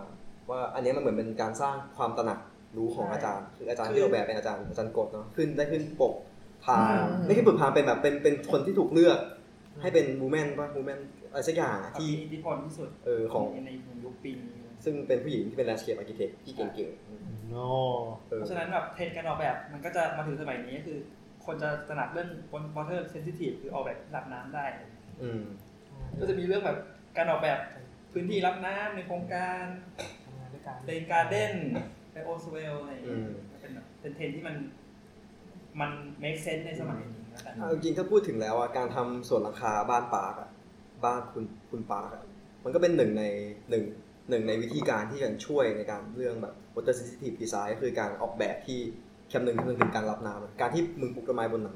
Speaker 3: ว่าอันนี้มันเหมือนเป็นการสร้างความตระหนักรู้ของอาจารย์ คืออาจารย์ที่ออกแบบเป็นอาจารย์อาจารย์กบเนาะขึ้นได้ขึ้นปกพา
Speaker 6: อืม
Speaker 3: ไม่ใช่ปกพาเป็นแบบเป็นเป็นคนที่ถูกเลือก ให้เป็นบูแมนป่ะบูแมนอะไรสักอย่างอะ
Speaker 5: ที่
Speaker 3: ที่
Speaker 5: อิทธิพลที่สุด
Speaker 3: เออของ
Speaker 5: ในยุคปีนี้
Speaker 3: ซึ่งเป็นผู้หญิงที่เป็นแลนด์สเคปอาร์กิเทคที่เก่ง
Speaker 4: โน่
Speaker 3: ๆเออ
Speaker 5: เพราะฉะนั้นแบบเทรนด์การออกแบบมันก็จะมาถึงสมัยนี้คือ คนจะตระหนักเรื่อง water sensitive คือออกแบบระดับน้ำได้
Speaker 3: อืม
Speaker 5: ก็จะมีเรื่องแบบการออกแบบพื้นที่รับน้ำในโครงการ
Speaker 7: ทำงานด้วยกัน
Speaker 5: เลนการ์เด้นไปโอสเวลอะไรอย่างเงี้ยมันเป็นแบบเป็นเทรนด์ที่มันมัน make sense ในสมัยนี้แล้วกัน
Speaker 3: เอาจริงๆถ้าพูดถึงแล้วอ่ะการทำสวนหลังคาบ้านปาร์กอ่ะบ้านคุณคุณปาร์กอ่ะมันก็เป็นหนึ่งในหนึ่งหนึ่งในวิธีการที่จะช่วยในการเรื่องแบบ water sensitive design ก็คือการออกแบบที่ แคมหนึ่งแคมหนึ่งคือการรับน้ำอะการที่มึงปลูกต้นไม้บนหนัง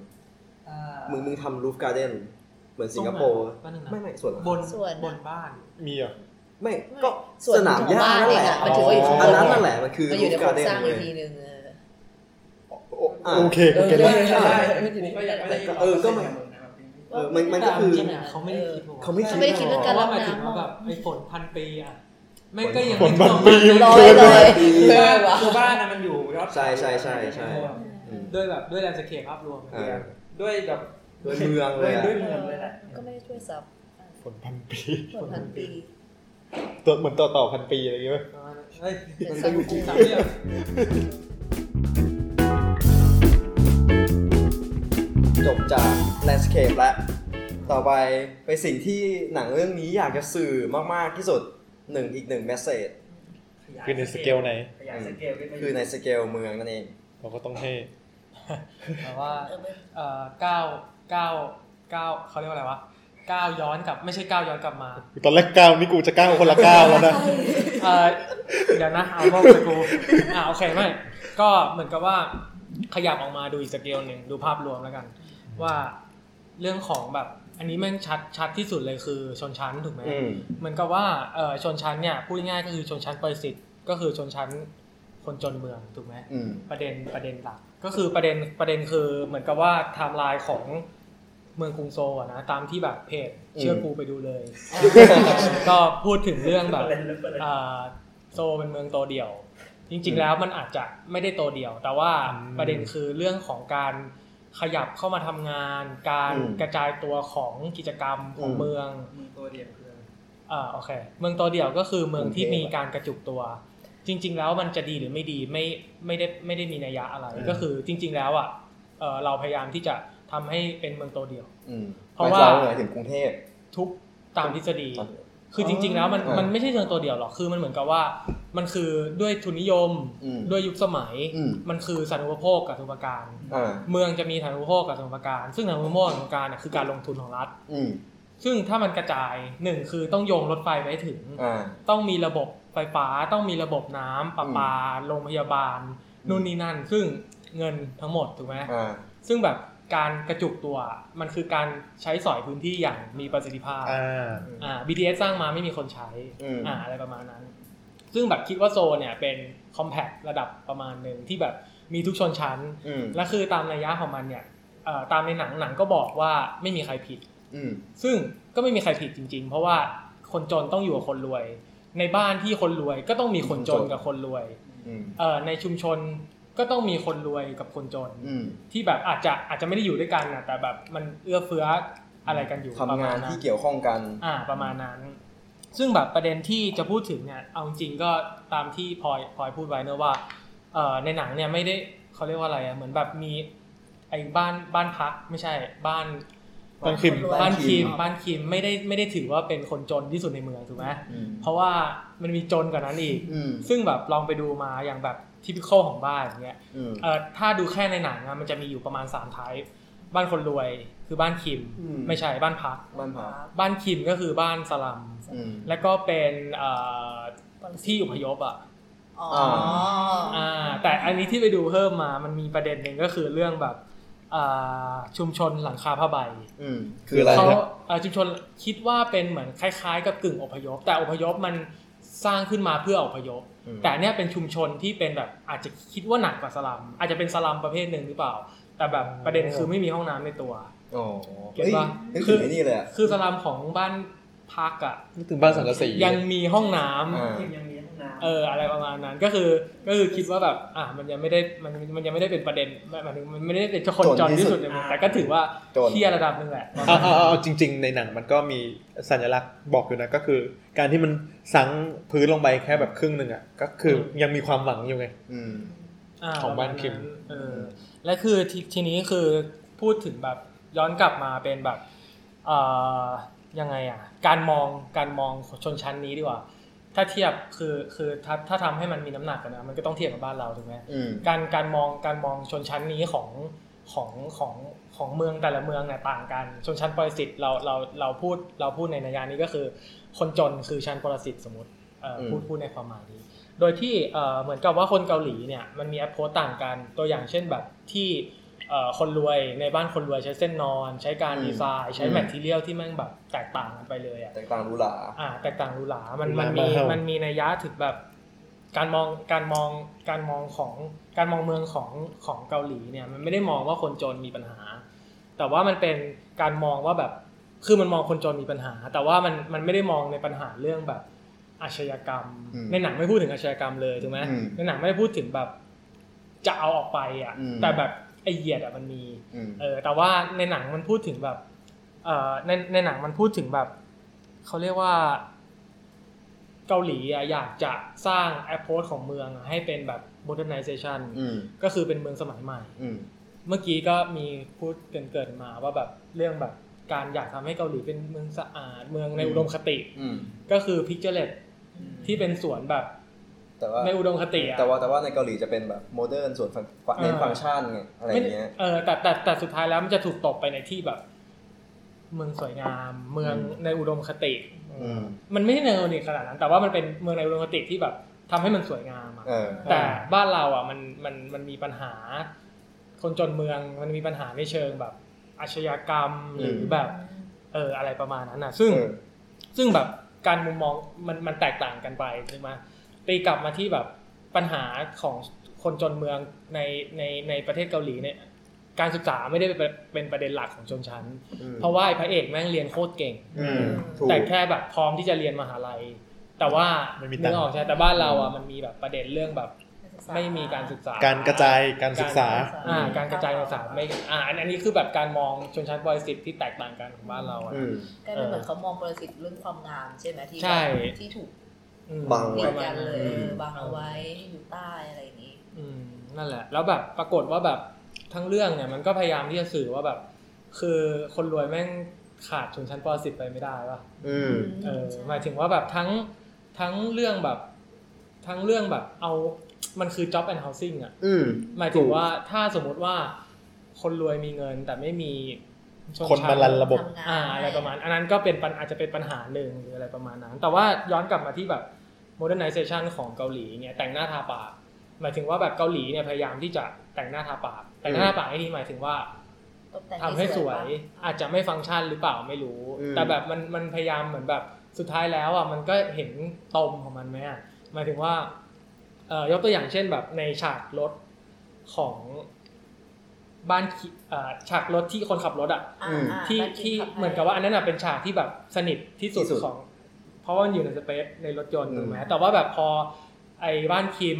Speaker 5: อ่า
Speaker 3: มึงมึงทำรูฟการ์เด้นเหมือนสิงคโปร์
Speaker 7: ตรงไหนวะ
Speaker 3: ไม่ไม่สวนหลัง
Speaker 7: บน
Speaker 6: ส่วน
Speaker 7: บนบ้าน
Speaker 4: มีเหรอ
Speaker 3: ไม่ก็
Speaker 6: ส่วน
Speaker 3: สนามหญ้า
Speaker 6: ของบ้าน
Speaker 3: นั่นแหละ
Speaker 6: เองอะมันถือว่าอยู่ข้างบน
Speaker 3: อันนั้นนั่นแหละมันคือ
Speaker 6: มันอ
Speaker 3: รู
Speaker 6: ยู่
Speaker 3: ฟ
Speaker 6: ในโคร
Speaker 3: การ์
Speaker 6: ง
Speaker 3: เด้น
Speaker 6: สร้าง
Speaker 3: เลย
Speaker 6: อีกทีนึงเออ
Speaker 4: โอ
Speaker 3: อ่ะ
Speaker 4: โอเคกูเก็ตแล้ว
Speaker 5: ใช่
Speaker 6: ไม่ถึง
Speaker 5: ก็ยังไม่ได้
Speaker 3: แต่เออก็มัน เออมันมันก็คือ
Speaker 7: จริงๆะเขาไม่ได้คิด
Speaker 3: เขาไม่คิด
Speaker 6: ไม่ได้คิดเรื่องการรับ
Speaker 7: พะว่หมยถึงว่า
Speaker 6: น้ำ
Speaker 7: แบบไอ้ฝนพันปีอ่ะไม่ก็ยัง
Speaker 4: ฝนพันปี
Speaker 6: ลอยลอยเล
Speaker 5: บ้าย น
Speaker 6: วะ
Speaker 5: คือบ้านน่ะมันอยู่ยอด
Speaker 3: ใช่ใช่ใช่ใช่ อืม
Speaker 7: ด้วยแบบด้วยแรงสเคปภาพรวม
Speaker 3: เออ
Speaker 5: ด้วยแบบ
Speaker 3: ด้วยเมืองเลยอะ
Speaker 5: ด้วยเมืองเลยแหละ
Speaker 6: ก็ไม่ได้ช่วยซับ
Speaker 4: ฝนพันปี
Speaker 6: ผลพันปี
Speaker 4: ตัวเหมือนต่อต่อพันปีอะไรอย่างเงี้ยเว้ย
Speaker 7: เฮ้ย
Speaker 6: เป็น
Speaker 7: มัน
Speaker 6: สั
Speaker 7: ก็
Speaker 6: ง
Speaker 7: อยู่
Speaker 6: ค
Speaker 7: จริง
Speaker 6: ม
Speaker 7: จังเนี่ย
Speaker 3: จบจาก landscape แล้ว ต่อไปไปสิ่งที่หนังเรื่องนี้อยากจะสื่อมาก ๆ ที่สุดหนึ่งอีกหนึ่ง message
Speaker 4: คือในสเกลไหน
Speaker 5: ขยายสเกลขึ้นไป
Speaker 3: คือในสเกลเมืองนั่นเอง
Speaker 4: เราก็ต้องให้
Speaker 7: แต่ว่า
Speaker 6: เออไม่
Speaker 7: เอ่อก้าวก้าวก้าวเขาเรียกว่าอะไรวะก้าวย้อนกลับไม่ใช่ก้าวย้อนกลับมา
Speaker 4: ตอนแรกก้าวนี่กูจะก้าวคนละก้าวแล้วนะ
Speaker 7: เอ่อเดี๋ยวนะเอาบ้องสกูอ่าโอเคไม่ก็เหมือนกับว่าขยับออกมาดูอีกสเกลหนึ่งดูภาพรวมแล้วกัน ว่าเรื่องของแบบอันนี้แม่งชัดชัดที่สุดเลยคือชนชั้นถูกไหม
Speaker 3: อืม
Speaker 7: เหมือนกับว่าเอ่อชนชั้นเนี่ยพูดง่ายๆก็คือชนชั้นปรสิตก็คือชนชั้นคนจนเมืองถูกไหม
Speaker 3: อืม
Speaker 7: ประเด็นประเด็นหลักก็คือประเด็นประเด็นคือเหมือนกับว่าไทม์ไลน์ของเมืองกรุงโซลอะนะตามที่แบบเพจเชื่อกูไปดูเลย ก็พูดถึงเรื่องแบบอ่าโซลเป็นเมืองโตเดี่ยว จริง ๆ แล้วมันอาจจะไม่ได้โตเดี่ยว แต่ว่าประเด็นคือเรื่องของการขยับเข้ามาทำงาน การ
Speaker 3: อืม
Speaker 7: กระจายตัวของกิจกรรมของ
Speaker 3: อืม
Speaker 7: เมือง
Speaker 5: มือตัวเดียวคืออะไร
Speaker 7: อ่าโอเคเมืองตัวเดียวก็คือเมืองที่มีการกระจุกตัว จริง ๆ แล้วมันจะดีหรือไม่ดีไม่ไม่ได้ไม่ได้มีนัยยะอะไรก็คือจริง ๆ แล้วอ่ะเอ่อเราพยายามที่จะทำให้เป็นเมืองตัวเดียว
Speaker 3: อืม
Speaker 7: เพราะว่า
Speaker 3: หมายถึงกรุงเทพ
Speaker 7: ทุกตามทฤษฎี
Speaker 3: ครับ
Speaker 7: คือจริง ๆ แล้วมัน
Speaker 3: อ๋อ
Speaker 7: มันไม่ใช่เชิงตัวเดียวหรอกคือมันเหมือนกับว่ามันคือด้วยทุนนิยม
Speaker 3: อืม
Speaker 7: ด้วยยุคสมัย
Speaker 3: อืม
Speaker 7: มันคือสาธารณูปโภคกับสาธารณูปการ
Speaker 3: อ่า
Speaker 7: เมืองจะมีสาธารณูปโภคกับสาธารณูปการ ซึ่งสาธารณูปโภคกับสาธารณูปการน่ะคือการลงทุนของรัฐ
Speaker 3: อืม
Speaker 7: ซึ่งถ้ามันกระจายหนึ่งคือต้องโยงรถไฟไปให้ถึง
Speaker 3: อ่า
Speaker 7: ต้องมีระบบไฟฟ้าต้องมีระบบน้ำประปาโรงพยาบาล นู่นนี่นั่น ซึ่งเงินทั้งหมดถูกไหม
Speaker 3: อ่า
Speaker 7: ซึ่งแบบการกระจุกตัวมันคือการใช้สอยพื้นที่อย่างมีประสิทธิภาพ
Speaker 4: อ่า
Speaker 7: อ่า BTS สร้างมาไม่มีคนใช้
Speaker 3: อืม
Speaker 7: อ่าอะไรประมาณนั้น ซึ่งแบบคิดว่าโซนเนี่ยเป็นคอมแพคระดับประมาณหนึ่งที่แบบมีทุกชนชั้น
Speaker 3: อืม
Speaker 7: และคือตามระยะของมันเนี่ยเอ่อตามในหนังหนังก็บอกว่าไม่มีใครผิด
Speaker 3: อืม
Speaker 7: ซึ่งก็ไม่มีใครผิดจริง ๆ เพราะว่าคนจนต้องอยู่กับคนรวย ในบ้านที่คนรวยก็ต้องมีคนจนกับคนรวย
Speaker 3: อืม
Speaker 7: เอ่อในชุมชนก็ต้องมีคนรวยกับคนจน
Speaker 3: อืม
Speaker 7: ที่แบบอาจจะอาจจะไม่ได้อยู่ด้วยกันนะแต่แบบมันเอื้อเฟื้ออะไรกันอยู่ประ
Speaker 3: ทำ
Speaker 7: มาณ
Speaker 3: งาน
Speaker 7: นั้
Speaker 3: ที่
Speaker 7: น
Speaker 3: เกี่ยวข้องกัน
Speaker 7: อ่าประมาณนั้น ซึ่งแบบประเด็นที่จะพูดถึงเนี่ยเอาจริงๆก็ตามที่พลอยพลอยพูดไว้เนอะว่าเอ่อในหนังเนี่ยไม่ได้เขาเรียกว่าอะไรอะเหมือนแบบมีไอ้บ้านบ้านพักไม่ใช่บ้าน
Speaker 4: ต้องคิม
Speaker 6: รวย
Speaker 7: บ้านคิม
Speaker 3: อ๋อ
Speaker 7: บ้านคิมไม่ได้ไม่ได้ถือว่าเป็นคนจนที่สุดในเมืองถูกไหม
Speaker 3: อืม
Speaker 7: เพราะว่ามันมีจนกว่านั้นอีก
Speaker 3: อืม
Speaker 7: ซึ่งแบบลองไปดูมาอย่างแบบทิพิคอลของบ้านอย่างเงี้ย
Speaker 3: อืม
Speaker 7: เอ่อถ้าดูแค่ในหนังอะมันจะมีอยู่ประมาณ3ไทป์บ้านคนรวยคือบ้านคิม
Speaker 3: อืม
Speaker 7: ไม่ใช่บ้านพัก
Speaker 3: บ้านผา
Speaker 7: บ้านคิมก็คือบ้านสลัม
Speaker 3: อืม
Speaker 7: แล้วก็เป็นเอ่อที่อพยพอ่ะ
Speaker 6: อ๋อ
Speaker 7: อ่าแต่อันนี้ที่ไปดูเพิ่มมามันมีประเด็นหนึ่งก็คือเรื่องแบบอ่าชุมชนหลังคาผ้าใบ
Speaker 3: อืม คืออะไร
Speaker 7: เขา
Speaker 3: ครับ
Speaker 7: เอ่อชุมชนคิดว่าเป็นเหมือนคล้ายๆ กับกึ่งอพยพ แต่อพยพมันสร้างขึ้นมาเพื่ออพยพ
Speaker 3: อืม
Speaker 7: แต่เนี่ยเป็นชุมชนที่เป็นแบบอาจจะคิดว่าหนักกว่าสลัม อาจจะเป็นสลัมประเภทหนึ่งหรือเปล่า แต่แบบประเด็นคือไม่มีห้องน้ำในตัว
Speaker 3: อ๋อ
Speaker 7: เก็ต
Speaker 3: เฮ้ย
Speaker 7: ปะ
Speaker 3: นึกถึงไอ้นี่เลยอะ
Speaker 7: คือสลัมของบ้านพักอ่ะ
Speaker 4: นึกถึงบ้านสังกะสี
Speaker 7: ยังมีห้องน้ำ
Speaker 3: อ่า
Speaker 5: ทีมยังมีห้องน้ำ
Speaker 7: เอออะไรประมาณนั้นก็คือก็คือคิดว่าแบบอ่ะมันยังไม่ได้มันมันยังไม่ได้เป็นประเด็นมันมันมันไม่ได้เป็นคนจนที่สุดในเมืองแต่ก็ถือว่า
Speaker 3: จน
Speaker 7: เที่ยระดับหนึ่งแหละ
Speaker 4: เอาเอาเอาเอาจริง ๆ ในหนังมันก็มีสัญลักษณ์บอกอยู่นะก็คือ การที่มันสังพื้นลงไปแค่แบบครึ่งหนึ่งอ่ะก็คือยังมีความหวังอยู่ไง
Speaker 3: อืม
Speaker 4: ของบ้านคิม
Speaker 7: เออ และคือททีนี้คือพูดถึงแบบย้อนกลับมาเป็นแบบเอ่อยังไงอ่ะ การมองการมองชนชั้นนี้ดีกว่า ถ้าเทียบคือคือถ้าถ้าทำให้มันมีน้ำหนักกันนะมันก็ต้องเทียบกับบ้านเราถูกไหม
Speaker 3: อืม
Speaker 7: การการมองการมองชนชั้นนี้ของของของของเมืองแต่ละเมืองเนี่ยต่างกัน ชนชั้นปรสิตเราเราเราพูดเราพูดในนัยยานี้ก็คือ คนจนคือชั้นปรสิตสมมติเอ่ออ
Speaker 3: ม
Speaker 7: พูดพูดในความหมายนี้ โดยที่เอ่อเหมือนกับว่าคนเกาหลีเนี่ยมันมีแอปโพสต่างกันตัวอย่างเช่นแบบที่เอ่อคนรวยในบ้านคนรวยใช้เส้นนอน ใช้การ
Speaker 3: อืม
Speaker 7: ดีไซน์ ใช้
Speaker 3: อืม
Speaker 7: แมทเทียลที่แม่งแบบแตกต่างกันไปเลยอ่ะ
Speaker 3: แตกต่างรูหรา
Speaker 7: อ่าแตกต่างหรูหรามัน
Speaker 4: หรูห
Speaker 7: มั
Speaker 4: ราน
Speaker 7: มี
Speaker 4: บ้าเฮามั
Speaker 7: มันมีนัยยะถึงแบบการมองการมองการมองของการมองเมืองของของเกาหลีเนี่ยมันไม่ได้มองว่าคนจนมีปัญหา แต่ว่ามันเป็นการมองว่าแบบคือมันมองคนจนมีปัญหา แต่ว่ามันมันไม่ได้มองในปัญหาเรื่องแบบอาชญากรรม
Speaker 3: อืม
Speaker 7: ในหนังไม่พูดถึงอาชญากรรมเลยถูกไหม
Speaker 3: อืม
Speaker 7: ในหนังไม่ได้พูดถึงแบบจะเอาออกไปอ่ะ
Speaker 3: อืม
Speaker 7: แต่แบบไอเหยียดอ่ะมันมี
Speaker 3: อืม
Speaker 7: เออแต่ว่าในหนังมันพูดถึงแบบเออในในหนังมันพูดถึงแบบเขาเรียกว่า เกาหลีอ่ะอยากจะสร้างแอปโพสของเมืองอะให้เป็นแบบ modernization
Speaker 3: อืม
Speaker 7: ก็คือเป็นเมืองสมัยใหม่
Speaker 3: อืม
Speaker 7: เมื่อกี้ก็มีพูดเกรินๆมาว่าแบบเรื่องแบบการอยากทำให้เกาหลีเป็นเมืองสะอาด เมืองใน
Speaker 3: อืม
Speaker 7: อุดมคติ
Speaker 3: อืม
Speaker 7: ก็คือพิกเจอร์เลตที่เป็นสวนแบบ
Speaker 3: แต่ว่า
Speaker 7: ในอุดมคติอะ
Speaker 3: แต่ว่าแต่ว่าในเกาหลีจะเป็นแบบโมเดิร์นส่วนฟังเน้นฟังก์ชันไงอะไรอย่างเงี้ย
Speaker 7: เออแต่แต่แต่สุดท้ายแล้วมันจะถูกตบไปในที่แบบ เมืองสวยงาม เมือง
Speaker 3: อืม
Speaker 7: ในอุดมคติ
Speaker 3: อืม
Speaker 7: มันไม่ใช่ในอุดมคติขนาดนั้น แต่ว่ามันเป็นเมืองในอุดมคติที่แบบทำให้มันสวยงามอะ
Speaker 3: เออ
Speaker 7: แต่บ้านเราอ่ะมันมันมันมีปัญหา คนจนเมืองมันมีปัญหาในเชิงแบบอาชญากรรมหรืออ
Speaker 3: ม
Speaker 7: แบบเอออะไรประมาณนั้นนะซึ่ง
Speaker 3: เออ
Speaker 7: ซึ่งแบบการมุมมองมันมันแตกต่างกันไปใช่ไหมตีกลับมาที่แบบปัญหาของคนจนเมืองในในในประเทศเกาหลีเนี่ยการศึกษาไม่ได้เป็นประเป็นประเด็นหลักของชนชั้น
Speaker 3: อืม
Speaker 7: เพราะว่าไอ้พระเอกแม่งเรียนโคตรเก่ง
Speaker 3: อืมถูก
Speaker 7: แต่แค่แบบพร้อมที่จะเรียนมหาลัย แต่ว่า
Speaker 4: ไม่มีตังค์
Speaker 7: นึกออกใช่ไหมแต่บ้านเราอ่ะมันมีแบบประเด็นเรื่องแบบ ไม่มีการศึกษา
Speaker 4: การกระจายการศึกษา
Speaker 7: อ่า การกระจายการศึกษาไม่ อ่า อันอันนี้คือแบบการมองชนชั้นบริสิทธิ์ที่แตกต่างกันของบ้านเราอ่ะ
Speaker 3: อืม
Speaker 6: กลายเป็นเหมือนเขามองประสิทธิ์เรื่องความงามใช่ไหมที่
Speaker 7: ใช่
Speaker 6: ที่ถูก
Speaker 7: อืม
Speaker 3: บังไว้
Speaker 6: กีดกันเลย
Speaker 7: อืม
Speaker 6: เออบางเอาไว้ให้อยู่ใต้อะไรอย่างนี้
Speaker 7: อืมนั่นแหละ แล้วแบบปรากฏว่าแบบทั้งเรื่องเนี่ยมันก็พยายามที่จะสื่อว่าแบบ คือคนรวยแม่งขาดชนชั้นบริสิทธิ์ไปไม่ได้ป่ะ
Speaker 3: อืม
Speaker 7: เออหมายถึงว่าแบบทั้งทั้งเรื่องแบบ ทั้งเรื่องแบบเอา มันคือ job and housing อ่ะ
Speaker 3: อืม
Speaker 7: หมายถึงว่าถ้าสมมุติว่าคนรวยมีเงินแต่ไม่มีช
Speaker 4: คนมา
Speaker 7: ชั้
Speaker 4: รันระบบ
Speaker 6: ทำงาน
Speaker 7: อ่าอะไรประมาณ อันนั้นก็เป็นปัญอาจจะเป็นปัญหาหนึ่งหรืออะไรประมาณนั้น แต่ว่าย้อนกลับมาที่แบบ modernization ของเกาหลีเนี่ยแต่งหน้าทาปากหมายถึงว่าแบบเกาหลีเนี่ยพยายามที่จะแต่งหน้าทาปากแต่งหน้าทาปากให้ดีหมายถึงว่า
Speaker 6: ตกแต่ง
Speaker 7: ทำให้สวย
Speaker 6: ปะ
Speaker 7: อาจจะไม่ฟังก์ชันหรือเปล่าไม่รู้
Speaker 3: อืม
Speaker 7: แต่แบบมันมันพยายามเหมือนแบบสุดท้ายแล้วอ่ะมันก็เห็นตมของมันไหมอ่ะหมายถึงว่าเอ่อยกตัวอย่างเช่นแบบในฉากรถของบ้านขี่เอ่อฉากรถที่คนขับรถอ่ะ
Speaker 6: อ่า
Speaker 3: อืม
Speaker 6: อ่า
Speaker 7: ที่
Speaker 6: แบบ
Speaker 7: ที่
Speaker 6: ขับ
Speaker 7: เหมือนกับว่าอันนั้นน่ะเป็นฉากที่แบบสนิทที่สุด
Speaker 3: ที่สุด
Speaker 7: ของ เพราะว่ามันอยู่ในสเปซในรถยนต์
Speaker 3: อืม
Speaker 7: ถูกไหมแต่ว่าแบบพอไอ้บ้านคิม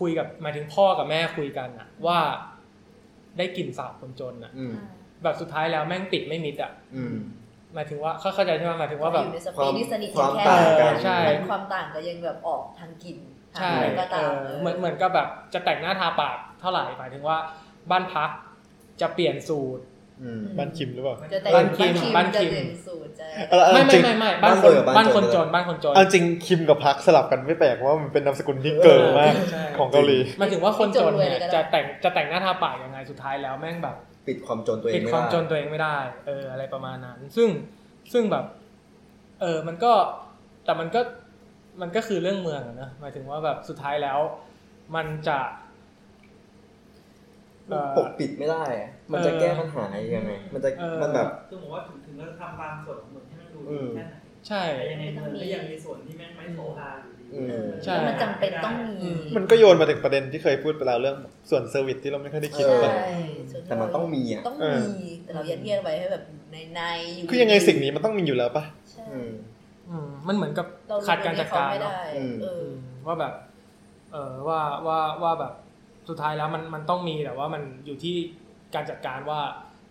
Speaker 7: คุยกับหมายถึงพ่อกับแม่คุยกันอะว่าได้กลิ่นสาบคนจนอะ
Speaker 3: อืม
Speaker 6: อ่า
Speaker 7: แบบสุดท้ายแล้วแม่งติดไม่มิดอะ
Speaker 3: อืม
Speaker 7: หมายถึงว่าเข้าเข้าใจใช่ไหมหมายถึงว่าแบบ
Speaker 6: อยู่ในส
Speaker 3: ค
Speaker 6: เป
Speaker 3: วาม
Speaker 6: ซที่สนิท
Speaker 3: ความ
Speaker 6: แค่
Speaker 3: ต่างกัน
Speaker 7: ใช่
Speaker 6: มันความต่างก็ยังแบบออกทางกลิ่นทาง
Speaker 7: ใช่
Speaker 6: อะไรก็
Speaker 7: เอ
Speaker 6: ตาม
Speaker 7: อเหมือนเหมือนกับแบบจะแต่งหน้าทาปากเท่าไหร่หมายถึงว่าบ้านพักจะเปลี่ยนสูตร
Speaker 3: อืม
Speaker 4: บ้านคิมหรือเปล่า
Speaker 6: จะแต่ง
Speaker 7: บ้านคิมบ้านคิ
Speaker 6: จะ
Speaker 7: ม
Speaker 6: แต่งสูตรจะ
Speaker 4: เออเออ
Speaker 7: ไม่
Speaker 4: จ
Speaker 7: ไม่
Speaker 4: ริง
Speaker 7: ไม่ไม่
Speaker 3: บ้า
Speaker 7: บ้าน น
Speaker 3: เบ
Speaker 7: คน
Speaker 3: อร์บ้า
Speaker 7: บ้าน น
Speaker 3: ค
Speaker 7: คน น
Speaker 3: จ
Speaker 7: จ
Speaker 3: น
Speaker 7: นบ้านคนจน
Speaker 4: เอาจริงคิมกับพักสลับกันไม่แปลกเพราะว่ามันเป็นนามสกุลที่เกิดมาก
Speaker 7: ใช่
Speaker 4: ของเกาหลี
Speaker 7: หมายถึงว่าคนจนเนี่ยจะแต่งจะแต่งหน้าทาปากยังไงสุดท้ายแล้วแม่งแบบ
Speaker 3: ปิดความจนตัวเอง
Speaker 7: ปิด
Speaker 3: ไม่
Speaker 7: ความ
Speaker 3: ได้
Speaker 7: จนตัวเองไม่ได้ เออ อะไรประมาณนั้น ซึ่งซึ่งแบบ เออ มันก็ แต่มันก็ มันก็คือเรื่องเมืองอะนะ หมายถึงว่าแบบสุดท้ายแล้ว มันจะ เอ่อ
Speaker 3: ปกปิดไม่ได้อะมันจะแก้ปัญหายังไง มันจะ
Speaker 7: เออ
Speaker 3: มันแบบ
Speaker 5: คือผมว่าถึงถึงเราจะทำบางส่วนของเมืองให้มันดู
Speaker 3: อื
Speaker 5: ดี
Speaker 3: ม
Speaker 5: แค่ไหน
Speaker 7: ใช่
Speaker 5: แต่ยังไงมันก็ยังมีส่วนที่แม่งไม่โสภาอยู่ดี
Speaker 3: อืม
Speaker 7: ใช่
Speaker 6: แล้วมันจำเป็นต้องมี
Speaker 7: อืม
Speaker 4: มันก็โยนมาถึงประเด็นที่เคยพูดไปแล้วเรื่องส่วนเซอร์วิสที่เราไม่ค่อยได้คิด
Speaker 3: เออ
Speaker 4: กัน
Speaker 6: ใช่ส่วน
Speaker 3: แต่มันต้องมีอ่ะ
Speaker 6: ต้อง
Speaker 4: เออ
Speaker 6: มี แต่เรายัดเยียดไว้ให้แบบอยู่ในในๆ
Speaker 4: คือยังไงสิ่งนี้มันต้องมีอยู่แล้วปะ
Speaker 6: ใช่
Speaker 3: อืม
Speaker 7: อืมมันเหมือนกับ
Speaker 6: เรู้
Speaker 7: ขาดการจัดการ
Speaker 6: ไม่
Speaker 7: เนอะ
Speaker 6: ได้
Speaker 3: อืม
Speaker 6: เอ
Speaker 7: อื
Speaker 6: อ
Speaker 7: มว่าแบบ เออว่าว่าว่าแบบ สุดท้ายแล้วมันมันต้องมีแต่ว่ามันอยู่ที่การจัดการว่า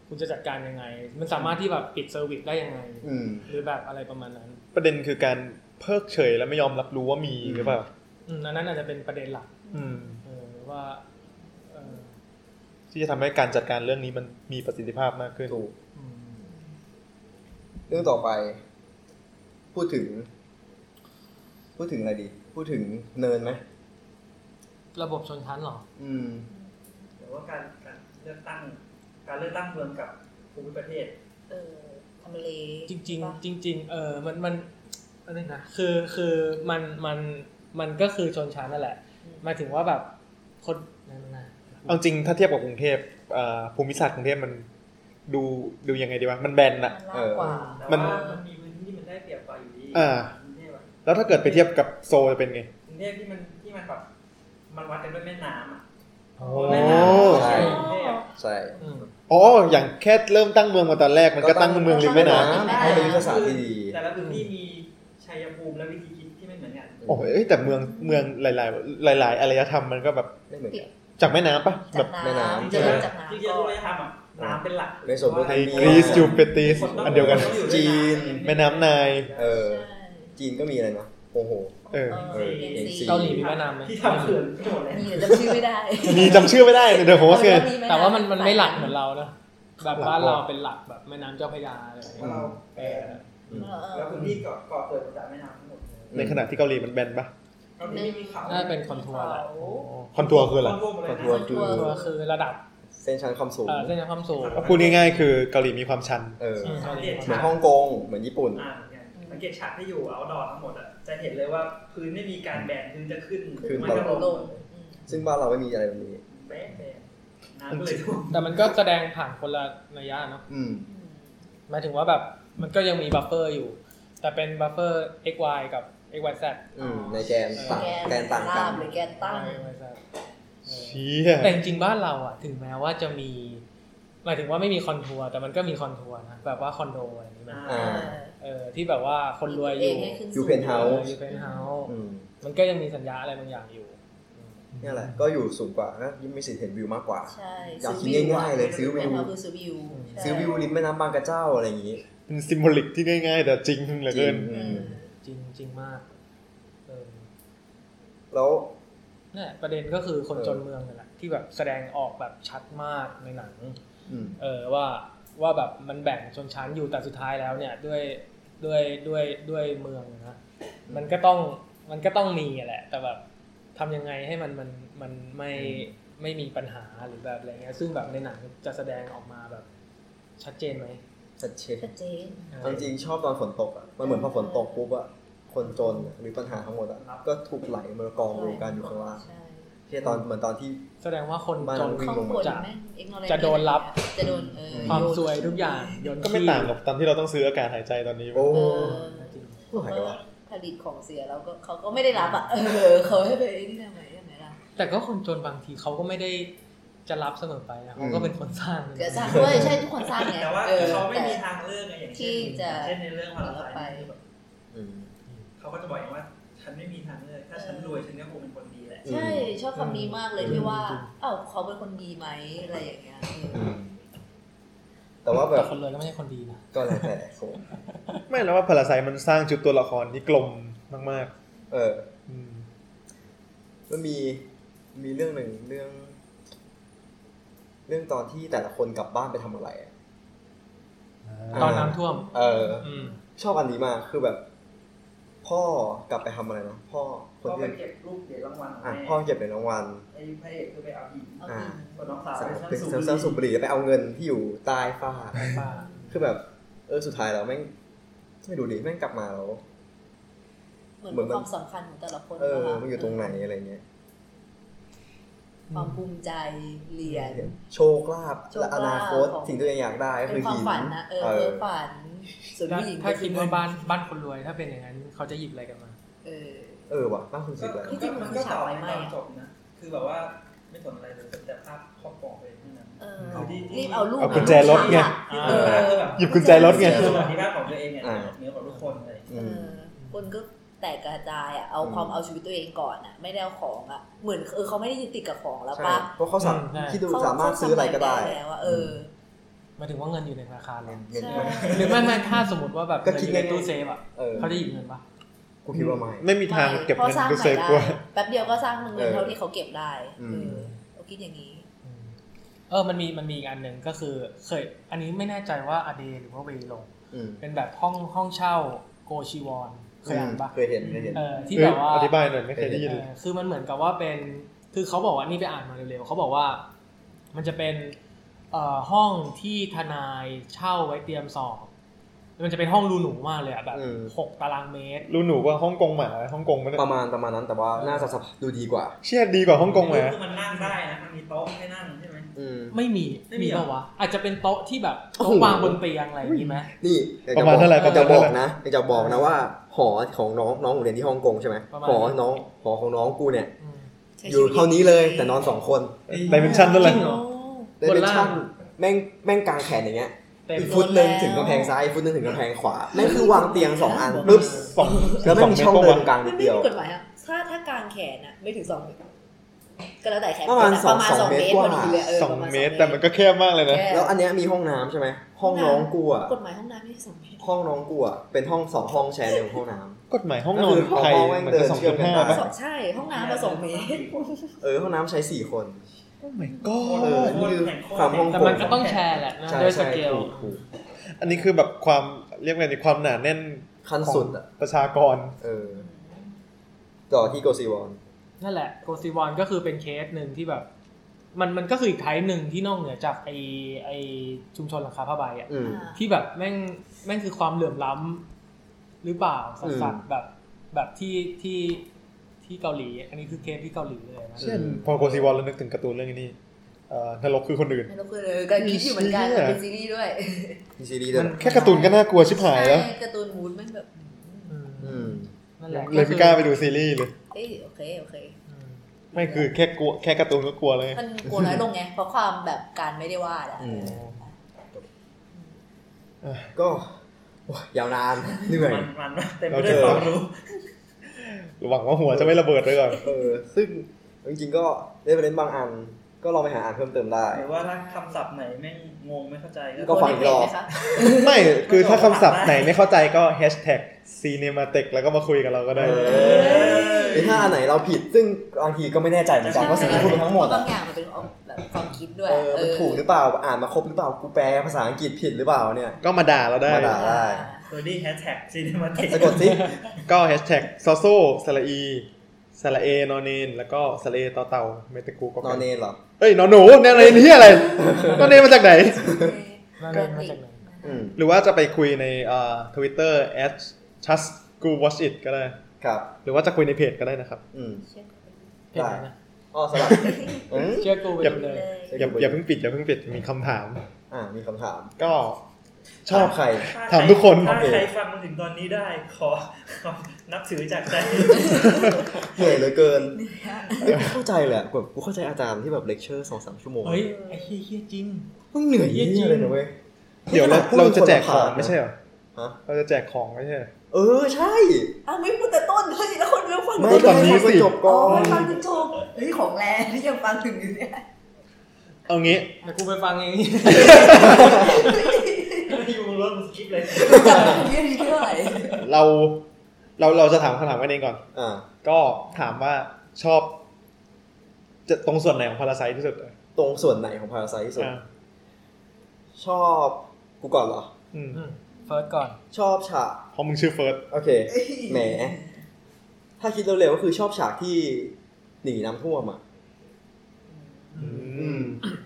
Speaker 7: คุณจะจัดการยังไง มันสามารถที่แบบปิดเซอร์วิสได้ยังไง
Speaker 3: อืม
Speaker 7: หรือแบบอะไรประมาณนั้น
Speaker 4: ประเด็นคือการเพิกเฉยและไม่ยอมรับรู้ว่ามีหรือเปล่า
Speaker 7: อืมอันนั้นอาจจะเป็นประเด็นหลัก
Speaker 4: อืม
Speaker 7: เออว่าเออ
Speaker 4: ที่จะทำให้การจัดการเรื่องนี้มันมีประสิทธิภาพมากขึ้น
Speaker 3: ถูก
Speaker 7: อืม
Speaker 3: เรื่องต่อไป พูดถึง พูดถึงอะไรดี พูดถึงเนินไหม
Speaker 7: ระบบชนชั้นเหรอ
Speaker 3: อืม
Speaker 5: หรือว่าการการเลือกตั้ง การเลือกตั้งเมืองกับภูมิประเทศ
Speaker 6: เออทำเล
Speaker 7: จริง
Speaker 6: ปะ
Speaker 7: ๆ จริง ๆ เออมันมันอะไรนะคือคือมันมัน มันก็คือชนชั้นนั่นแหละหมายถึงว่าแบบคนนั่นนะ
Speaker 4: เอาจริงถ้าเทียบกับกรุงเทพเอ่อภูมิศาสตร์กรุงเทพมันดูดูยังไงดีวะมันแบนอะ
Speaker 6: มันล่างกว่า
Speaker 5: แต่
Speaker 4: มั
Speaker 5: ว่าน มันมีพื้นที่ที่มันได้เปรียบกว่าอยู่ดี
Speaker 4: อ่า
Speaker 5: กรุงเทพอะ
Speaker 4: แล้วถ้าเกิดไปเทียบกับโซลจะเป็นไง
Speaker 5: กรุงเทพที่มันที่มันแบบมันวัดกันด้วยแม่น้ำอะ
Speaker 7: โอ้
Speaker 5: แม่น้ำ
Speaker 3: ใช่
Speaker 5: กรุงเทพ
Speaker 3: ใช่
Speaker 7: อืม
Speaker 4: อ๋ออย่างแค่เริ่มตั้งเมืองมาตอนแรกมันก็ตั้งเมืองริมแม่น้
Speaker 6: ตั้งเมืองริมแม่น้ำ
Speaker 3: ให้เป็นยุทธศาสตร์ที่ดี
Speaker 5: แต่ละพื้นที่มีชัยภูมิและวิธีคิดที่ไม่เหมือนกัน
Speaker 4: ำโอ้ยเอ้ยแต่เมืองเมืองหลาย ๆ หลาย ๆอารยธรรมมันก็แบบ
Speaker 3: ไม่เหมือนกัน
Speaker 4: จากแม่น้ำปะ
Speaker 6: จา
Speaker 4: แบ
Speaker 6: ก
Speaker 4: บ
Speaker 3: แม่
Speaker 6: น้ำ
Speaker 3: น้ำ
Speaker 6: จะเริ่มจากน้ำ
Speaker 5: จริงๆ
Speaker 6: ก่
Speaker 5: รู้
Speaker 6: อน
Speaker 5: เลยทำอ่ะน้ำเป็นหลัก
Speaker 3: ในส่วนพวกไท
Speaker 4: ไทย
Speaker 3: ย
Speaker 4: กรีซจูเปติสอันเดียวกัน
Speaker 3: จีน
Speaker 4: แม่น้ำไนล์
Speaker 3: เออ จีนก็มีอะไรนะโอ้โห
Speaker 4: เออ
Speaker 3: เออเอ็นซี
Speaker 7: เกาหลีมีแม่น้ำไหม
Speaker 5: ที่ทำเขื่อนทั้งหมดเลย
Speaker 6: มีแต่จำชื่อไม่ได้
Speaker 4: มีจำชื่อไม่ได้เดี๋ยวผมว่าเสีย
Speaker 7: แต่ว่ามันมันไม่หลักเหมือนเรานะแบบ
Speaker 4: หลัก
Speaker 7: บ้านเรา
Speaker 4: กว่า
Speaker 7: เป็นหลักแบบแม่น้ำเจ้าพระยาอะไรอย่างเงี้ย
Speaker 5: เราแปล
Speaker 3: อืม
Speaker 6: เออเออ
Speaker 5: แล้วพื้นที่เกาะเกาะเกิดมาจากแม่น้ำทั้งหมดเลย
Speaker 4: ในขณะที่เกาหลีมันแบนปะ
Speaker 5: เกาหลีไม่มีเขา
Speaker 7: น่าจะเป็นคอนทัวร์แหละ
Speaker 4: คอนทัวร์คืออะไร
Speaker 5: ร่วมหมดเลย
Speaker 3: ทัวร์
Speaker 5: นะ
Speaker 3: คือ
Speaker 7: คอนทัวร์คือระดับ
Speaker 3: เส้นชั้นความสูง
Speaker 7: เอ่อเส้นทางความสูง
Speaker 4: ก็พูดง่ายๆคือเกาหลีมีความชัน
Speaker 3: เออ
Speaker 7: ใช่
Speaker 3: เหมือนฮ่องกง เหมือนญี่ปุ่น
Speaker 5: อ่าเหมือนกันสังเกตฉากที่อยู่เอาดอทั้งหมดอ่ะจะเห็นเลยว่าพื้นไม่มีการแบ่งพื้นจะขึ้น
Speaker 3: ขึ้น
Speaker 5: มันก็
Speaker 6: ล
Speaker 5: ล
Speaker 6: ง
Speaker 5: ง
Speaker 6: อืม
Speaker 3: ซึ่งบ้านเราไม่มีอะไรแบบนี้
Speaker 5: แบ่งแบ่งน้ำก็เลยท่วม
Speaker 7: แต่มันก็แสดงผ่านคนละระยะเนาะ
Speaker 3: อืม
Speaker 6: อืม
Speaker 7: หมายถึงว่าแบบมันก็ยังมีบัฟเฟอร์อยู่ แต่เป็นบัฟเฟอร์ xy กับ xyz
Speaker 3: อืม ในแกนต่างแกนต่างกั
Speaker 6: ราน บหรือแกนตั้ง
Speaker 7: XYZ เออ
Speaker 4: เชี่ย
Speaker 7: แต่จริงๆบ้านเราอ่ะถึงแม้ว่าจะมีหมายถึงว่าไม่มีคอนทัวร์แต่มันก็มีคอนทัวร์นะแบบว่าคอนโดอะไรอย่างเงี้ย
Speaker 5: อ่า
Speaker 3: อ่า
Speaker 7: เออที่แบบว่าคนรวยอยู่
Speaker 6: ให้ขึ้น
Speaker 3: อ
Speaker 6: สู่
Speaker 3: ยู่เพนท์เฮา
Speaker 7: เออ
Speaker 3: ส์
Speaker 7: อยู่เป็นเฮาส์
Speaker 3: อืม
Speaker 7: มันก็ยังมีสัญญาอะไรบางอย่างอยู่
Speaker 3: เนี่ยแหละ ก็อยู่สูงกว่านะยิ่งมีสิทธิ์เห็นวิวมากกว่า
Speaker 6: ใช่
Speaker 3: อยากคิดง่ายๆเลยซื้อ
Speaker 6: เพ
Speaker 3: วิ
Speaker 6: น
Speaker 3: ว
Speaker 6: ท์เฮาส์คือซื้อวิวใช่
Speaker 3: ซื้อวิวริมแม่น้ำบางกระเจ้าอะไรอย่างนี้
Speaker 4: เป็นซิมโบลิกที่ง่ายๆ แต่จริงเหลือ
Speaker 3: จริ
Speaker 4: เกิ
Speaker 3: ง
Speaker 4: น
Speaker 6: เอ
Speaker 3: อืม
Speaker 6: อ
Speaker 7: จริงจริงมากเออ
Speaker 3: แล้ว
Speaker 7: นี่นแหละประเด็นก็คือคนจนเมืองนั่นแหละที่แบบแสดงออกแบบชัดมากในหนัง
Speaker 3: อืม
Speaker 7: เออว่าว่าแบบมันแบ่งชนชั้นอยู่แต่สุดท้ายแล้วเนี่ยด้วยด้วยด้วยด้วยเมืองนะมันก็ต้องมันก็ต้องมีอะแหละ แต่แบบทำยังไงให้มันมันมันไม่ไม่มีปัญหาหรือแบบอะไรเงี้ยซึ่งแบบในหนังจะแสดงออกมาแบบชัดเจนไหม
Speaker 3: ชัดเจน
Speaker 6: ชัดเจน
Speaker 3: เอาจริงๆชอบตอนฝนตกอ่ะ มันเหมือนพอฝนตกปุ๊บอ่ะ คนจนหรือปัญหาทั้งหมดอ่ะ ก็ถูกไหลมากองรวมกันอยู่ข้างล่าง
Speaker 6: ใช่
Speaker 3: ที่ตอนเหมือนตอนที่
Speaker 7: แสดงว่าคน
Speaker 3: บ้าน
Speaker 7: จ
Speaker 3: เรา
Speaker 7: น
Speaker 3: วิ่ง
Speaker 6: ข้างบน
Speaker 7: จะ
Speaker 6: แม่ง ignorant
Speaker 7: จะโดนรับ
Speaker 6: จะโดนเออ
Speaker 7: ความสวยทุกอย่างโยน
Speaker 4: ก็ไม่ต่างกับตอนที่เราต้องซื้ออากาศหายใจตอนนี้
Speaker 3: โอ้
Speaker 6: เออ
Speaker 7: จริง
Speaker 3: หาย
Speaker 6: เอ
Speaker 3: ไป
Speaker 6: อ
Speaker 3: วะ
Speaker 6: ผลิตของเสียแล้วก็เขาก็ไม่ได้รับอ่ะเออเขาให้ไปไอ้นี่ทำไมยังไงล่ะ
Speaker 7: แต่ก็คนจนบางทีเขาก็ไม่ได้จะรับเสมอไปนะเขาก็เป็นคนสร้าง
Speaker 6: เดี๋ยวสร้างด้วยใช่ทุกคนสร้างไง
Speaker 5: แต่ว่า
Speaker 6: ออ
Speaker 5: เขาไม่มี
Speaker 6: แต่
Speaker 5: ทางเลือกไงอย่าง
Speaker 6: ที่
Speaker 5: เช่น
Speaker 6: จะ
Speaker 5: อย่างเช่นในเรื่องพาราไซ
Speaker 6: ไป
Speaker 5: ที่แบบ
Speaker 3: อืม
Speaker 5: เขาก็จะบอกเองว่าฉันไม่มีทางเลือกถ้าฉันรวยฉันก็คงเป็นคนดีแหละ
Speaker 6: ใช่ชอบคำนี้มากเลยที่ว่าเอ้าเขาเป็นคนดีไหมอะไรอย่างเงี้ยเอ
Speaker 3: อื
Speaker 6: อ
Speaker 3: มแต่ว่าแบบ
Speaker 7: คนรวยก็ไม่ใช่คนดีนะ
Speaker 3: ก็แล้วแต่โคง
Speaker 4: ไม่แล้วว่าพาราไซมันสร้างจุดตัวละครที่กลมมาก
Speaker 3: เออ
Speaker 4: ๆอืม
Speaker 3: มันมีมีเรื่องหนึ่งเรื่อง เรื่องตอนที่แต่ละคนกลับบ้านไปทำอะไรอะ
Speaker 7: ตอนน้ำท่วม
Speaker 3: เออ
Speaker 7: อืม
Speaker 3: ชอบอันนี้มากคือแบบ พ่อกลับไปทำอะไรนะพ่อค
Speaker 5: ก็
Speaker 3: น
Speaker 5: ไป
Speaker 3: ที่
Speaker 5: เก็บรูปเหรียญรางวัลขอ
Speaker 3: อ่ะ
Speaker 5: งแม่
Speaker 3: พ่อเก็บเหรียญรางวัล
Speaker 5: ไอ้พระเอกคือไปเอาหญิง
Speaker 6: เอา
Speaker 3: อ่า
Speaker 6: จริง
Speaker 5: คนน้องสาว
Speaker 3: สาว
Speaker 5: เป็
Speaker 3: เป็น น
Speaker 5: ช่าง
Speaker 3: เซลล์สูบบุหรี่แล้วไปเอาเงินที่อยู่ใต้ฝ้า
Speaker 7: ป้า
Speaker 3: คือแบบ เออสุดท้ายแล้วแม่งไม่ดูดิแม่งกลับมาแล้ว
Speaker 6: เหมือนความสำคัญของแต่ละคน
Speaker 3: เออ
Speaker 6: ปะคะ
Speaker 3: มันอยู่ตรงไหนอะไรเงี้ย
Speaker 6: ความภูมิใจเหรียญ
Speaker 3: โชคลาภ
Speaker 6: โชคลา
Speaker 3: และ
Speaker 6: ภ
Speaker 3: อนาคต
Speaker 6: ของ
Speaker 3: สิ่งที่ตัวเองอยากได้ก็
Speaker 6: เป็
Speaker 3: คือน
Speaker 6: ความ
Speaker 3: หิน
Speaker 6: ฝันนะเออเพ้อฝันส่วนผู้หญิง
Speaker 7: ถ้า
Speaker 6: ก็
Speaker 7: คิดว่าบ้านบ้านคนรวยถ้าเป็นอย่างนั้นเขาจะหยิบอะไรกันมา
Speaker 6: เออ
Speaker 3: เออว่ะบ้านคุณสิบแล้ว
Speaker 6: ที่จริงมัน
Speaker 5: ก็
Speaker 6: ฉา
Speaker 5: ต่
Speaker 6: ก
Speaker 5: อ
Speaker 6: ไฟ
Speaker 5: ไป
Speaker 6: ไหม้
Speaker 5: ตอน
Speaker 6: อะ
Speaker 5: จบนะ คือแบบว่าไม่สนอะไรเลยสนแต่ภาพครอบครัวตัวเองเท่านั้น
Speaker 6: เออ
Speaker 5: เอาดิ
Speaker 6: รีบเอาลูก
Speaker 4: เอากุญแจรถไง
Speaker 6: เออ
Speaker 4: หยิบกุญแจรถไง
Speaker 5: คือสวัสดิภาพของตัวเองเนี่ย
Speaker 3: อ่า
Speaker 5: เหนือกว่าทุกคนเลย
Speaker 6: เออคนก็แตกกระจายอ่ะเอาความเอาชีวิตตัวเองก่อนอ่ะ ไม่ได้เอาของอ่ะเหมือนเออเขาไม่ได้ยึดติดกับของแล้ว
Speaker 3: ใช่
Speaker 6: ป่ะ
Speaker 3: เพราะเขาสาม
Speaker 7: ใช่
Speaker 3: ที่ดูสามารถซื้ออะไรก็ได้
Speaker 6: แล้วอ่ะเออ
Speaker 7: หมายถึงว่าเงินอยู่ในธนาคารเลย
Speaker 3: เงิน
Speaker 6: ใช่
Speaker 7: หรือไม่ไม่ถ้าสมมติว่าแบบ
Speaker 3: ก็
Speaker 7: เงิน
Speaker 3: คิ
Speaker 7: อ
Speaker 3: ดง่ายๆ
Speaker 7: ยู่ในตู้เซฟอ่ะ
Speaker 3: เออ
Speaker 7: เขาจะหยิบเงินปะ
Speaker 3: กูคิดว่าไม่
Speaker 4: ไม่มีทางเก็บ
Speaker 6: พอ
Speaker 4: เงิน
Speaker 6: สร้าง
Speaker 4: กู
Speaker 6: ให
Speaker 4: เซ
Speaker 6: ม่
Speaker 4: ฟ
Speaker 6: ได้
Speaker 4: กว่า
Speaker 6: แป๊บเดียวก็สร้างเงินเท่าที่เขาเก็บได้
Speaker 3: อืม
Speaker 6: เออเขาคิดอย่างนี้
Speaker 7: อืมเออมันมีมันมีอีกอันหนึ่งก็คือเคย อันนี้ไม่แน่ใจว่าอเดหรือว่าเวลง
Speaker 3: อืม
Speaker 7: เป็นแบบห้องห้องเช่าโกชิวอนเคยอ่านปะ
Speaker 3: เคยเห็นเคยเห็น
Speaker 7: เออที่แบบว่า
Speaker 4: เอ้ยอธิบายหน่อยไม่เคยได้ยินเลย
Speaker 7: เออคือมันเหมือนกับว่าเป็น คือเขาบอกว่านี่ไปอ่านมาเร็วๆเขาบอกว่า มันจะเป็นเอ่อห้องที่ทนายเช่าไว้เตรียมสอบ มันจะเป็นห้องรูหนูมากเลยอะแบบ
Speaker 4: เออ
Speaker 7: หกตารางเมตร
Speaker 4: รู้หนูว่าฮ่องกงหมาฮ่องกงมันย
Speaker 3: ประมาณประมาณนั้นแต่ว่าน่าจะสภาพดูดีกว่า
Speaker 4: เชี่ยดีกว่าฮ่องกงหมา
Speaker 5: คือมันนั่งได้นะ มันมีโต๊ะให้นั่งใช่ไหม
Speaker 3: อืม
Speaker 7: ไม่มี
Speaker 5: ไม่มี
Speaker 7: มี
Speaker 5: เหรอ
Speaker 7: ปะวะอาจจะเป็นโต๊ะที่แบบโต๊ะวางบนเตียงอะไรอย่างนี้ไหม
Speaker 3: นี่อยกจ
Speaker 4: ประมาณเท่าไหร่ประมา
Speaker 3: จะบ
Speaker 4: ณเท่า
Speaker 3: อ
Speaker 4: ไห
Speaker 3: ก
Speaker 4: ร่
Speaker 3: นะอยากจะบอกนะว่า หอของน้องน้องผมเรียนที่ฮ่องกงใช่ไหม
Speaker 7: ประมาณ
Speaker 3: หอน้องหอของน้องกูเนี่ย
Speaker 7: อืม
Speaker 6: ใช้
Speaker 3: อ
Speaker 6: ชี
Speaker 3: ยู่
Speaker 6: วิต
Speaker 3: เท่านี้เลยแต่นอนสองคน
Speaker 4: ดิเมนชั่นเท่าไหร่
Speaker 7: จริงเหรอ
Speaker 6: โอ้
Speaker 3: ดิ
Speaker 7: บน
Speaker 3: เมน
Speaker 7: ล่าง
Speaker 3: ชั่นแม่งแม่งกลางแขนอย่างเงี้ย
Speaker 7: เต็ม
Speaker 3: อีกฟุตหนึ่ง
Speaker 6: แล้ว
Speaker 3: ถึงกำแพงซ้ายอีกฟุตหนึ่งถึงกำแพงขวาแม่งคือวางเตียงสองอันปึ๊บ
Speaker 4: สอง
Speaker 3: แล้ว
Speaker 4: ส
Speaker 3: ไม่
Speaker 4: อง
Speaker 3: มี
Speaker 4: เมตร
Speaker 3: ช่อง
Speaker 4: ก็
Speaker 3: เดิ
Speaker 4: วาน ง
Speaker 3: ตรงกลางนิ
Speaker 6: มัน
Speaker 3: ด
Speaker 6: ไม่
Speaker 3: เดียว
Speaker 6: มีกฎหมายอะถ้าถ้ากลางแขนอะไม่ถึงสองเมตรก็แล้วแต่แขน
Speaker 3: ประมาณ
Speaker 6: แต่
Speaker 3: สอง
Speaker 6: สองเมตร
Speaker 3: สองเมตรก
Speaker 6: พ
Speaker 3: ว่า
Speaker 6: อดีเลยเออ
Speaker 4: ส
Speaker 6: ป
Speaker 4: อง
Speaker 6: ระาณ
Speaker 4: เมตรแต่มันก็แคบมากเลยนะ
Speaker 6: ค่
Speaker 3: แล้วอันเนี้ยมีห้องน้ำใช่ไหมห้องน้องกูอ่ะ
Speaker 6: กฎหมายห้องน้ำไม่ใช่สองเมตร
Speaker 3: ห้องน้องกูอ่ะเป็นห้องสองห้องแชร์ในห้องน้ำ
Speaker 4: กฎหมายห้องนอนไทยมันจะสองจุดห้าป่ะ
Speaker 6: สองใช่ห้องน้ำมาสองเมตร
Speaker 3: เออห้องน้ำใช้สี่คน
Speaker 4: โอ้ my god
Speaker 3: เออนี่คือความฮ่องกง
Speaker 7: แต่มันก็ต้องแชร์แหละนะ
Speaker 3: ใช่
Speaker 7: ด้วยส
Speaker 3: ใช่
Speaker 7: เกล
Speaker 3: ถูกถูก
Speaker 4: อันนี้คือแบบความเรียกไงในความหนาแน่น
Speaker 3: ขั้น
Speaker 4: ของ
Speaker 3: สุดอ่ะ
Speaker 4: ประชากร
Speaker 3: เออต่อที่โกซีวอน
Speaker 7: นั่นแหละโกซิวอนก็คือเป็นเคสหนึ่งที่แบบ มันมันก็คืออีกไทป์หนึ่งที่นอกเหนือจากไอไอชุมชนหลังคาผ้าใบอะ
Speaker 3: อืม
Speaker 7: ที่แบบแม่งแม่งคือความเหลื่อมล้ำหรือเปล่าสัสสัส
Speaker 3: อืม
Speaker 7: แบบแบบที่ที่ที่เกาหลี อันนี้คือเคสที่เกาหลีเลยนะ
Speaker 4: เช่นพอโกซีวอลแล้วนึกถึงการ์ตูนเรื่องนี้เอ่อนรกคือคนอื่น
Speaker 6: ไม่รู้คือเลยก็คิดอยู่เหมือนกัน
Speaker 4: เชี่ย
Speaker 6: มันเป็นซีรีส์ด้วย
Speaker 3: มีซีรีส์ด้วยนะ
Speaker 4: แค่การ์ตูนก็น่ากลัวชิบหายแล้ว
Speaker 6: ใช่การ์ตูนมูดมันแบบ
Speaker 7: อืม
Speaker 3: อืม
Speaker 7: นั่นแหละ
Speaker 4: เลยไม่กล้าไปดูซีรีส์เลย
Speaker 6: เอ้ยโอเคโอเค
Speaker 7: อืม
Speaker 4: ไม่คือแค่กลัวแค่การ์ตูนก็กลัวเลย
Speaker 6: มันกลัวน้อยลงไง เพราะความแบบการไม่ได้วาดอะ
Speaker 3: อืม ก็โอ้ยยาวน านเหนื่อย
Speaker 5: มันมันเต็มไป
Speaker 4: เรา
Speaker 5: ด้
Speaker 4: เจอ
Speaker 5: วยความรู้
Speaker 4: หวังว่าหัวจะไม่ระเบิดไปก่อน
Speaker 3: เออ ซึ่งจริงๆก็เล่นไปเล่นบางอัน ก็ลองไปหาอ่านเพิ่มเติมได้
Speaker 5: หรือว่าถ้าคำศัพท์ไหนแม่งงงไม่เข้าใจ
Speaker 3: ก็
Speaker 5: ก็
Speaker 3: ฟังอีกรอบ
Speaker 6: โพสต์ ในเพจไหมคะ
Speaker 4: ไม่ คือถ้าคำศัพท์ไหนไม่เข้าใจก็แฮชแท็กซีเนมาเต็กแล้วก็มาคุยกับเราก็ได้
Speaker 3: เออหรือถ้าอันไหนเราผิด ซึ่งบางทีก็ไม่แน่ใจเหมือนกันว่าสิ่งที่พูดไปทั้งหมด
Speaker 6: เพ
Speaker 3: อะ
Speaker 6: ราะบางอย่างมันเป็นแบบความคิดด้วย
Speaker 3: เออมันถูกหรือเปล่าอ่านมาครบหรือเปล่ากูแปลภาษาอังกฤษผิดหรือเปล่าเนี่ย
Speaker 4: ก็มาด่าเราได้
Speaker 3: มาด่า ได้
Speaker 5: ตัวนี้แฮชแท็กซีนิมาติก
Speaker 3: สะก ดสิ
Speaker 4: ก็แฮชแท็กซอโซสระอีสระเอนอนเนน แล้วก็สระเอต่อเต่าเมตะกูก็
Speaker 3: น
Speaker 4: ไก่
Speaker 3: อนเนนเหรอ
Speaker 4: เอ้ยนอนหนูแนวไหนเฮียอะไรนอนเนนมาจากไหน
Speaker 7: นั่นเลยมาจากไหน
Speaker 3: อืม
Speaker 4: หรือว่าจะไปคุยในทวิตเตอร์ at just go watch it ก็ได้
Speaker 3: ครับ
Speaker 4: หรือว่าจะคุยในเพจก็ได้นะครับ
Speaker 3: อืม
Speaker 7: เพจไหนนะ
Speaker 3: ก็สลับอืม
Speaker 7: เชื่อกูไปดูเลย
Speaker 4: อย่าอย่าเพิ่งปิดอย่าเพิ่งปิดมีคำถาม
Speaker 3: อ่า มีคำถาม
Speaker 4: ก็
Speaker 3: ชอบใคร
Speaker 4: ถามทุกคน
Speaker 5: ถ้าใครฟังมาถึงตอนนี้ได้ ขอ ขอนับถือจากใจ
Speaker 3: เหนื่อยเหลือเกินเข้าใจแหลยอะแบบกูเข้าใจอาจารย์ที่แบบเลคเชอร์สองสามชั่วโมง
Speaker 7: เฮ้ยไอ้เฮี้ยจริง
Speaker 3: มึงเหนื่อย
Speaker 7: เหี้ย
Speaker 3: เยี่
Speaker 7: จริ
Speaker 3: ยเล
Speaker 7: ง
Speaker 3: ยนะเว้ย
Speaker 4: เดี๋ยวเราเราจะแจกของไม่ใช่เหรอ
Speaker 3: ฮะ
Speaker 4: เราจะแจกของไม่ใช่เหรอ
Speaker 3: เออ ใช่
Speaker 6: อ้าวไม่พูดแต่ต้นเลยแล้วคนเรื่องคน
Speaker 3: ไม่
Speaker 4: พูดตอนนี้สิ
Speaker 3: จบก่อ
Speaker 6: โอ้
Speaker 3: น
Speaker 6: ยฟังจนจบเฮ้ยของแรงที่ยังฟังถึงอยู่เนี่ย
Speaker 4: เอางี้
Speaker 7: แต่กูไปฟังเอง
Speaker 5: อยู่บนรถมึงสกิปเลย
Speaker 6: เรื่องนี้เท่าไหร่
Speaker 4: เราเราเราจะถามคำถามกันเองก่อน
Speaker 3: อ่า
Speaker 4: ก็ถามว่าชอบ จะตรงส่วนไหนของพาราไซที่สุดอ่ะ
Speaker 3: ตรงส่วนไหนของพาราไซที่สุด
Speaker 4: อ่ะ
Speaker 3: ชอบกูก่อนเหรอ
Speaker 4: อืม
Speaker 7: เฟิร์สก่อน
Speaker 3: ชอบฉาก
Speaker 4: เพราะมึงชื่อเฟิร์ส
Speaker 3: โอเค แหม ถ้าคิดเร็วๆก็คือชอบฉากที่หนีน้ำท่วมอ่ะ
Speaker 4: อืม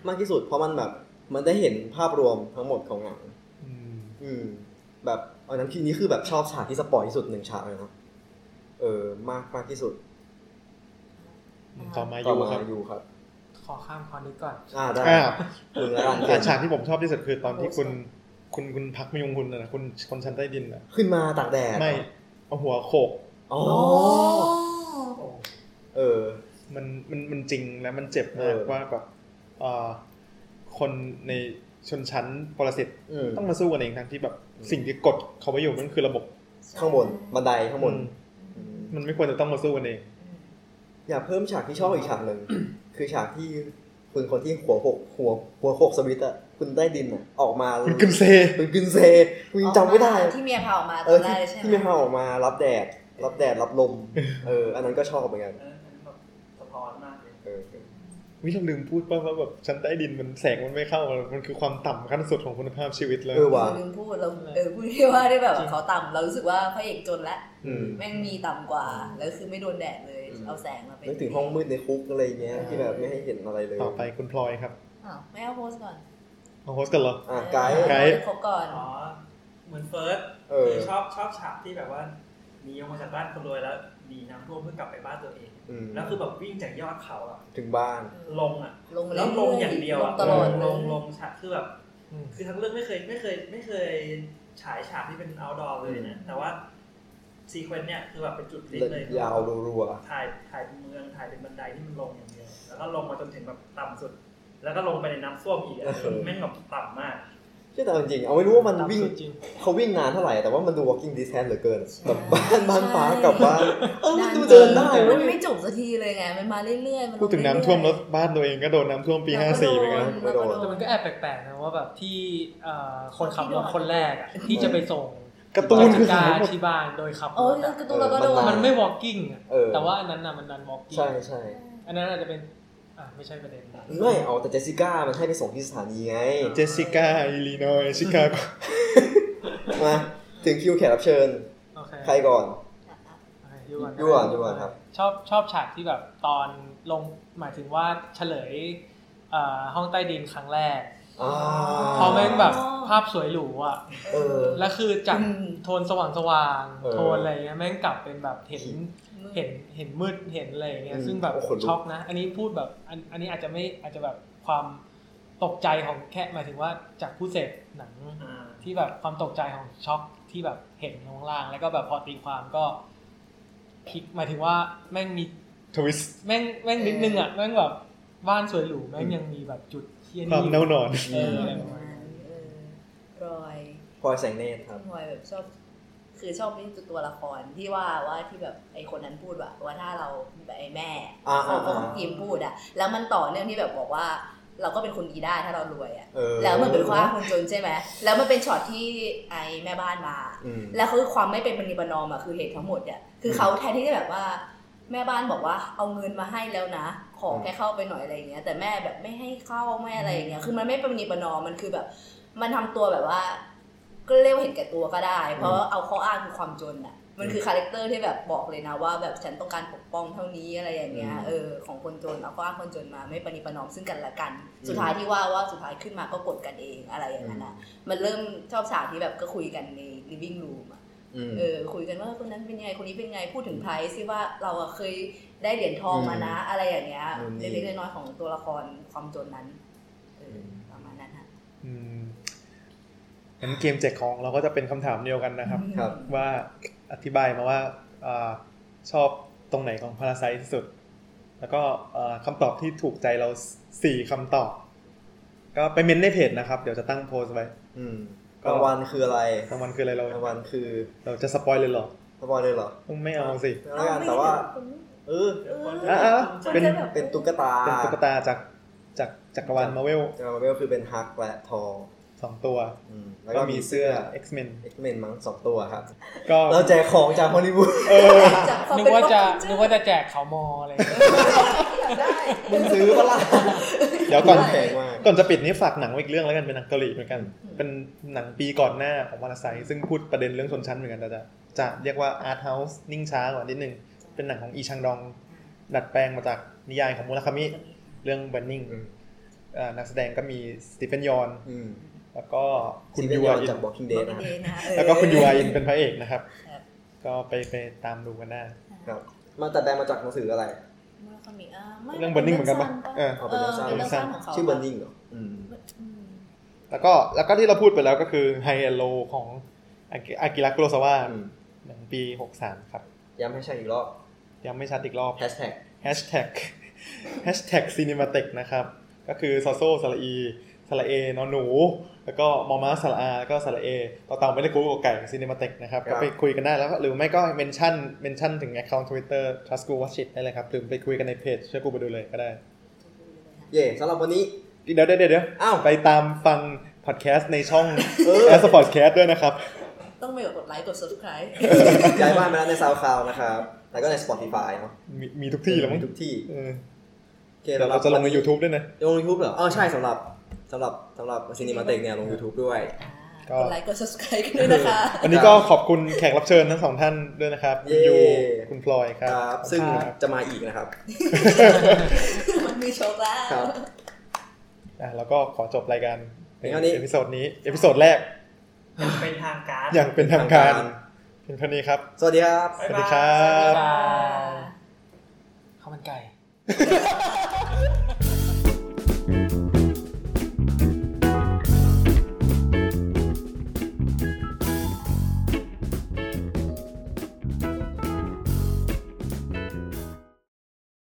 Speaker 3: มากที่สุดเพราะมันแบบ มันได้เห็นภาพรวมทั้งหมดของหนัง
Speaker 4: อืม
Speaker 3: อืม แบบเอานั้นที่นี้คือแบบชอบฉากที่สปอยที่สุดหนึ่งฉากเลยนะเออ มากมากที่สุด
Speaker 4: ต่อมาอ
Speaker 3: ต่อยู่ มา
Speaker 4: ครับ
Speaker 3: อยู่ครับ
Speaker 7: ขอข้ามคอนนี้ก่อน
Speaker 3: อ่าได้
Speaker 4: อ่า
Speaker 3: มึงแล้วกันเก
Speaker 4: อ่ะ
Speaker 3: ม
Speaker 4: ฉากที่ผมชอบที่สุดคือตอนที่คุณ คุณคุณพักมยุงคุณน่ะนะคุณคนชั้นใต้ดินนะ
Speaker 3: ขึ้นมาตากแดด
Speaker 4: ไม่เอาหัวโขก
Speaker 3: อ๋อ เออ
Speaker 4: มันมันมันจริงและมันเจ็บมาก
Speaker 3: เออ
Speaker 4: ว่าแบบเอ่อคนในชนชั้นปรสิต
Speaker 3: อืม
Speaker 4: ต้องมาสู้กันเองทั้งที่แบบ
Speaker 3: อืม
Speaker 4: สิ่งที่กดเขาไว้อยู่นั่นคือระบบ
Speaker 3: ข้างบนบันไดข้างบนอืม
Speaker 4: มันไม่ควรจะต้องมาสู้กันเอง
Speaker 3: อยากเพิ่มฉากที่ชอบอีกฉากหนึ่ง คือฉากที่คุณคนที่หัวหกหัวหัวหกสวิตช์อะคุณใต้ดินอะออกมา
Speaker 4: มั
Speaker 3: คุ
Speaker 4: นกึนเซ
Speaker 3: ณกึนเซคุณจำไม่ได้
Speaker 6: ที่เมียพาออกมา
Speaker 3: เอ
Speaker 6: ตอ
Speaker 3: อน
Speaker 6: แร
Speaker 3: ที่
Speaker 6: กเลยใช่ไหม
Speaker 3: ที่ไม่ให้ออกมารับแดด รับแดดรับลม เออ อันนั้นก็ชอบเหมือนกัน
Speaker 5: สะท้อนมากเลย
Speaker 3: เออ
Speaker 4: วิเราลืมพูดป่าว่าแบบชั้นใต้ดินมันแสงมันไม่เข้า มันคือความต่ำขั้นสุดของคุณภาพชีวิตเลย
Speaker 3: เออว่ะ
Speaker 6: ลืมพูดเราเออพูดแค่ว่าได้แบบเขาต่ำเรารู้สึกว่าพระเอกจนแล้ว
Speaker 3: อืม
Speaker 6: แม่งมีต่ำกว่า แล้วคือไม่โดนแดดเลย
Speaker 3: อืม
Speaker 6: เอาแสงมาเป็น
Speaker 3: นึกถึงห้องมืดในคุกอะไรเงี้ยที่แบบไม่ให้เห็นอะไรเลย
Speaker 4: ต่อไปคุณพลอยครับ
Speaker 6: อ้าวไม่เอาโพสต์ก่อน
Speaker 4: เอาโฮสต์กันเหรอ
Speaker 3: อ่ะไกด์
Speaker 4: ไกด์
Speaker 6: ครบก่อน
Speaker 5: อ๋อ เหมือนเฟิร์ส
Speaker 4: เออ
Speaker 5: คือชอบชอบฉากที่แบบว่าหนีออกมาจากบ้านคนรวยแล้วหนีน้ำท่วมเพื่อกลับไปบ้านตัวเอง
Speaker 4: อืม
Speaker 5: แล้วคือแบบวิ่งจากยอดเขาอะ
Speaker 4: ถึงบ้าน
Speaker 5: ลงอะ
Speaker 6: ลงมา
Speaker 5: แล้วลงอย่างเดียว
Speaker 6: ล
Speaker 5: อะ
Speaker 6: งตลอด
Speaker 5: ลงลง
Speaker 6: เลย
Speaker 5: ลงฉากคือแบบ
Speaker 7: อืม
Speaker 5: คือทั้งเรื่องไม่เคยไม่เคยไม่เคยฉายฉากที่เป็น outdoor เลยนะ แต่ว่าซีเควนต์เนี่ยคือแบบเป็นจุดพลิกเลย
Speaker 3: ยาวรัว
Speaker 5: ถ่ายถ่ายเป็นเมืองถ่ายเป็นบันไดที่มันลงอย่างเดียวแล้วก็ลงมาจนถึงแบบต่ำสุด แล้วก็ลงไปในน้ำส้วมอีกอะแม่งแบบต่ำมาก
Speaker 3: ๆใช่แต่จริงๆเอาไม่รู้ว่ามัน
Speaker 7: ตาม
Speaker 3: วิ่ง
Speaker 7: สุดจริง
Speaker 3: เขาวิ่งนานเท่าไหร่ แต่ว่ามันดู walking distance เหลือเกิน
Speaker 6: ใช่
Speaker 3: แบบบ้านบ้านฟ้ากับบ้านเออมันดู
Speaker 6: า
Speaker 3: เดินได้เว้
Speaker 6: มัน
Speaker 3: ย
Speaker 6: ไม่จบสักทีเลยไง มันมาเรื่อยๆมั
Speaker 4: พูดถึงน้ำท่วมแล้วบ้านตัวเองก็โดนน้ำท่วมปี
Speaker 6: เรื่อยๆ
Speaker 4: ห้าสี่ไปกัน
Speaker 6: มัก็โดน
Speaker 7: แต่มันก็แอบแปลกๆนะว่าแบบที่เอ่อคนขับรถคนแรกอะที่จะไปส่ง
Speaker 4: การ์ตูน
Speaker 7: จั
Speaker 4: คือ
Speaker 7: ร
Speaker 4: สายหมด
Speaker 7: ที่บ้านโดยขับร
Speaker 6: โอ้ย
Speaker 7: ถ
Speaker 6: นั่น
Speaker 7: อะ
Speaker 6: คือตัวเราก็โดน
Speaker 3: เออ
Speaker 7: มันไม่ walking อะ
Speaker 3: เออ
Speaker 7: แต่ว่าอันนั้นน่ะมันดัน walking
Speaker 3: ใช่ใช่
Speaker 7: อันนั้นอาจจะเป็นอ่ะไม่ใช่ประเด็น
Speaker 3: ไม่เอาแต่เจสสิก้ามันให้ไปส่งที่สถานีไง
Speaker 4: เจสสิก้าอิลลินอยชิคาโก
Speaker 3: มาถึงคิวแขกรับเชิญ
Speaker 7: โอเค
Speaker 3: ใครก่อน
Speaker 7: โอเคยูก่อน
Speaker 3: ยูก่อนยูก่อนครับ
Speaker 7: ชอบชอบฉากที่แบบตอนลงหมายถึงว่าเฉลยเอ่อห้องใต้ดินครั้งแรก
Speaker 3: อ่า
Speaker 7: เพอแม่งแบบภาพสวยหรูอ่ะ
Speaker 3: เออ
Speaker 7: แล้วคือจาก
Speaker 6: อืม
Speaker 7: โทนสว่างสว่างๆ
Speaker 3: เออ
Speaker 7: โทนอะไรเงี้ยแม่งกลับเป็นแบบเห็นเห็นเห็นมืดเห็นอะไรเงี้
Speaker 3: อื
Speaker 7: ย
Speaker 3: ม
Speaker 7: ซึ่งแบบ
Speaker 3: โอ้ขนลุก
Speaker 7: ช็อกนะ อันนี้พูดแบบอันอันนี้อาจจะไม่อาจจะแบบความตกใจของแค่หมายถึงว่าจากผู้เสพหนัง
Speaker 5: อ่า
Speaker 7: ที่แบบความตกใจของช็อกที่แบบเห็นข้างล่าง แล้วก็แบบพอตีความก็พลิกหมายถึงว่าแม่งมี
Speaker 4: ทวิสต์
Speaker 7: แม่งแม่งนิดนึงอ่ะแม่งแบบบ้านสวยหรูแม่งยังมีแบบจุดเทียน
Speaker 4: ความเน่านอน
Speaker 7: เอออะไรประมาณนั้น
Speaker 6: เออรอย
Speaker 3: พลอยแสงเนตรครับ
Speaker 6: รอยแบบชอบ คือชอบนี่คือตัวละครที่ว่าว่าที่แบบไอคนนั้นพูดว่าว่าถ้าเราไอแม่
Speaker 3: อ่า
Speaker 6: ของ
Speaker 3: อ่า
Speaker 6: ของกิมพูดอ่ะ แล้วมันต่อเนื่องที่แบบบอกว่า เราก็เป็นคนดีได้ถ้าเรารวยอ่ะ
Speaker 3: เออ
Speaker 6: แล้วมันเป็นว่าคนจนใช่ไหม แล้วมันเป็นช็อตที่ไอแม่บ้านมา
Speaker 3: อืม
Speaker 6: แล้วคือความไม่เป็นปณิประนอมอะคือเหตุทั้งหมดอะคือเขาแทนที่จะแบบว่า แม่บ้านบอกว่าเอาเงินมาให้แล้วนะ ขอแค่เข้าไปหน่อยอะไรอย่างเงี้ย แต่แม่แบบไม่ให้เข้าไม่อะไรอย่างเงี้ยคือมันไม่เป็นปณิประนอมมันคือแบบ มันทำตัวแบบว่า ก็เรียกว่าเห็นแก่ตัวก็ได้ เพราะเอาข้ออ้างคือความจนอะมันคือคาแรคเตอร์ที่แบบบอกเลยนะว่า แบบฉันต้องการปกป้องเท่านี้อะไรอย่างเงี้ย
Speaker 3: อืม
Speaker 6: เออของคนจนเอาข้ออ้างคนจนมา ไม่ปณิประนอมซึ่งกันและกัน สุดท้ายที่ว่าว่าสุดท้ายขึ้นมาก็กดกันเองอะไรอย่างนั้นอะ มันเริ่มชอบฉากที่แบบก็คุยกันใน living room อะ
Speaker 3: อืม
Speaker 6: เออคุยกันว่าคนนั้นเป็นไงคนนี้เป็นไงพูดถึงไพรซ์ที่ว่าเราอะเคยได้เหรียญทองมานะ อะไรอย่างเงี้ย
Speaker 3: อืมนี่
Speaker 6: เล็กๆน้อยๆของตัวละครความจนนั้นเออประมาณนั้นฮะ
Speaker 4: อืมงั้นเกมแจกของเราก็จะเป็นคำถามเดียวกันนะครับ
Speaker 3: ครับ
Speaker 4: ว่าอธิบายมาว่าอาชอบตรงไหนของพาราไซที่สุด แล้วก็เอ่อคำตอบที่ถูกใจเราสี่คำตอบ ก็ไปเม้นในเพจนะครับ เดี๋ยวจะตั้งโพสต์ไว้
Speaker 3: อืม
Speaker 4: ก็
Speaker 3: รางวัลคืออะไร
Speaker 4: รางวัลคืออะไรเรา
Speaker 3: รางวัลคือ
Speaker 4: เราจะสปอยเลยเหรอ
Speaker 3: สปอยเลยเหรอ
Speaker 4: ไม่เอาสิ
Speaker 3: ไม่เอาแล้วกันแต่ว่า เออ
Speaker 5: เดี๋ยวคน
Speaker 4: อ่ะอ่ะ
Speaker 6: เป็
Speaker 4: เป็น น
Speaker 3: เป็นตุ๊กตา
Speaker 4: เป็นตุ๊กตาจากจากจักรวาลมาเวล
Speaker 3: จะมาเป็นก็คือเป็นฮักและทอง
Speaker 4: สองตัว
Speaker 3: อืมแล้ว
Speaker 4: ก็
Speaker 3: ก็
Speaker 4: มี
Speaker 3: มี
Speaker 4: เสื้
Speaker 3: เสื้
Speaker 4: อ
Speaker 3: อ
Speaker 4: X-Men
Speaker 3: X-Men มั้งสองตัวครับ
Speaker 4: ก็
Speaker 3: เราแจกของจากฮอลลีวูด
Speaker 6: จากควม
Speaker 7: นึก
Speaker 6: เป็น
Speaker 7: ว่าจะ
Speaker 6: ความจน
Speaker 7: นึกว่าจะแจกเขาวมออะไรเงี้ย
Speaker 3: มึงซื้อปะล่ะ
Speaker 4: เดี๋ยวก่อน
Speaker 3: แพงมาก
Speaker 4: ก่อนจะปิดนี้ฝากหนังไว้อีกเรื่องแล้วกันเป็นหนังเกาหลีเหมือนกัน เป็นหนังปีก่อนหน้าของมาราไซซึ่งพูดประเด็นเรื่องชนชั้นเหมือนกันแต่จะจะเรียกว่าอาร์ตเฮาส์นิ่งช้ากว่านิดนึง เป็นหนังของอีชังดอง ดัดแปลงมาจากนิยายของมูราคามิเรื่อง Burning
Speaker 3: อืม
Speaker 4: เอ่อนักแสดงก็มีสตีเฟนยอน
Speaker 3: อืม
Speaker 4: แล้วก็
Speaker 3: คุ
Speaker 4: คุณณ
Speaker 3: ยู
Speaker 4: ยู
Speaker 3: ว
Speaker 4: อา
Speaker 3: จาก
Speaker 4: น
Speaker 3: Walking
Speaker 6: เด
Speaker 3: Dead
Speaker 6: น
Speaker 3: นะ
Speaker 6: นะเออ
Speaker 4: แล้วก็คุณยูอาอินเป็นพระเอกนะครับ
Speaker 6: ครับ
Speaker 4: ก็ไปไปตามดูกันได้
Speaker 3: ครับมาแต่แปลงมาจากหนังสืออะไร
Speaker 6: มูราคามิอ่ะไม่
Speaker 4: เรื่อง Burning เหมือนกันปะเออ
Speaker 3: เอาเป็นเรื่องสั้น
Speaker 6: เรื่องสั้นของเขา
Speaker 3: ชื่อบันนิงเหรออืม
Speaker 6: อืม
Speaker 4: แล้วก็แล้วก็ที่เราพูดไปแล้วก็คือไฮเอโลของอากิระคุโรซาวะ
Speaker 3: อืม
Speaker 4: หนังปี 63 ครับ
Speaker 3: ย้ำให้ใช่อีกรอบ
Speaker 4: ยังไม่ชัดอีกรอบ
Speaker 3: แฮชแท็ก
Speaker 4: hashtag hashtag cinematech นะครับ ก็คือซอโซสระอีสระเอนอนหนู แล้วก็มอม้าสระอาแล้วก็สระเอต่อเต่าไม่ได้กูกับไก่ cinematech นะครับ
Speaker 3: ครับ
Speaker 4: ก็ไปคุยกันได้แล้ว หรือไม่ก็เมนชั่นเมนชั่นถึง account twitter trust go watch it ได้เลยครับ หรือไปคุยกันในเพจเชื่อกูไปดูเลยก็ได้
Speaker 3: เย่สำหรับวันนี้
Speaker 4: เดี๋ยวเดี๋ยวเดี๋ยวเดี๋ยว
Speaker 3: อ้าว
Speaker 4: ไปตามฟังพอดแคสต์ในช่อง
Speaker 3: เออ
Speaker 4: a s p o r t c a s t ด้วยนะครับ
Speaker 6: ต้องไปกดไลค์กด subscribe
Speaker 3: ย้ายบ้านไปแล้วในซาวคลาวนะครับ แล้วก็ใน Spotify เนาะ
Speaker 4: มีมีทุกที่แล้วมั้ง
Speaker 3: ทุกที่
Speaker 4: เออ
Speaker 3: โอค
Speaker 4: เดี๋ยวเราจะลงใน YouTube ด้วยนะ
Speaker 3: ลง YouTube เหรออ๋อใช่สำหรับสำหรับสำหรับซีนิมาเต็กเนี่ยลง YouTube ด้วย
Speaker 6: อ่าก
Speaker 4: ก็
Speaker 6: ดไลค์กด subscribe กันด้วยนะคะ
Speaker 4: วันนี้ก็ขอบคุณแขกรับเชิญทั้งสองท่านด้วยนะครับคุณ
Speaker 3: เ
Speaker 4: ยู
Speaker 3: ย้
Speaker 4: คุณพลอยค
Speaker 3: ครับ รับ ซึ่งจะมาอีกนะครับ
Speaker 6: มันมีโชคแล้
Speaker 3: ครั
Speaker 6: ว
Speaker 3: บ
Speaker 4: อ่ะแล้วก็ขอจบรายการ
Speaker 3: เดี๋ยวนี้
Speaker 4: เอพิโซดนี้ เอพิโซดแรก
Speaker 5: เป็นทางการ
Speaker 4: อย่างเป็นทางการเป็นเท่านี้ครับ
Speaker 3: สวัสดีครับ
Speaker 4: สวัสดีครับ
Speaker 7: ข้าวมันไก่
Speaker 6: บ